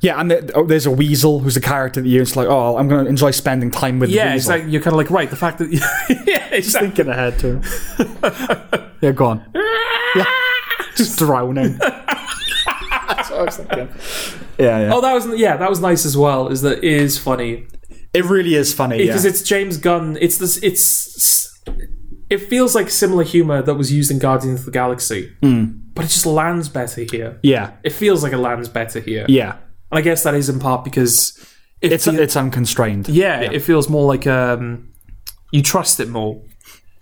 S1: yeah, and there, oh, there's a Weasel who's a character that you're just like, oh, I'm gonna enjoy spending time with. the [LAUGHS]
S2: Yeah,
S1: Weasel.
S2: [LAUGHS] exactly. You're kind of like right. The fact that yeah, exactly.
S1: Thinking ahead too. Yeah, go on. Yeah. Just
S2: [LAUGHS]
S1: drowning.
S3: That's what I was thinking.
S1: Yeah, yeah.
S2: Oh, that was yeah, that was nice as well. Is that it is funny
S1: It really is funny. Yeah.
S2: because it's James Gunn. It's this. It's it feels like similar humor that was used in Guardians of the Galaxy, but it just lands better here.
S1: Hmm. yeah.
S2: It feels like it lands better here,
S1: Yeah.
S2: and I guess that is in part because it
S1: It's
S2: feel-
S1: it's unconstrained.
S2: yeah, it feels more like um, you trust it more.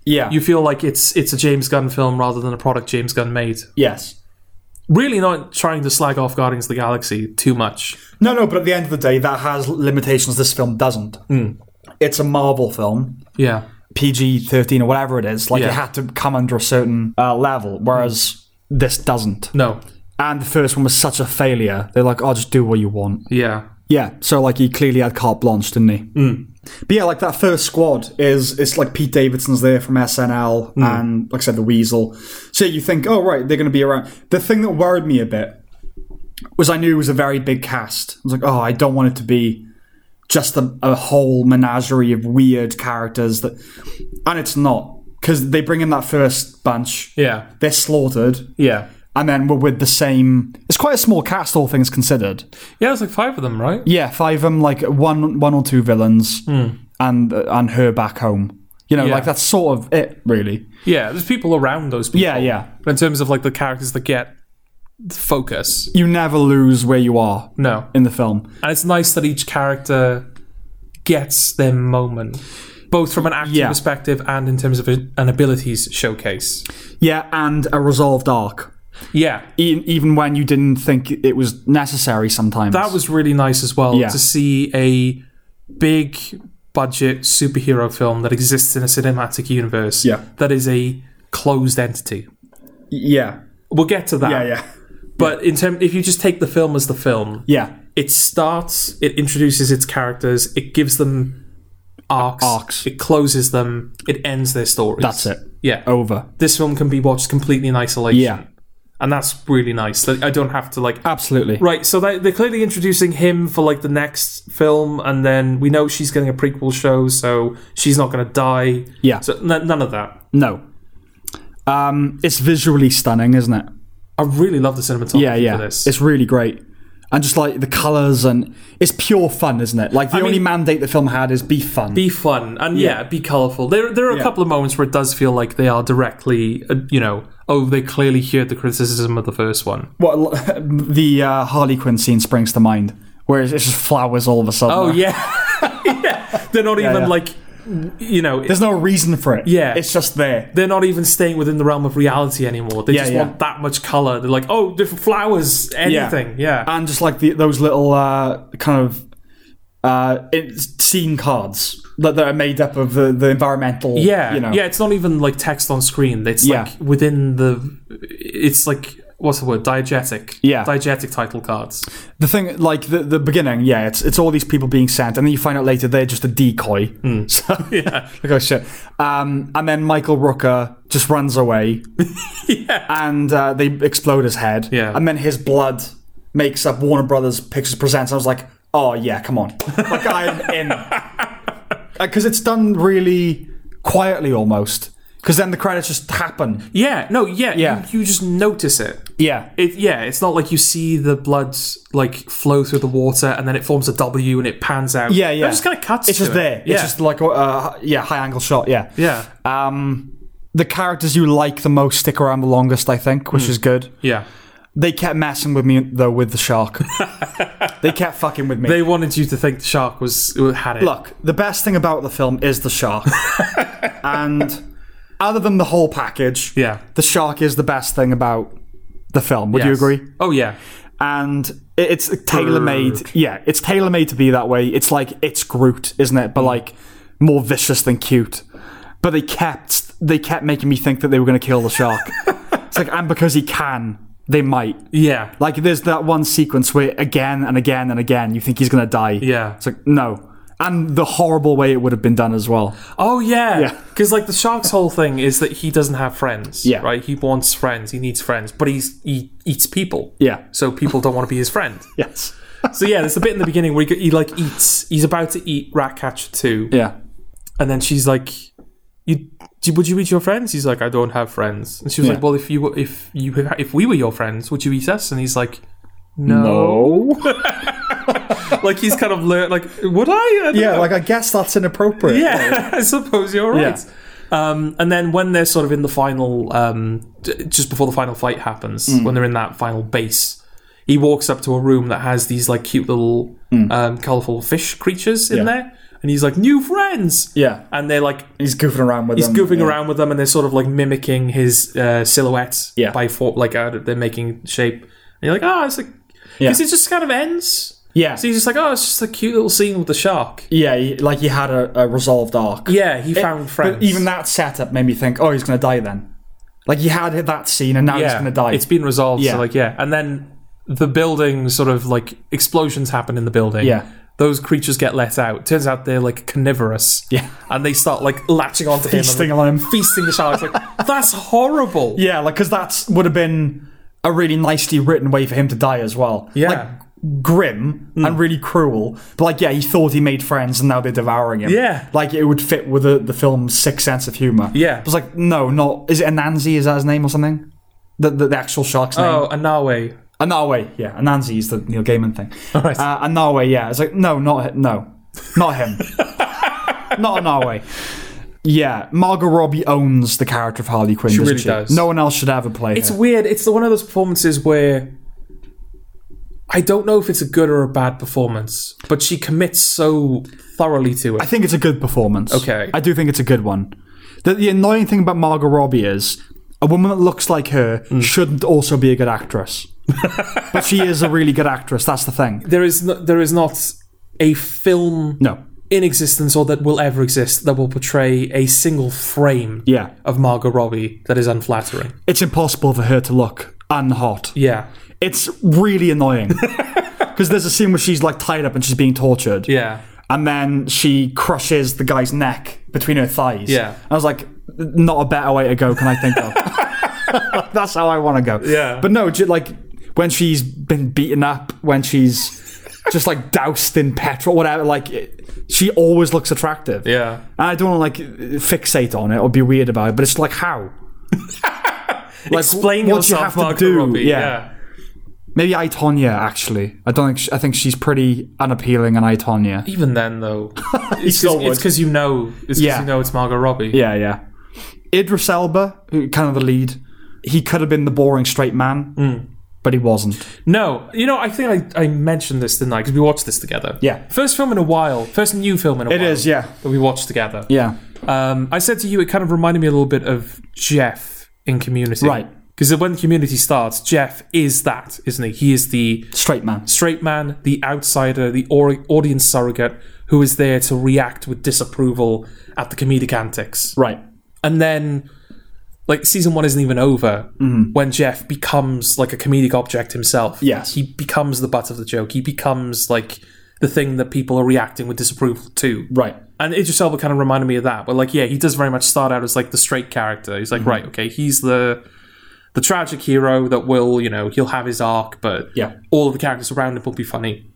S1: Yeah.
S2: You feel like it's it's a James Gunn film rather than a product James Gunn made.
S1: yes.
S2: Really, not trying to slag off Guardians of the Galaxy too much.
S1: No, no, but at the end of the day, that has limitations this film doesn't. It's a Marvel film,
S2: Yeah,
S1: PG 13 or whatever it is. Like,
S2: Yeah.
S1: it had to come under a certain uh, level, whereas this doesn't.
S2: no,
S1: And the first one was such a failure. They're like, oh, just do what you want.
S2: yeah,
S1: Yeah, so, like, he clearly had carte blanche, didn't he? But yeah, like, that first squad is, it's like Pete Davidson's there from SNL and, like I said, The Weasel. So you think, oh, right, they're going to be around. The thing that worried me a bit was I knew it was a very big cast. I was like, oh, I don't want it to be just a, a whole menagerie of weird characters that, and it's not because they bring in that first bunch.
S2: yeah,
S1: They're slaughtered,
S2: yeah,
S1: and then we're with the same. It's quite a small cast, all things considered.
S2: yeah. There's like five of them, right?
S1: Yeah, five of them, like one, one or two villains, and and her back home. You know,
S2: Yeah.
S1: like that's sort of it, really.
S2: Yeah, there's people around those people.
S1: Yeah, yeah.
S2: But in terms of like the characters that get focus,
S1: You never lose where you are
S2: no.
S1: in the film.
S2: And it's nice that each character gets their moment, both from an acting
S1: Yeah.
S2: perspective and in terms of a, an abilities showcase.
S1: Yeah, and a resolved arc.
S2: Yeah,
S1: e- even when you didn't think it was necessary sometimes.
S2: that was really nice as well
S1: Yeah.
S2: to see a big budget superhero film that exists in a cinematic universe
S1: Yeah.
S2: that is a closed entity.
S1: yeah.
S2: We'll get to that.
S1: Yeah, yeah.
S2: But in term, if you just take the film as the film,
S1: Yeah.
S2: it starts, it introduces its characters, it gives them arcs,
S1: Arcs.
S2: it closes them, it ends their stories.
S1: That's it.
S2: Yeah.
S1: Over.
S2: This film can be watched completely in isolation.
S1: Yeah.
S2: And that's really nice. That I don't have to like
S1: Absolutely.
S2: Right, so they, they're clearly introducing him for like the next film, and then we know she's getting a prequel show, so she's not going to die.
S1: Yeah.
S2: So n- none of that.
S1: No. Um, it's visually stunning, isn't it?
S2: I really love the cinematography
S1: Yeah, yeah.
S2: for this.
S1: It's really great. And just like the colours and it's pure fun, isn't it? Like the only
S2: mean-
S1: mandate the film had is be fun.
S2: be fun and yeah, be colorful. There, there are a
S1: Yeah.
S2: couple of moments where it does feel like they are directly, uh, you know, oh, they clearly heard the criticism of the first one.
S1: well, [LAUGHS] the uh, Harley Quinn scene springs to mind, where it's it's just flowers all of a sudden.
S2: Oh yeah, [LAUGHS] yeah. They're not even
S1: yeah.
S2: like, you know,
S1: There's no reason for it.
S2: Yeah.
S1: It's just there.
S2: they're not even staying within the realm of reality anymore. They
S1: Yeah,
S2: just
S1: yeah.
S2: want that much color. They're like, oh, different flowers, anything. Yeah,
S1: And just like the, those little uh, kind of uh, it's scene cards that, that are made up of the, the environmental.
S2: yeah,
S1: You know.
S2: yeah. It's not even like text on screen. It's like
S1: Yeah.
S2: within the. It's like what's the word? Diegetic.
S1: Yeah.
S2: diegetic title cards.
S1: The thing, like the, the beginning, yeah, it's it's all these people being sent, and then you find out later they're just a decoy. [LAUGHS] So,
S2: Hmm. [LAUGHS] Yeah.
S1: like, oh shit. Um, and then Michael Rooker just runs
S2: [LAUGHS]
S1: away, and uh, they explode his head.
S2: Yeah.
S1: and then his blood makes up Warner Brothers Pictures Presents. I was like, oh yeah, come on, like I'm
S2: [LAUGHS]
S1: in, because it's done really quietly almost. Because then the credits just happen.
S2: Yeah, no, yeah,
S1: Yeah.
S2: You, you just notice it.
S1: Yeah,
S2: It, yeah, it's not like you see the blood like flow through the water and then it forms a W and it pans out.
S1: Yeah, yeah.
S2: It just kind of cuts.
S1: it's
S2: to
S1: just
S2: it.
S1: there.
S2: Yeah.
S1: It's just like uh, yeah, high angle shot. Yeah,
S2: yeah,
S1: Um, the characters you like the most stick around the longest, I think,
S2: Hmm.
S1: which is good.
S2: yeah.
S1: They kept messing with me though with the shark.
S2: [LAUGHS]
S1: they kept fucking with me.
S2: They wanted you to think the shark was had it.
S1: Look, the best thing about the film is the
S2: [LAUGHS]
S1: shark, and other than the whole package,
S2: Yeah.
S1: the shark is the best thing about the film. Would you
S2: Yes.
S1: agree?
S2: Oh yeah.
S1: And it- it's tailor made. Yeah, it's tailor made to be that way. It's like it's Groot, isn't it?
S2: Hmm.
S1: But like more vicious than cute. But they kept they kept making me think that they were going to kill the
S2: [LAUGHS]
S1: shark. it's like and because he can, they might.
S2: Yeah.
S1: Like there's that one sequence where again and again and again you think he's gonna die.
S2: Yeah.
S1: It's like no. And the horrible way it would have been done as well.
S2: Oh yeah.
S1: Yeah.
S2: Because like the shark's whole thing is that he doesn't have friends.
S1: Yeah.
S2: Right. He wants friends. He needs friends, but he's he eats people.
S1: Yeah.
S2: So people don't want to be
S1: [LAUGHS]
S2: his friend.
S1: Yes.
S2: So yeah, there's a bit in the beginning where he, he like eats. He's about to eat Ratcatcher two,
S1: Yeah.
S2: and then she's like, "You do, would you eat your friends? He's like, I don't have friends. And she was
S1: Yeah.
S2: like, Well, if you were- if you if we were your friends, would you eat us? And he's like, No. [LAUGHS]
S1: No.
S2: like he's kind of learned. Like, would I? I don't
S1: Yeah,
S2: know.
S1: like I guess that's inappropriate. [LAUGHS]
S2: yeah. I suppose you're
S1: Yeah.
S2: right. Um, and then when they're sort of in the final, um, d- just before the final fight happens,
S1: Mm.
S2: when they're in that final base, he walks up to a room that has these like cute little, um, colorful fish creatures in
S1: Mm. Yeah.
S2: there, and he's like, "New friends."
S1: Yeah.
S2: And they're like
S1: He's goofing around with
S2: he's
S1: them.
S2: goofing
S1: yeah.
S2: around with them, and they're sort of like mimicking his uh, silhouette
S1: Yeah.
S2: by for- like uh, they're making shape. And you're like, oh, it's like
S1: Yeah.
S2: because it just kind of ends.
S1: Yeah.
S2: So he's just like, oh, it's just a cute little scene with the shark.
S1: yeah, he- like he had a, a resolved arc.
S2: Yeah, he found friends.
S1: But even that setup made me think, oh, he's going to die then. Like he had that scene and now he's
S2: yeah,
S1: going to die.
S2: It's been resolved.
S1: Yeah.
S2: So like, yeah, and then the building sort of like explosions happen in the building.
S1: Yeah.
S2: Those creatures get let out. Turns out they're like carnivorous.
S1: Yeah.
S2: And they start like latching onto
S1: Feasting
S2: him.
S1: on him.
S2: and Feasting the sharks. [LAUGHS] Like, that's horrible.
S1: Yeah, like because that would have been a really nicely written way for him to die as well.
S2: Yeah. Hmm.
S1: Like, grim and really cruel. But like, yeah, he thought he made friends and now they're devouring him.
S2: Yeah.
S1: Like it would fit with the, the film's sick sense of humor.
S2: Yeah.
S1: It was like, no, not. Is it Anansi? Is that his name or something? The, the, the actual shark's name?
S2: Oh, Anawe.
S1: Anawe, yeah. Anansi is the Neil Gaiman thing.
S2: right.
S1: Uh, Anawe, yeah. It's like, no, not hi- no. Not
S2: [LAUGHS]
S1: him. not Anawe. Yeah, Margot Robbie owns the character of Harley Quinn. She
S2: really does.
S1: No one else should ever play
S2: It's
S1: her.
S2: weird. It's the one of those performances where I don't know if it's a good or a bad performance, but she commits so thoroughly to it.
S1: I think it's a good performance.
S2: Okay.
S1: I do think it's a good one. The, the annoying thing about Margot Robbie is a woman that looks like her
S2: Mm.
S1: shouldn't also be a good
S2: [LAUGHS]
S1: actress. but she is a really good actress. That's the thing.
S2: there is no, there is not a film
S1: No.
S2: in existence or that will ever exist that will portray a single frame
S1: Yeah.
S2: of Margot Robbie that is unflattering.
S1: It's impossible for her to look unhot.
S2: Yeah.
S1: It's really annoying.
S2: [LAUGHS]
S1: Because there's a scene where she's like tied up and she's being tortured.
S2: Yeah.
S1: And then she crushes the guy's neck between her thighs.
S2: Yeah.
S1: I was like, not a better way to go can I think
S2: [LAUGHS]
S1: of? That's how I want to go.
S2: Yeah.
S1: But no, ju- like when she's been beaten up, when she's just like doused in petrol, whatever, like it, she always looks attractive.
S2: Yeah.
S1: And I don't want to like fixate on it or be weird about it, but it's like how? like, what
S2: Explain
S1: do you
S2: yourself,
S1: have to
S2: Margot
S1: do?
S2: Robbie.
S1: Yeah. Maybe I Tonya actually. I don't think sh I think she's pretty unappealing in I Tonya.
S2: Even
S1: [LAUGHS]
S2: then, though, it's
S1: still would.
S2: because you know, it's 'cause
S1: Yeah.
S2: you know it's Margot Robbie.
S1: Yeah, yeah. Idris Elba, who- kind of the lead, he could have been the boring straight man, but he wasn't.
S2: No, you know, I think I, I mentioned this didn't I? Because we watched this together.
S1: Yeah.
S2: First film in a while. First new film in a
S1: It
S2: while.
S1: is, yeah,
S2: That we watched together.
S1: yeah,
S2: Um, I said to you, it kind of reminded me a little bit of Jeff in Community.
S1: Right.
S2: Because when Community starts, Jeff is that, isn't he? He is the
S1: straight man.
S2: straight man, the outsider, the or- audience surrogate who is there to react with disapproval at the comedic antics.
S1: Right.
S2: And then, like, season one isn't even over
S1: Mm-hmm.
S2: when Jeff becomes like a comedic object himself.
S1: Yes.
S2: He becomes the butt of the joke. He becomes like the thing that people are reacting with disapproval to.
S1: Right.
S2: And Idris Elba kind of reminded me of that. But like, yeah, he does very much start out as like the straight character. He's
S1: Mm-hmm.
S2: like, right, okay, he's the the tragic hero that will, you know, he'll have his arc, but
S1: Yeah.
S2: all of the characters around him will be funny.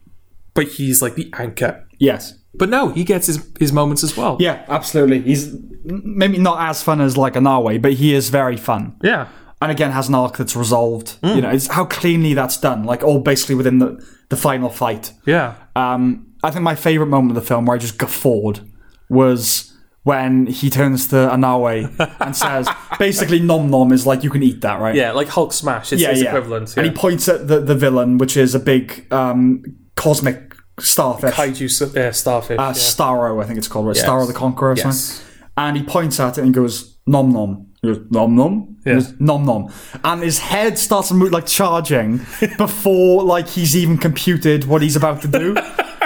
S2: But he's like the anchor.
S1: Yes.
S2: But no, he gets his his moments as well.
S1: Yeah, absolutely. He's m- maybe not as fun as like Anawe, but he is very fun.
S2: Yeah.
S1: And again, has an arc that's resolved. You know, it's how cleanly that's done. Like all basically within the the final fight.
S2: Yeah.
S1: Um, I think my favorite moment of the film where I just guffawed was when he turns to Anawe and
S2: [LAUGHS]
S1: says, basically, nom nom is like, you can eat that, right?
S2: Yeah, like Hulk Smash is his equivalent. Yeah.
S1: And he points at the, the villain, which is a big um, cosmic starfish.
S2: kaiju uh, starfish.
S1: uh,
S2: yeah.
S1: Starro, I think it's called, right? Starro the Conqueror or
S2: Yes.
S1: something. And he points at it and goes, nom nom. He goes, nom nom? He
S2: Yeah.
S1: goes, nom nom. And his head starts to move, like charging
S2: [LAUGHS]
S1: before like he's even computed what he's about to
S2: [LAUGHS]
S1: do.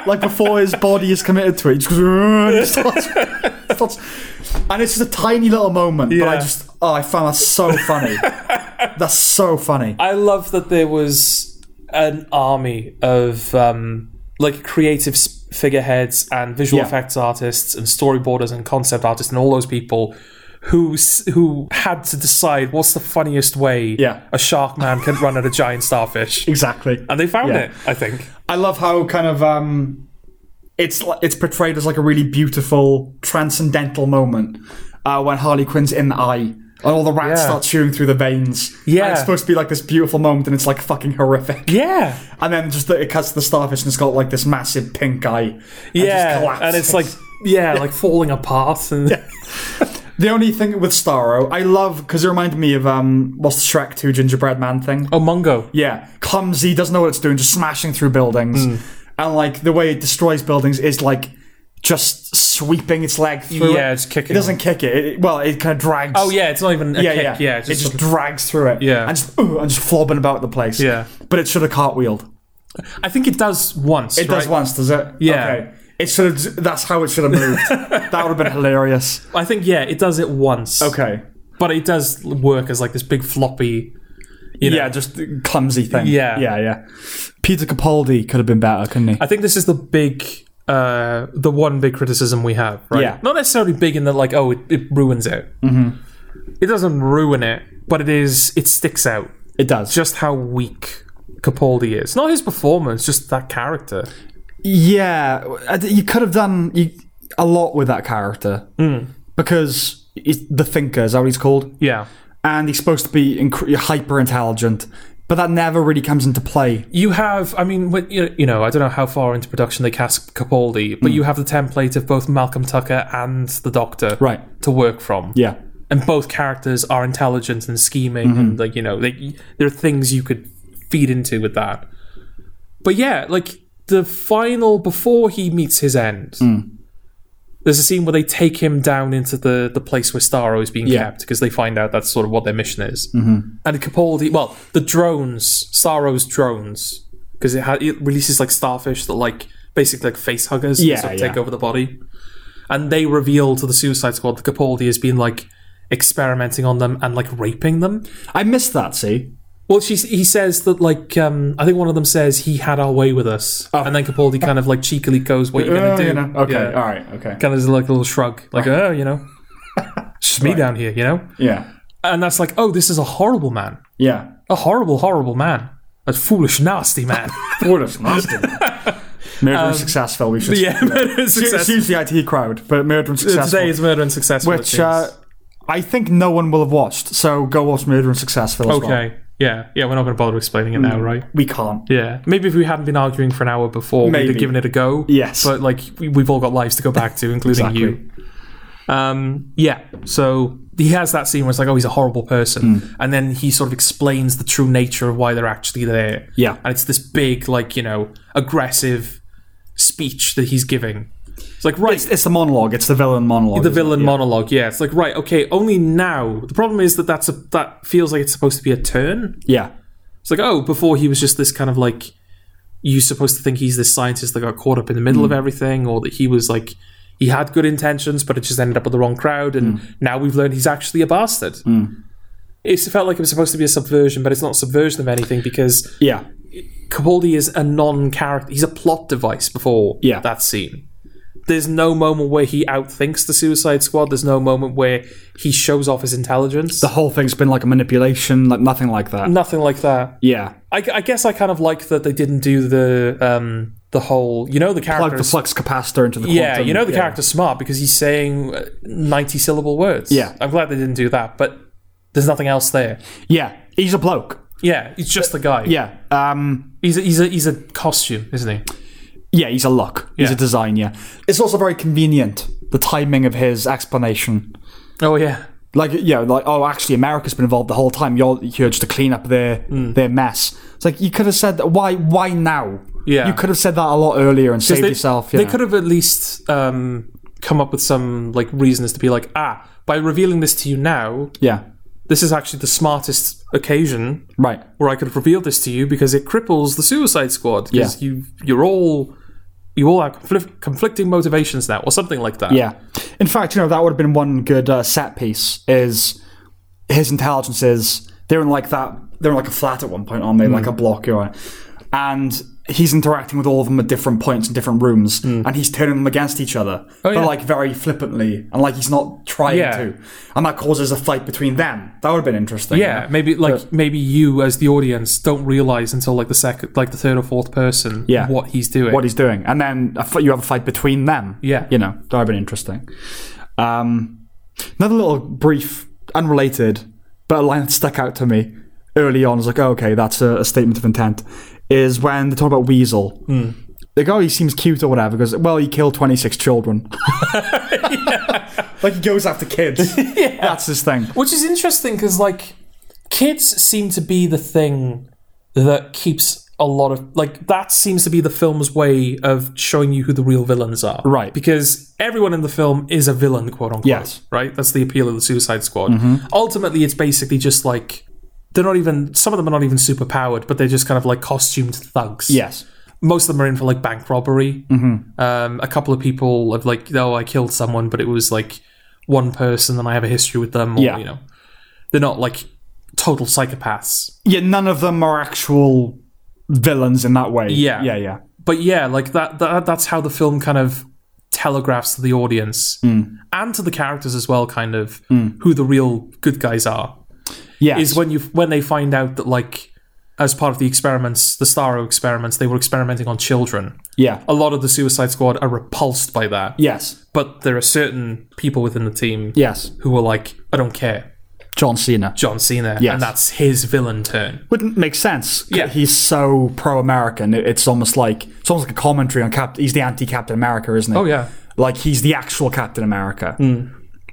S1: like before his body is committed to it. He just goes, [LAUGHS] "Rrrr," and, he
S2: [LAUGHS]
S1: starts, starts- and it's just a tiny little moment, but I
S2: Yeah.
S1: just, oh, I found that so
S2: [LAUGHS]
S1: funny. That's so funny.
S2: I love that there was an army of um, like creative s- figureheads and visual
S1: Yeah.
S2: effects artists and storyboarders and concept artists and all those people who s- who had to decide what's the funniest way
S1: Yeah.
S2: a shark man can run at a giant
S1: [LAUGHS]
S2: starfish.
S1: Exactly.
S2: And they found
S1: Yeah.
S2: it, I think.
S1: I love how kind of um, it's li- it's portrayed as like a really beautiful transcendental moment, uh, when Harley Quinn's in the eye. And all the rats
S2: Yeah.
S1: start chewing through the veins.
S2: Yeah.
S1: And it's supposed to be like this beautiful moment, and it's like fucking horrific. [LAUGHS]
S2: Yeah,
S1: And then just that it cuts to the starfish, and it's got like this massive pink eye. and just
S2: yeah,
S1: collapses.
S2: and it's like yeah, like falling apart
S1: [LAUGHS]
S2: and
S1: the only thing with Starro, I love because it reminded me of um, what's the Shrek Two Gingerbread Man thing.
S2: oh Mungo.
S1: Yeah, clumsy, doesn't know what it's doing, just smashing through buildings.
S2: Hmm.
S1: And like the way it destroys buildings is like just sweeping its leg through.
S2: Yeah,
S1: it.
S2: it's kicking.
S1: It doesn't kick it. it well, it kind of drags.
S2: Oh yeah, it's not even a
S1: yeah,
S2: kick.
S1: yeah,
S2: yeah.
S1: it
S2: it's
S1: just
S2: just
S1: drags through it.
S2: Yeah.
S1: and just ooh, and just flobbing about the place.
S2: Yeah.
S1: but it should have cartwheeled.
S2: I think it does once.
S1: It does once, does it?
S2: Yeah.
S1: Okay. It should have. That's how it should have
S2: [LAUGHS]
S1: moved. that would have been hilarious.
S2: I think yeah, it does it once.
S1: Okay.
S2: but it does work as like this big floppy. You know?
S1: Yeah, just clumsy thing.
S2: Yeah.
S1: yeah, yeah. Peter Capaldi could have been better, couldn't he?
S2: I think this is the big, uh, the one big criticism we have, right?
S1: Yeah. Mm-hmm.
S2: Not necessarily big in that like, oh, it, it ruins it. It doesn't ruin it, but it is. It sticks out
S1: It does.
S2: just how weak Capaldi is. Not his performance, just that character.
S1: Yeah, I d- you could have done you, a lot with that character
S2: Hmm.
S1: because he's the thinker is that what he's called,
S2: Yeah.
S1: and he's supposed to be inc- hyper intelligent, but that never really comes into play.
S2: You have, I mean, when- you you know, I don't know how far into production they cast Capaldi,
S1: Mm.
S2: but you have the template of both Malcolm Tucker and the Doctor
S1: Right.
S2: to work from.
S1: Yeah,
S2: and both characters are intelligent and scheming and like you know they, there are things you could feed into with that but yeah like the final before he meets his end there's a scene where they take him down into the the place where starro is being
S1: Yeah.
S2: kept because they find out that's sort of what their mission is and capaldi well the drones starro's drones because it, ha- it releases like starfish that like basically like face huggers and
S1: Yeah,
S2: sort of
S1: yeah.
S2: take over the body and they reveal to the Suicide Squad that Capaldi has been like experimenting on them and like raping them.
S1: I missed that. See,
S2: Well, she he says that like um, I think one of them says he had our way with us, and then Capaldi kind of like cheekily goes, "What are you gonna
S1: Oh. Uh,
S2: do?"
S1: you know, okay,
S2: Yeah.
S1: all right, okay,
S2: Kind of does, like a little shrug, like oh,
S1: [LAUGHS]
S2: you know, it's just me down here, you know.
S1: yeah,
S2: And that's like, oh, this is a horrible man,
S1: yeah.
S2: a horrible, horrible man, a foolish, nasty man. [LAUGHS]
S1: Foolish nasty. Murder and successful. We should.
S2: Um, yeah, [LAUGHS] murder and
S1: It's
S2: success.
S1: usually the IT crowd, but murder and successful.
S2: Today is murder and success, it
S1: which
S2: seems.
S1: uh, I think no one will have watched. So go watch murder and successful. As well. Hmm.
S2: okay, yeah, yeah, we're not going to bother explaining it now, right?
S1: we can't.
S2: Yeah, maybe if we hadn't been arguing for an hour before, we'd
S1: Maybe.
S2: have given it a go.
S1: Yes.
S2: but like we, we've all got lives to go back to, including you. Um, yeah. So he has that scene where it's like, oh, he's a horrible person,
S1: Hmm.
S2: and then he sort of explains the true nature of why they're actually there.
S1: Yeah.
S2: and it's this big, like you know, aggressive speech that he's giving. It's like right,
S1: It's, it's the monologue. It's the villain monologue.
S2: the
S1: isn't it?
S2: villain monologue. Yeah, it's like right, okay. Only now the problem is that that's a that feels like it's supposed to be a turn.
S1: Yeah.
S2: It's like, oh, before he was just this kind of like you're supposed to think he's this scientist that got caught up in the
S1: Mm.
S2: middle of everything, or that he was like he had good intentions, but it just ended up with the wrong crowd, and
S1: Mm.
S2: now we've learned he's actually a bastard. It's It felt like it was supposed to be a subversion, but it's not a subversion of anything because
S1: Yeah.
S2: Capaldi is a non-character. He's a plot device before
S1: Yeah.
S2: that scene. There's no moment where he outthinks the Suicide Squad. There's no moment where he shows off his intelligence.
S1: The whole thing's been like a manipulation, like nothing like that.
S2: Nothing like that.
S1: Yeah.
S2: I, I guess I kind of like that they didn't do the um, the whole you know the
S1: Plug the
S2: characters
S1: flux capacitor into the
S2: yeah
S1: quantum-
S2: you know the
S1: yeah.
S2: character's smart because he's saying uh, ninety syllable words
S1: Yeah.
S2: I'm glad they didn't do that but there's nothing else there
S1: Yeah. He's a bloke.
S2: yeah he's just the guy
S1: Yeah. Um
S2: he's a, he's a he's a costume isn't he
S1: yeah, he's a look. He's
S2: Yeah.
S1: a design, yeah. It's also very convenient, the timing of his explanation.
S2: oh yeah
S1: Like yeah, like oh actually America's been involved the whole time. You're here just to clean up their
S2: Hmm.
S1: their mess. It's like you could have said that why why now?
S2: Yeah.
S1: You could have said that a lot earlier and saved
S2: they,
S1: yourself. You
S2: they
S1: know.
S2: could have at least um, come up with some like reasons to be like ah by revealing this to you now
S1: Yeah.
S2: this is actually the smartest occasion
S1: Right.
S2: where I could have revealed this to you because it cripples the Suicide Squad. Because you you're all you all have conflict, conflicting motivations now, or something like that.
S1: Yeah. In fact, you know, that would have been one good uh, set piece is his intelligence is they're in like that they're in like a flat at one point, aren't they?
S2: Hmm.
S1: Like a block you know. And he's interacting with all of them at different points in different rooms and he's turning them against each other. but
S2: Hmm. Oh, yeah.
S1: like very flippantly and like he's not trying
S2: Yeah.
S1: to. And that causes a fight between them. That would have been interesting.
S2: Yeah, maybe like maybe you as the audience don't realize until like the second, like the third or fourth person,
S1: Yeah.
S2: what he's doing.
S1: What he's doing. And then a fi- you have a fight between them.
S2: Yeah.
S1: You know, that would have been interesting. Um Another little brief, unrelated, but a line that stuck out to me early on. I was like, oh, okay, that's a, a statement of intent. Is when they talk about Weasel. They go, oh, he seems cute or whatever. Because well, he killed twenty six [LAUGHS] children. like he goes after [LAUGHS] kids. That's his thing.
S2: Which is interesting because, like, kids seem to be the thing that keeps a lot of. Like, that seems to be the film's way of showing you who the real villains are.
S1: Right.
S2: Because everyone in the film is a villain, quote unquote.
S1: Yes. Mm-hmm.
S2: Right? That's the appeal of the Suicide Squad. Ultimately, it's basically just like. They're not even. Some of them are not even super powered, but they're just kind of like costumed thugs.
S1: Yes.
S2: Most of them are in for like bank robbery. Um, a couple of people have like, oh, I killed someone, but it was like one person, and I have a history with them. Or,
S1: Yeah.
S2: You know, they're not like total psychopaths.
S1: Yeah. None of them are actual villains in that way.
S2: Yeah.
S1: Yeah. Yeah.
S2: But yeah, like that, that that's how the film kind of telegraphs to the audience and to the characters as well, kind of who the real good guys are.
S1: Yeah.
S2: Is when you when they find out that like as part of the experiments, the Starro experiments, they were experimenting on children.
S1: yeah.
S2: A lot of the Suicide Squad are repulsed by that.
S1: Yes.
S2: But there are certain people within the team
S1: Yes.
S2: who are like, I don't care.
S1: John Cena.
S2: John Cena.
S1: Yes.
S2: And that's his villain turn.
S1: Wouldn't make sense.
S2: Yeah.
S1: He's so pro-American. It- It's almost like it's almost like a commentary on Cap. He's the anti-Captain America, isn't he?
S2: Oh, yeah. Hmm.
S1: Like he's the actual Captain America,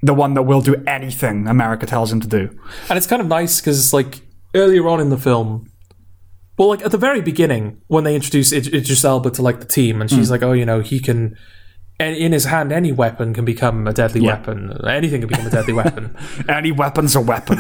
S1: the one that will do anything America tells him to do.
S2: And it's kind of nice because, like, earlier on in the film, well, like at the very beginning, when they introduce Id- Idris Elba to like the team, and
S1: Hmm.
S2: she's like, "Oh, you know, he can, and in his hand, any weapon can become a deadly weapon. Anything can become a deadly
S1: [LAUGHS]
S2: weapon."
S1: Any weapon's a
S2: [LAUGHS]
S1: weapon.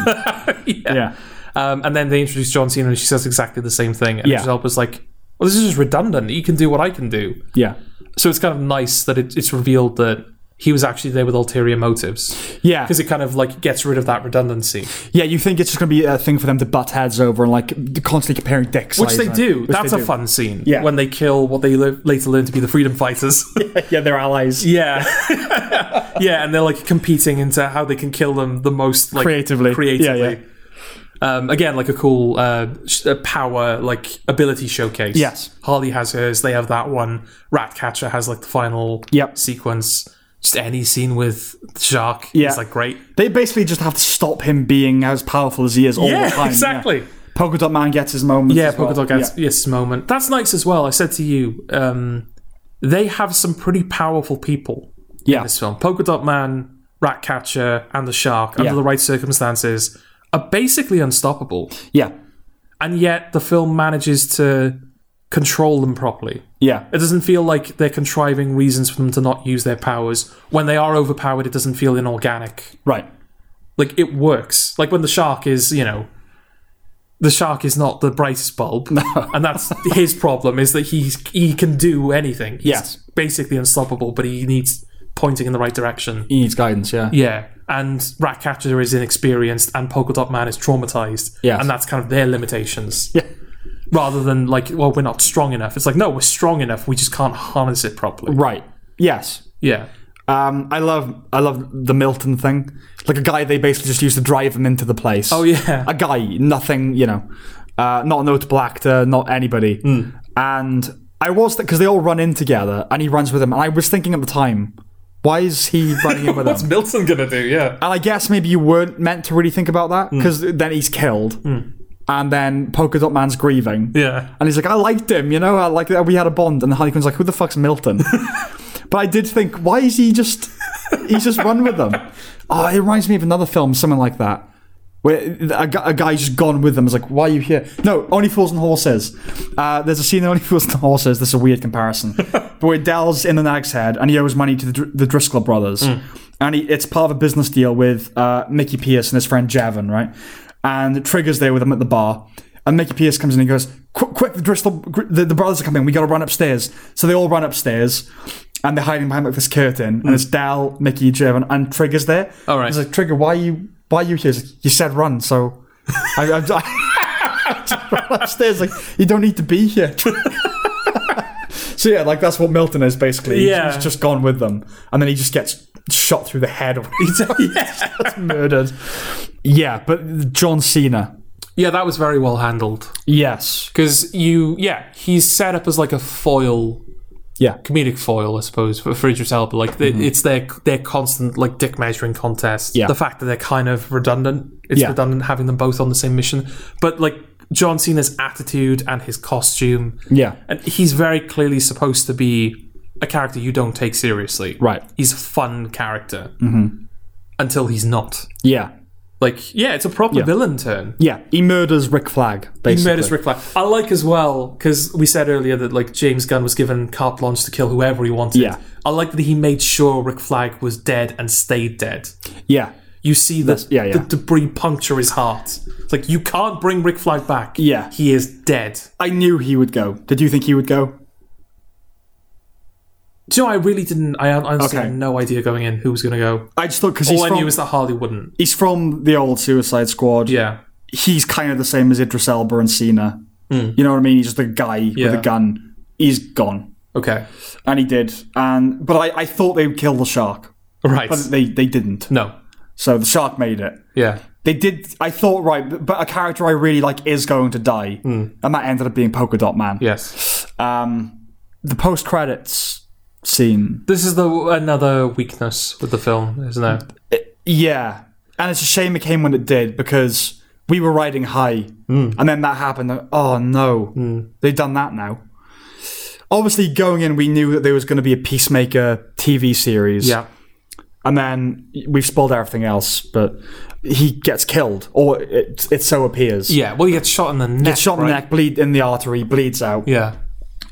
S1: yeah.
S2: Um, and then they introduce John Cena, and she says exactly the same thing. And
S1: Yeah.
S2: Idris Elba's like, "Well, this is just redundant. He can do what I can do."
S1: Yeah.
S2: So it's kind of nice that it, it's revealed that he was actually there with ulterior motives
S1: Yeah.
S2: because it kind of like gets rid of that redundancy.
S1: Yeah. You think it's just going to be a thing for them to butt heads over and like constantly comparing dicks,
S2: Which they do. That's a fun scene.
S1: Yeah.
S2: When they kill what they le- later learn to be the freedom fighters. [LAUGHS]
S1: [LAUGHS] yeah, they're allies.
S2: yeah. yeah, [LAUGHS] and they're like competing into how they can kill them the most like
S1: Creatively.
S2: Creatively.
S1: Yeah, yeah.
S2: Um, again, like a cool uh, sh- uh, power, like ability showcase.
S1: Yes.
S2: Harley has hers. They have that one. Ratcatcher has like the final
S1: Yep.
S2: sequence. Just any scene with Shark
S1: Yeah.
S2: is like great.
S1: They basically just have to stop him being as powerful as he is all
S2: Yeah,
S1: the time.
S2: exactly.
S1: Polka Dot Man gets his moment.
S2: Yeah,
S1: as well.
S2: Polka Dot
S1: Yeah.
S2: Gats, yes, moment. That's nice as well. I said to you, um, they have some pretty powerful people
S1: Yeah.
S2: in this film. Polka Dot Man, Ratcatcher, and the Shark, under
S1: Yeah.
S2: the right circumstances, are basically unstoppable.
S1: Yeah.
S2: And yet the film manages to control them properly.
S1: Yeah.
S2: It doesn't feel like they're contriving reasons for them to not use their powers. When they are overpowered, it doesn't feel inorganic
S1: Right.
S2: like it works. Like when the shark is, you know, the shark is not the brightest
S1: [LAUGHS]
S2: bulb, and that's his problem is that he's he can do anything. He's
S1: Yes.
S2: basically unstoppable, but he needs pointing in the right direction.
S1: He needs guidance, yeah.
S2: Yeah, and Ratcatcher is inexperienced, and Polka Dot Man is traumatized.
S1: Yes.
S2: and that's kind of their limitations.
S1: Yeah.
S2: Rather than like, well, we're not strong enough. It's like, no, we're strong enough. We just can't harness it properly.
S1: Right. Yes.
S2: Yeah.
S1: Um, I love I love the Milton thing. Like a guy they basically just used to drive him into the place.
S2: Oh yeah.
S1: A guy, nothing, you know. Uh, not a notable actor, not anybody.
S2: Hmm.
S1: And I was because they all run in together and he runs with him. And I was thinking at the time, why is he running in with them?
S2: [LAUGHS] What's Milton gonna do? Yeah.
S1: And I guess maybe you weren't meant to really think about
S2: Hmm.
S1: that because then he's killed. And then Polka Dot Man's grieving.
S2: Yeah.
S1: And he's like, I liked him, you know, I like that we had a bond. And Harley Quinn's like, who the fuck's Milton? but I did think, why is he just, he's just run with them. Oh, it reminds me of another film, something like that. Where a, gu- a guy's just gone with them. It's like, why are you here? No, Only Fools and Horses. Uh, there's a scene in Only Fools and Horses. This is a weird
S2: [LAUGHS]
S1: comparison. but where Dell's in the nag's head and he owes money to the, Dr- the Driscoll brothers.
S2: Hmm.
S1: And he, it's part of a business deal with uh, Mickey Pierce and his friend Javon, right? And Trigger's there with him at the bar. And Mickey Pierce comes in and goes, "Quick, quick! The Driscoll, gr- the, the brothers are coming. We got to run upstairs." So they all run upstairs, and they're hiding behind like this curtain. And it's Dal, Mickey, Javon, and Trigger's there.
S2: Hmm. All right.
S1: He's like, "Trigger, why are you, why are you here?" He's like, "You said run, so I, I, I just run [LAUGHS] upstairs. Like, you don't need to be here." [LAUGHS] so yeah, like that's what Milton is basically. He's-
S2: Yeah.
S1: he's just gone with them, and then he just gets shot through the head. [LAUGHS] or
S2: yeah.
S1: That's murdered. Yeah, but John Cena.
S2: Yeah, that was very well handled.
S1: Yes.
S2: because you yeah he's set up as like a foil
S1: Yeah.
S2: comedic foil, I suppose, for, for Idris Elba. Like they, it's their their constant like dick measuring contest.
S1: Mm-hmm. Yeah.
S2: The fact that they're kind of redundant. It's
S1: Yeah.
S2: redundant having them both on the same mission. But like John Cena's attitude and his costume.
S1: Yeah.
S2: And he's very clearly supposed to be a character you don't take seriously.
S1: Right. Mm-hmm.
S2: He's a fun character. Until he's not.
S1: Yeah.
S2: Like, yeah, it's a proper villain turn.
S1: Yeah. He murders Rick Flag,
S2: He
S1: basically.
S2: murders Rick Flag. I like as well because we said earlier that like James Gunn was given carte blanche to kill whoever he wanted.
S1: Yeah.
S2: I like that he made sure Rick Flag was dead and stayed dead.
S1: Yeah.
S2: You see the,
S1: yeah, yeah.
S2: the debris puncture his heart. It's like you can't bring Rick Flag back.
S1: Yeah.
S2: he is dead.
S1: I knew he would go. Did you think he would go?
S2: Do you know? I really didn't. I hon- honestly
S1: Okay.
S2: had no idea going in who was going to go.
S1: I just thought because
S2: All
S1: he's
S2: I
S1: from
S2: knew was that Harley wouldn't.
S1: he's from the old Suicide Squad.
S2: Yeah,
S1: he's kind of the same as Idris Elba and Cena. You know what I mean? He's just a guy with
S2: Yeah.
S1: a gun. He's gone,
S2: okay,
S1: and he did. And but I, I thought they would kill the shark,
S2: right.
S1: but they they didn't.
S2: no,
S1: So the shark made it.
S2: yeah,
S1: They did. I thought right, but a character I really like is going to die, and that ended up being Polka Dot Man.
S2: yes.
S1: Um, the post credits scene.
S2: This is the another weakness with the film, isn't it?
S1: Yeah, and it's a shame it came when it did because we were riding high,
S2: Hmm.
S1: and then that happened. and, Oh no, they've done that now. Obviously, going in, we knew that there was going to be a Peacemaker TV series,
S2: Yeah.
S1: and then we've spoiled everything else. But he gets killed, or it, it so appears.
S2: Yeah, well, he gets shot in the neck.
S1: Shot in the
S2: right?
S1: neck, bleed in the artery, bleeds out,
S2: Yeah.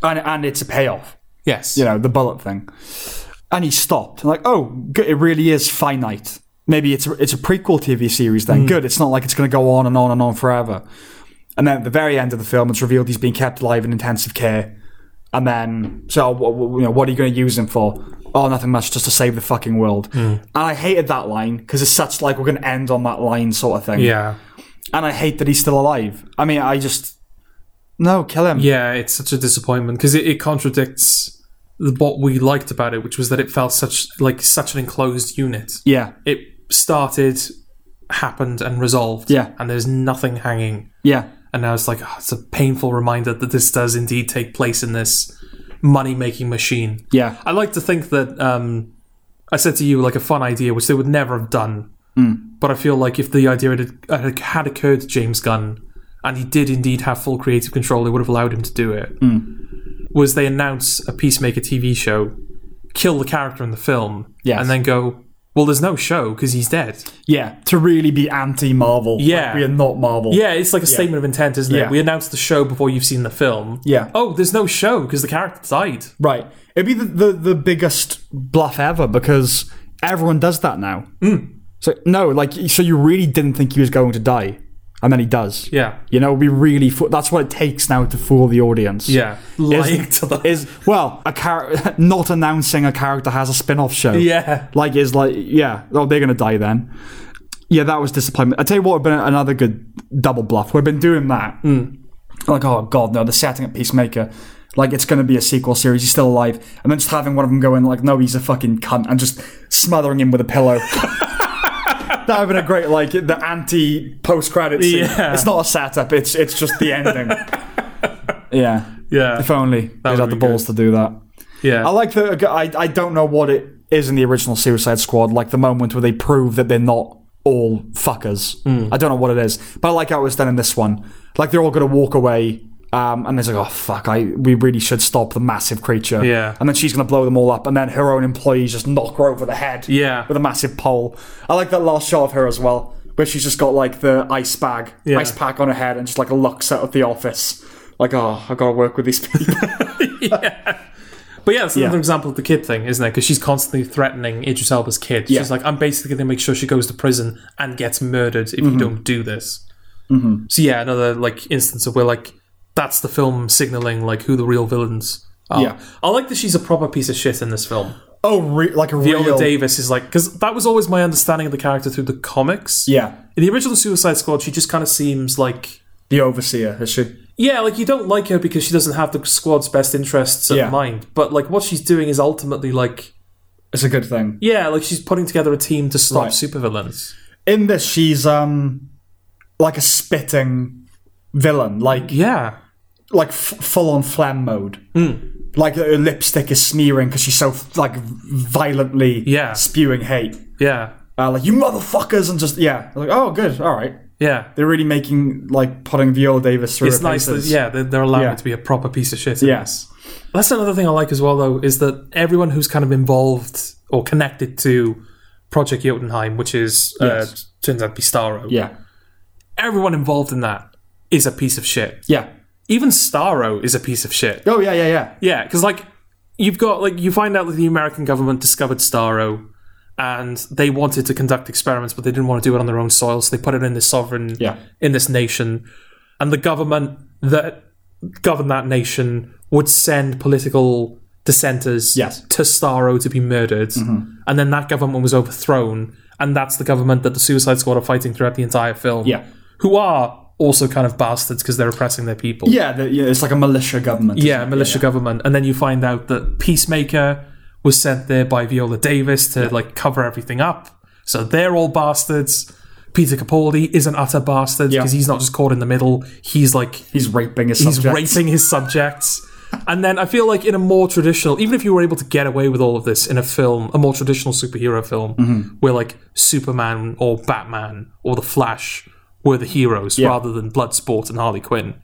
S1: and and it's a payoff.
S2: Yes.
S1: You know the bullet thing, and he stopped. Like, oh, good, it really is finite. Maybe it's a, it's a prequel TV series
S2: Mm.
S1: then. Good, it's not like it's going to go on and on and on forever. And then at the very end of the film, it's revealed he's been kept alive in intensive care. And then, so wh- wh- you know, what are you going to use him for? Oh, nothing much, just to save the fucking world.
S2: Mm.
S1: And I hated that line because it's such like we're going to end on that line sort of thing.
S2: Yeah.
S1: And I hate that he's still alive. I mean, I just no, kill him.
S2: Yeah, it's such a disappointment because it, it contradicts the, what we liked about it, which was that it felt such like such an enclosed unit.
S1: yeah,
S2: It started, happened, and resolved.
S1: Yeah.
S2: And there's nothing hanging.
S1: yeah.
S2: And now it's like oh, it's a painful reminder that this does indeed take place in this money making machine.
S1: yeah.
S2: I like to think that um, I said to you like a fun idea, which they would never have done. But I feel like if the idea had, had- had occurred to James Gunn, and he did indeed have full creative control, they would have allowed him to do it. Was they announce a Peacemaker TV show, kill the character in the film,
S1: Yes.
S2: and then go, well, there's no show because he's dead.
S1: Yeah, to really be anti Marvel.
S2: Yeah.
S1: Like, we are not Marvel.
S2: Yeah, it's like a statement of intent, isn't
S1: Yeah.
S2: it? We announced the show before you've seen the film.
S1: Yeah.
S2: Oh, there's no show because the character died.
S1: Right. It'd be the, the, the biggest bluff ever because everyone does that now.
S2: Mm.
S1: So, no, like, so you really didn't think he was going to die. And then he does.
S2: Yeah.
S1: You know, we really, fo- that's what it takes now to fool the audience.
S2: Yeah. Lying to the.
S1: Is, well, a character, [LAUGHS] not announcing a character has a spin off show.
S2: [LAUGHS] yeah.
S1: Like, is like, yeah, oh, they're going to die then. Yeah, that was disappointment. I tell you what, would have been another good double bluff. We've been doing that. Like, oh, God, no, the setting at Peacemaker. Like, it's going to be a sequel series. He's still alive. And then just having one of them going, like, no, he's a fucking cunt, and just smothering him with a pillow. [LAUGHS] that would have been a great, like, the anti post credit scene.
S2: Yeah.
S1: It's not a setup, it's, it's just the ending. yeah.
S2: Yeah.
S1: If only they'd
S2: would
S1: had the
S2: be
S1: balls to do that.
S2: Yeah.
S1: I like the. I, I don't know what it is in the original Suicide Squad, like the moment where they prove that they're not all fuckers.
S2: Hmm.
S1: I don't know what it is, but I like how it was done in this one. Like they're all going to walk away, um, and it's like, oh fuck, I we really should stop the massive creature.
S2: Yeah.
S1: and then she's going to blow them all up, and then her own employees just knock her over the head.
S2: Yeah.
S1: with a massive pole. I like that last shot of her as well, where she's just got like the ice bag,
S2: Yeah.
S1: ice pack on her head, and just like looks out of the office. Like, oh, I gotta work with these people. [LAUGHS]
S2: But yeah, that's
S1: Yeah.
S2: another example of the kid thing, isn't it? Because she's constantly threatening Idris Elba's kid. She's like, I'm basically going to make sure she goes to prison and gets murdered if you don't do this. Mm-hmm. So yeah, another like instance of where like that's the film signaling like who the real villains are.
S1: Yeah.
S2: I like that she's a proper piece of shit in this film.
S1: oh, re- like a real.
S2: Viola Davis is like because that was always my understanding of the character through the comics.
S1: Yeah.
S2: In the original Suicide Squad, she just kind of seems like
S1: The overseer, is she?
S2: Yeah, like you don't like her because she doesn't have the squad's best interests in
S1: Yeah.
S2: mind. But like what she's doing is ultimately like
S1: It's a good thing.
S2: yeah, like she's putting together a team to stop
S1: Right.
S2: supervillains.
S1: In this, she's um like a spitting villain. Like
S2: Yeah.
S1: like f- full on phlegm mode.
S2: Hmm.
S1: Like her lipstick is smearing because she's so like violently
S2: Yeah.
S1: spewing hate.
S2: Yeah.
S1: Uh, like you motherfuckers and just yeah. Like oh good, all right.
S2: Yeah.
S1: They're really making like putting Viola Davis through.
S2: It's
S1: her
S2: nice that
S1: paces.
S2: yeah they're, they're allowing
S1: Yeah.
S2: it to be a proper piece of shit.
S1: Yes.
S2: That's another thing I like as well, though, is that everyone who's kind of involved or connected to Project Jotunheim, which is uh,
S1: Yes.
S2: turns out to be Starro,
S1: Yeah.
S2: everyone involved in that is a piece of shit.
S1: Yeah.
S2: Even Starro is a piece of shit.
S1: Oh yeah yeah yeah.
S2: Yeah, because like you've got like you find out that the American government discovered Starro. And they wanted to conduct experiments, but they didn't want to do it on their own soil, so they put it in this sovereign,
S1: Yeah.
S2: in this nation, and the government that governed that nation would send political dissenters
S1: Yes. Mm-hmm.
S2: to Starro to be murdered, and then that government was overthrown, and that's the government that the Suicide Squad are fighting throughout the entire film.
S1: Yeah.
S2: who are also kind of bastards because they're oppressing their people.
S1: Yeah, the, yeah, it's like a militia government.
S2: Yeah, militia government, and then you find out that Peacemaker was sent there by Viola Davis to like cover everything up. So they're all bastards. Peter Capaldi is an utter bastard
S1: Yeah.
S2: because he's not just caught in the middle. He's like
S1: He's raping his
S2: he's
S1: subjects.
S2: raping his subjects. [LAUGHS] And then I feel like in a more traditional, even if you were able to get away with all of this in a film, a more traditional superhero film, where like Superman or Batman or the Flash were the heroes rather than Bloodsport and Harley Quinn,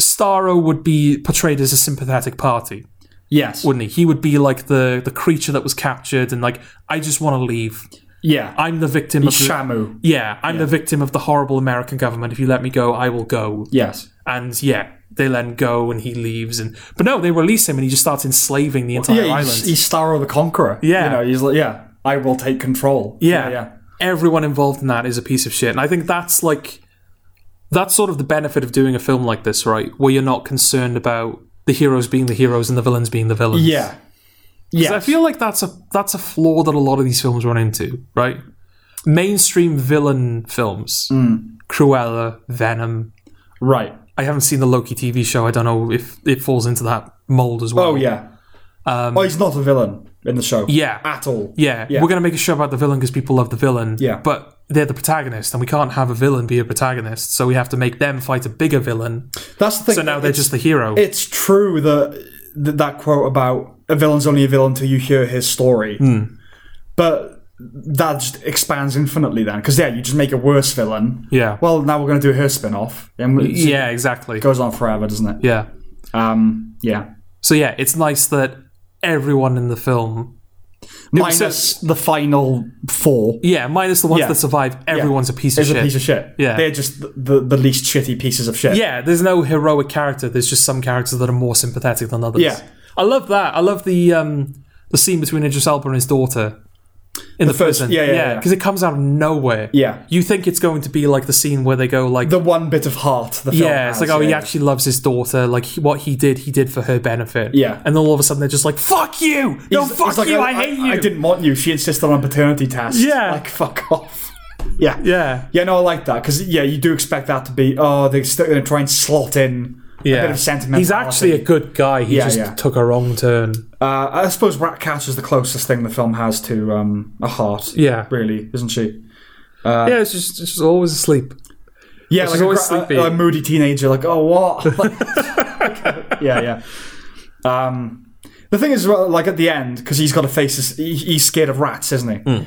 S2: Starro would be portrayed as a sympathetic party,
S1: Yes.
S2: wouldn't he? He would be like the the creature that was captured and like I just want to leave.
S1: yeah.
S2: I'm the victim of the-
S1: Shamu.
S2: yeah, I'm the victim of the horrible American government. If you let me go, I will go
S1: Yes.
S2: and yeah, they let him go and he leaves. And but no, they release him and he just starts enslaving the entire
S1: Yeah,
S2: island.
S1: he's, he's Starro the Conqueror.
S2: Yeah.
S1: You know, he's like, yeah, I will take control.
S2: yeah.
S1: Yeah. yeah.
S2: everyone involved in that is a piece of shit, and I think that's like that's sort of the benefit of doing a film like this, right? Where you're not concerned about the heroes being the heroes and the villains being the villains.
S1: Yeah.
S2: 'Cause I feel like that's a that's a flaw that a lot of these films run into, right? Mainstream villain films,
S1: Mm.
S2: Cruella, Venom.
S1: Right.
S2: I haven't seen the Loki TV show. I don't know if it falls into that mold as well.
S1: Oh, yeah. Um, oh, he's not a villain in the show.
S2: Yeah.
S1: At all.
S2: Yeah,
S1: Yeah.
S2: we're going to make a show about the villain because people love the villain.
S1: Yeah.
S2: But they're the protagonist, and we can't have a villain be a protagonist, so we have to make them fight a bigger villain.
S1: That's the thing.
S2: So now they're
S1: It's-
S2: just the hero.
S1: It's true that that, that quote about a villain's only a villain until you hear his story.
S2: Hmm.
S1: But that just expands infinitely then. Because, yeah, you just make a worse villain.
S2: yeah.
S1: Well, now we're going to do her spin off. And it
S2: yeah, exactly.
S1: goes on forever, doesn't it?
S2: Yeah.
S1: Um, yeah.
S2: So yeah, it's nice that everyone in the film,
S1: Minus the final four.
S2: yeah, minus the ones
S1: Yeah.
S2: that survive, everyone's a piece of
S1: is
S2: shit.
S1: a piece of shit.
S2: Yeah.
S1: They're just the, the, the least shitty pieces of shit.
S2: yeah, there's no heroic character. There's just some characters that are more sympathetic than others.
S1: Yeah.
S2: I love that. I love the um the scene between Idris Elba and his daughter in the,
S1: first-
S2: prison.
S1: yeah, yeah, yeah.
S2: because it comes out of nowhere.
S1: Yeah.
S2: you think it's going to be like the scene where they go like
S1: The one bit of heart the film
S2: yeah it's
S1: has,
S2: like oh he actually loves his daughter like he, what he did he did for her benefit
S1: Yeah.
S2: and then all of a sudden they're just like fuck you no
S1: He's-
S2: fuck
S1: he's like,
S2: you I, hate you
S1: I didn't want you. She insisted on a paternity test.
S2: Yeah.
S1: Like, fuck off. [LAUGHS] Yeah.
S2: yeah
S1: Yeah, no, I like that. Because, yeah, you do expect that to be, oh, they're still going to try and slot in
S2: yeah
S1: a bit of sentimentality.
S2: he's actually a good guy he
S1: Yeah,
S2: just
S1: yeah.
S2: took a wrong turn
S1: Uh, I suppose Ratcatcher's the closest thing the film has to um, a heart.
S2: yeah
S1: Really, isn't she? Uh,
S2: yeah it's just it's just always asleep
S1: Yeah,
S2: She's
S1: like a,
S2: always
S1: gra- a-
S2: sleepy.
S1: a moody teenager, like, oh, what? [LAUGHS] Like, yeah, yeah. Um, the thing is, well, like at the end, because he's got to face this, he, he's scared of rats, isn't he?
S2: Hmm.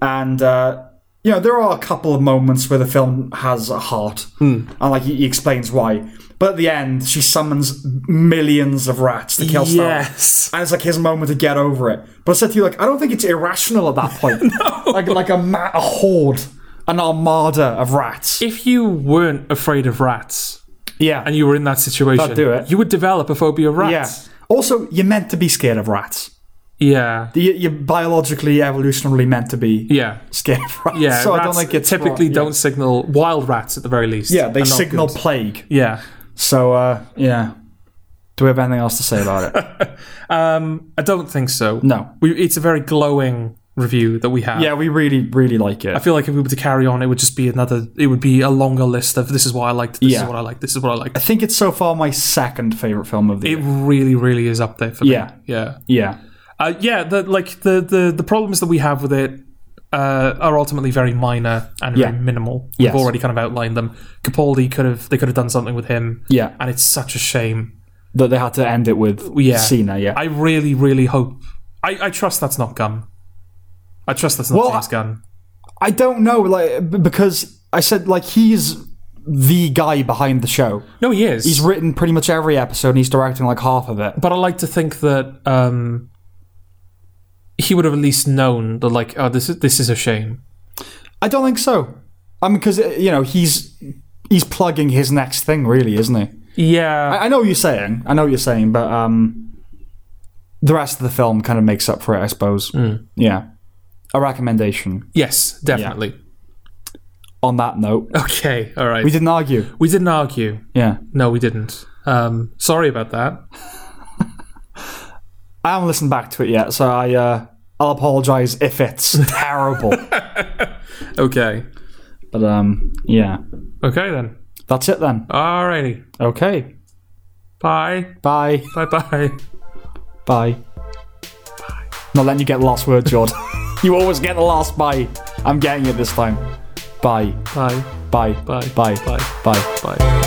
S1: And, uh, you know, there are a couple of moments where the film has a heart,
S2: Hmm.
S1: and like he, he explains why. But at the end, she summons millions of rats to kill Star.
S2: yes
S1: And it's like his moment to get over it. But I said to you, like, I don't think it's irrational at that
S2: [LAUGHS]
S1: point. Like, like a, ma- a horde, an armada of rats.
S2: if you weren't afraid of rats
S1: Yeah.
S2: and you were in that situation
S1: do it.
S2: you would develop a phobia of rats
S1: Yeah. Also, you're meant to be scared of rats.
S2: yeah
S1: You- You're biologically, evolutionarily meant to be
S2: yeah
S1: scared of rats.
S2: yeah,
S1: so
S2: rats
S1: I don't think it's
S2: typically
S1: right.
S2: don't signal wild rats at the very least.
S1: Yeah, they
S2: are not
S1: signal
S2: good.
S1: plague.
S2: Yeah,
S1: So uh, yeah. Do we have anything else to say about
S2: [LAUGHS]
S1: it?
S2: um, I don't think so.
S1: No.
S2: we, it's a very glowing review that we have.
S1: Yeah, we really, really like
S2: I
S1: it.
S2: feel like if we were to carry on, it would just be another. It would be a longer list of this is what I liked. This
S1: Yeah.
S2: is what I liked. This is what I liked.
S1: I think it's so far my second favorite film of the
S2: It
S1: year.
S2: really, really is up there for
S1: Yeah.
S2: me. Yeah,
S1: Yeah,
S2: uh, yeah. The like the the the problems that we have with it uh, are ultimately very minor and very
S1: Yeah.
S2: minimal.
S1: Yes.
S2: We've already kind of outlined them. Capaldi could have they could have done something with him.
S1: Yeah.
S2: and it's such a shame.
S1: that they had to end it with
S2: Yeah.
S1: Cena. Yeah,
S2: I really, really hope. I, I trust that's not Gunn. I trust that's not
S1: Well,
S2: James
S1: I-
S2: Gunn.
S1: I don't know, like b- because I said like he's the guy behind the show.
S2: No, he is.
S1: He's written pretty much every episode, and he's directing like half of it.
S2: but I like to think that um, he would have at least known that, like, oh, this is this is a shame.
S1: I don't think so. I mean, because you know he's he's plugging his next thing, really, isn't he?
S2: Yeah,
S1: I, I know what you're saying. I know what you're saying, but um, the rest of the film kind of makes up for it, I suppose. Yeah. A recommendation.
S2: yes, definitely.
S1: On that note,
S2: Okay, all right.
S1: we didn't argue.
S2: we didn't argue.
S1: Yeah.
S2: No, we didn't. Um, sorry about that.
S1: I haven't listened back to it yet, so I uh, I'll apologize if it's terrible.
S2: Okay.
S1: But um, yeah.
S2: Okay then.
S1: That's it then.
S2: Alrighty.
S1: Okay.
S2: Bye.
S1: Bye.
S2: Bye bye.
S1: Bye. Not letting you get the last word, Jord. you always get the last bye. I'm getting it this time. Bye.
S2: Bye.
S1: Bye.
S2: Bye.
S1: Bye.
S2: Bye.
S1: Bye.
S2: Bye.